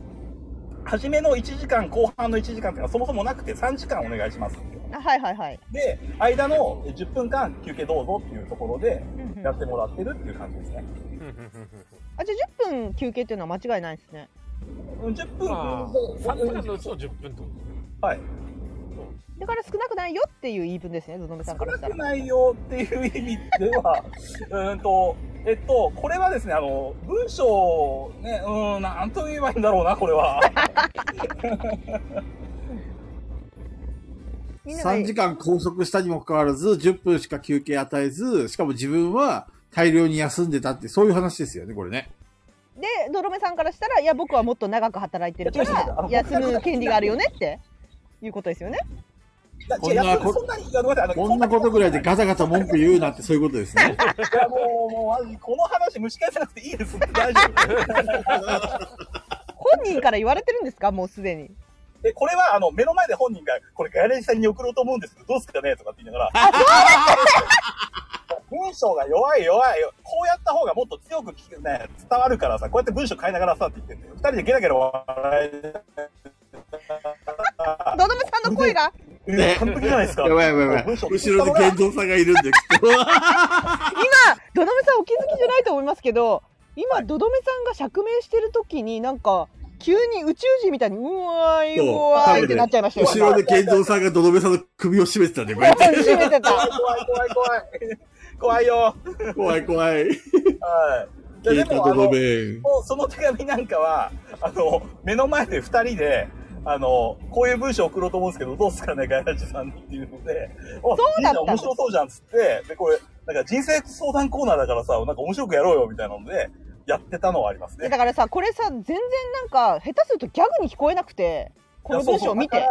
[SPEAKER 4] 初めの1時間、後半の1時間っていうのはそもそもなくて3時間お願いします。
[SPEAKER 1] あはいはいはい
[SPEAKER 4] で、間の10分間休憩どうぞっていうところで
[SPEAKER 1] うんうん
[SPEAKER 4] やってもらってるっていう感じですね。
[SPEAKER 1] あじゃあ10分休憩っていうのは間違いないですね
[SPEAKER 4] うん10分、
[SPEAKER 3] まあ、
[SPEAKER 4] そう
[SPEAKER 3] 3時間のうちの10分ってこと
[SPEAKER 4] はい。
[SPEAKER 1] だから少なくないよっていう言い分ですね、ゾノベさ
[SPEAKER 4] 少
[SPEAKER 1] んから
[SPEAKER 4] な
[SPEAKER 1] したら
[SPEAKER 4] く。ないよっていう意味では、 うーんと、えっと、これはですね、あの、文章、ね、うーん、なんと言えばいいんだろうな、これ は。
[SPEAKER 1] みんなが
[SPEAKER 2] 3時間拘束したにもかかわらず、10分しか休憩与えず、しかも自分は大量に休んでたって、そういう話ですよね、これね。
[SPEAKER 1] で、ドロメさんからしたら、いや、僕はもっと長く働いてるか
[SPEAKER 4] いや違う違うあ
[SPEAKER 1] ら
[SPEAKER 4] の、
[SPEAKER 1] 休む権利があるよねっていうことですよね。
[SPEAKER 4] だ
[SPEAKER 2] こんな
[SPEAKER 4] 違ういや
[SPEAKER 2] こ
[SPEAKER 4] そんなに、いやごめんなさいあの
[SPEAKER 2] こんなことぐらいでガタガタ文句言うなって、そう いうことですね。
[SPEAKER 4] いや、もう、もうマジ、この話蒸し返さなくていいです。大丈夫。
[SPEAKER 1] 本人から言われてるんですか、もうすでに。
[SPEAKER 4] で、これは、あの、目の前で本人が、これガヤレジさんに送ろうと思うんですけど、どうすかねとかって言いながら。文章が弱い弱いよ。こうやった方がもっと強く聞くね、伝わるからさ、こうやって文章変えながらさって言ってんだよ。二人でゲラゲラ笑い。
[SPEAKER 1] ドロメさんの声が、
[SPEAKER 4] え完璧じゃないですか。
[SPEAKER 2] やばいやばいやばい。
[SPEAKER 4] 文章
[SPEAKER 2] 後ろに健三さんがいるんで、きっと。
[SPEAKER 1] 今、ドロメさんお気づきじゃないと思いますけど、今、ドドメさんが釈明してる時に、なんか、急に宇宙人みたいに、うわーい、うわーいってなっちゃいましたよ。
[SPEAKER 2] 後ろで健三さんがどどめさんの首を絞めてたんで、こうやっ
[SPEAKER 1] 閉めて
[SPEAKER 4] 怖
[SPEAKER 1] た
[SPEAKER 4] い。怖い怖い怖い。怖いよ。
[SPEAKER 2] て。怖い怖い。
[SPEAKER 4] はい。
[SPEAKER 2] ケ
[SPEAKER 4] で
[SPEAKER 2] イ
[SPEAKER 4] で
[SPEAKER 2] タ
[SPEAKER 4] もあ
[SPEAKER 2] どど
[SPEAKER 4] の
[SPEAKER 2] め。
[SPEAKER 4] もうその手紙なんかは、あの、目の前で二人で、あの、こういう文章送ろうと思うんですけど、どうすかね、ガヤラジさんにっていうので、そう
[SPEAKER 1] だったんだ
[SPEAKER 4] 面白そうじゃんっつって、で、これ、なんか人生相談コーナーだからさ、なんか面白くやろうよ、みたいなので、やってたのはあります
[SPEAKER 1] だ
[SPEAKER 4] ね。
[SPEAKER 1] からさ、これさ、全然なんか、下手するとギャグに聞こえなくて、この文章を見
[SPEAKER 4] い
[SPEAKER 1] て
[SPEAKER 4] や。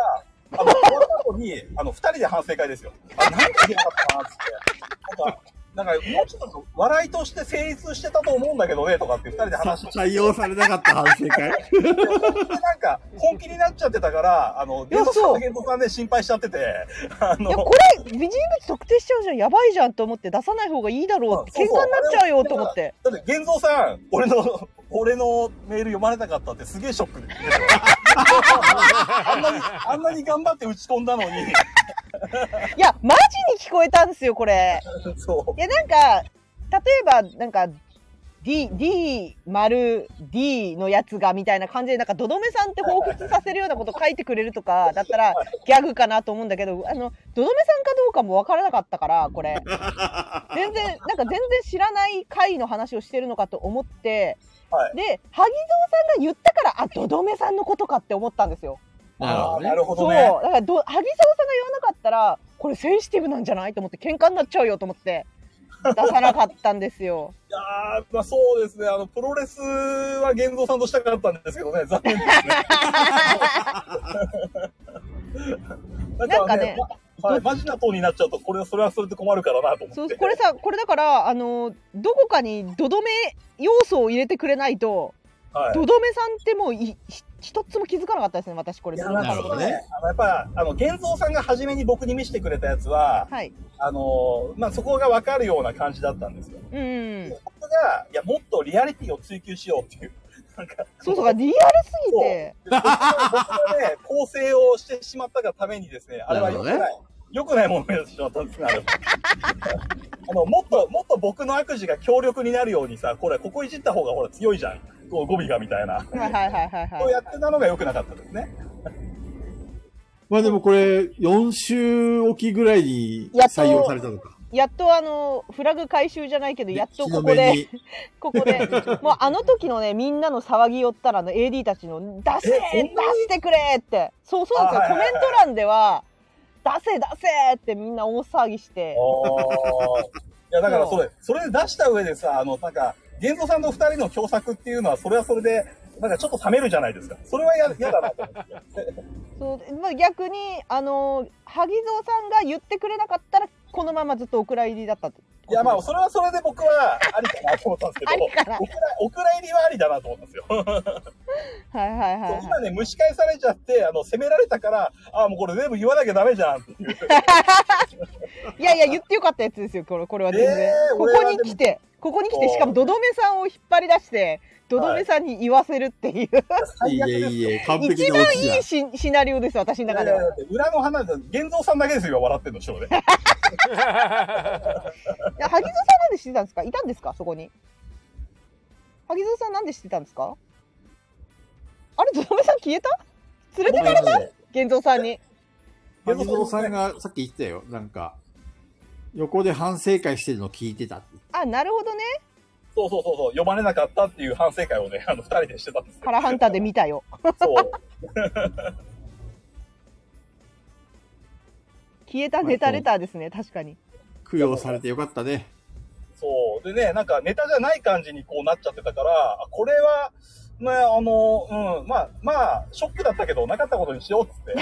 [SPEAKER 4] そうそうだからあの、終わった後に、あの、二人で反省会ですよ。あ、なんで言えなかったな、っつって。なんか、なんか、もうちょっと笑いとして成立してたと思うんだけどね、とかって二人で話して。
[SPEAKER 2] 採用されなかった反省会。
[SPEAKER 4] なんか、本気になっちゃってたから、あの、
[SPEAKER 1] いや
[SPEAKER 4] ゲスト
[SPEAKER 1] そう
[SPEAKER 4] さんゲストさんで心配しちゃってて、あ
[SPEAKER 1] いや
[SPEAKER 4] の
[SPEAKER 1] こ、れ美人口特定しちゃうじゃんやばいじゃんと思って出さない方がいいだろうって
[SPEAKER 4] あそ
[SPEAKER 1] 喧
[SPEAKER 4] う
[SPEAKER 1] 嘩
[SPEAKER 4] そう
[SPEAKER 1] になっちゃうよと思って
[SPEAKER 4] だって、玄三さん、俺の、 俺のメール読まれなかったってすげえショックで。あんなに、あんなに頑張って打ち込んだのに、
[SPEAKER 1] いやマジに聞こえたんですよこれ
[SPEAKER 4] そ
[SPEAKER 1] いやなんか例えばなんか D, D 丸 D のやつがみたいな感じでなんかどどめさんって彷彿させるようなこと書いてくれると かだったらギャグかなと思うんだけどあのどどめさんかどうかもわからなかったからこれ全然なんか全然知らない回の話をしてるのかと思って、
[SPEAKER 4] はい
[SPEAKER 1] で萩蔵さんが言ったからあどどめさんのことかって思ったんですよ。
[SPEAKER 4] う。
[SPEAKER 8] なるほど
[SPEAKER 4] あー
[SPEAKER 8] ね
[SPEAKER 4] なるほどね
[SPEAKER 1] そう。だからど萩沢さんが言わなかったらこれセンシティブなんじゃないと思って喧嘩になっちゃうよと思って出さなかったんです よ
[SPEAKER 4] いやー、まあそうですね、あの、プロレスは玄三さんとしたかったんですけどね、残念ですね。
[SPEAKER 1] なんかね
[SPEAKER 4] まはい、マジな党になっちゃうと、これは、それはそれで困るからなと思って。
[SPEAKER 1] そうこれさこれだからあのどこかにどどめ要素を入れてくれないと、
[SPEAKER 4] はい。
[SPEAKER 1] どどめさんってもういひ一つも気づかなかったですね私これ
[SPEAKER 4] いや、
[SPEAKER 1] そ
[SPEAKER 4] な
[SPEAKER 1] の
[SPEAKER 4] んか
[SPEAKER 1] 中で
[SPEAKER 4] そのね、あの、やっぱ、あの、玄三さんが初めに僕に見せてくれたやつは、
[SPEAKER 1] はい
[SPEAKER 4] あの、まあ、そこがわかるような感じだったんですよ。
[SPEAKER 1] うんうん
[SPEAKER 4] 僕が、いや、もっとリアリティを追求しようっていう、なんか、
[SPEAKER 1] そうそうリアルすぎて
[SPEAKER 4] 僕が ね、構成をしてしまったがためにですね、あれは良くない
[SPEAKER 2] なる。
[SPEAKER 4] 良、くないものを目指してしまったんですね、あれはあの、もっと、もっと僕の悪事が強力になるようにさ、これ、ここいじった方がほら強いじゃん。こう語尾がみたいな。
[SPEAKER 1] はいはいはいはい
[SPEAKER 4] そうや
[SPEAKER 1] は
[SPEAKER 4] ってたのが良くなかったですね。
[SPEAKER 2] まあでもこれ、4週おきぐらいに採用されたのか。
[SPEAKER 1] いやっとあのフラグ回収じゃないけどやっとここ
[SPEAKER 2] 日の目
[SPEAKER 1] で
[SPEAKER 2] に。
[SPEAKER 1] ここ でもうあの時のねみんなの騒ぎ寄ったらあの AD たちの「出せ
[SPEAKER 4] えそんな
[SPEAKER 1] 出
[SPEAKER 4] に
[SPEAKER 1] してくれ!」ってそうそうなんですよ
[SPEAKER 4] あ
[SPEAKER 1] コ
[SPEAKER 4] はいは
[SPEAKER 1] メ
[SPEAKER 4] い
[SPEAKER 1] ント欄では「出せ出せ!」ってみんな大騒ぎして
[SPEAKER 4] ああ。いや、だからそれ、それで出した上でさ、あの、なんか、玄三さんの二人の共作っていうのは、それはそれで、なんかちょっと冷めるじゃないですか。それはや嫌だなと思って。
[SPEAKER 1] そうまあ逆にあの萩蔵さんが言ってくれなかったらこのままずっとお蔵入りだったって
[SPEAKER 4] いや、まあ、それはそれで僕はありかなと思ったんですけ
[SPEAKER 1] あ
[SPEAKER 4] ど、
[SPEAKER 1] りかな
[SPEAKER 4] お蔵お蔵入りはありだなと思ったんですよ。
[SPEAKER 1] はいはいはい、はい、
[SPEAKER 4] 今ね、蒸し返されちゃって、あの、責められたから、ああ、もうこれ全部言わなきゃダメじゃんっていう。
[SPEAKER 1] いやいや言ってよかったやつですよこれこれは全然、
[SPEAKER 4] えー
[SPEAKER 1] こ
[SPEAKER 4] 俺は
[SPEAKER 1] こ
[SPEAKER 4] でも
[SPEAKER 1] に来てここに来て
[SPEAKER 4] そう
[SPEAKER 1] しかもどどめさんを引っ張り出してどどめさんに言わせるっていう、
[SPEAKER 2] いいえ、いいえ、完璧
[SPEAKER 1] 一
[SPEAKER 2] な
[SPEAKER 1] 番
[SPEAKER 2] 落ち
[SPEAKER 1] いいシシナリオです私の中では、
[SPEAKER 4] だって裏の話、玄三さんだけですよ、笑ってる の、後ろで。
[SPEAKER 1] いや萩蔵さんなんで知ってたんですかいたんですかそこに萩蔵さんなんで知ってたんですかあれどどめさん消えた連れてかれた玄三さんに
[SPEAKER 2] だ。萩蔵さんがさっき言ってたよ。なんか、横で反省会してるの聞いてたって。
[SPEAKER 1] あなるほどね
[SPEAKER 4] そうそうそうそう、呼ばれなかったっていう反省会をね、あの、二人でしてた んですけ
[SPEAKER 1] カラハンターで見たよ
[SPEAKER 4] ど。そう。
[SPEAKER 1] 消えたネタレターですね確かに
[SPEAKER 2] 供養されてよかったね。
[SPEAKER 4] そう。でね、なんかネタじゃない感じにこうなっちゃってたから、あこれは、ね、あの、うん、まあ、まあ、ショックだったけど、なかったことにしようっつって。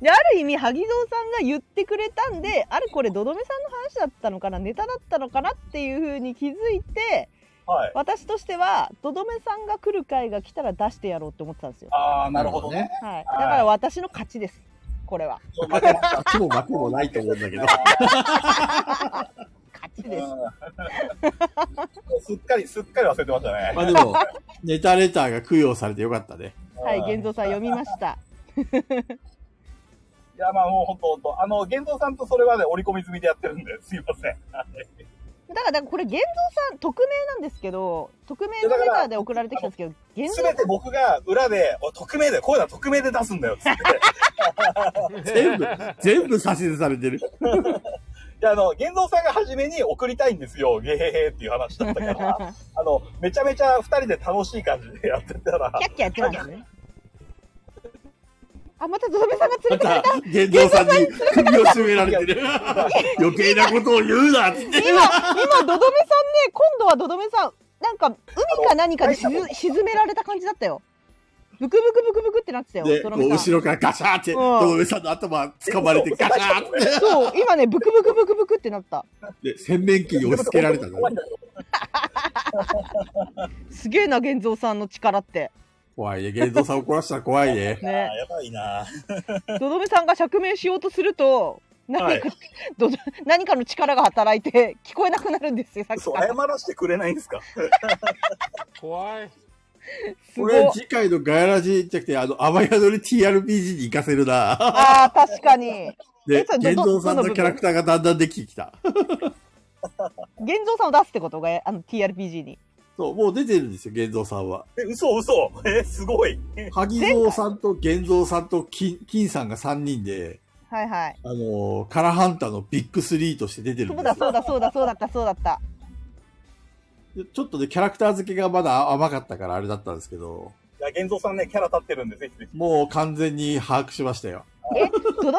[SPEAKER 1] である意味萩蔵さんが言ってくれたんであれこれどどめさんの話だったのかなネタだったのかなっていうふうに気づいて
[SPEAKER 4] はい。
[SPEAKER 1] 私としてはどどめさんが来る回が来たら出してやろうって思ってたんですよ、
[SPEAKER 4] ああ、なるほどね。
[SPEAKER 1] はい、だから私の勝ちですこれは
[SPEAKER 4] 負けました
[SPEAKER 2] 勝ちも負けもないと思うんだけ ど。
[SPEAKER 1] 勝ちです
[SPEAKER 4] うん すっかり、すっかり忘れてましたね。
[SPEAKER 2] まあでも、ネタレターが供養されてよかったね。
[SPEAKER 1] はい玄三さん読みました
[SPEAKER 4] いや、まあもう本当本当。あの、玄三さんとそれはね、折り込み済みでやってるんで、すいません。
[SPEAKER 1] だからだからこれ玄三さん匿名なんですけど匿名のレターで送られてきたんですけど玄
[SPEAKER 4] す
[SPEAKER 1] 三
[SPEAKER 4] べて僕が裏で、おい匿名で、こういうのは匿名で出すんだよ、つって。
[SPEAKER 2] 全部、全部差し出されてる。
[SPEAKER 4] で、あの、玄三さんが初めに送りたいんですよ、ゲヘヘっていう話だったから、あの、めちゃめちゃ二人で楽しい感じでやってたら
[SPEAKER 1] キ、ャッキャやってたんですねあまたどどめさんが連
[SPEAKER 2] ま
[SPEAKER 1] れて
[SPEAKER 2] た、玄道さんに首を絞められてる。余計なことを言うなって。
[SPEAKER 1] 今、今、どどめさんね、今度はどどめさん、なんか、海か何かで沈沈められた感じだったよ。ブクブクブクブクってなってたよ、
[SPEAKER 2] で、
[SPEAKER 1] どど
[SPEAKER 2] こう
[SPEAKER 1] め
[SPEAKER 2] 後
[SPEAKER 1] さん。
[SPEAKER 2] ろからガシャーって、
[SPEAKER 1] うん
[SPEAKER 2] ドドメさんの頭掴まれてガシャーっ
[SPEAKER 1] そう、今ね、ブクブクブクブクってなった。
[SPEAKER 2] て、で、洗面器に押し付けられたの。
[SPEAKER 1] すげえな、玄三さんの力って。
[SPEAKER 2] 怖いね。玄道さん怒らせたら怖いね。
[SPEAKER 4] あ
[SPEAKER 1] ね、
[SPEAKER 4] やばいな
[SPEAKER 1] どどめさんが釈明しようとすると、
[SPEAKER 4] は
[SPEAKER 1] 何
[SPEAKER 4] い
[SPEAKER 1] か、 どど何かの力が働いて、聞こえなくなるんですよ、さっき
[SPEAKER 4] そう、
[SPEAKER 1] か
[SPEAKER 4] 謝
[SPEAKER 1] ら。
[SPEAKER 4] らせてくれないんですか
[SPEAKER 3] 怖い。
[SPEAKER 1] す
[SPEAKER 2] こ
[SPEAKER 1] ご
[SPEAKER 2] れ
[SPEAKER 1] い。
[SPEAKER 2] 次回のガヤラジじゃなくて、あの、雨宿り TRPG に行かせるな。
[SPEAKER 1] ああ、確かに。え
[SPEAKER 2] で
[SPEAKER 1] それ、ど
[SPEAKER 2] 玄道さん
[SPEAKER 1] どの部
[SPEAKER 2] の
[SPEAKER 1] 分
[SPEAKER 2] キャラクターがだんだんできてきた。
[SPEAKER 1] 玄三さんを出すってことが、あの、TRPG に。
[SPEAKER 2] そう、もう出てるんですよ、玄道さんは。
[SPEAKER 4] え、嘘嘘。え、すごい。
[SPEAKER 2] 萩蔵さんと玄蔵さんと金金さんが3人で、
[SPEAKER 1] はいはい。
[SPEAKER 2] あのーカラハンターのビッグ3として出てるん
[SPEAKER 1] そう
[SPEAKER 2] で
[SPEAKER 1] だ
[SPEAKER 2] すよ
[SPEAKER 1] そうだそうだそうだったそうだった。
[SPEAKER 2] ちょっとね、キャラクター付けがまだ甘かったからあれだったんですけど、
[SPEAKER 4] いや、玄三さんね、キャラ立ってるんで、ぜひぜひ。
[SPEAKER 2] もう完全に把握しましたよ。
[SPEAKER 1] え、とどめさんの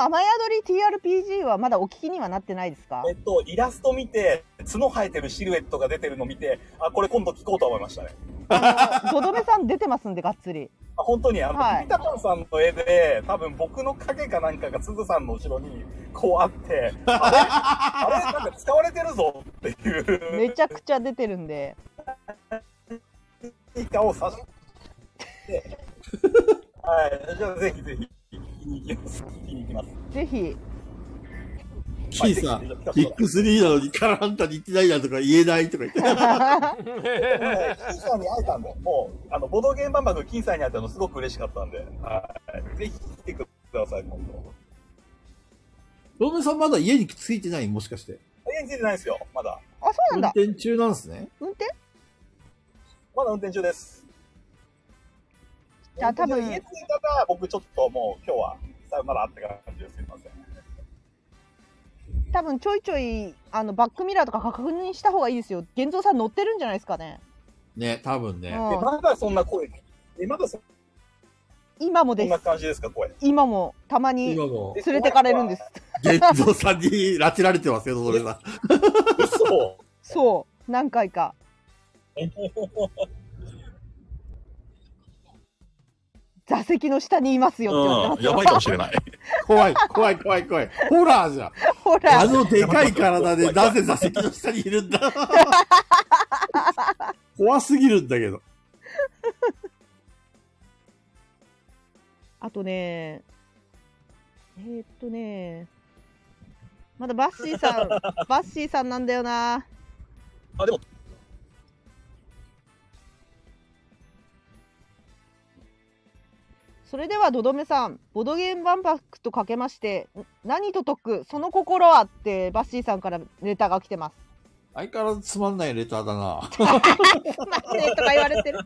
[SPEAKER 1] 雨宿り TRPG はまだお聞きにはなってないですか
[SPEAKER 4] えっと、イラスト見て、角生えてるシルエットが出てるの見て、あ、これ今度聞こうと思いましたね。
[SPEAKER 1] あの、とどめさん出てますんで、がっつり。
[SPEAKER 4] あ本当に、あの、
[SPEAKER 1] はい
[SPEAKER 4] ピタパンさんの絵で、多分僕の影かなんかが鈴さんの後ろに、こうあって、あれ、あれなんか使われてるぞってい
[SPEAKER 1] め
[SPEAKER 4] う
[SPEAKER 1] ちゃくちゃ出てるんで。
[SPEAKER 4] イカを差して、はい、じゃあぜひぜひ、聞きに行きます。聞きに行きます。
[SPEAKER 1] ぜひ。
[SPEAKER 2] 金さん、ビッグ3なのにカラハンターに行ってないなとか言えないとか言って。
[SPEAKER 4] 金さんに会えたんで、もう、あの、ボドゲンバンバク金さんに会えたのすごく嬉しかったんで、はい、ぜひ来てください、今度。
[SPEAKER 2] ロメさんまだ家に着いてないもしかして。
[SPEAKER 4] 家に着いてないですよ、まだ。
[SPEAKER 1] あ、そう
[SPEAKER 2] 運
[SPEAKER 1] なんだ。
[SPEAKER 2] 転中なんですね。
[SPEAKER 1] 運転
[SPEAKER 4] まだ運転中です。
[SPEAKER 1] じゃあ多分
[SPEAKER 4] 家着いたら、僕ちょっともう今日は、さよならって感じです。すいません。
[SPEAKER 1] 多分ちょいちょい、あの、バックミラーとか確認した方がいいですよ。玄三さん乗ってるんじゃないですかね。
[SPEAKER 2] ね、多分ね。
[SPEAKER 4] で、
[SPEAKER 1] う
[SPEAKER 4] まだそんな声、え、まだそ
[SPEAKER 1] ん、今も
[SPEAKER 4] ん
[SPEAKER 1] で
[SPEAKER 4] な
[SPEAKER 1] す。
[SPEAKER 4] 感じですか、声。
[SPEAKER 1] 今も、たまに
[SPEAKER 2] 今も
[SPEAKER 1] 連れてかれるんです。
[SPEAKER 2] ゲイゾーさんに拉致られてますよ、それは。
[SPEAKER 4] 嘘。
[SPEAKER 1] そう何回 か座席の下にいますよって言われてま
[SPEAKER 4] うん、
[SPEAKER 1] す
[SPEAKER 4] やばいかもしれない。
[SPEAKER 2] 怖い、怖い、怖い、怖い。ホラーじゃん。
[SPEAKER 1] ほ
[SPEAKER 2] あ
[SPEAKER 1] ら
[SPEAKER 2] のでかい体でなぜ座席の下にいるんだ怖すぎるんだけど。
[SPEAKER 1] あとねえー、っとねまだバッシー さんバッシーさんなんだよな
[SPEAKER 4] あ、でも、
[SPEAKER 1] それではドドメさんボドゲーム万博とかけましてん何と解くその心はってバッシーさんからネタが来てます
[SPEAKER 2] 相変わらずつまんないレターだな。
[SPEAKER 1] まあねとか言われてる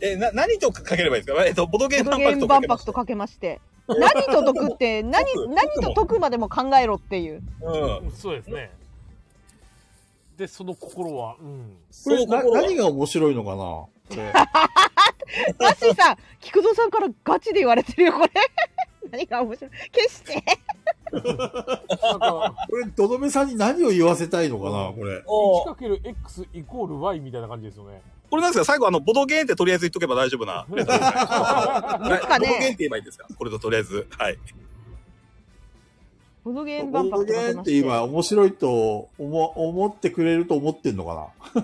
[SPEAKER 4] え、な、何とかければいいですかえっと、ボドゲー
[SPEAKER 1] ボド
[SPEAKER 4] ム万
[SPEAKER 1] ゲー
[SPEAKER 4] 博
[SPEAKER 1] ム
[SPEAKER 4] と
[SPEAKER 1] 万
[SPEAKER 4] か
[SPEAKER 1] 博とかけまして何と解くって何
[SPEAKER 4] 解く
[SPEAKER 1] 何と解くまでも考えろっていう
[SPEAKER 4] うん。
[SPEAKER 3] そうですね。で、その心は、 うん。
[SPEAKER 2] こ
[SPEAKER 4] そ
[SPEAKER 2] れ
[SPEAKER 4] の
[SPEAKER 2] な
[SPEAKER 4] 心は
[SPEAKER 2] 何が面白いのかなこれ
[SPEAKER 1] バッシーさん菊蔵さんからガチで言われてるよこれ 何が面白い決して
[SPEAKER 3] なんか、
[SPEAKER 2] これ、どどめさんに何を言わせたいのかなこれ。
[SPEAKER 4] おー
[SPEAKER 3] 1×X イコール Y みたいな感じですよ ね。
[SPEAKER 4] これなんですか最後、あの、ボドゲームってとりあえず言っとけば大丈夫な。
[SPEAKER 1] すかね
[SPEAKER 4] ボドゲームって言えばいいですかこれととりあえず。はい。
[SPEAKER 1] ボドゲーム
[SPEAKER 2] ボ
[SPEAKER 1] 万
[SPEAKER 2] ド
[SPEAKER 1] 博と
[SPEAKER 2] ゲ
[SPEAKER 1] かけ
[SPEAKER 2] ー
[SPEAKER 1] ま
[SPEAKER 2] って
[SPEAKER 1] して
[SPEAKER 2] 今、面白いと思思ってくれると思ってんのかな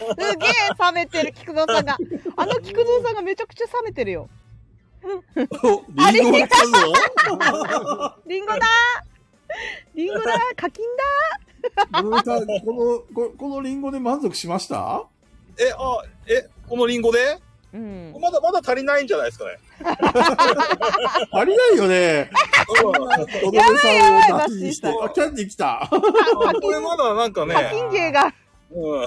[SPEAKER 1] すげえ冷めてる菊蔵さんがあの菊蔵さんがめちゃくちゃ冷めてるよあ
[SPEAKER 2] リ
[SPEAKER 1] れ
[SPEAKER 2] ンゴが来たぞ
[SPEAKER 1] リンゴだーリンゴだー課金だ
[SPEAKER 2] どど めさん、この、ここのリンゴで満足しました
[SPEAKER 4] え、あ、え、このリンゴで
[SPEAKER 1] ーうん
[SPEAKER 4] まだまだ足りないんじゃないですかね。
[SPEAKER 2] ありないよね。
[SPEAKER 4] う
[SPEAKER 2] どどめさん
[SPEAKER 1] やばいやばい
[SPEAKER 2] を出しにして。
[SPEAKER 1] バッシーさ
[SPEAKER 2] あ、キャンディー来た。
[SPEAKER 4] んこれまだなんかね。
[SPEAKER 1] 課金芸が
[SPEAKER 4] うん。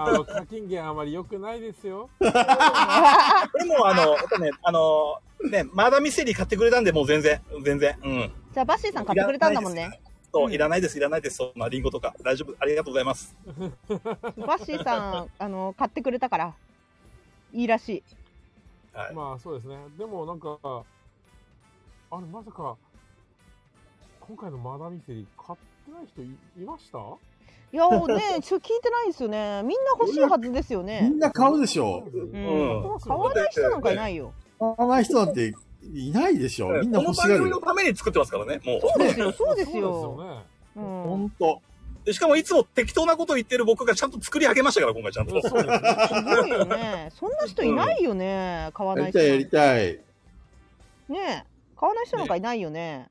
[SPEAKER 3] あの、課金源あまり良くないですよ。
[SPEAKER 4] でも、あの、やっぱね、あの、ね、まだミステリー買ってくれたんで、もう全然、全然。うん。
[SPEAKER 1] じゃあバッシーさん買ってくれたんだもんね
[SPEAKER 4] そう、いらないです、いらないです、そんなリンゴとか。大丈夫、ありがとうございます。
[SPEAKER 1] バッシーさんあの買ってくれたからいいらしい
[SPEAKER 4] はい。
[SPEAKER 3] まあそうですね。でもなんか、あれまさか、今回のマダミセリ買ってない人いいました
[SPEAKER 1] いやもうねちょ聞いてないんですよねみんな欲しいはずですよ
[SPEAKER 2] み
[SPEAKER 1] ね
[SPEAKER 2] んな買うでしょ。
[SPEAKER 1] う
[SPEAKER 4] うんん
[SPEAKER 1] 買わない人なんかいないよ
[SPEAKER 2] 買わない人なんていないでしょ。みんな
[SPEAKER 4] この
[SPEAKER 2] 欲し
[SPEAKER 4] 番
[SPEAKER 2] がる
[SPEAKER 4] 組の
[SPEAKER 2] よ。
[SPEAKER 4] ために作ってますからね、もう。
[SPEAKER 1] そうですよそうです
[SPEAKER 3] そう
[SPEAKER 1] よ、
[SPEAKER 3] ですね。
[SPEAKER 1] う
[SPEAKER 2] ほ
[SPEAKER 1] ん、
[SPEAKER 2] んと。
[SPEAKER 4] でしかもいつも適当なこと言ってる僕がちゃんと作り上げましたから、今回ちゃんと。
[SPEAKER 3] そうですね。
[SPEAKER 1] すごいよねそんな人いないよね買わ
[SPEAKER 2] や
[SPEAKER 1] な
[SPEAKER 2] り
[SPEAKER 1] い人
[SPEAKER 2] たいや
[SPEAKER 1] ね
[SPEAKER 2] りたい。
[SPEAKER 1] え買わない人なんかいないよね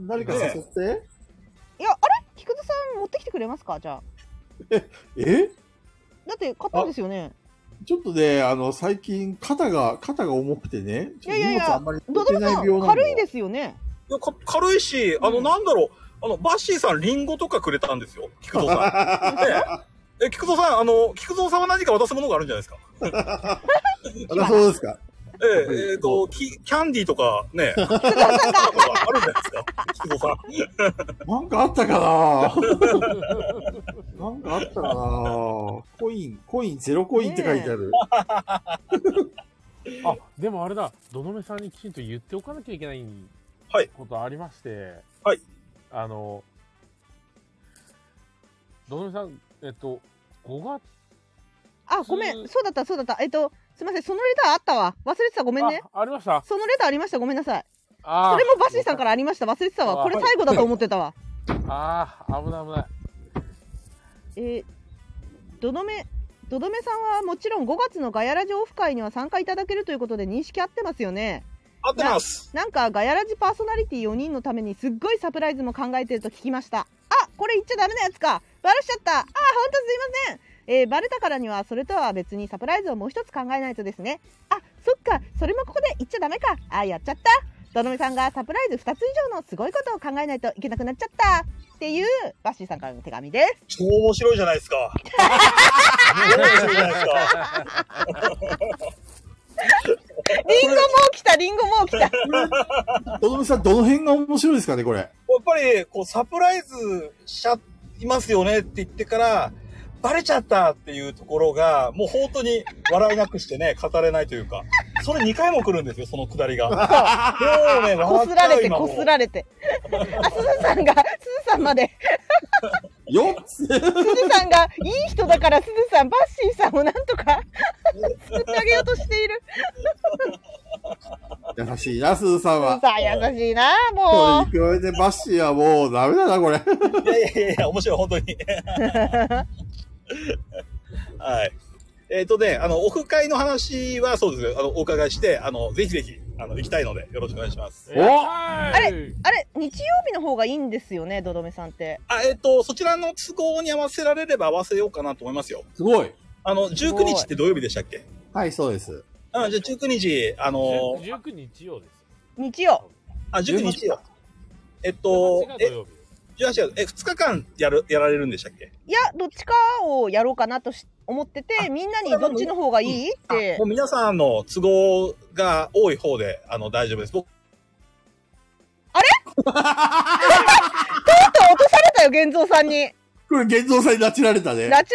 [SPEAKER 2] 誰か誘って。
[SPEAKER 1] いやあれ菊田さん持ってきてくれますかじゃあ
[SPEAKER 2] え
[SPEAKER 1] だって買ったんですよね
[SPEAKER 2] ちょっとね、あの、最近、肩が、肩が重くてね、ちょっ
[SPEAKER 1] い
[SPEAKER 2] と
[SPEAKER 1] やいやい
[SPEAKER 2] 荷
[SPEAKER 1] や
[SPEAKER 2] 物あんまり持
[SPEAKER 1] ド
[SPEAKER 2] って
[SPEAKER 1] ド
[SPEAKER 2] ない
[SPEAKER 1] メさ
[SPEAKER 2] 病
[SPEAKER 1] ん
[SPEAKER 2] なん
[SPEAKER 1] 軽い
[SPEAKER 2] で
[SPEAKER 1] ですよね
[SPEAKER 4] いやか軽いし、あの、なんだろう、あの、バッシーさん、リンゴとかくれたんですよ、菊蔵さん。 でえ、菊蔵さん、あの、菊蔵さんは何か渡すものがあるんじゃないですか。
[SPEAKER 2] あ、そうですか。
[SPEAKER 4] えええーと、キ、キャンディーとか ね、菊蔵さんがあるんじゃないですか、菊蔵さん。
[SPEAKER 2] なんかあったか ななんかあったかなコイン、コイン、ゼロコインって書いてある。
[SPEAKER 3] あでもあれだ、どのめさんにきちんと言っておかなきゃいけない
[SPEAKER 4] はい
[SPEAKER 3] ことありまして、
[SPEAKER 4] はい
[SPEAKER 3] あの、どのめさん、えっと、5月、
[SPEAKER 1] あごめんそうだったそうだったえっとすいませんそのレターあったわ忘れてたごめんね
[SPEAKER 3] あありました
[SPEAKER 1] そのレターありましたごめんなさい
[SPEAKER 3] あ
[SPEAKER 1] そ
[SPEAKER 3] ー
[SPEAKER 1] れもバッシーさんからありました忘れてたわこれ最後だと思ってたわ
[SPEAKER 3] あー、危ない危ない。
[SPEAKER 1] えー、どどめどどめさんはもちろん5月のガヤラジオフ会には参加いただけるということで認識合ってますよね
[SPEAKER 4] 合ってます。
[SPEAKER 1] なんかガヤラジパーソナリティ4人のためにすっごいサプライズも考えてると聞きましたあこれ言っちゃダメなやつかバレしちゃったあーほんとすいませんえー、バレたからにはそれとは別にサプライズをもう一つ考えないとですねあそっかそれもここで言っちゃダメかあーやっちゃったどどめさんがサプライズ2つ以上のすごいことを考えないといけなくなっちゃったっていうバッシーさんからの手紙です
[SPEAKER 4] 超面白いじゃないです か。超面白いじゃないですか。
[SPEAKER 1] リンゴもう来た、リンゴもう来 た。
[SPEAKER 2] どどめさん、どの辺が面白いですかね、これ。
[SPEAKER 4] やっぱり、こう、サプライズしちゃいますよねって言ってから、 バレちゃったっていうところが、もう本当に笑いなくしてね、語れないというか。それ2回も来るんですよ、そのくだ りが。もうね、
[SPEAKER 1] こ
[SPEAKER 4] 笑っ
[SPEAKER 1] す
[SPEAKER 4] ちゃ
[SPEAKER 1] ら
[SPEAKER 4] う
[SPEAKER 1] れて
[SPEAKER 4] 今も
[SPEAKER 1] こ
[SPEAKER 4] う
[SPEAKER 1] すられてあすずさんがすずさんまで
[SPEAKER 2] よっ
[SPEAKER 1] すずさんがいい人だからすずさんバッシーさんをなんと か作ってあげようとしている
[SPEAKER 2] 優しいな、すずさん
[SPEAKER 1] すず
[SPEAKER 2] は。
[SPEAKER 1] さん優しいなも
[SPEAKER 2] こ
[SPEAKER 1] う
[SPEAKER 2] れ、これでバッシーはもうダメだな、これ。
[SPEAKER 4] いやいやいやいや、面白い、本当に。 はい。えっ、とね、あの、オフ会の話はそうですねあの、お伺いして、あの、ぜひぜひ、あの、行きたいので、よろしくお願いします。
[SPEAKER 3] おあ
[SPEAKER 1] れあれ日曜日の方がいいんですよねどどめさんって
[SPEAKER 4] あ、えっ、と、そちらの都合に合わせられれば合わせようかなと思いますよ。
[SPEAKER 2] すごい。
[SPEAKER 4] あの、19日って土曜日でしたっけ
[SPEAKER 2] はい、そうです。
[SPEAKER 4] あじゃあ19日、あのー、
[SPEAKER 3] 19日曜です。
[SPEAKER 1] 日曜
[SPEAKER 4] あ、19日よ。えっと
[SPEAKER 3] 18が、土
[SPEAKER 4] え、
[SPEAKER 3] 曜日
[SPEAKER 4] 18がえ、2日間やる、やられるんでしたっけ
[SPEAKER 1] いやどっちかをやろうかなとし思っててみんなにどっちの方がいいっ
[SPEAKER 4] あ
[SPEAKER 1] て
[SPEAKER 4] もう皆さんの都合が多い方で、あの、大丈夫です。僕、
[SPEAKER 1] ちょっと落とされたよ玄三さんに
[SPEAKER 2] これ、現像さんに拉致られたね
[SPEAKER 1] 拉致。られて連れて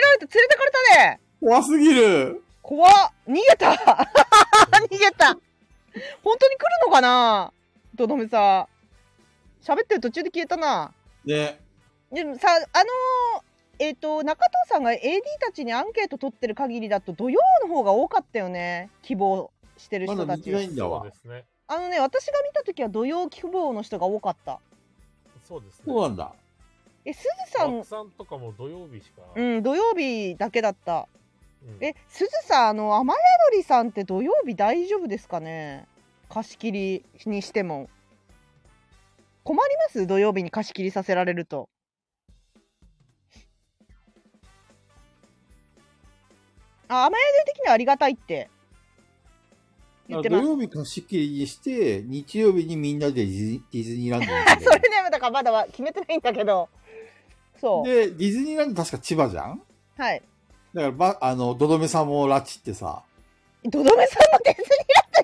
[SPEAKER 1] かれたね
[SPEAKER 2] 怖すぎる。
[SPEAKER 1] 怖っ逃げた 逃げた本当に来るのかなどどめさん喋ってる途中で消えたな
[SPEAKER 2] ね。
[SPEAKER 1] でもさあのーえっ、と中藤さんが AD たちにアンケート取ってる限りだと土曜の方が多かったよね希望してる
[SPEAKER 2] ま
[SPEAKER 1] 人
[SPEAKER 2] だ
[SPEAKER 1] た
[SPEAKER 2] 見
[SPEAKER 1] ち、
[SPEAKER 2] てないんだ
[SPEAKER 3] そう
[SPEAKER 2] わ
[SPEAKER 3] で。すね。
[SPEAKER 1] あのね私が見た時は土曜希望の人が多かった
[SPEAKER 3] そうですね。
[SPEAKER 2] そうなんだ。
[SPEAKER 1] えすずさん
[SPEAKER 3] 枠さんとかも土曜日しか。
[SPEAKER 1] うん土曜日だけだった
[SPEAKER 3] うん
[SPEAKER 1] えすずさんあの雨宿りさんって土曜日大丈夫ですかね貸し切りにしても困ります土曜日に貸し切りさせられるとあ雨宿り的にはありがたいって言って
[SPEAKER 2] 土
[SPEAKER 1] ます
[SPEAKER 2] 曜日貸し切りにして、日曜日にみんなでディズディズニーランドに
[SPEAKER 1] あ そ
[SPEAKER 2] 行
[SPEAKER 1] れねだからまだは決めてないんだけどそ
[SPEAKER 2] く。で、ディズニーランド確か千葉じゃん
[SPEAKER 1] うはい
[SPEAKER 2] だから、ば、あの、どどめさんも拉致ってさ。
[SPEAKER 1] どどめさんもディズニ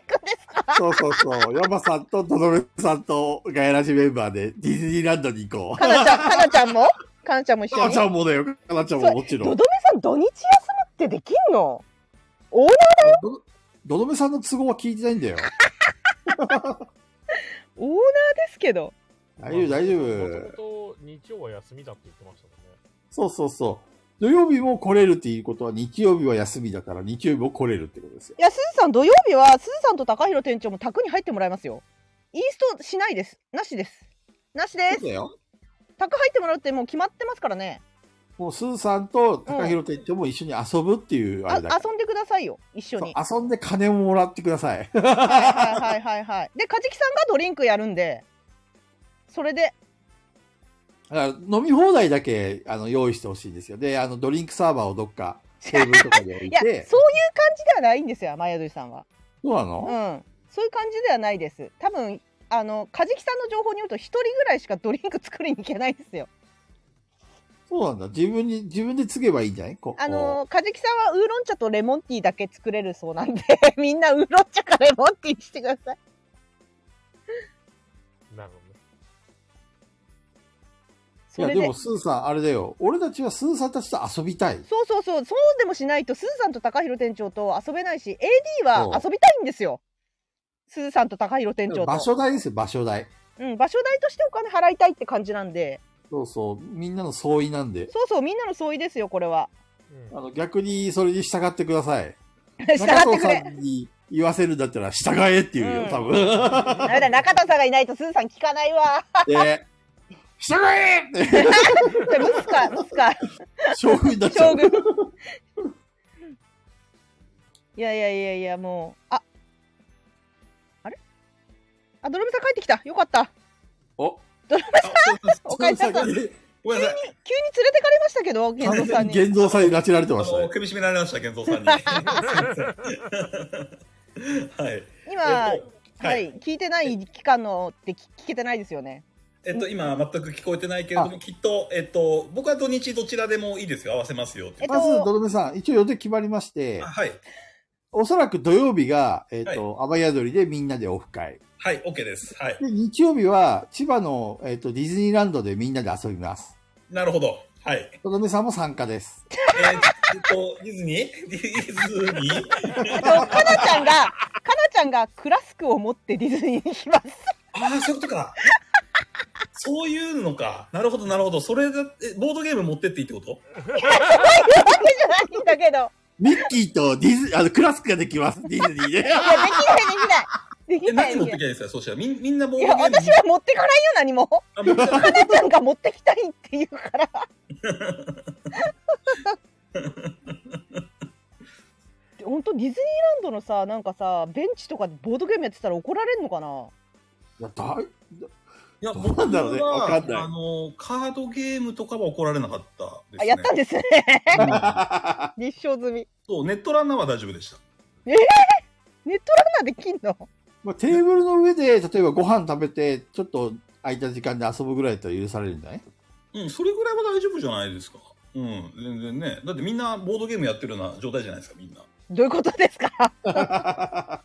[SPEAKER 1] ーランド行くんですか
[SPEAKER 2] そうそ うそう。山さんとどどめさんとガヤラジメンバーでディズニーランドに行こう。
[SPEAKER 1] かなちゃんかなちゃんもかなちゃんも一
[SPEAKER 2] か
[SPEAKER 1] 緒
[SPEAKER 2] な
[SPEAKER 1] に
[SPEAKER 2] ちゃんもだよ。かなちゃんももち
[SPEAKER 1] ど
[SPEAKER 2] ろ
[SPEAKER 1] どめ
[SPEAKER 2] ん。
[SPEAKER 1] さん土日休むってできんのオーナー
[SPEAKER 2] どどどめさんの都合は聞いてないんだよ。
[SPEAKER 1] オーナーですけど
[SPEAKER 2] 大丈夫、大丈
[SPEAKER 3] も
[SPEAKER 2] 夫。
[SPEAKER 3] ともと日曜は休みだって言ってましたもんね。
[SPEAKER 2] そうそうそう。土曜日も来れるっていうことは、日曜日は休みだから、日曜日も来れるってことですよ。
[SPEAKER 1] いやすずさん土曜日はすずさんと高弘店長も宅に入ってもらいますよインストしないですなしですなしで
[SPEAKER 2] そう
[SPEAKER 1] す
[SPEAKER 2] だよ。
[SPEAKER 1] 宅入ってもらうってもう決まってますからね
[SPEAKER 2] もう、すずさんと高弘店長も一緒に遊ぶっていう、あ
[SPEAKER 1] あ
[SPEAKER 2] れだから
[SPEAKER 1] 遊んでくださいよ一緒には
[SPEAKER 2] そう遊んで金ももらってください。
[SPEAKER 1] いはいはいはいはいで梶木さんがドリンクやるんでそれで
[SPEAKER 2] だから飲み放題だけあの用意してほしいんですよ。で、あのドリンクサーバーをどっかテーブルとかに置 い
[SPEAKER 1] いやそういう感、
[SPEAKER 2] て
[SPEAKER 1] じではないんですよ雨宿りさんは
[SPEAKER 2] そうな
[SPEAKER 1] う
[SPEAKER 2] の、
[SPEAKER 1] んそういう感じではないです多分あの梶木さんの情報によると一人ぐらいしかドリンク作りに行けないですよ
[SPEAKER 2] そうなんだ。自分に、自分で継げばいいんじゃないこ
[SPEAKER 1] あ
[SPEAKER 2] こ
[SPEAKER 1] のー、かじきさんはウーロン茶とレモンティーだけ作れるそうなんで、 みんなウーロン茶かレモンティーにしてください。
[SPEAKER 3] なるほどね。
[SPEAKER 2] う
[SPEAKER 1] そ
[SPEAKER 2] いや、
[SPEAKER 1] れ
[SPEAKER 2] で
[SPEAKER 1] で
[SPEAKER 2] も、スーさん、あれだよ。俺たちはスーさんたちと遊びたい。
[SPEAKER 1] そうそうそう、そうでもしないと、すずさんと高弘店長と遊べないし、AD
[SPEAKER 2] そ
[SPEAKER 1] は
[SPEAKER 2] う
[SPEAKER 1] 遊びたいんですよ。すずさんと高弘店長と。
[SPEAKER 2] 場所代ですよ、場所代。
[SPEAKER 1] うん、場所代としてお金払いたいって感じなんで、
[SPEAKER 2] そうそう。みんなの相違なんで。
[SPEAKER 1] そうそう、みんなの相違ですよ、これは。
[SPEAKER 3] うん
[SPEAKER 2] あの、逆にそれに従ってください。
[SPEAKER 1] 従ってくれ
[SPEAKER 2] 中。藤さんに言わせるんだったら、従えって言うよ、多
[SPEAKER 1] ダ
[SPEAKER 2] 分。
[SPEAKER 1] メだ、中田さんがいないとすずさん聞かないわ。
[SPEAKER 2] で、従えって
[SPEAKER 1] それムスか、ムスか。
[SPEAKER 2] 将軍になっちゃ
[SPEAKER 1] 将
[SPEAKER 2] う。
[SPEAKER 1] 軍いやいやいやいやもうああれあドラムさん帰ってきたよかった
[SPEAKER 2] お
[SPEAKER 1] お帰りなさい急に連れ
[SPEAKER 4] ごめんなさい。
[SPEAKER 1] てかれましたけど玄
[SPEAKER 2] 完
[SPEAKER 1] 三さん
[SPEAKER 2] 全
[SPEAKER 1] に
[SPEAKER 2] に現像さんに拉致られてま
[SPEAKER 4] あ
[SPEAKER 2] したね
[SPEAKER 4] の、。首絞められました、健三さ んに。はい。
[SPEAKER 1] 今、
[SPEAKER 4] えっと
[SPEAKER 1] は、
[SPEAKER 4] はい
[SPEAKER 1] 聞いてない期間のって聞聞けてないですよ ね
[SPEAKER 4] えっと、今、全く聞こえてないけれども、きっと、えっと、僕は土日どちらでもいいですよ。合わせますよって
[SPEAKER 1] えっ。と
[SPEAKER 2] まず、どどめさん、一応予定決まりまして
[SPEAKER 4] あ、はい。
[SPEAKER 2] おそらく土曜日が、えっ、と、雨宿りでみんなでオフ会。
[SPEAKER 4] はい、OK です。はい。
[SPEAKER 2] で、日曜日は千葉の、えっ、と、ディズニーランドでみんなで遊びます。
[SPEAKER 4] なるほど。はい。
[SPEAKER 2] どどめさんも参加です。
[SPEAKER 4] えーえっと、ディズニーディズニー
[SPEAKER 1] えっとかなちゃんがかなちさんがクラスクを持ってディズニーにします。
[SPEAKER 4] ああ、そういうことか。そういうのか。なるほど、なるほど。それだえ、ボードゲーム持ってっていいってこと
[SPEAKER 1] わけじゃないんだけど。
[SPEAKER 2] ミッキーとディズ、あの、クラスクができます、ディズニーで。
[SPEAKER 1] いや、でき
[SPEAKER 4] え、
[SPEAKER 1] ない、できない。できない
[SPEAKER 4] 何持
[SPEAKER 1] で
[SPEAKER 4] って
[SPEAKER 1] き
[SPEAKER 4] き
[SPEAKER 1] な
[SPEAKER 4] ゃ
[SPEAKER 1] い
[SPEAKER 4] いいんですかそうしたら。みんみんなボ
[SPEAKER 1] い
[SPEAKER 4] ード
[SPEAKER 1] や、
[SPEAKER 4] ゲーム。
[SPEAKER 1] 私は持ってかないよ、何も。
[SPEAKER 4] あ持ってきゃ
[SPEAKER 1] かなちゃんが持ってきたいって言うから。本当ディズニーランドのさなんかさベンチとかでボードゲームやってたら怒られるのかな
[SPEAKER 2] だ
[SPEAKER 4] い や、
[SPEAKER 2] どう
[SPEAKER 4] 僕
[SPEAKER 2] なんだろうねわか
[SPEAKER 4] は、
[SPEAKER 2] んない
[SPEAKER 4] あの、カードゲームとかは怒られなかったです、ね。
[SPEAKER 1] あやったんですね
[SPEAKER 4] うん
[SPEAKER 1] 立証済み
[SPEAKER 4] そう、ネットランナーは大丈夫でした。
[SPEAKER 1] ネットランナーできんの
[SPEAKER 2] まあ、テーブルの上で、例えばご飯食べて、ちょっと空いた時間で遊ぶぐらいだったら許されるんじゃない
[SPEAKER 4] うん、それぐらいは大丈夫じゃないですか。うん、全然ね。だってみんなボードゲームやってるような状態じゃないですか、みんな。
[SPEAKER 1] どういうことですか
[SPEAKER 4] あ、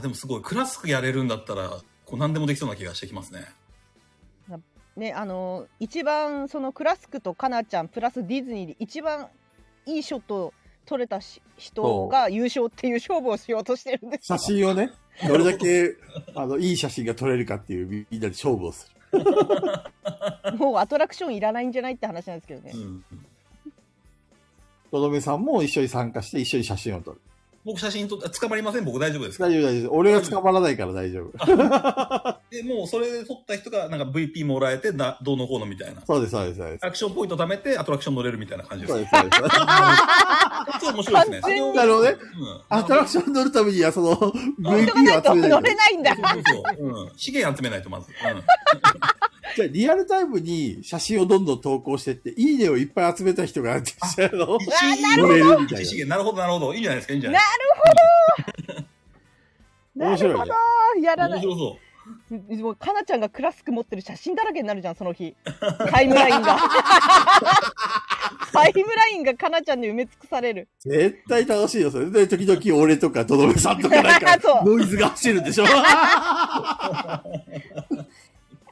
[SPEAKER 4] でもすごい、クラスクやれるんだったら、こう何でもできそうな気がしてきますね。
[SPEAKER 1] ねあの一番そのクラスクとかなちゃんプラスディズニーで一番いいショットを取れたし人が優勝っていう勝負をしようとしてるんです
[SPEAKER 2] 写真をね、どれだけ、あの、いい写真が撮れるかっていう、みみんなで勝負をする。
[SPEAKER 1] もうアトラクションいらないんじゃないって話なんですけどね
[SPEAKER 4] う。ん。
[SPEAKER 2] とどめさんも一緒に参加して、一緒に写真を撮る。
[SPEAKER 4] 僕写真撮って、捕まりません僕大丈夫ですか
[SPEAKER 2] 大丈夫、大丈夫。俺が捕まらないから大丈夫。
[SPEAKER 4] で、もうそれで撮った人が、なんか VP もらえて、などうのこうのみたいな。
[SPEAKER 2] そうです、そうです、そうです。
[SPEAKER 4] アクションポイント貯めて、アトラクション乗れるみたいな感じで
[SPEAKER 2] そう
[SPEAKER 4] す。
[SPEAKER 2] です、そうです。
[SPEAKER 4] そう、面白いですね。
[SPEAKER 1] 完全
[SPEAKER 2] になるほどね
[SPEAKER 4] うん
[SPEAKER 2] アトラクション乗るためには、その、VP
[SPEAKER 1] 人がない
[SPEAKER 2] を
[SPEAKER 1] と
[SPEAKER 2] 集め
[SPEAKER 1] 乗
[SPEAKER 2] ない
[SPEAKER 1] れないんだ。
[SPEAKER 4] そうそうそううん資源集めないとまず。 うん
[SPEAKER 2] じゃあ、リアルタイムに写真をどんどん投稿してって、いいねをいっぱい集めた人が、あ の、乗れるみたい
[SPEAKER 4] 一資源、なるほど、なるほど。いいんじゃないですか、いいんじゃ
[SPEAKER 1] な
[SPEAKER 4] ない
[SPEAKER 2] な。面白いね。
[SPEAKER 1] やらな
[SPEAKER 4] 面
[SPEAKER 1] い。
[SPEAKER 4] 白そ
[SPEAKER 1] もうかなちゃんがクラスク持ってる写真だらけになるじゃんその日。タイムライン が。タイムラインがかなちゃんで埋め尽くされる。
[SPEAKER 2] 絶対楽しいよ、それ。で、時々俺とか、とどめさんとかなん
[SPEAKER 1] そ
[SPEAKER 2] か、
[SPEAKER 1] う
[SPEAKER 2] ノイズが走るんでし ょ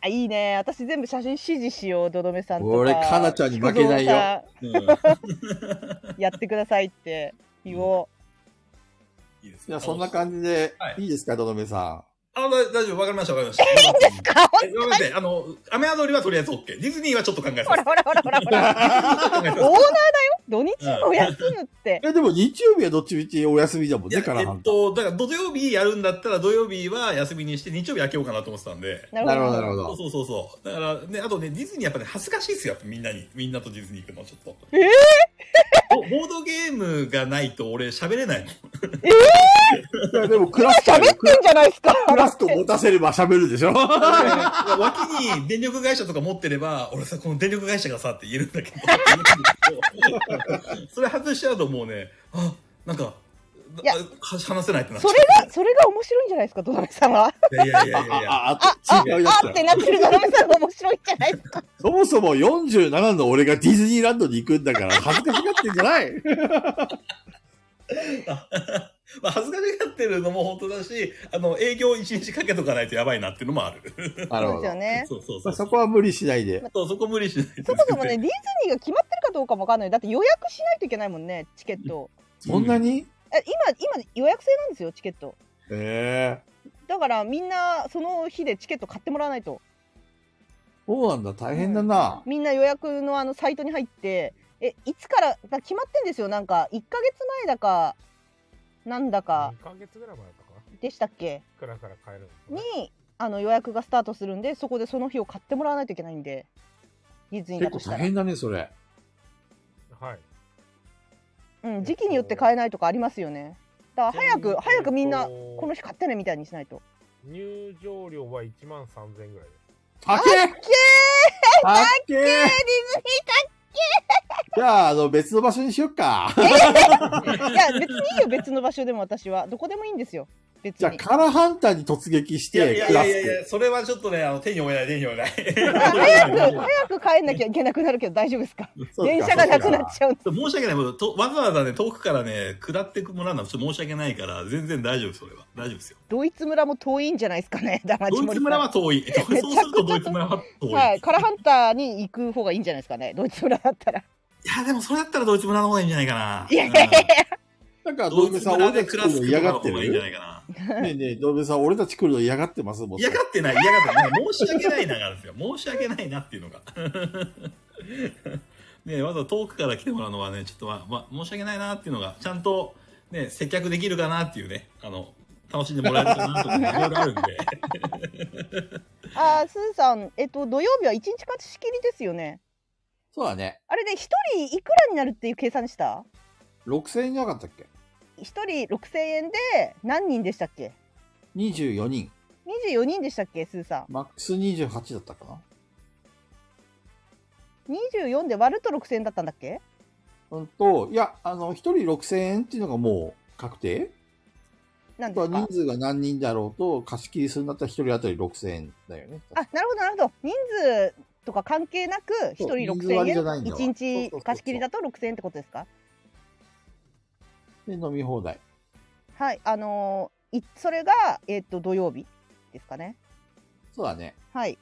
[SPEAKER 1] あいいね。私全部写真指示しようどどめさんとか。
[SPEAKER 2] 俺かなちゃんに負けないよ
[SPEAKER 4] う。うん
[SPEAKER 1] 菊蔵さんやってくださいって言お
[SPEAKER 4] いいです
[SPEAKER 2] いや、そんな感じで
[SPEAKER 4] は、い
[SPEAKER 2] いいですか、とどめさ
[SPEAKER 4] あ、だ大丈夫、わかりました、わかり ました。
[SPEAKER 1] う。ですか。
[SPEAKER 4] えごめんなさい、あの、雨宿りはとりあえず OK。ディズニーはちょっと考え
[SPEAKER 1] ほら
[SPEAKER 4] させて。
[SPEAKER 1] ほらほらほらほ ら。
[SPEAKER 4] ちょっと考え
[SPEAKER 1] オーナー
[SPEAKER 4] させて
[SPEAKER 1] だよ。土日も休むって
[SPEAKER 2] ん。。え、でも日曜日はどっちみちお休みだもん
[SPEAKER 4] いや
[SPEAKER 2] ね、から
[SPEAKER 4] えっと、だから土曜日やるんだったら土曜日は休みにして日曜日開けようかなと思ってたんで。
[SPEAKER 1] な
[SPEAKER 2] なるほど、なるほ
[SPEAKER 4] そ
[SPEAKER 2] ど。
[SPEAKER 4] うそうそうそう。だからね、あとね、ディズニーやっぱね、恥ずかしいですよ、やっぱみんなに。みんなとディズニー行くの、ちょっと。
[SPEAKER 1] え
[SPEAKER 4] ボボードゲームがないと俺喋れないもん。
[SPEAKER 2] いやでも、クラスコ、
[SPEAKER 1] 喋ってんじゃないですか。
[SPEAKER 2] クラスコ持たせれば喋るでしょ
[SPEAKER 4] 脇に電力会社とか持ってれば、俺さ、この電力会社がさって言えるんだけど。それ外しちゃうともうね、あ、なんか、
[SPEAKER 1] いや
[SPEAKER 4] あは話せないってなっち
[SPEAKER 1] そ
[SPEAKER 4] ゃう
[SPEAKER 1] れが、それが面白いんじゃないですか、ドラメさんは。
[SPEAKER 4] いやいやいやいやい や。
[SPEAKER 2] あ、あと、違うやつ
[SPEAKER 1] あっ
[SPEAKER 2] だ
[SPEAKER 1] てなってるドラメさんが面白いんじゃ ないですか。
[SPEAKER 2] そもそも47の俺がディズニーランドに行くんだから、恥ずかしがってんじゃない
[SPEAKER 4] まあ、恥ずかしがってるのも本当だし、あの、営業一日かけとかないとやばいなっていうのもある。
[SPEAKER 2] なる
[SPEAKER 1] そうで
[SPEAKER 2] ほ
[SPEAKER 1] すよ
[SPEAKER 2] ど。
[SPEAKER 1] ね。
[SPEAKER 4] そうそうそ
[SPEAKER 2] ま
[SPEAKER 4] う。
[SPEAKER 2] あそこは無理しないで。
[SPEAKER 4] そう、そこ無理しないで
[SPEAKER 1] そもそもね、ディズニーが決まってるかどうかもわかんない。だって予約しないといけないもんね、チケットを。
[SPEAKER 2] そんなに
[SPEAKER 1] え今、今予約制なんですよ、チケット。
[SPEAKER 2] ええ。
[SPEAKER 1] だからみんなその日でチケット買ってもらわないと。
[SPEAKER 2] そうなんだ、大変だな。
[SPEAKER 1] みんな予約のあのサイトに入って、え、いつから、だから決まってんですよ、なんか。1ヶ月前だか、なんだか
[SPEAKER 3] 2ヶ月ぐらい前だったかな。い
[SPEAKER 1] でしたっけ
[SPEAKER 3] くらから買えるのか
[SPEAKER 1] に、あの予約がスタートするんで、そこでその日を買ってもらわないといけないんで。ディズニーだ
[SPEAKER 2] 結
[SPEAKER 1] と
[SPEAKER 2] 構
[SPEAKER 1] したら。
[SPEAKER 2] 大変だね、それ。
[SPEAKER 3] なはい。
[SPEAKER 1] うん、時期によって買えないとかありますよね。だから早く、早くみんな、こ
[SPEAKER 3] こ
[SPEAKER 1] の日買ってねみたいにしないと。
[SPEAKER 3] 入場料は1万3000円ぐらいです。
[SPEAKER 2] たけたけディズニーたけじゃあ、あの、別の場所にしよっ か。
[SPEAKER 1] いや、別にいいよ、別の場所でも私は。どこでもいいんですよ。別
[SPEAKER 2] じゃあ、
[SPEAKER 1] に。
[SPEAKER 2] カラハンターに突撃し
[SPEAKER 4] いやい
[SPEAKER 2] て、
[SPEAKER 4] や
[SPEAKER 2] ク
[SPEAKER 4] い
[SPEAKER 2] ラ
[SPEAKER 4] やいや
[SPEAKER 2] ス
[SPEAKER 4] それはちょっとね、あの、手に負えない、手に負え ない。
[SPEAKER 1] あ早く、早く帰んなきゃいけなくなるけど大丈夫ですか
[SPEAKER 2] ク。
[SPEAKER 1] 電車がなくなっ
[SPEAKER 2] ゃ
[SPEAKER 1] ちゃうんで。
[SPEAKER 4] 申し訳ないもうと。わざわざね、遠くからね、下ってもらうのはちょっと申し訳ないから、全然大丈夫、それは。大丈夫ですよ。
[SPEAKER 1] ドイツ村も遠いんじゃないですかね、ダマチ
[SPEAKER 4] ドイ
[SPEAKER 1] モリ
[SPEAKER 4] ツ
[SPEAKER 1] さん
[SPEAKER 4] 村は遠い。 そうするとドイツ村は遠い。
[SPEAKER 1] はいい、カラハンターに行く方がいいんじゃないですかね、ドイツ村だったら。
[SPEAKER 4] や、でもそれだったらドイツ村の方がいいんじゃないかな。
[SPEAKER 1] いやいやいやいや、
[SPEAKER 2] う。なんか、
[SPEAKER 4] ド
[SPEAKER 2] ド
[SPEAKER 4] イ
[SPEAKER 2] ルメ
[SPEAKER 4] ツ
[SPEAKER 2] さん、
[SPEAKER 4] 村
[SPEAKER 2] 俺
[SPEAKER 4] で
[SPEAKER 2] たち
[SPEAKER 4] ク
[SPEAKER 2] 来
[SPEAKER 4] ラ
[SPEAKER 2] る
[SPEAKER 4] ス
[SPEAKER 2] の
[SPEAKER 4] と
[SPEAKER 2] 嫌
[SPEAKER 4] かの
[SPEAKER 2] がっ
[SPEAKER 4] 方
[SPEAKER 2] て
[SPEAKER 4] がいいんじゃ
[SPEAKER 2] る
[SPEAKER 4] ないかな。
[SPEAKER 2] ねえねえ、ドルメさん、俺たち来るの嫌がってますもん。
[SPEAKER 4] 嫌がってない、嫌がってない。申し訳ないながらですよ。申し訳ないなっていうのが。 ねわざわざ遠くから来てもらうのはね、ちょっとまあ、まあ、申し訳ないなっていうのが、ちゃんと、ね、接客できるかなっていうね、あの、楽しんでもらえるかな とか、いろいろあるんで。
[SPEAKER 1] あースーさんえっと土曜日は一日勝ちしきりですよね
[SPEAKER 2] そうだね。
[SPEAKER 1] あれね一人いくらになるっていう計算でした
[SPEAKER 2] 6000円じゃなかったっけ
[SPEAKER 1] 一人6000円で何人でしたっけ
[SPEAKER 2] ?24 人。
[SPEAKER 1] 24人でしたっけスーさ
[SPEAKER 2] マックス28だったか
[SPEAKER 1] ん24で割ると6000円だったんだっけ
[SPEAKER 2] なうんと、いや、あの、1人6000円っていうのがもう確定
[SPEAKER 1] なん
[SPEAKER 2] あと
[SPEAKER 1] で
[SPEAKER 2] は
[SPEAKER 1] すか
[SPEAKER 2] 人数が何人だろうと、貸し切りするんだったら1人当たり6000円だよね。
[SPEAKER 1] あなるほどなるほど人数とか関係なく一人
[SPEAKER 2] 人数割りじゃない
[SPEAKER 1] 6000
[SPEAKER 2] ん
[SPEAKER 1] 円一
[SPEAKER 2] だわそうそう
[SPEAKER 1] 日
[SPEAKER 2] そうそう
[SPEAKER 1] 貸し切りだと6000円ってことですか
[SPEAKER 2] で、飲み放題。
[SPEAKER 1] はいあのーいそれがえっと土曜日ですかね
[SPEAKER 2] そうだね。
[SPEAKER 1] はい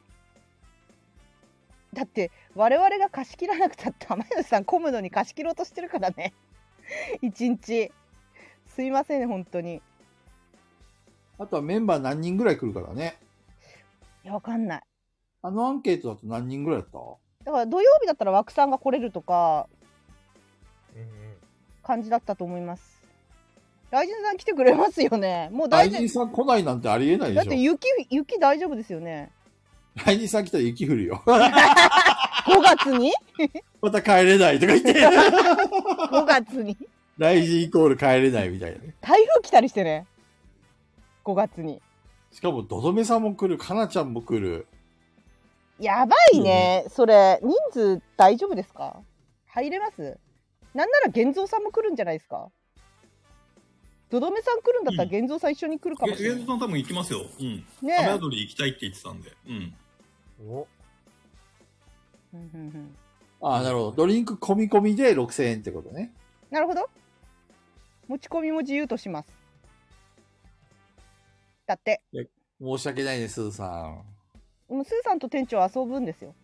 [SPEAKER 1] だって我々が貸し切らなくたって浜吉さん混むのに貸し切ろうとしてるからね一日すいませんね本当に
[SPEAKER 2] あとはメンバー何人ぐらい来るからね。
[SPEAKER 1] いやわかんない
[SPEAKER 2] あのアンケートだと何人ぐらいだった
[SPEAKER 1] だから土曜日だったら枠さんが来れるとか
[SPEAKER 3] うんうん
[SPEAKER 1] 感じだったと思います大臣さん来てくれますよねもう大
[SPEAKER 2] 大
[SPEAKER 1] 臣
[SPEAKER 2] 臣さん来ないなんてありえないで
[SPEAKER 1] だっ
[SPEAKER 2] してょ。
[SPEAKER 1] 雪雪大丈夫ですよね
[SPEAKER 2] 大臣さん来たら雪降るよ。
[SPEAKER 1] 5月に
[SPEAKER 2] また帰れないとか言って。
[SPEAKER 1] 5月に
[SPEAKER 2] 大臣イコール帰れないみたいなね。
[SPEAKER 1] 台風来たりしてね5月に
[SPEAKER 2] しかも、ドドメさんも来る、かなちゃんも来る。
[SPEAKER 1] やばいね、それ人数大丈夫ですか入れますなんなら玄三さんも来るんじゃないですかどどめさん来るんだったら
[SPEAKER 4] うん
[SPEAKER 1] 玄三さん一緒に来るかもしれ
[SPEAKER 4] ゲ
[SPEAKER 1] な
[SPEAKER 4] ン
[SPEAKER 1] い、
[SPEAKER 4] ズさん多分行きますよ。うん。雨
[SPEAKER 1] ね
[SPEAKER 4] 宿り行きたいって言ってたんで。うん。
[SPEAKER 3] お
[SPEAKER 1] えうんうんうん
[SPEAKER 2] ああ、なるほど。ドリンク込み込みで6000円ってことね。
[SPEAKER 1] なるほど持ち込みも自由としますだって
[SPEAKER 2] 申し訳ないね、すずさん。
[SPEAKER 1] もうスーさんと店長は遊ぶんですよ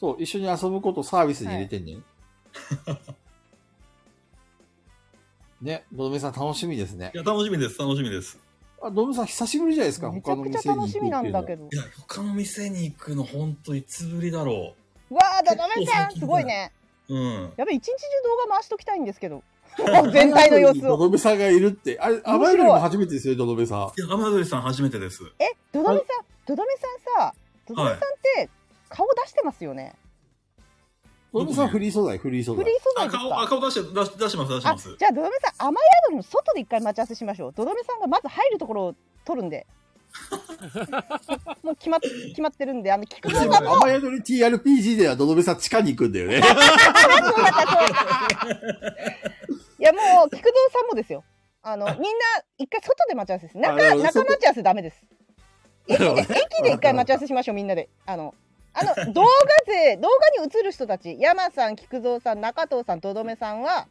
[SPEAKER 2] そう、一緒に遊ぶことサービスに入れてんね。 ね、ドドメさん楽しみですね
[SPEAKER 4] い。や、楽しみです、楽しみです。
[SPEAKER 2] あ、ドドメさん久しぶりじゃないですか、
[SPEAKER 1] めち
[SPEAKER 2] 他
[SPEAKER 1] ゃ
[SPEAKER 2] の
[SPEAKER 1] く
[SPEAKER 2] 店
[SPEAKER 1] ち
[SPEAKER 2] に
[SPEAKER 1] ゃ楽しみなんだけ
[SPEAKER 2] ど。
[SPEAKER 1] ど
[SPEAKER 4] いや、他の店に行くの、ほんといつぶりだろ
[SPEAKER 1] わあどどめさんすごいね
[SPEAKER 4] う。うん。
[SPEAKER 1] やべ一日中動画回しときたいんですけど 全体の様子
[SPEAKER 2] ド
[SPEAKER 1] を
[SPEAKER 2] ドメさんがいるって。あれ、
[SPEAKER 1] 白い
[SPEAKER 2] アバイルも初めてですよ、ドドメさ
[SPEAKER 4] いや、雨宿りさん初めてです。
[SPEAKER 1] えどどめさんどどめさんさどどめさんって顔出してますよね、
[SPEAKER 2] ん。ドドメさんフリー素材、フリー素
[SPEAKER 1] フ
[SPEAKER 2] 材
[SPEAKER 1] リー。素材
[SPEAKER 4] あ、
[SPEAKER 1] です
[SPEAKER 4] 顔、あ、
[SPEAKER 1] か
[SPEAKER 4] 顔出して、出し出してます、出して
[SPEAKER 1] あ
[SPEAKER 4] ます。
[SPEAKER 1] じゃあどどめさん雨宿りの外で一回待ち合わせしましょうどどめさんがまず入るところを取るんでもう決まっ決まってるんであの菊 蔵さんも
[SPEAKER 2] 雨宿り TRPG ではドドメさん地下に行くんだ よね。
[SPEAKER 1] そうだったそうだった いやもう菊蔵さんもですよあのみんな一回外で待ち合わせです
[SPEAKER 2] あなる
[SPEAKER 1] 中
[SPEAKER 2] ほど
[SPEAKER 1] 中待ち合わせダメです駅
[SPEAKER 2] なる
[SPEAKER 1] で
[SPEAKER 2] ほど
[SPEAKER 1] 駅で一回待ち合わせしましょうみんなであのあの動画勢動画に映る人たち山さん菊蔵さん中藤さんとどめさんは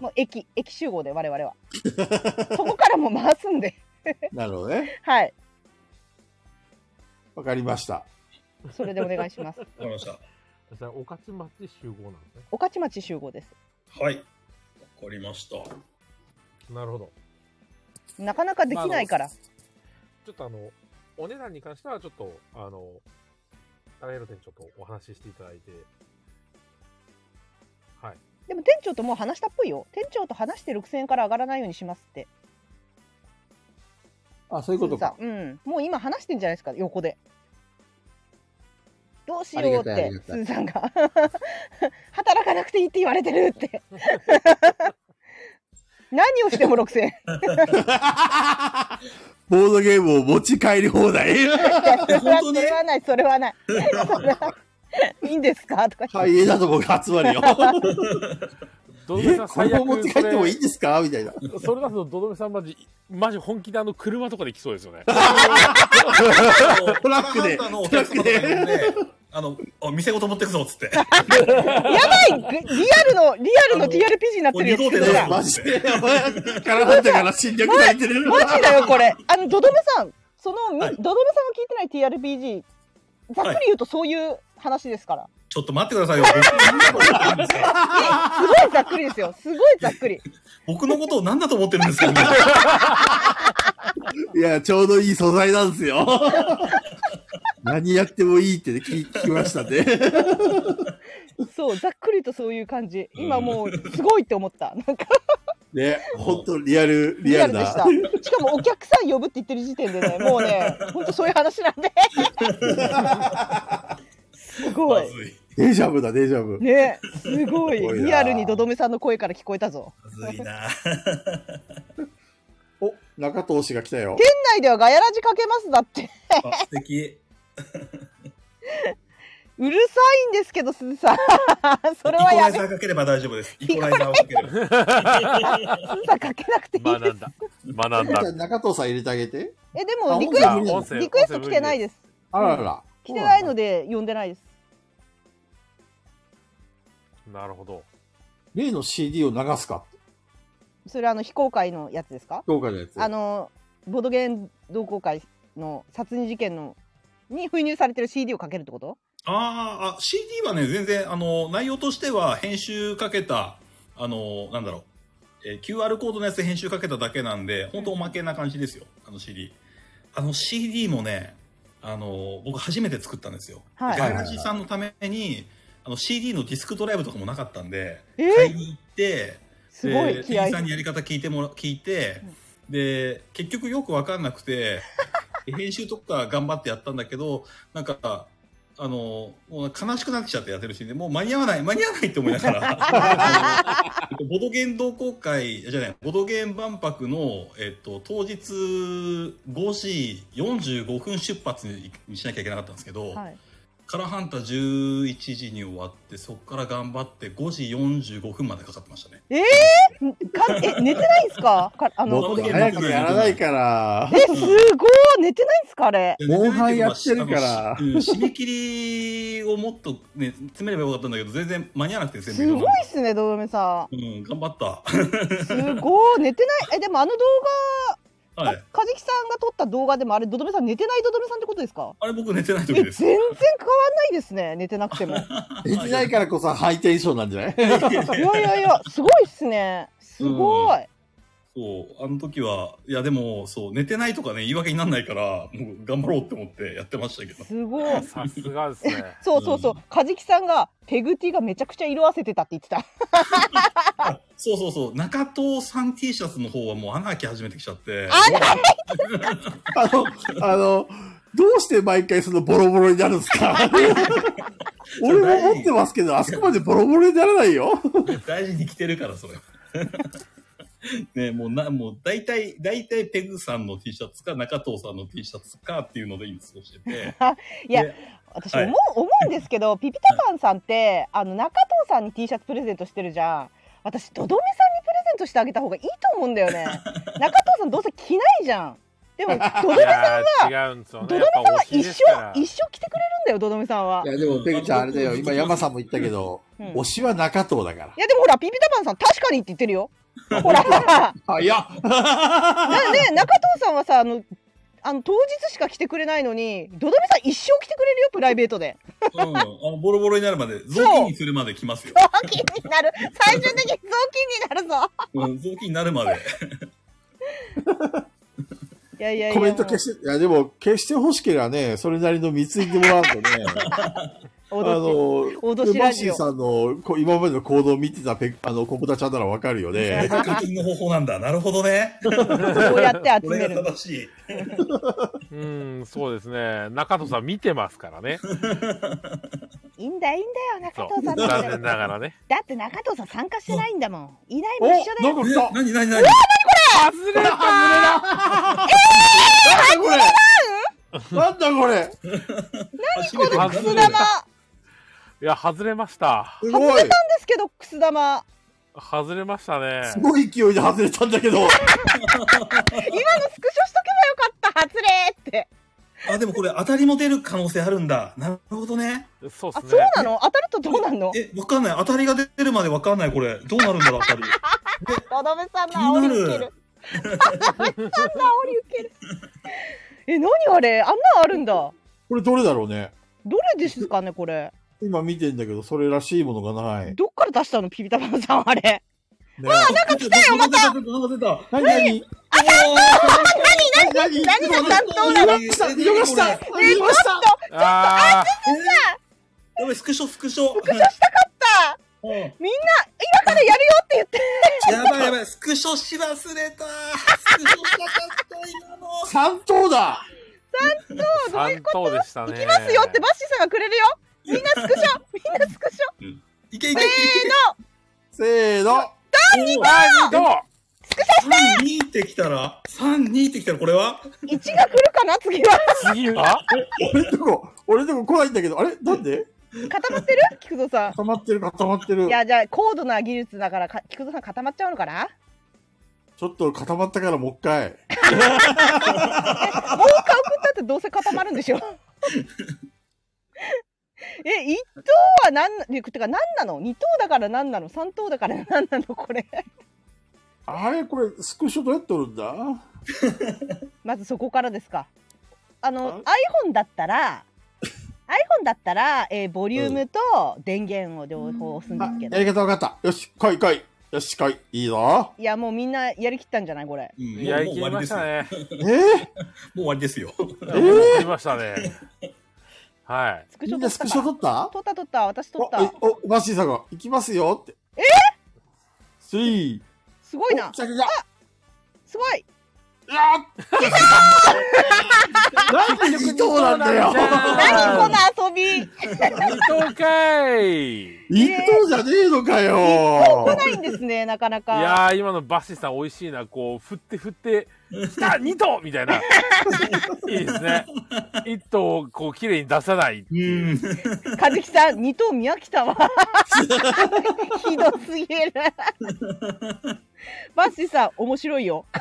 [SPEAKER 1] もう駅駅集合で我々はそこからもう回すんで
[SPEAKER 2] なるほどね。
[SPEAKER 1] はい
[SPEAKER 2] わかりました。
[SPEAKER 1] それでお願いします
[SPEAKER 4] わかりました。
[SPEAKER 3] それおかち町集合なんですね
[SPEAKER 1] 御徒町集合です
[SPEAKER 4] はい。わかりま した。
[SPEAKER 3] なるほど
[SPEAKER 1] なかなかできないから、
[SPEAKER 3] ちょっとあのお値段に関してはちょっとあの高弘店長とお話ししていただいてはい
[SPEAKER 1] でも店長ともう話したっぽいよ店長と話して6000円から上がらないようにしますって
[SPEAKER 2] あ、そういうことか。
[SPEAKER 1] 鈴さんうん、もう今話してんじゃないですか横でどうしようっ
[SPEAKER 2] ありがたい
[SPEAKER 1] て
[SPEAKER 2] ありがた
[SPEAKER 1] す
[SPEAKER 2] い
[SPEAKER 1] ずさんが 働かなくていいって言われてるって 何をしても6000円
[SPEAKER 2] ボードゲームを持ち帰り放題。
[SPEAKER 1] それは
[SPEAKER 4] 本当
[SPEAKER 1] そ
[SPEAKER 4] ね
[SPEAKER 1] れはないそれはないそれはいいんですかとか言っ
[SPEAKER 2] ハイエナどもが集ま るよ。
[SPEAKER 3] どどめ
[SPEAKER 2] え
[SPEAKER 3] さん
[SPEAKER 2] こ
[SPEAKER 3] 最
[SPEAKER 2] れを持って
[SPEAKER 3] 悪
[SPEAKER 2] 帰
[SPEAKER 3] そ
[SPEAKER 2] ってもいい
[SPEAKER 3] れ
[SPEAKER 2] んですかみたいな。
[SPEAKER 3] それだとどどめさんマジマジ本気であの車とかで来そうですよね
[SPEAKER 2] トラックで
[SPEAKER 4] あの、お客様とか呼んで、あの、お店ごと持ってくぞ、つって。
[SPEAKER 1] てやばいぐリアルのリアルの TRPG になってるよ
[SPEAKER 4] もう二号店
[SPEAKER 1] 鈴さ
[SPEAKER 4] だよ
[SPEAKER 1] ん
[SPEAKER 2] マジで。からなんだから侵略されてる。
[SPEAKER 1] マジだよこれあのドドメさんそのみ、ドドメさんが聞いてない TRPG ざっくり言うとそういう話ですから、
[SPEAKER 4] ちちょっと待ってくださいよ。僕のことなんですか
[SPEAKER 1] すごいざっくりですよ。すごいざっくり。
[SPEAKER 4] 僕のことを何だと思ってるんですか、ね、
[SPEAKER 2] いや、ちょうどいい素材なんですよ。 何やってもいいってね聞聞きましたね。
[SPEAKER 1] そう、ざっくりとそういう感じ。今もう、すごいって思った。なんか、
[SPEAKER 2] ね、本当リアル、リ
[SPEAKER 1] リ
[SPEAKER 2] ア
[SPEAKER 1] ア
[SPEAKER 2] ル
[SPEAKER 1] ル
[SPEAKER 2] な。
[SPEAKER 1] でした。しかも、お客さん呼ぶって言ってる時点でね、もうね、ほんとそういう話なんで。すご
[SPEAKER 4] ま
[SPEAKER 1] い。
[SPEAKER 4] ずい。
[SPEAKER 2] デジャブだ、デジャブ。
[SPEAKER 1] ね、すごい
[SPEAKER 2] すごい。な
[SPEAKER 1] リアルにどどめさんの声から聞こえたぞ。
[SPEAKER 4] まず いな。
[SPEAKER 2] お、中藤氏が来たよ。
[SPEAKER 1] 店内ではガヤラジかけますだって。
[SPEAKER 4] あ素敵。
[SPEAKER 1] うるさいんですけど、すずさん。それは
[SPEAKER 4] イコラ
[SPEAKER 1] や
[SPEAKER 4] イ
[SPEAKER 1] め
[SPEAKER 4] ザーかければ大丈夫です。イコライザーをかければ。
[SPEAKER 1] すずさんかけなくていいで
[SPEAKER 3] 学
[SPEAKER 1] す
[SPEAKER 3] ん。だ。学んだ。
[SPEAKER 2] 中藤さん入れてあげて。
[SPEAKER 1] え、で
[SPEAKER 2] あ
[SPEAKER 1] も、リクエ
[SPEAKER 2] 本
[SPEAKER 1] ス
[SPEAKER 2] 当だ
[SPEAKER 3] あ音
[SPEAKER 1] ト、
[SPEAKER 3] 声
[SPEAKER 1] リクエスト来てない
[SPEAKER 3] 音
[SPEAKER 1] で
[SPEAKER 3] 声
[SPEAKER 1] す。
[SPEAKER 2] あららら。
[SPEAKER 1] 来てないので、呼んでないです。
[SPEAKER 3] 無理なるほど。
[SPEAKER 2] 例の CD を流すか。
[SPEAKER 1] それ、あの、非公開のやつですか
[SPEAKER 2] 評価のやつ。
[SPEAKER 1] あのボードゲーム同好会の殺人事件のに封入されてる CD をかけるってこと
[SPEAKER 4] あーあ、CD はね、全然、あの、内容としては、編集かけた、あの、なんだろう、えー QR コードのやつで編集かけただけなんで、本当おまけな感じですよ、あの CD。あの CD もね、あの、僕初めて作ったんですよ。
[SPEAKER 1] はい
[SPEAKER 4] ガイラジさんのために、あの CD のディスクドライブとかもなかったんで、
[SPEAKER 1] え
[SPEAKER 4] 買いに行って、
[SPEAKER 1] すごい
[SPEAKER 4] で
[SPEAKER 1] 気
[SPEAKER 4] 店
[SPEAKER 1] 合
[SPEAKER 4] 員
[SPEAKER 1] い
[SPEAKER 4] さんにやり方聞いてもら聞いて、で結局よく分かんなく て編集とか頑張ってやったんだけどなんかあのもう悲しくなってきちゃってやってるし、ね、もう間に合わない間に合わないって思いながら あのボドゲン同好会じゃないボドゲン万博の、えっと、当日5時45分出発にしなきゃいけなかったんですけど。
[SPEAKER 1] はい、
[SPEAKER 4] カラハンタ11時に終わってそこから頑張って5時45分までかかってましたね。
[SPEAKER 1] えー、かえ寝てないんすかかあの
[SPEAKER 2] も
[SPEAKER 4] ボ
[SPEAKER 2] っ
[SPEAKER 4] ド
[SPEAKER 2] と
[SPEAKER 4] ゲ
[SPEAKER 2] 早くやらないから
[SPEAKER 1] え。すごい寝てないんすかあれ
[SPEAKER 2] モンハンやってるから
[SPEAKER 4] あのうん締め切りをもっとね、詰めればよかったんだけど、全然間に合わなくて、
[SPEAKER 1] すごいっすねどどめさ
[SPEAKER 4] うん、頑張った。
[SPEAKER 1] んすごい寝てないえでもあの動画、
[SPEAKER 4] はい。
[SPEAKER 1] かじきさんが撮った動画でもあれどどめさん寝てないどどめさんってことですか
[SPEAKER 4] あれ僕寝てない
[SPEAKER 1] え
[SPEAKER 4] 時
[SPEAKER 1] 全
[SPEAKER 4] で
[SPEAKER 1] 然
[SPEAKER 4] す。
[SPEAKER 1] 変わんないですね寝てなくても い
[SPEAKER 2] できないからこそハイテンションなんじゃない
[SPEAKER 1] やいやいやすごいっすねすごい、
[SPEAKER 4] そう、あの時は、いやでも、そう、寝てないとかね、言い訳にならないから、もう頑張ろうって思ってやってましたけど。
[SPEAKER 1] すごい
[SPEAKER 3] さすがですね。
[SPEAKER 1] そうそうそう、カジキさんがペグティがめちゃくちゃ色あせてたって言ってた。
[SPEAKER 4] あそうそうそう、中藤さん T シャツの方はもう穴開き始めてきちゃって。
[SPEAKER 2] あの、あの、どうして毎回そのボロボロになるんです か俺も持ってますけど、あそこまでボロボロにならないよ。
[SPEAKER 4] 大事に着てるから、それ。 ねもうな、もう大体、大体ペグさんの T シャツか中藤さんの T シャツかっていうので今過ごしてて。
[SPEAKER 1] いや
[SPEAKER 4] で、
[SPEAKER 1] 私
[SPEAKER 4] は
[SPEAKER 1] 思、
[SPEAKER 4] いう
[SPEAKER 1] 思うんですけど、ピピタパンさんって、あの中藤さんに T シャツプレゼントしてるじゃん。私、ドドメさんにプレゼントしてあげた方がいいと思うんだ よね。中藤さんどうせ着ないじゃん。でも、 ドド
[SPEAKER 3] い
[SPEAKER 1] メさん、
[SPEAKER 3] やー違うんですよ
[SPEAKER 1] ドドメ
[SPEAKER 3] ね。やっ
[SPEAKER 1] さん
[SPEAKER 3] ぱ
[SPEAKER 1] は
[SPEAKER 3] 推
[SPEAKER 1] 一
[SPEAKER 3] しです
[SPEAKER 1] 生
[SPEAKER 3] から、。
[SPEAKER 1] 一生着てくれるんだよ、ドドメさんは。
[SPEAKER 2] い
[SPEAKER 1] い
[SPEAKER 2] や、でも、ペグちゃんあれだよ。今、山さんも言ったけ
[SPEAKER 1] う
[SPEAKER 2] ど、
[SPEAKER 1] ん
[SPEAKER 2] 推しは中藤だか
[SPEAKER 1] や、でもほら、ピピタパンさん確かにって言ってるよ。ほら、な
[SPEAKER 2] ら。あ、いや、
[SPEAKER 1] ね、中藤さんはさ、あの、あの当日しか着てくれないのに、ドドメさん一生着てくれるよ、プライベートで。
[SPEAKER 4] うん。あのボロボロになるまで、雑巾にするまで着ますよ。
[SPEAKER 1] 雑巾になる最終的に雑巾になるぞ
[SPEAKER 4] うん、雑巾になるまで。
[SPEAKER 1] いやいやいや
[SPEAKER 2] コメント消して、いや、でも、消してほしければね、それなりの貢いでもらう とね、あ
[SPEAKER 1] もう
[SPEAKER 2] の、
[SPEAKER 1] 脅し
[SPEAKER 2] マ
[SPEAKER 1] ラ
[SPEAKER 2] ッシ
[SPEAKER 1] ジ
[SPEAKER 2] ー
[SPEAKER 1] オ
[SPEAKER 2] さんのこ今までの行動を見てたペあの、コブタちゃんならわかるよね。
[SPEAKER 4] 課金の方法なんだ。なるほどね。
[SPEAKER 1] こうやって集
[SPEAKER 4] こ
[SPEAKER 1] め
[SPEAKER 4] れ が
[SPEAKER 1] る
[SPEAKER 4] 正しい。
[SPEAKER 3] うん、そうですね。中野さん見てますからね。
[SPEAKER 1] いいんだいいんだよ
[SPEAKER 3] そう
[SPEAKER 1] 中藤さんだっ
[SPEAKER 3] 残
[SPEAKER 1] て
[SPEAKER 3] 念ながらね。
[SPEAKER 1] だって中藤さん参加してないんだもんいない
[SPEAKER 2] お、
[SPEAKER 1] もん一緒だ
[SPEAKER 2] な
[SPEAKER 1] よ
[SPEAKER 2] んか
[SPEAKER 4] え
[SPEAKER 2] 来た。
[SPEAKER 4] 何何何
[SPEAKER 3] 外れた
[SPEAKER 2] なんだこれ
[SPEAKER 4] 初めて
[SPEAKER 3] この
[SPEAKER 1] くす
[SPEAKER 3] 外
[SPEAKER 1] 玉
[SPEAKER 3] れ
[SPEAKER 1] なん
[SPEAKER 3] たいや、外れました。
[SPEAKER 2] す
[SPEAKER 1] 外
[SPEAKER 2] ごい
[SPEAKER 1] れたんですけどくす玉
[SPEAKER 3] 外れましたね。
[SPEAKER 2] すごい勢いで外れたんだけど。
[SPEAKER 1] 今のスクショしとけばよかった外れって
[SPEAKER 4] あ、でもこれ当たりも出る可能性あるんだ。なるほどね。
[SPEAKER 3] そう
[SPEAKER 1] あそ
[SPEAKER 3] です
[SPEAKER 1] う
[SPEAKER 3] ね。
[SPEAKER 1] なの当たるとどうなんの
[SPEAKER 4] え、わかんない。当たりが出るまでわかんない。これ。どうなるんだろう、当たり。
[SPEAKER 1] ドドメさんの煽
[SPEAKER 4] 気にな
[SPEAKER 1] り受け
[SPEAKER 4] る
[SPEAKER 1] る。ドドメさんの煽り受けるえ何あれあんなんあるんだ
[SPEAKER 2] これどれだろうね。
[SPEAKER 1] どれですかねこれ
[SPEAKER 2] 今見てんだけど、それらしいものがない。
[SPEAKER 1] どっから出したのピピタパンさんあれ。
[SPEAKER 2] ああ、なんか来たよ、またなんか出た何何あ、
[SPEAKER 1] 何
[SPEAKER 2] 担当何何
[SPEAKER 1] が担当なの
[SPEAKER 2] 見逃した見逃した
[SPEAKER 4] え
[SPEAKER 2] 見逃した
[SPEAKER 3] あ
[SPEAKER 4] やばい、スクショ、スクショ。
[SPEAKER 1] さあ
[SPEAKER 4] うんや
[SPEAKER 1] 今からやるよって言って。
[SPEAKER 4] ばい、やばい、スクショし忘れた。スクショしなかった、今の。
[SPEAKER 2] 三等だ
[SPEAKER 3] あ、3等でしたね。
[SPEAKER 1] 行きますよってバッシーさんがくれるよ。みんなスクショみんなスクショ
[SPEAKER 4] いけいけいけ。
[SPEAKER 2] せーの
[SPEAKER 3] あ、2等
[SPEAKER 4] 3、2ってきたら、3、2ってきたら、これは
[SPEAKER 1] 一が来るかな次は。
[SPEAKER 3] 次は
[SPEAKER 2] 俺んとこ、俺んとこ来ないんだけど、あれなんで
[SPEAKER 1] 固まってる菊蔵さ
[SPEAKER 2] 固まってる、固まって
[SPEAKER 1] ん。
[SPEAKER 2] る
[SPEAKER 1] い。やじゃあ高度な技術だからか菊蔵さん固まっちゃうのかな
[SPEAKER 2] ちょっと固まったからもう一回。
[SPEAKER 1] もう一回送ったってどうせ固まるんでしょ え一等は何なてか何なの二等だから何なの三等だから何なのこれ
[SPEAKER 2] あれこれ、スクショどうやって撮るんだ
[SPEAKER 1] まずそこからですかあの
[SPEAKER 2] あ
[SPEAKER 1] iPhone だったら iPhone だったら、えーボリュームと電源を両方押すんです
[SPEAKER 2] あ
[SPEAKER 1] けど、
[SPEAKER 2] やり方わかった。よし、来い来い。よし、来い。いいぞ。
[SPEAKER 1] いやもうみんなやりきったんじゃないこれ
[SPEAKER 4] うんもうもう
[SPEAKER 3] やりき
[SPEAKER 4] 終
[SPEAKER 3] り
[SPEAKER 4] わり
[SPEAKER 3] ま
[SPEAKER 4] で
[SPEAKER 3] し
[SPEAKER 4] す
[SPEAKER 3] た
[SPEAKER 4] よ。も
[SPEAKER 3] ね。
[SPEAKER 2] えー、
[SPEAKER 4] う終わりですよ。
[SPEAKER 3] やりきりましたね。はい。
[SPEAKER 1] スクシ
[SPEAKER 2] み
[SPEAKER 1] ョ
[SPEAKER 2] ん
[SPEAKER 1] 撮
[SPEAKER 2] な
[SPEAKER 1] っ
[SPEAKER 2] ス
[SPEAKER 1] た
[SPEAKER 2] クショ
[SPEAKER 1] か
[SPEAKER 2] 撮った
[SPEAKER 1] 撮った撮った私撮った
[SPEAKER 2] お、お、マッシーさんが、行きますよって。えスリー。
[SPEAKER 1] すごいな
[SPEAKER 2] お着が。
[SPEAKER 1] すごい
[SPEAKER 2] あっなんで二等なんだよ
[SPEAKER 1] 何こ
[SPEAKER 3] 何
[SPEAKER 1] の遊び
[SPEAKER 3] この !2 等かいい
[SPEAKER 2] 一等じゃねえのか
[SPEAKER 1] 来
[SPEAKER 2] よ
[SPEAKER 1] ないんですねなかなか
[SPEAKER 3] やー、今のバッシーさん美味しいな。こう、振って振って、来 た !2 等みたいな。いいですね。1等をこう、綺麗に出さないって
[SPEAKER 4] う
[SPEAKER 3] いう。
[SPEAKER 4] ん。
[SPEAKER 1] かずきさん、二頭見飽きたわ。 ひどすぎる。バッシーさん、面白いよ。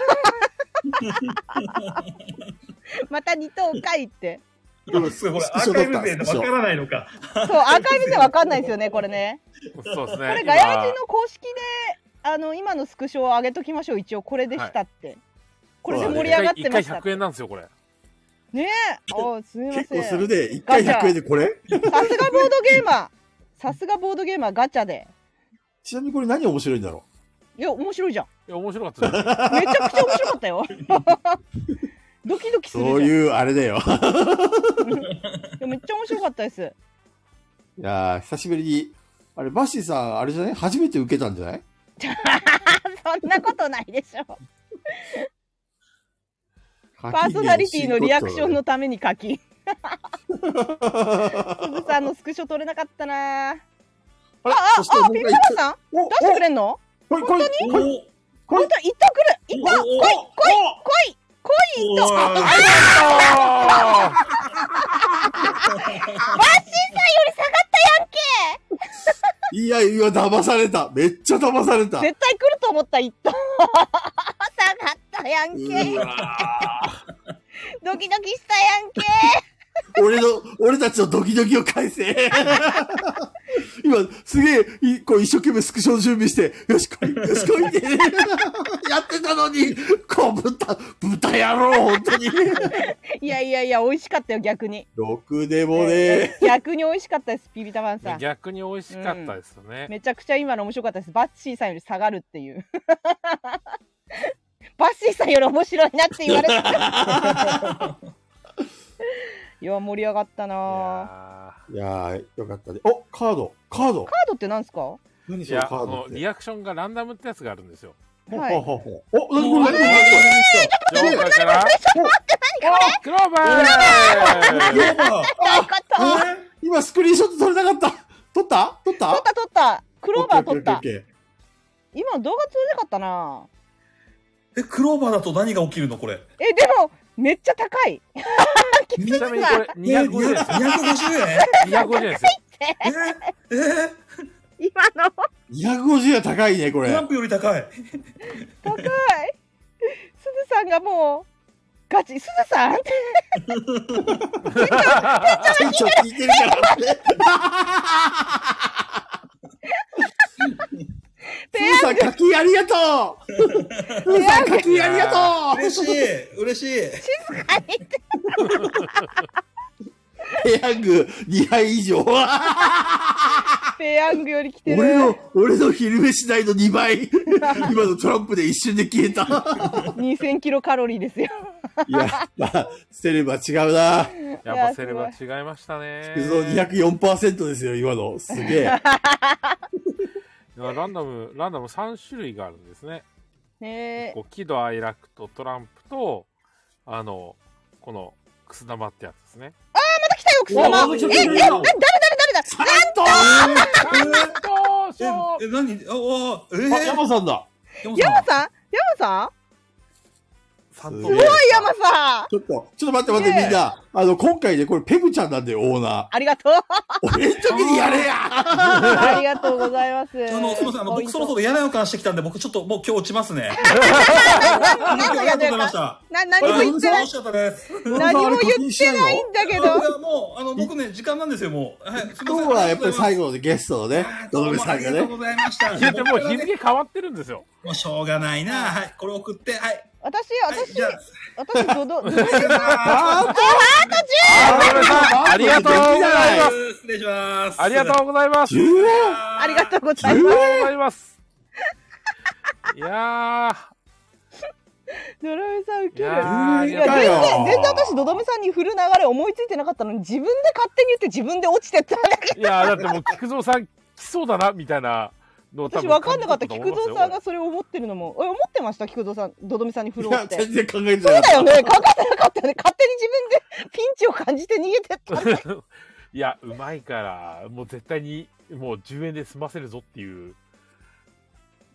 [SPEAKER 1] また二頭かいって。
[SPEAKER 4] でも すごい、これ、アーカイブ勢でわからないのか。
[SPEAKER 1] そう、アーカイブでわかんないですよね、これね。
[SPEAKER 3] そうですね。
[SPEAKER 1] これ、ガヤラジの公式で、あの、今のスクショを上げときましょう。一応、これでしたって。これで盛り上がってまし
[SPEAKER 3] 1
[SPEAKER 1] た
[SPEAKER 3] 回。100円なんですよ、これ。
[SPEAKER 1] ねえ。あ、すみません。
[SPEAKER 2] 結構するで、一回100円でこれ
[SPEAKER 1] さすがボードゲーマー。さすがボードゲーマー、ガチャで。
[SPEAKER 2] ちなみにこれ何面白いんだろ
[SPEAKER 1] いや、面白いじゃん。
[SPEAKER 3] いや、面白かったです ね。
[SPEAKER 1] めちゃくちゃ面白かったよ。ドキドキ
[SPEAKER 2] う
[SPEAKER 1] する
[SPEAKER 2] そう
[SPEAKER 1] じゃんい
[SPEAKER 2] いうあれだよ。
[SPEAKER 1] やめっちゃ面白かったです。
[SPEAKER 2] いやー、久しぶりに。あれ、マッシーさん、あれじゃない初めて受けたんじゃない
[SPEAKER 1] そんなことないでしょ。
[SPEAKER 2] パ
[SPEAKER 1] パーソナリティのリアクションの。ために書き。すずさんのスクショ取れなかったな。あ
[SPEAKER 2] あれ
[SPEAKER 1] あ
[SPEAKER 2] そしても
[SPEAKER 1] あ
[SPEAKER 2] う
[SPEAKER 1] ピ
[SPEAKER 2] 一
[SPEAKER 1] ッ
[SPEAKER 2] 回
[SPEAKER 1] コロさん
[SPEAKER 2] お、
[SPEAKER 1] ど
[SPEAKER 2] お
[SPEAKER 1] うしてくれんの？
[SPEAKER 2] こいこい
[SPEAKER 4] お
[SPEAKER 2] こい
[SPEAKER 1] 本当一等来る。一等来い
[SPEAKER 4] お
[SPEAKER 1] 来い来い来い
[SPEAKER 4] お
[SPEAKER 1] 一等。
[SPEAKER 4] ー
[SPEAKER 3] あ
[SPEAKER 1] バッシーさんより下がったやんけ。
[SPEAKER 2] いやいや、騙された。めっちゃ騙された。
[SPEAKER 1] 絶対来ると思った一等。下がったやん
[SPEAKER 2] う
[SPEAKER 1] け。
[SPEAKER 2] わ
[SPEAKER 1] ドキドキしたやんけ。
[SPEAKER 2] ー俺の、俺たちのドキドキを返 せ。今、すげえ、いこう一生懸命スクショの準備して、よし来い、よし来いって、 やってたのに、こう、豚、豚野郎、本当に。
[SPEAKER 1] いやいやいや美味しかったよ逆に。
[SPEAKER 2] ろくでもね。
[SPEAKER 1] 逆に美味しかったですピピタパンさ
[SPEAKER 3] ー
[SPEAKER 1] ん
[SPEAKER 3] 逆に美味しかったですよね。
[SPEAKER 1] めちゃくちゃ今の面白かったですバッシーさんより下がるっていうバッシーさんより面白いなって言われたいや盛り上がった
[SPEAKER 3] い
[SPEAKER 1] ない
[SPEAKER 3] や
[SPEAKER 2] い
[SPEAKER 3] ー
[SPEAKER 2] やー、よかったね。お、カード、カード。
[SPEAKER 1] カードってなんですかはい
[SPEAKER 2] 何
[SPEAKER 3] い
[SPEAKER 2] それ、
[SPEAKER 3] や、
[SPEAKER 2] カ
[SPEAKER 3] そ
[SPEAKER 2] ード
[SPEAKER 3] の
[SPEAKER 2] って。
[SPEAKER 3] リアクションがランダムってやつがあるんですよ。
[SPEAKER 1] え
[SPEAKER 2] ほうほうほうお、何これ、何これ、
[SPEAKER 3] ジョーカーから、クローバー
[SPEAKER 4] やばい
[SPEAKER 1] どういうこと取
[SPEAKER 2] 何これ。えー今、スクリーンショット撮れなかった。撮った撮った
[SPEAKER 1] った取ったクローバー取っ
[SPEAKER 2] オッ
[SPEAKER 1] た
[SPEAKER 2] ケーオッケーオッケーオッケー
[SPEAKER 1] 今動画通じなかったな
[SPEAKER 4] え、クローバーだと何が起きるのこれ。
[SPEAKER 1] えでもめっちゃ高い
[SPEAKER 3] ちなみにこれ250円ですよ。
[SPEAKER 4] 250円
[SPEAKER 3] 250円ですよ。
[SPEAKER 4] ええ
[SPEAKER 1] 今の
[SPEAKER 2] 250円は高いね、こ
[SPEAKER 4] ト
[SPEAKER 2] れ。
[SPEAKER 4] ランプより高い。
[SPEAKER 1] 高いすずさんがもうガチすずさん
[SPEAKER 2] 店長聞いてるからね。スーさん、課金ありがとうスーさん、課金ありがとう
[SPEAKER 4] 嬉しい嬉しい
[SPEAKER 1] 静かにって
[SPEAKER 2] ペヤング2杯以上。
[SPEAKER 1] ペヤングより来てる。
[SPEAKER 2] 俺の、俺の昼飯代の2倍。今のトランプで一瞬で消えた。
[SPEAKER 1] 2000キロカロリーですよ。
[SPEAKER 2] いや、まあ、捨てれば違うな。
[SPEAKER 3] やっぱセレブは違いましたね。
[SPEAKER 2] その204%ですよ、今の。すげえ。
[SPEAKER 3] いやランダム、ランダム3種類があるんですね。
[SPEAKER 1] ねえ
[SPEAKER 3] こう喜怒哀楽とトランプと、あの、この、くす玉ってやつですね。
[SPEAKER 1] 来たよ、奥様。
[SPEAKER 9] お
[SPEAKER 1] え、
[SPEAKER 9] ー
[SPEAKER 1] え、え、誰誰誰だ。
[SPEAKER 3] どうしよ
[SPEAKER 4] え、え何あ、あ、え
[SPEAKER 2] あ、山さんだ。
[SPEAKER 4] ー、
[SPEAKER 1] 山さん。山さん。
[SPEAKER 2] す
[SPEAKER 4] さん
[SPEAKER 2] ごい
[SPEAKER 4] と
[SPEAKER 1] 山さん。
[SPEAKER 2] ちょっと、ちょっと待って待って、
[SPEAKER 1] ねえ
[SPEAKER 2] みんな。あの、今回ね、これペグちゃんなんだよ、オ ーナ
[SPEAKER 1] あり がとう。
[SPEAKER 2] ー。俺の時にやれや
[SPEAKER 1] ありがとうございます。
[SPEAKER 4] あの、すみません、あの、
[SPEAKER 1] ポイン
[SPEAKER 4] 僕
[SPEAKER 1] ト
[SPEAKER 4] そろそろ嫌な予感してきたんで、僕ちょっともう今日落ちますね。あ
[SPEAKER 1] 何の
[SPEAKER 4] りが
[SPEAKER 1] やつ
[SPEAKER 4] とうございま
[SPEAKER 1] や
[SPEAKER 4] し
[SPEAKER 1] か。な、
[SPEAKER 4] た。
[SPEAKER 1] 何も言ってない
[SPEAKER 4] 楽。しかったです。
[SPEAKER 1] 何も言ってないいんだけ
[SPEAKER 4] い
[SPEAKER 1] ど。
[SPEAKER 4] やもう、あの、僕ね、時間なんですよ、もう。はい、すみ
[SPEAKER 2] 今
[SPEAKER 4] ません。
[SPEAKER 2] 日はやっぱり最
[SPEAKER 4] 後。
[SPEAKER 2] 後のゲストのね、土鍋さんが
[SPEAKER 4] ありがとう
[SPEAKER 2] ね。
[SPEAKER 4] ございました。
[SPEAKER 3] う。言ってもう日付変わってるんですよ。
[SPEAKER 4] もうしょうがないな。はい、これ送って、はい。
[SPEAKER 1] 私、
[SPEAKER 4] はい、
[SPEAKER 1] 私
[SPEAKER 4] じゃ、
[SPEAKER 1] 私、ドド、ド ド
[SPEAKER 4] あ。
[SPEAKER 3] ありがとうございます。
[SPEAKER 4] 失礼します。
[SPEAKER 3] ありがとうございます。あり
[SPEAKER 2] 10円
[SPEAKER 1] ありがとうござ
[SPEAKER 3] が
[SPEAKER 1] い
[SPEAKER 3] とう
[SPEAKER 1] ま
[SPEAKER 3] ご
[SPEAKER 1] す。
[SPEAKER 3] ざいます。いや
[SPEAKER 1] ドロメさんウ
[SPEAKER 3] ー、い
[SPEAKER 1] ケる。
[SPEAKER 3] やー、
[SPEAKER 2] い
[SPEAKER 1] い
[SPEAKER 2] や
[SPEAKER 1] や
[SPEAKER 2] だ
[SPEAKER 1] 全
[SPEAKER 2] よ
[SPEAKER 1] 然全然私ドドメさんに振る流れ思いついてなかったのに自分で勝手に言って自分で落ちてっただけ
[SPEAKER 3] いやーだってもう菊蔵さん来そうだなみたいなの多
[SPEAKER 1] 私
[SPEAKER 3] 分
[SPEAKER 1] 分かんなかった菊
[SPEAKER 3] 感じだと
[SPEAKER 1] 蔵
[SPEAKER 3] 思い
[SPEAKER 1] さん
[SPEAKER 3] ま
[SPEAKER 1] が
[SPEAKER 3] す
[SPEAKER 1] それを思ってるのもえ思ってました菊蔵さんドドメさんに振
[SPEAKER 2] い
[SPEAKER 1] ろう
[SPEAKER 2] や、
[SPEAKER 1] ってそう
[SPEAKER 2] 全然考えてなかっ
[SPEAKER 1] だ
[SPEAKER 2] た。
[SPEAKER 1] よね考えてなかったよね勝手に自分でピンチを感じて逃げてったんだ
[SPEAKER 3] よいやうまいからもう絶対にもう10円で済ませるぞっていう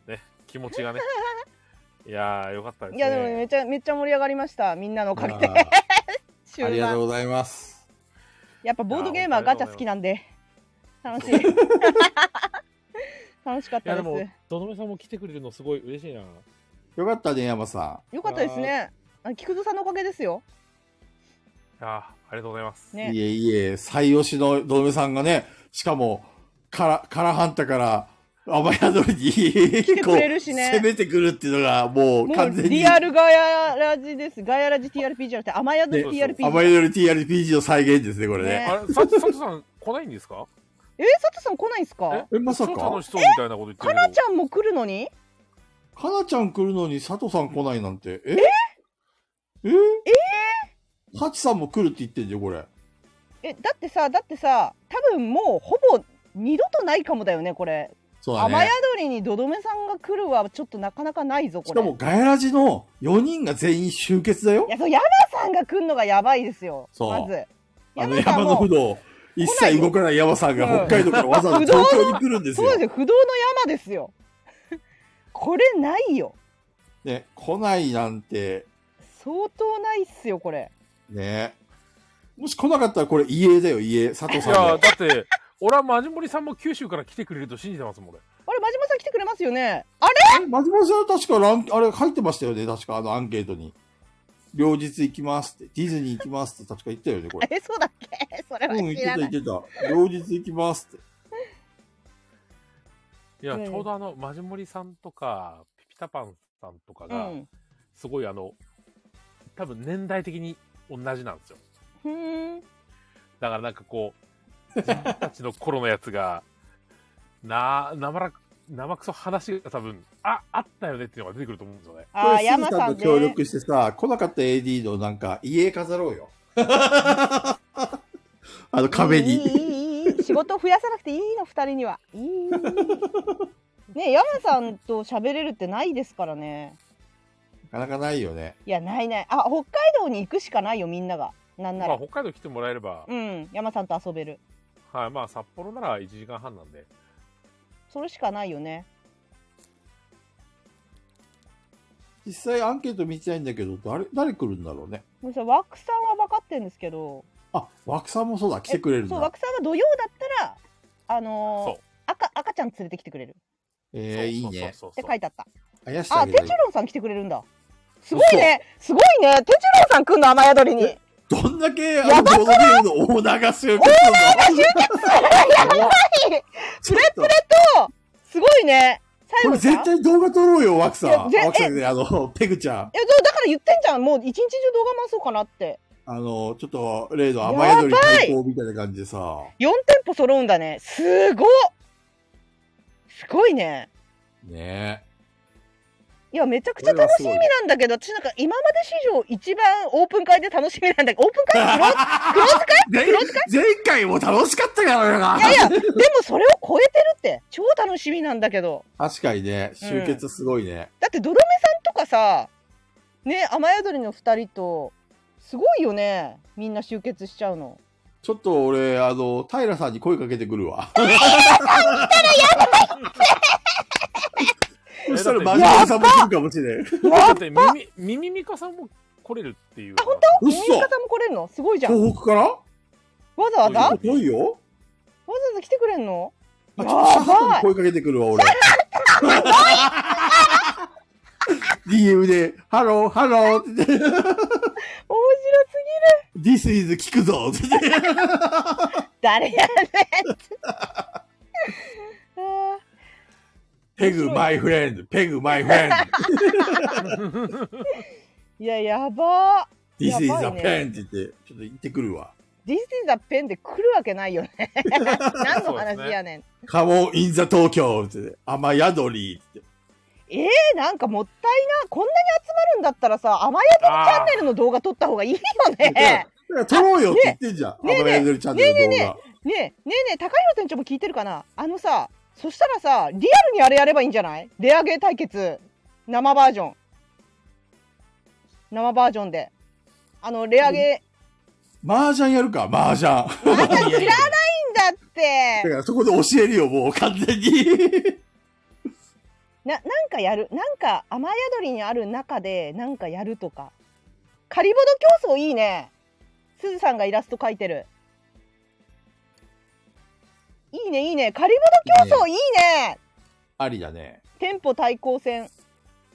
[SPEAKER 3] ね気 持ちがねいやーよかったです
[SPEAKER 1] い
[SPEAKER 3] ね
[SPEAKER 1] やでもめちゃめっちゃ盛り上がりましたみんなのおかげで
[SPEAKER 2] あーあ
[SPEAKER 1] 終
[SPEAKER 2] りがとう
[SPEAKER 1] 盤
[SPEAKER 2] ございます。
[SPEAKER 1] やっぱボードゲームはガチャ好きなんで楽しい楽しかっ
[SPEAKER 3] い
[SPEAKER 1] た
[SPEAKER 3] やで
[SPEAKER 1] で
[SPEAKER 3] も
[SPEAKER 1] す
[SPEAKER 3] どのめさんも来てくれるのすごい嬉しいな
[SPEAKER 2] よかったね、山さ
[SPEAKER 1] よかったですねあ菊蔵さんのおかげですよ
[SPEAKER 3] あーありがとうございます、
[SPEAKER 2] ん。
[SPEAKER 1] ね
[SPEAKER 2] いえいえ、最推しの土鍋さんがね、しかも、から、からはんたから、雨宿りに、
[SPEAKER 1] てくれるしね
[SPEAKER 2] こう攻めてくるっていうのが、もう
[SPEAKER 1] も
[SPEAKER 2] 完
[SPEAKER 1] う
[SPEAKER 2] 全に、
[SPEAKER 1] リアルガヤラジです。ガヤラジ TRP じゃなくて、雨宿り
[SPEAKER 3] ね
[SPEAKER 1] TRP。
[SPEAKER 2] 雨宿り TRPG の再現ですね、これね
[SPEAKER 1] ね。
[SPEAKER 3] あれ佐藤さん来ないんですか
[SPEAKER 1] えー、佐藤さん来ないんすか
[SPEAKER 2] えまさか
[SPEAKER 3] 超楽しそうみたいなこと言って
[SPEAKER 1] か
[SPEAKER 3] る
[SPEAKER 1] な
[SPEAKER 3] け
[SPEAKER 1] ちゃんも来るのに
[SPEAKER 2] かなちゃん来るのに佐藤さん来ないなんて。ええええハチさんも来るって言ってんじゃん、これ。
[SPEAKER 1] え、だってさ、だってさ、多分もうほぼ二度とないかもだよね、これ。
[SPEAKER 2] そうだ
[SPEAKER 1] 雨
[SPEAKER 2] ね。
[SPEAKER 1] 宿りにドドメさんが来るはちょっとなかなかないぞ、これ。
[SPEAKER 2] しかも、ガヤラジの4人が全員集結だよ
[SPEAKER 1] い。や、そう、ヤマさんが来るのがやばいですよ。
[SPEAKER 2] そう
[SPEAKER 1] まず。
[SPEAKER 2] あ
[SPEAKER 1] ヤ
[SPEAKER 2] の
[SPEAKER 1] マさ
[SPEAKER 2] 山
[SPEAKER 1] ん
[SPEAKER 2] の
[SPEAKER 1] も
[SPEAKER 2] 不動。一切動かない山さんが
[SPEAKER 1] うん
[SPEAKER 2] 北海道からわざわざ東京に来るんです
[SPEAKER 1] そう
[SPEAKER 2] よ
[SPEAKER 1] です。よ、不動の山ですよ。 これないよ。
[SPEAKER 2] ね、来ないなんて、
[SPEAKER 1] 相当ないっすよ、これ。
[SPEAKER 2] ね。もし来なかったらこれ遺影だよ、遺影。佐藤さ
[SPEAKER 3] どいや
[SPEAKER 2] ん
[SPEAKER 3] ーだって俺はマジモリさんも九州から来てくれると信じてますもん俺
[SPEAKER 1] あれ、真島さん来てくれますよね。あれ
[SPEAKER 2] の。マジモさん確かラン、あれ入ってましたよね、確かあのアンケートに。両日行きますって、ディズニー行きますって確か言ったよね、これ。
[SPEAKER 1] え、そうだっけそ れは
[SPEAKER 2] うん、言っ
[SPEAKER 1] 知
[SPEAKER 2] て
[SPEAKER 1] ら
[SPEAKER 2] た
[SPEAKER 1] な
[SPEAKER 2] 言
[SPEAKER 1] い
[SPEAKER 2] っ。てた。両日行きますって。
[SPEAKER 3] いや、
[SPEAKER 1] うん
[SPEAKER 3] ちょうどあの、マジモリさんとか、ピピタパンさんとか
[SPEAKER 1] う
[SPEAKER 3] が、
[SPEAKER 1] ん。
[SPEAKER 3] すごいあの、多分年代的に同じなんですよ。
[SPEAKER 1] ふーん。
[SPEAKER 3] だからなんかこう、自分たちの頃のやつが、 な、生ら、生くそ話が多分、あ、あったよねっていうのが出てくると思うんですよね。
[SPEAKER 1] あ
[SPEAKER 2] こ
[SPEAKER 1] あ、
[SPEAKER 2] れ、ス
[SPEAKER 1] 山
[SPEAKER 2] ーさ
[SPEAKER 1] さ
[SPEAKER 2] ん
[SPEAKER 1] ん
[SPEAKER 2] と協
[SPEAKER 1] ね。
[SPEAKER 2] 力してさ、来なかった AD のなんか、遺影飾ろうよ。 あの壁
[SPEAKER 1] いい
[SPEAKER 2] に。
[SPEAKER 1] いいいいいい仕事増やさなくていいの、二人には。 いいいいいい。ね、山さんと喋れるってないですからね。
[SPEAKER 2] なかなかないよね。
[SPEAKER 1] いや、ないない。あ、北海道に行くしかないよ、みんなが。なんな
[SPEAKER 3] まあ、
[SPEAKER 1] ら。
[SPEAKER 3] 北海道来てもらえれば、
[SPEAKER 1] うん、山さんと遊べる。
[SPEAKER 3] はい、まあ、札幌なら1時間半なんで。
[SPEAKER 1] それしかないよね。
[SPEAKER 2] 実際アンケート見てないんだけど、誰、誰来るんだろうね。
[SPEAKER 1] でもさ、枠さんは分かってるんですけど。
[SPEAKER 2] あ、枠さんもそうだ、来てくれるん
[SPEAKER 1] そう、
[SPEAKER 2] だ。
[SPEAKER 1] 枠さんが土曜だったら、あの
[SPEAKER 3] そう
[SPEAKER 1] ー、赤、赤ちゃん連れてきてくれる。
[SPEAKER 2] えー、いい
[SPEAKER 3] そう
[SPEAKER 2] ね。
[SPEAKER 3] そう
[SPEAKER 1] っ
[SPEAKER 3] そ
[SPEAKER 1] て
[SPEAKER 3] うそ
[SPEAKER 1] 書
[SPEAKER 3] う
[SPEAKER 1] いてあった。
[SPEAKER 2] あやしてあ
[SPEAKER 1] あ、
[SPEAKER 2] げ
[SPEAKER 1] テ
[SPEAKER 2] た
[SPEAKER 1] チ
[SPEAKER 2] い。
[SPEAKER 1] ロンさん来てくれるんだ。すごいね、すごいね、テチロンさん来んの雨宿りに。や
[SPEAKER 2] どんだけ、あ
[SPEAKER 1] や
[SPEAKER 2] の、
[SPEAKER 1] ば
[SPEAKER 2] ボードゲームのオーナーが集結する
[SPEAKER 1] ばい
[SPEAKER 2] のちょっと
[SPEAKER 1] すごいね。最
[SPEAKER 2] こ
[SPEAKER 1] 後
[SPEAKER 2] れ
[SPEAKER 1] さんい
[SPEAKER 2] 絶対動画撮ろうよ、枠さん。
[SPEAKER 1] いやぜ
[SPEAKER 2] 枠さんね、あの、ペグちゃん。
[SPEAKER 1] や、そうだから言ってんじゃん。もう一日中動画回そうかなって。
[SPEAKER 2] あの、ちょっと、例の雨宿り対抗みたいな感じでさ、
[SPEAKER 1] 4店舗揃うんだねすごっすごいね
[SPEAKER 2] ね
[SPEAKER 1] いやめちゃくちゃ楽しみなんだけど私なんか今まで史上一番オープン会で楽しみなんだけどオープン会って黒黒使い
[SPEAKER 2] え。前回も楽しかったからな。
[SPEAKER 1] いやいやでもそれを超えてるって超楽しみなんだけど
[SPEAKER 2] 確かにね、集結すごいね。
[SPEAKER 1] だってドロメさんとかさね雨宿りの2人とすごいよねみんな集結しちゃうの
[SPEAKER 2] ちょっと俺、あの、平さんに声かけてくるわ。そしたらマジでサボってるかもしれん。
[SPEAKER 3] だって耳耳ミカさんも来れるっていう。あ本当
[SPEAKER 2] 嘘
[SPEAKER 1] 耳方も来れるのすごいじゃんわ
[SPEAKER 2] 東北から
[SPEAKER 1] ざわざわざわ
[SPEAKER 2] 遠いよ。
[SPEAKER 1] ざ来てくれんの
[SPEAKER 2] あ、
[SPEAKER 1] や
[SPEAKER 2] ちょっとシャハ
[SPEAKER 1] ば
[SPEAKER 2] に声かけてくるわ、俺。DM で、ハロー、ハローって言って、
[SPEAKER 1] 面白す
[SPEAKER 2] This is 聞くぞって言って。
[SPEAKER 1] ぎ誰やねん あ
[SPEAKER 2] ペグ、マイフレンド、ペグ、マイフレンド、
[SPEAKER 1] ーいややばー
[SPEAKER 2] This is
[SPEAKER 1] や
[SPEAKER 2] a
[SPEAKER 1] ばい
[SPEAKER 2] pen
[SPEAKER 1] ね
[SPEAKER 2] って言って、ちょっと行ってくるわ。
[SPEAKER 1] This is a pen で来るわけないよね 何の話やねん
[SPEAKER 2] カモン、インザ、東京って言って、雨宿りって。
[SPEAKER 1] えー、なんかもったいなこんなに集まるんだったらさ雨宿りチャンネルの動画撮った方がいいよ
[SPEAKER 2] だから
[SPEAKER 1] ね
[SPEAKER 2] だから撮ろうよって言ってんじゃん。
[SPEAKER 1] ねえねえ
[SPEAKER 2] 雨宿りチャンネルの動画。
[SPEAKER 1] ねえねえねえ高弘店長も聞いてるかなあのさそしたらさリアルにあれやればいいんじゃない出上げ対決生バージョン生バージョンであのレ上げ
[SPEAKER 2] 麻雀やるか、麻雀。だ
[SPEAKER 1] あなた知らないんだって
[SPEAKER 2] からそこで教えるよ、もう完 全に。
[SPEAKER 1] ななんかやるなんか雨宿りにある中でなんかやるとかカリボド競争いいねすずさんがイラスト描いてるいいねいいねカリボド競争いいね
[SPEAKER 2] ありだね。
[SPEAKER 1] 店舗対抗戦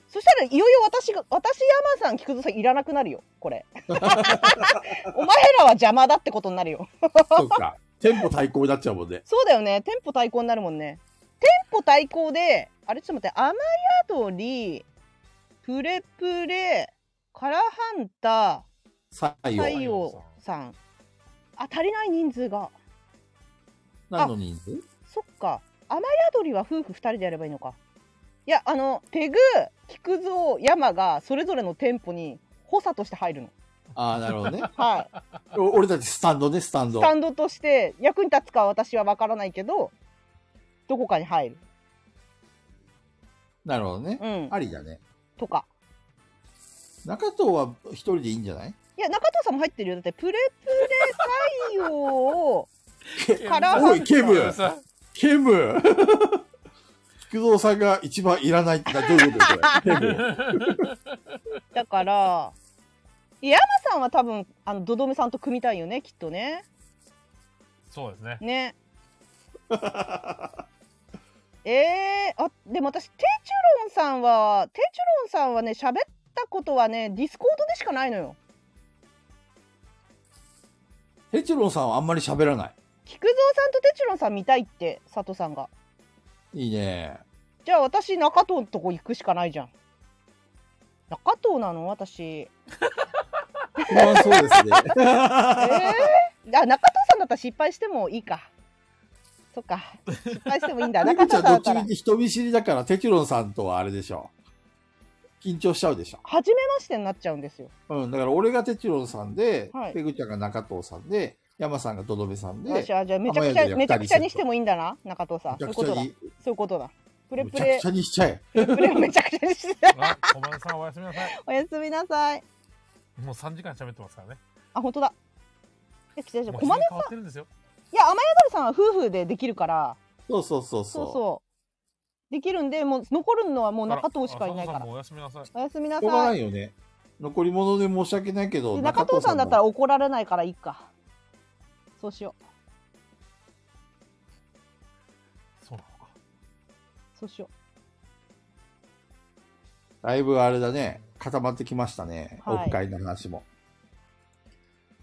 [SPEAKER 1] そしたらいよいよ私が私山さん菊蔵さんいらなくなるよこれお前らは邪魔だってことになるよ
[SPEAKER 2] そうか。店舗対抗になっちゃ うもんね。
[SPEAKER 1] そうだよね店舗対抗になるもんね店舗対抗であれちょっと待って雨宿りプレプレカラハンタ
[SPEAKER 2] 採
[SPEAKER 1] ー
[SPEAKER 2] 用。
[SPEAKER 1] 太陽さんあ足りない人数が
[SPEAKER 2] 何の人数
[SPEAKER 1] そっか雨宿りは夫婦2人でやればいいのかいやあのペグ菊蔵山がそれぞれの店舗に補佐として入るの
[SPEAKER 2] ああ、なるほどね。
[SPEAKER 1] はい
[SPEAKER 2] お俺たちスタンドね、スタンド。
[SPEAKER 1] スタンドとして役に立つかは私は分からないけどどこかに入る
[SPEAKER 2] なるほどね。
[SPEAKER 1] うん
[SPEAKER 2] ありだね。
[SPEAKER 1] とか
[SPEAKER 2] 中藤は一人でいいんじゃない
[SPEAKER 1] いや中藤さんも入ってるよだってプレプレ太陽をカラー
[SPEAKER 2] おい、ケ
[SPEAKER 1] ブ
[SPEAKER 2] ムケム菊蔵さんが一番いらないってどういうことだよ、これ。ケム
[SPEAKER 1] だからいや山さんは多分あのどどめさんと組みたいよねきっとね
[SPEAKER 3] そうですね。
[SPEAKER 1] ねえー、あでも私テチュロンさんはテチュロンさんはね喋ったことはねディスコードでしかないのよ
[SPEAKER 2] ヘチロンさんはあんまり喋らない。
[SPEAKER 1] 菊蔵さんとテチュロンさん見たいって佐藤さんが
[SPEAKER 2] いいね。
[SPEAKER 1] じゃあ私中藤のとこ行くしかないじゃん中藤なの私
[SPEAKER 2] 不安そうです
[SPEAKER 1] え
[SPEAKER 2] ね。
[SPEAKER 1] ー、あ中藤さんだったら失敗してもいいかそっか失敗してもいい んだ
[SPEAKER 2] ペ
[SPEAKER 1] 中藤
[SPEAKER 2] グちゃ
[SPEAKER 1] さんだ
[SPEAKER 2] んどっ
[SPEAKER 1] っ
[SPEAKER 2] ち
[SPEAKER 1] た
[SPEAKER 2] み
[SPEAKER 1] ら
[SPEAKER 2] ち人見知りだから、テチロンさんとはあれでしょう。緊張しちゃうでしょ。
[SPEAKER 1] 初めましてになっちゃうんですよ
[SPEAKER 2] うん、だから俺がテチロンさんで、
[SPEAKER 1] はい
[SPEAKER 2] ペグちゃんが中藤さんで、山さんがドドメさんで、め
[SPEAKER 1] 私
[SPEAKER 2] ちゃ
[SPEAKER 1] はじゃあめちゃくち
[SPEAKER 2] 雨宿り
[SPEAKER 1] ゃ
[SPEAKER 2] は
[SPEAKER 1] めちゃくちゃにして
[SPEAKER 2] 二人セット
[SPEAKER 1] もいいんだな中藤さんそういう
[SPEAKER 2] く
[SPEAKER 1] こ
[SPEAKER 2] ちゃ
[SPEAKER 1] とだ
[SPEAKER 2] に
[SPEAKER 1] そう、いうことだプレ
[SPEAKER 2] め
[SPEAKER 1] プ
[SPEAKER 2] ちゃく
[SPEAKER 1] レ
[SPEAKER 2] ちゃにしちゃえ。
[SPEAKER 1] プレをめちゃくちゃにして
[SPEAKER 3] あ、小林さんおやすみなさい。
[SPEAKER 1] おやすみなさい
[SPEAKER 3] もう3時間喋ってますからね。
[SPEAKER 1] あ本当だえ来た来た
[SPEAKER 3] もう
[SPEAKER 1] 小
[SPEAKER 3] 日
[SPEAKER 1] 金
[SPEAKER 3] 付
[SPEAKER 1] 井
[SPEAKER 3] 変わってるんですよ。
[SPEAKER 1] いや雨宿りさんは夫婦でできるから
[SPEAKER 2] そうそうそう
[SPEAKER 1] そ
[SPEAKER 2] そうう。
[SPEAKER 1] そうできるんでもう残るのはもう中藤しかいないか
[SPEAKER 3] あ
[SPEAKER 1] ら
[SPEAKER 3] 佐藤さんもおやすみなさい。
[SPEAKER 1] おやすみな
[SPEAKER 2] しょうが
[SPEAKER 1] さ
[SPEAKER 2] ないいよね。残り物で申し訳ないけど、
[SPEAKER 1] で中藤さんだったら
[SPEAKER 2] 中
[SPEAKER 1] 怒られないからいいかそうしよう
[SPEAKER 3] そうなのか。
[SPEAKER 1] そうしよ
[SPEAKER 2] 藤さんもだいぶあれだね、固まってきましたね、
[SPEAKER 1] はい
[SPEAKER 2] オフ会の話も。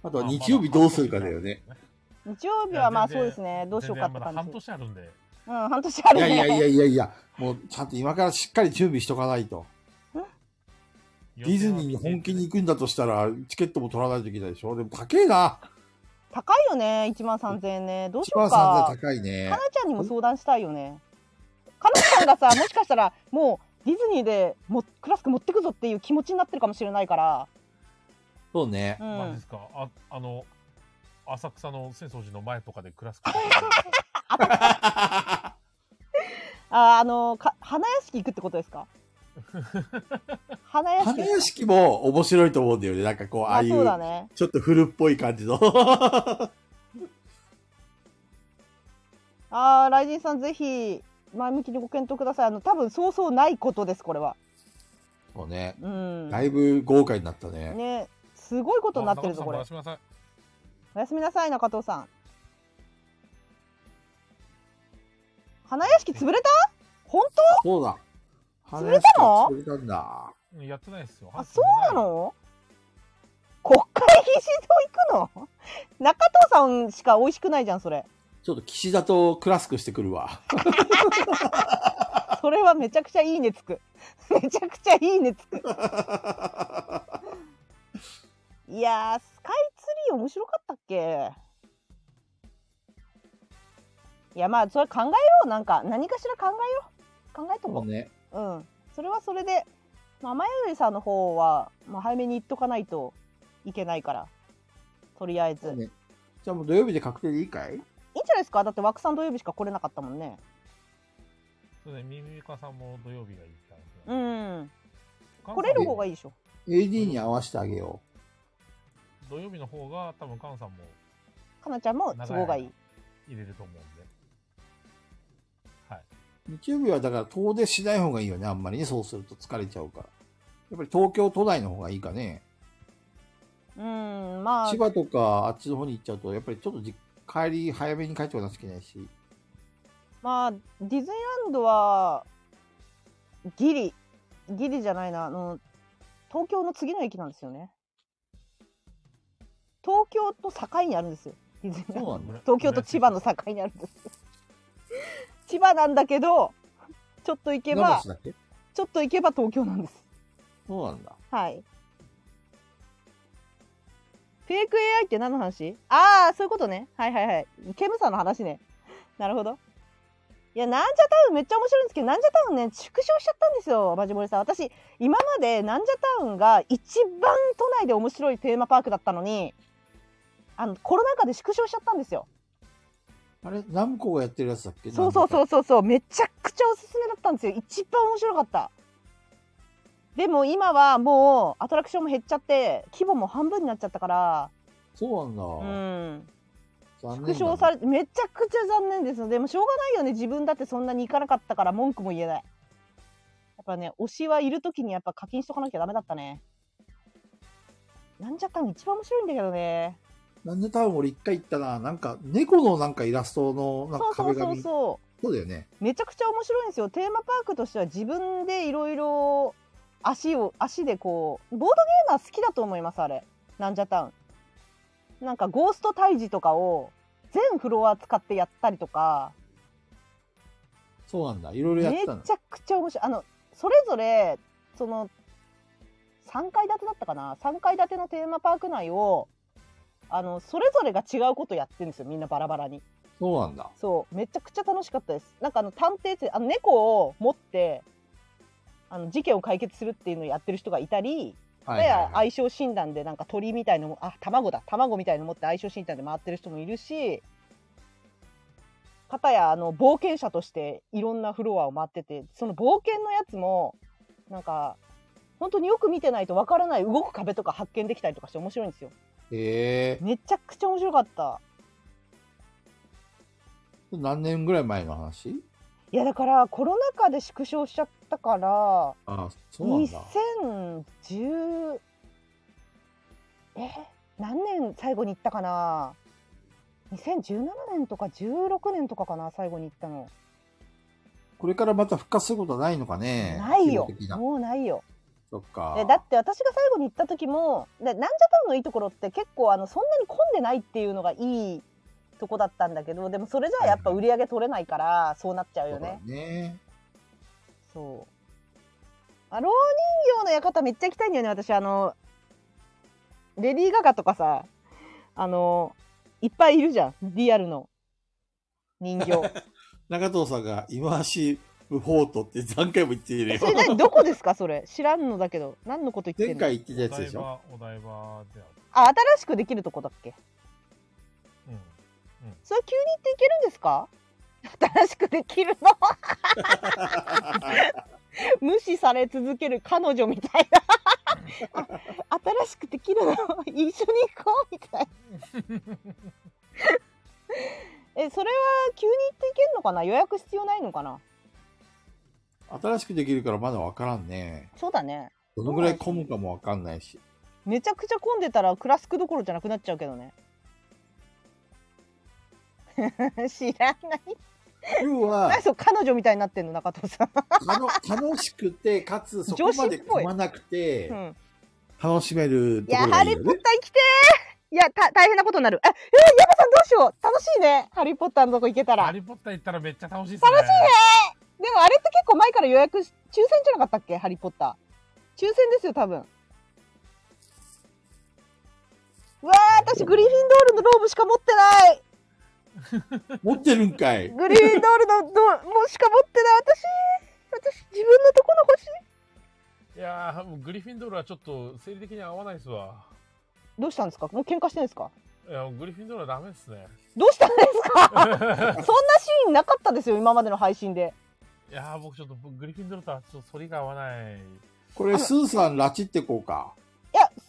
[SPEAKER 2] あとは日曜日どうするかだよね。
[SPEAKER 1] う日曜日
[SPEAKER 3] いや
[SPEAKER 1] はまあ
[SPEAKER 3] 全
[SPEAKER 1] そう
[SPEAKER 3] 然
[SPEAKER 1] ですねどうしようかって
[SPEAKER 3] 全然まだ
[SPEAKER 1] 感じ
[SPEAKER 3] 半年あるんで。
[SPEAKER 1] うん半年あ
[SPEAKER 2] い
[SPEAKER 1] る
[SPEAKER 2] や
[SPEAKER 1] ね
[SPEAKER 2] いやいやいやいや、もうちゃんと今からしっかり準備しとかないと。ディズニーに本気に行くんだとしたら、チケットも取らないといけないでしょでも高えな。
[SPEAKER 1] 高いよね1万3000円ねどうし
[SPEAKER 2] 一
[SPEAKER 1] よ
[SPEAKER 2] 番
[SPEAKER 1] うか
[SPEAKER 2] 3000高い
[SPEAKER 1] か
[SPEAKER 2] ね
[SPEAKER 1] な。ちゃんにも相談したいよね。かなちゃん がさ、もしかしたら、もうディズニーでもクラスク持ってくぞっていう気持ちになってるかもしれないから。
[SPEAKER 10] そうね
[SPEAKER 1] う。
[SPEAKER 3] マジで
[SPEAKER 1] ん。
[SPEAKER 3] すかああの浅草の浅草寺の前とかで暮らす
[SPEAKER 1] あ、あの、か、花屋敷行くってことです か。花屋敷
[SPEAKER 2] 花。屋敷も面白いと思うんだよね。なんかこう、あ
[SPEAKER 1] ま
[SPEAKER 2] あ
[SPEAKER 1] あ、
[SPEAKER 2] い
[SPEAKER 1] そう
[SPEAKER 2] う、
[SPEAKER 1] だね。
[SPEAKER 2] ちょっと古っぽい感じの。
[SPEAKER 1] ああ、ライジンさん、ぜひ。前向きにご検討ください。あの、多分そうそうないことです。これは。
[SPEAKER 2] そうね。
[SPEAKER 1] うん。
[SPEAKER 2] だいぶ豪華になったね。
[SPEAKER 1] ね。すごいことになってるぞ、これ。
[SPEAKER 3] 中田さん回し
[SPEAKER 1] おやす
[SPEAKER 3] てください
[SPEAKER 1] みなさい中藤さん花屋敷潰れた本
[SPEAKER 2] そうだ。
[SPEAKER 1] 潰れたの
[SPEAKER 2] 花屋敷が潰れたんだ。
[SPEAKER 3] うんやってないですよ
[SPEAKER 1] 当あそうなの国会議事堂行くの 中藤さんしか美味しくないじゃんそれ
[SPEAKER 2] ちょっと岸田とクラスクしてくるわ。
[SPEAKER 1] それはめちゃくちゃいいねつく めちゃくちゃいいねつくいやースカイツリー面白かったっけいやまあそれ考えようなんか何かしら考えよう考えとこう
[SPEAKER 2] そうね。
[SPEAKER 1] うん、それはそれで、まあ、前よりさんの方は、まあ、早めに言っとかないといけないから、とりあえず。いいんじ
[SPEAKER 2] ねじゃあもう土曜日で確定でいいかい
[SPEAKER 1] ゃないですかだって枠さん土曜日しか来れなかったもんね。
[SPEAKER 3] そうねミミカさんも土曜日がいいって話
[SPEAKER 1] う
[SPEAKER 3] なんで
[SPEAKER 1] ん。
[SPEAKER 3] 関西
[SPEAKER 1] 来れる方がいいでしょ。
[SPEAKER 2] ?AD に合わせてあげよ
[SPEAKER 3] 土曜日の方が多分カンさんも
[SPEAKER 1] かなちゃんも都合がいい。
[SPEAKER 3] 入れると思うんではい、
[SPEAKER 2] う。日曜日はだから遠出しない方がいいよね、あんまりね。そうすると疲れちゃうから。やっぱり東京都内の方がいいかね。
[SPEAKER 1] うん、まあ
[SPEAKER 2] 千、葉とかあっちの方に行っちゃうと、やっぱりちょっとじ帰り早めに帰ってこなきゃいけないし。
[SPEAKER 1] まあ、ディズニーランドは、ギリ、ギリじゃないな、あの、東京の次の駅なんですよね。東京と境にあるんですよ。ディズニーランド
[SPEAKER 2] そうなんだ。
[SPEAKER 1] 東京と千葉の境にあるんですよ千葉なんだけどちょっと行けば
[SPEAKER 2] 船橋だっけ
[SPEAKER 1] ちょっと行けば東京なんです
[SPEAKER 2] そうなんだ。
[SPEAKER 1] はいフェイク AI って何の話ああそういうことねはいはいはいケムさんの話ねなるほどいやなんじゃタウンめっちゃ面白いんですけどなんじゃタウンね縮小しちゃったんですよマジモリさん私今までなんじゃタウンが一番都内で面白いテーマパークだったのにあのコロナ禍で縮小しちゃったんですよ
[SPEAKER 2] あれナムコがやってるやつだっけ
[SPEAKER 1] そうそうそうそうそうめちゃくちゃおすすめだったんですよ一番面白かったでも今はもうアトラクションも減っちゃって規模も半分になっちゃったから
[SPEAKER 2] そうなんだ。
[SPEAKER 1] うん縮
[SPEAKER 2] 残念だ
[SPEAKER 1] 小
[SPEAKER 2] ね
[SPEAKER 1] されてめちゃくちゃ残念ですでもしょうがないよね自分だってそんなに行かなかったから文句も言えないやっぱね推しはいる時にやっぱ課金しとかなきゃダメだったねなんじゃかん一番面白いんだけどね
[SPEAKER 2] なんで多分俺一回行ったな、なんか猫のなんかイラストのなん
[SPEAKER 1] そう
[SPEAKER 2] か
[SPEAKER 1] そう
[SPEAKER 2] 壁
[SPEAKER 1] そう
[SPEAKER 2] 紙。そう
[SPEAKER 1] そう
[SPEAKER 2] だよね。
[SPEAKER 1] めちゃくちゃ面白いんですよテーマパークとしては自分でいろいろ足を足でこうボードゲーマー好きだと思いますあれなんじゃタウンなんかゴースト退治とかを全フロア使ってやったりとか
[SPEAKER 2] そうなんだ。いろいろやっ
[SPEAKER 1] め
[SPEAKER 2] て
[SPEAKER 1] ち
[SPEAKER 2] たの。
[SPEAKER 1] ゃくちゃ面白いあのそれぞれその3階建てだったかな3階建てのテーマパーク内をあのそれぞれが違うことやってるんですよみんなバラバラに
[SPEAKER 2] そうなんだ。
[SPEAKER 1] そうめちゃくちゃ楽しかったですなんかあの探偵ってあの猫を持ってあの事件を解決するっていうのをやってる人がいたり、
[SPEAKER 2] はいはい
[SPEAKER 1] やや
[SPEAKER 2] はい。
[SPEAKER 1] 相性診断でなんか鳥みたいのもあ卵だ卵みたいの持って相性診断で回ってる人もいるし片やあの冒険者としていろんなフロアを回っててその冒険のやつもなんか本当によく見てないとわからない動く壁とか発見できたりとかして面白いんですよ。
[SPEAKER 2] へえ
[SPEAKER 1] めちゃくちゃ面白かった。
[SPEAKER 2] 何年ぐらい前の話
[SPEAKER 1] いやだからコロナ禍で縮小しちゃったから
[SPEAKER 2] あそうなんだ。
[SPEAKER 1] 2010え何年最後に行ったかな2017年とか16年とかかな最後に行ったの、
[SPEAKER 2] これからまた復活することはないのかね
[SPEAKER 1] ないよ
[SPEAKER 2] 基本的な
[SPEAKER 1] もうないよ
[SPEAKER 2] そっか。
[SPEAKER 1] でだって私が最後に行った時もでなんじゃタウンのいいところって結構あのそんなに混んでないっていうのがいいとこだったんだけどでもそれじゃあやっぱ売り上げ取れないからそうなっちゃうよね、
[SPEAKER 2] そうだね。
[SPEAKER 1] そう。あろう人形の館めっちゃ行きたいんだよね私あのレディー・ガガとかさあのいっぱいいるじゃんリアルの人形
[SPEAKER 2] 中藤さんが、イマーシブフォートって何回も言っているよ
[SPEAKER 1] そ。れ何どこですかそれ知らんのだけど何のこと言って
[SPEAKER 2] 前
[SPEAKER 1] んの
[SPEAKER 2] 回言ってたやつでしょ。
[SPEAKER 3] お台場お台場であ
[SPEAKER 1] あ
[SPEAKER 3] る
[SPEAKER 1] 新しくできるとこだっけ
[SPEAKER 3] うん
[SPEAKER 1] それ急に行っていけるんですか新しくできるの 無視され続ける彼女みたいな あ新しくできるの一緒に行こうみたいな えそれは急に行っていけるのかな予約必要ないのかな
[SPEAKER 2] 新しくできるからまだわからんね。
[SPEAKER 1] そうだね
[SPEAKER 2] どのぐらい混むかもわかんないし。
[SPEAKER 1] めちゃくちゃ混んでたらクラスクどころじゃなくなっちゃうけどね 知らない
[SPEAKER 2] 要は
[SPEAKER 1] 何、そう彼女みたいになってんの中藤さん、
[SPEAKER 2] かの楽しくて、かつそこまで混まなくて
[SPEAKER 1] う、ん、
[SPEAKER 2] 楽しめる
[SPEAKER 1] い
[SPEAKER 2] と
[SPEAKER 1] や
[SPEAKER 2] ころ
[SPEAKER 1] ハ
[SPEAKER 2] がいい
[SPEAKER 1] リー・
[SPEAKER 2] よ
[SPEAKER 1] ポッ
[SPEAKER 2] ね。
[SPEAKER 1] ター行きてーいやた大変なことになるええヤマさんどうしよう楽しいねハリー・ポッターのとこ行けたら
[SPEAKER 3] ハ
[SPEAKER 1] で
[SPEAKER 3] リーポッター行ったらめっちゃ楽しいっすね。楽しい
[SPEAKER 1] もあれって結構前から予約し抽選じゃなかったっけハリー・ポッター抽選ですよ多分うわー私グリフィンドールのローブしか持ってない
[SPEAKER 2] 持ってるんかい。
[SPEAKER 1] グリーンドールのどもうしか持ってない私私自分のとこの欲しい
[SPEAKER 3] いやー、もうグリフィンドールはちょっと生理的に合わないっすわ。
[SPEAKER 1] どうしたんですかもう喧嘩してんですか
[SPEAKER 3] いや、グリフィンドールはダメっすね。
[SPEAKER 1] どうしたんですかそんなシーンなかったですよ今までの配信で
[SPEAKER 3] いやー、僕ちょっとグリフィンドールとはちょっと反りが合わない。
[SPEAKER 2] これ、スーさん、拉致ってこうか。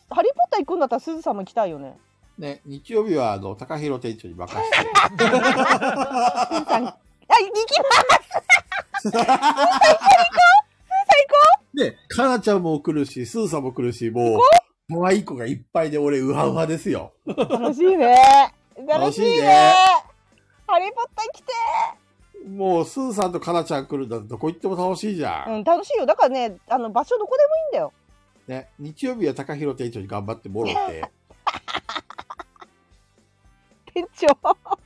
[SPEAKER 1] ハリー・ポッター行くんだったらすずさんも行きたいよね
[SPEAKER 2] ね、日曜日は、あの、高弘店長に任せて。
[SPEAKER 1] すずさんあ行きます
[SPEAKER 2] で、かなちゃんも来るし、すーさんも来るし、もう、可愛い子がいっぱいで俺、うわうわですよ。
[SPEAKER 1] 楽しいね楽しいね
[SPEAKER 2] 楽しいね
[SPEAKER 1] ハリー・ポッター来て
[SPEAKER 2] もう、すーさんとかなちゃん来るんだとどこ行っても楽しいじゃん。
[SPEAKER 1] うん楽しいよだからねあの場所どこでもいいんだよ
[SPEAKER 2] ね、日曜日は高弘店長に頑張ってもろって。
[SPEAKER 1] 店長あー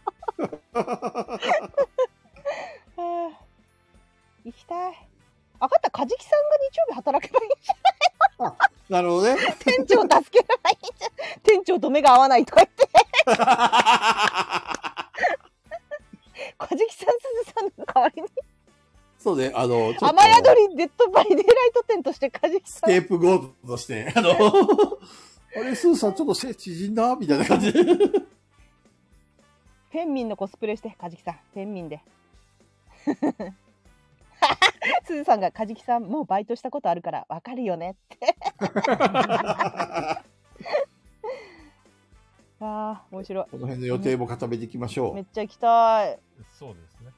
[SPEAKER 1] 行きたいあかったカジキさんが日曜日働けばいいじ
[SPEAKER 2] なるほどね。
[SPEAKER 1] ゃん店長助ければいいじゃん店長と目が合わないとか言 ってカジキさんすずさんの代わりに
[SPEAKER 2] そうね、あの、ちょっ
[SPEAKER 1] 雨宿りデッドバイデイライト店としてカジキ
[SPEAKER 2] ス
[SPEAKER 1] さん
[SPEAKER 2] ケープゴートとして、あの、 あれ、スーさんちょっと背縮んだみたいな感じで。
[SPEAKER 1] フェンミンのコスプレしてカジキさんフェンミンで すずさんが「カジキさんもうバイトしたことあるからわかるよね」 ってわあ面白い
[SPEAKER 2] この辺の予定も固めていきましょ
[SPEAKER 1] めっ
[SPEAKER 2] う。
[SPEAKER 1] ちゃ行きたい
[SPEAKER 3] そうですね。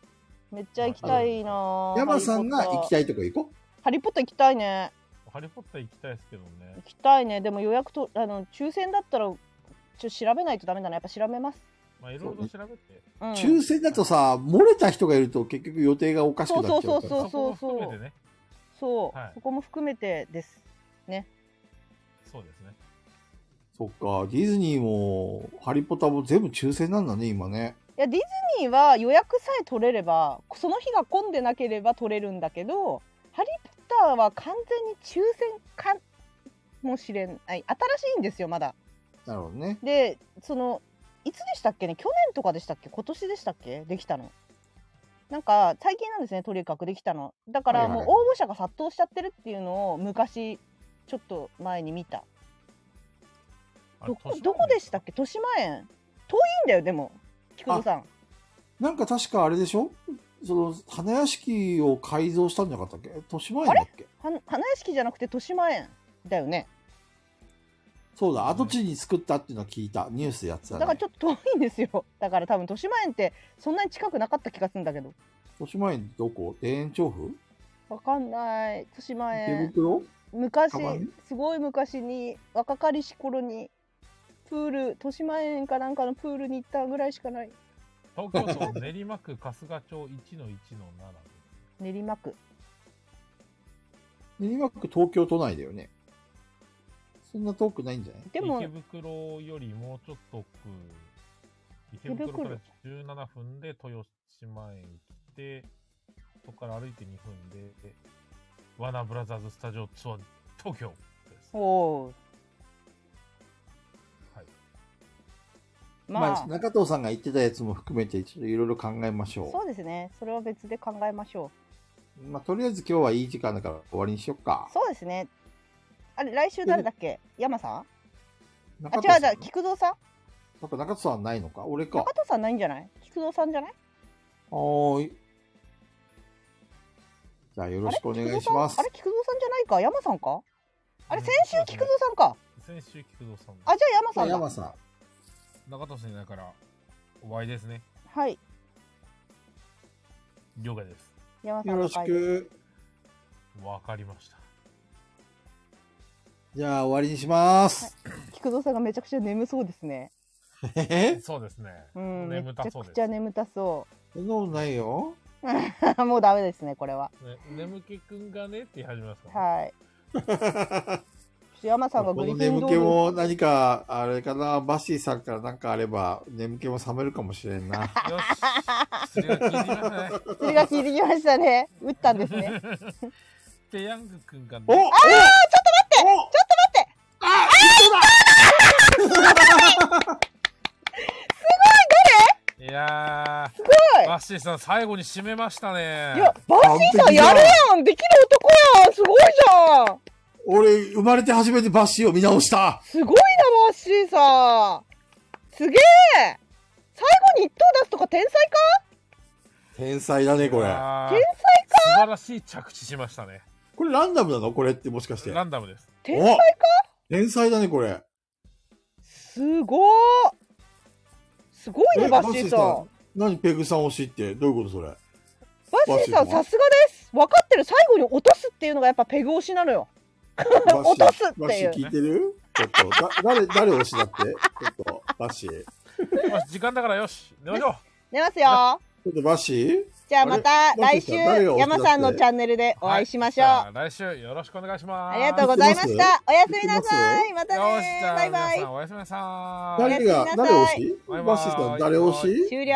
[SPEAKER 1] めっちゃ行きたいなあ
[SPEAKER 2] 山さんが行き
[SPEAKER 1] い
[SPEAKER 2] たいとこ行こ
[SPEAKER 1] ハリーポッター行きたいね
[SPEAKER 3] ハリーポッター行きたいですけどね
[SPEAKER 1] 行。きたいねでも予約とあの抽選だったらちょっと調べないとダメだなやっぱ調べます、
[SPEAKER 3] まあ、いろいろ調べて。
[SPEAKER 1] うん、
[SPEAKER 2] う。抽選だとさ、漏れた人がいると結局予定がおかしくなっちゃうから。
[SPEAKER 1] そうそう
[SPEAKER 3] そこも含めてね。
[SPEAKER 1] そう、そこも含めてです
[SPEAKER 3] はいそうですね。
[SPEAKER 2] そっか、ディズニーも、ハリポタも全部抽選なんだね、今ね。
[SPEAKER 1] いやディズニーは予約さえ取れればその日が混んでなければ取れるんだけど「ハリー・ポッター」は完全に抽選かもしれない新しいんですよまだ。
[SPEAKER 2] なるほどね。
[SPEAKER 1] でそのいつでしたっけね去年とかでしたっけ今年でしたっけできたの。なんか最近なんですねとにかくできたのだから
[SPEAKER 2] はいはい
[SPEAKER 1] もう応募者が殺到しちゃってるっていうのを昔ちょっと前に見た
[SPEAKER 3] あれ
[SPEAKER 1] どこどこでしたっけ豊島園遠いんだよでも菊蔵さん
[SPEAKER 2] なんか確かあれでしょその、花屋敷を改造したんじゃなかったっけ豊島園だっけ
[SPEAKER 1] は花屋敷じゃなくて豊島園だよね
[SPEAKER 2] そうだ、跡地に作ったっていうのは聞いた。ニュースでやってた、
[SPEAKER 1] だ
[SPEAKER 2] ね。
[SPEAKER 1] からちょっと遠いんですよ だから多分豊島園ってそんなに近くなかった気がするんだけど
[SPEAKER 2] 豊島園どこ田園調布
[SPEAKER 1] わかんない豊島
[SPEAKER 2] 池
[SPEAKER 1] 園
[SPEAKER 2] 袋
[SPEAKER 1] 昔
[SPEAKER 2] かばん
[SPEAKER 1] すごい昔に若かりし頃にプール豊島園かなんかのプールに行ったぐらいしかない
[SPEAKER 3] 東京都練馬区春日町1の1の7
[SPEAKER 1] 練馬区
[SPEAKER 2] 練馬区東京都内だよね。そんな遠くないんじゃない
[SPEAKER 1] でも
[SPEAKER 3] 池袋よりもうちょっと奥池袋から17分で豊島園来てそこから歩いて2分でワーナーブラザーズスタジオツアー東京です。
[SPEAKER 11] おお
[SPEAKER 3] はい。
[SPEAKER 11] ー。
[SPEAKER 2] まあ、
[SPEAKER 11] まあ、
[SPEAKER 2] 中藤さんが言ってたやつも含めて、ちょっといろいろ考えまし
[SPEAKER 1] そ
[SPEAKER 2] ょ
[SPEAKER 1] うですね。それは別で考えましょ
[SPEAKER 2] う。まあ、とりあえず今日はいい時間だから終わりにしよっか
[SPEAKER 1] う。。そうですね。あれ、来週誰だっけ山さんあ、
[SPEAKER 2] 中
[SPEAKER 1] 違
[SPEAKER 2] 藤さ
[SPEAKER 1] うん違う、菊蔵さん
[SPEAKER 2] なんか中藤さんないのか俺か
[SPEAKER 1] 中。藤さんないんじゃない菊蔵さんじゃない
[SPEAKER 2] はーい。じゃあよろしくお願いします
[SPEAKER 1] あ。れ、菊蔵さんじゃないか山さんかあれ、
[SPEAKER 3] うん
[SPEAKER 1] 先週菊蔵さんか
[SPEAKER 3] 先週菊蔵さん
[SPEAKER 1] あ、じゃあ山さんだ。
[SPEAKER 2] 山さん。
[SPEAKER 3] 中藤先生だからお会いですね。
[SPEAKER 1] はい。
[SPEAKER 3] 了解です。
[SPEAKER 1] 山さ
[SPEAKER 2] よ
[SPEAKER 1] ん
[SPEAKER 2] ろ
[SPEAKER 1] の
[SPEAKER 2] し
[SPEAKER 1] 回で
[SPEAKER 2] く。
[SPEAKER 3] わかりました。
[SPEAKER 2] じゃあ終わりにします。
[SPEAKER 1] 菊蔵さんがめちゃくちゃ眠そうですね。
[SPEAKER 2] え
[SPEAKER 3] そうですね。
[SPEAKER 1] うん、めち
[SPEAKER 3] 眠
[SPEAKER 1] ゃ
[SPEAKER 3] たそう
[SPEAKER 1] く
[SPEAKER 3] で
[SPEAKER 1] ち
[SPEAKER 3] す
[SPEAKER 1] ゃ。眠たそ
[SPEAKER 2] そんなことないよ。
[SPEAKER 1] う。 もうダメですね、これは。
[SPEAKER 3] ね、眠気くんがねって言い始めますから、ね。
[SPEAKER 1] はい。山さんが
[SPEAKER 2] こ
[SPEAKER 1] グリ
[SPEAKER 2] の
[SPEAKER 1] フィン
[SPEAKER 2] 眠
[SPEAKER 1] ド
[SPEAKER 2] 気
[SPEAKER 1] ール。
[SPEAKER 2] も何か、あれかな、バッシーさんから何かあれば、眠気も覚めるかもしれんな。
[SPEAKER 3] よし。それが聞いてください。
[SPEAKER 1] それが効いてきましたね。打ったんです ね。
[SPEAKER 3] ペヤングくんがね。
[SPEAKER 2] おあちょっと待
[SPEAKER 3] いやー。す
[SPEAKER 1] ごい
[SPEAKER 3] バッシーさん、最後に締めましたね。
[SPEAKER 1] いや、バッシーさんやるやんできる男やんすごいじゃん
[SPEAKER 2] ちょっと待って俺、生まれて初めてバッシーを見直した
[SPEAKER 1] すごいな、バッシーさんすげえ最後に一等出すとか天才か
[SPEAKER 2] 天才だね、これ。
[SPEAKER 3] あー
[SPEAKER 1] 天
[SPEAKER 3] 素晴らしい着地しましたね。
[SPEAKER 2] これランダムなのこれってもしかして。
[SPEAKER 3] ランダムです。
[SPEAKER 1] 天才か
[SPEAKER 2] 天才だね、これ。
[SPEAKER 1] すごーすごいね、
[SPEAKER 2] え
[SPEAKER 1] バッシーさん。
[SPEAKER 2] 何ペグさん推しって、どういうこと それ。
[SPEAKER 1] バッシーさん、
[SPEAKER 2] バッシーさん
[SPEAKER 1] さすがです分かってる最後に落とすっていうのがやっぱペグ推しなのよ。
[SPEAKER 2] バッシー
[SPEAKER 1] 落とすっていう
[SPEAKER 2] バッシー聞いてるちょっと、だ誰、誰推しだってちょっと、バッシー。ち
[SPEAKER 3] よし時間だからよし。寝ましょう。
[SPEAKER 1] 出ますよ
[SPEAKER 2] ょっとバッシー
[SPEAKER 1] じゃあまた
[SPEAKER 2] あれ
[SPEAKER 1] 来週、
[SPEAKER 2] バッシーさん誰が推しだって
[SPEAKER 1] 山さんのチャンネルでお会いしましょう。
[SPEAKER 3] はいじゃあ来週よろしくお願いします。
[SPEAKER 1] ありがとうございました。おやすみなさい。ま
[SPEAKER 3] ざ
[SPEAKER 1] たね
[SPEAKER 3] よし、じゃあ
[SPEAKER 1] バイバ
[SPEAKER 3] 皆
[SPEAKER 1] イ
[SPEAKER 3] さん。おやすみなさい。
[SPEAKER 2] 誰が、
[SPEAKER 1] おやすみなさい
[SPEAKER 2] 誰推し
[SPEAKER 3] バイバイ
[SPEAKER 2] バッシーさん、誰推し
[SPEAKER 1] 終了。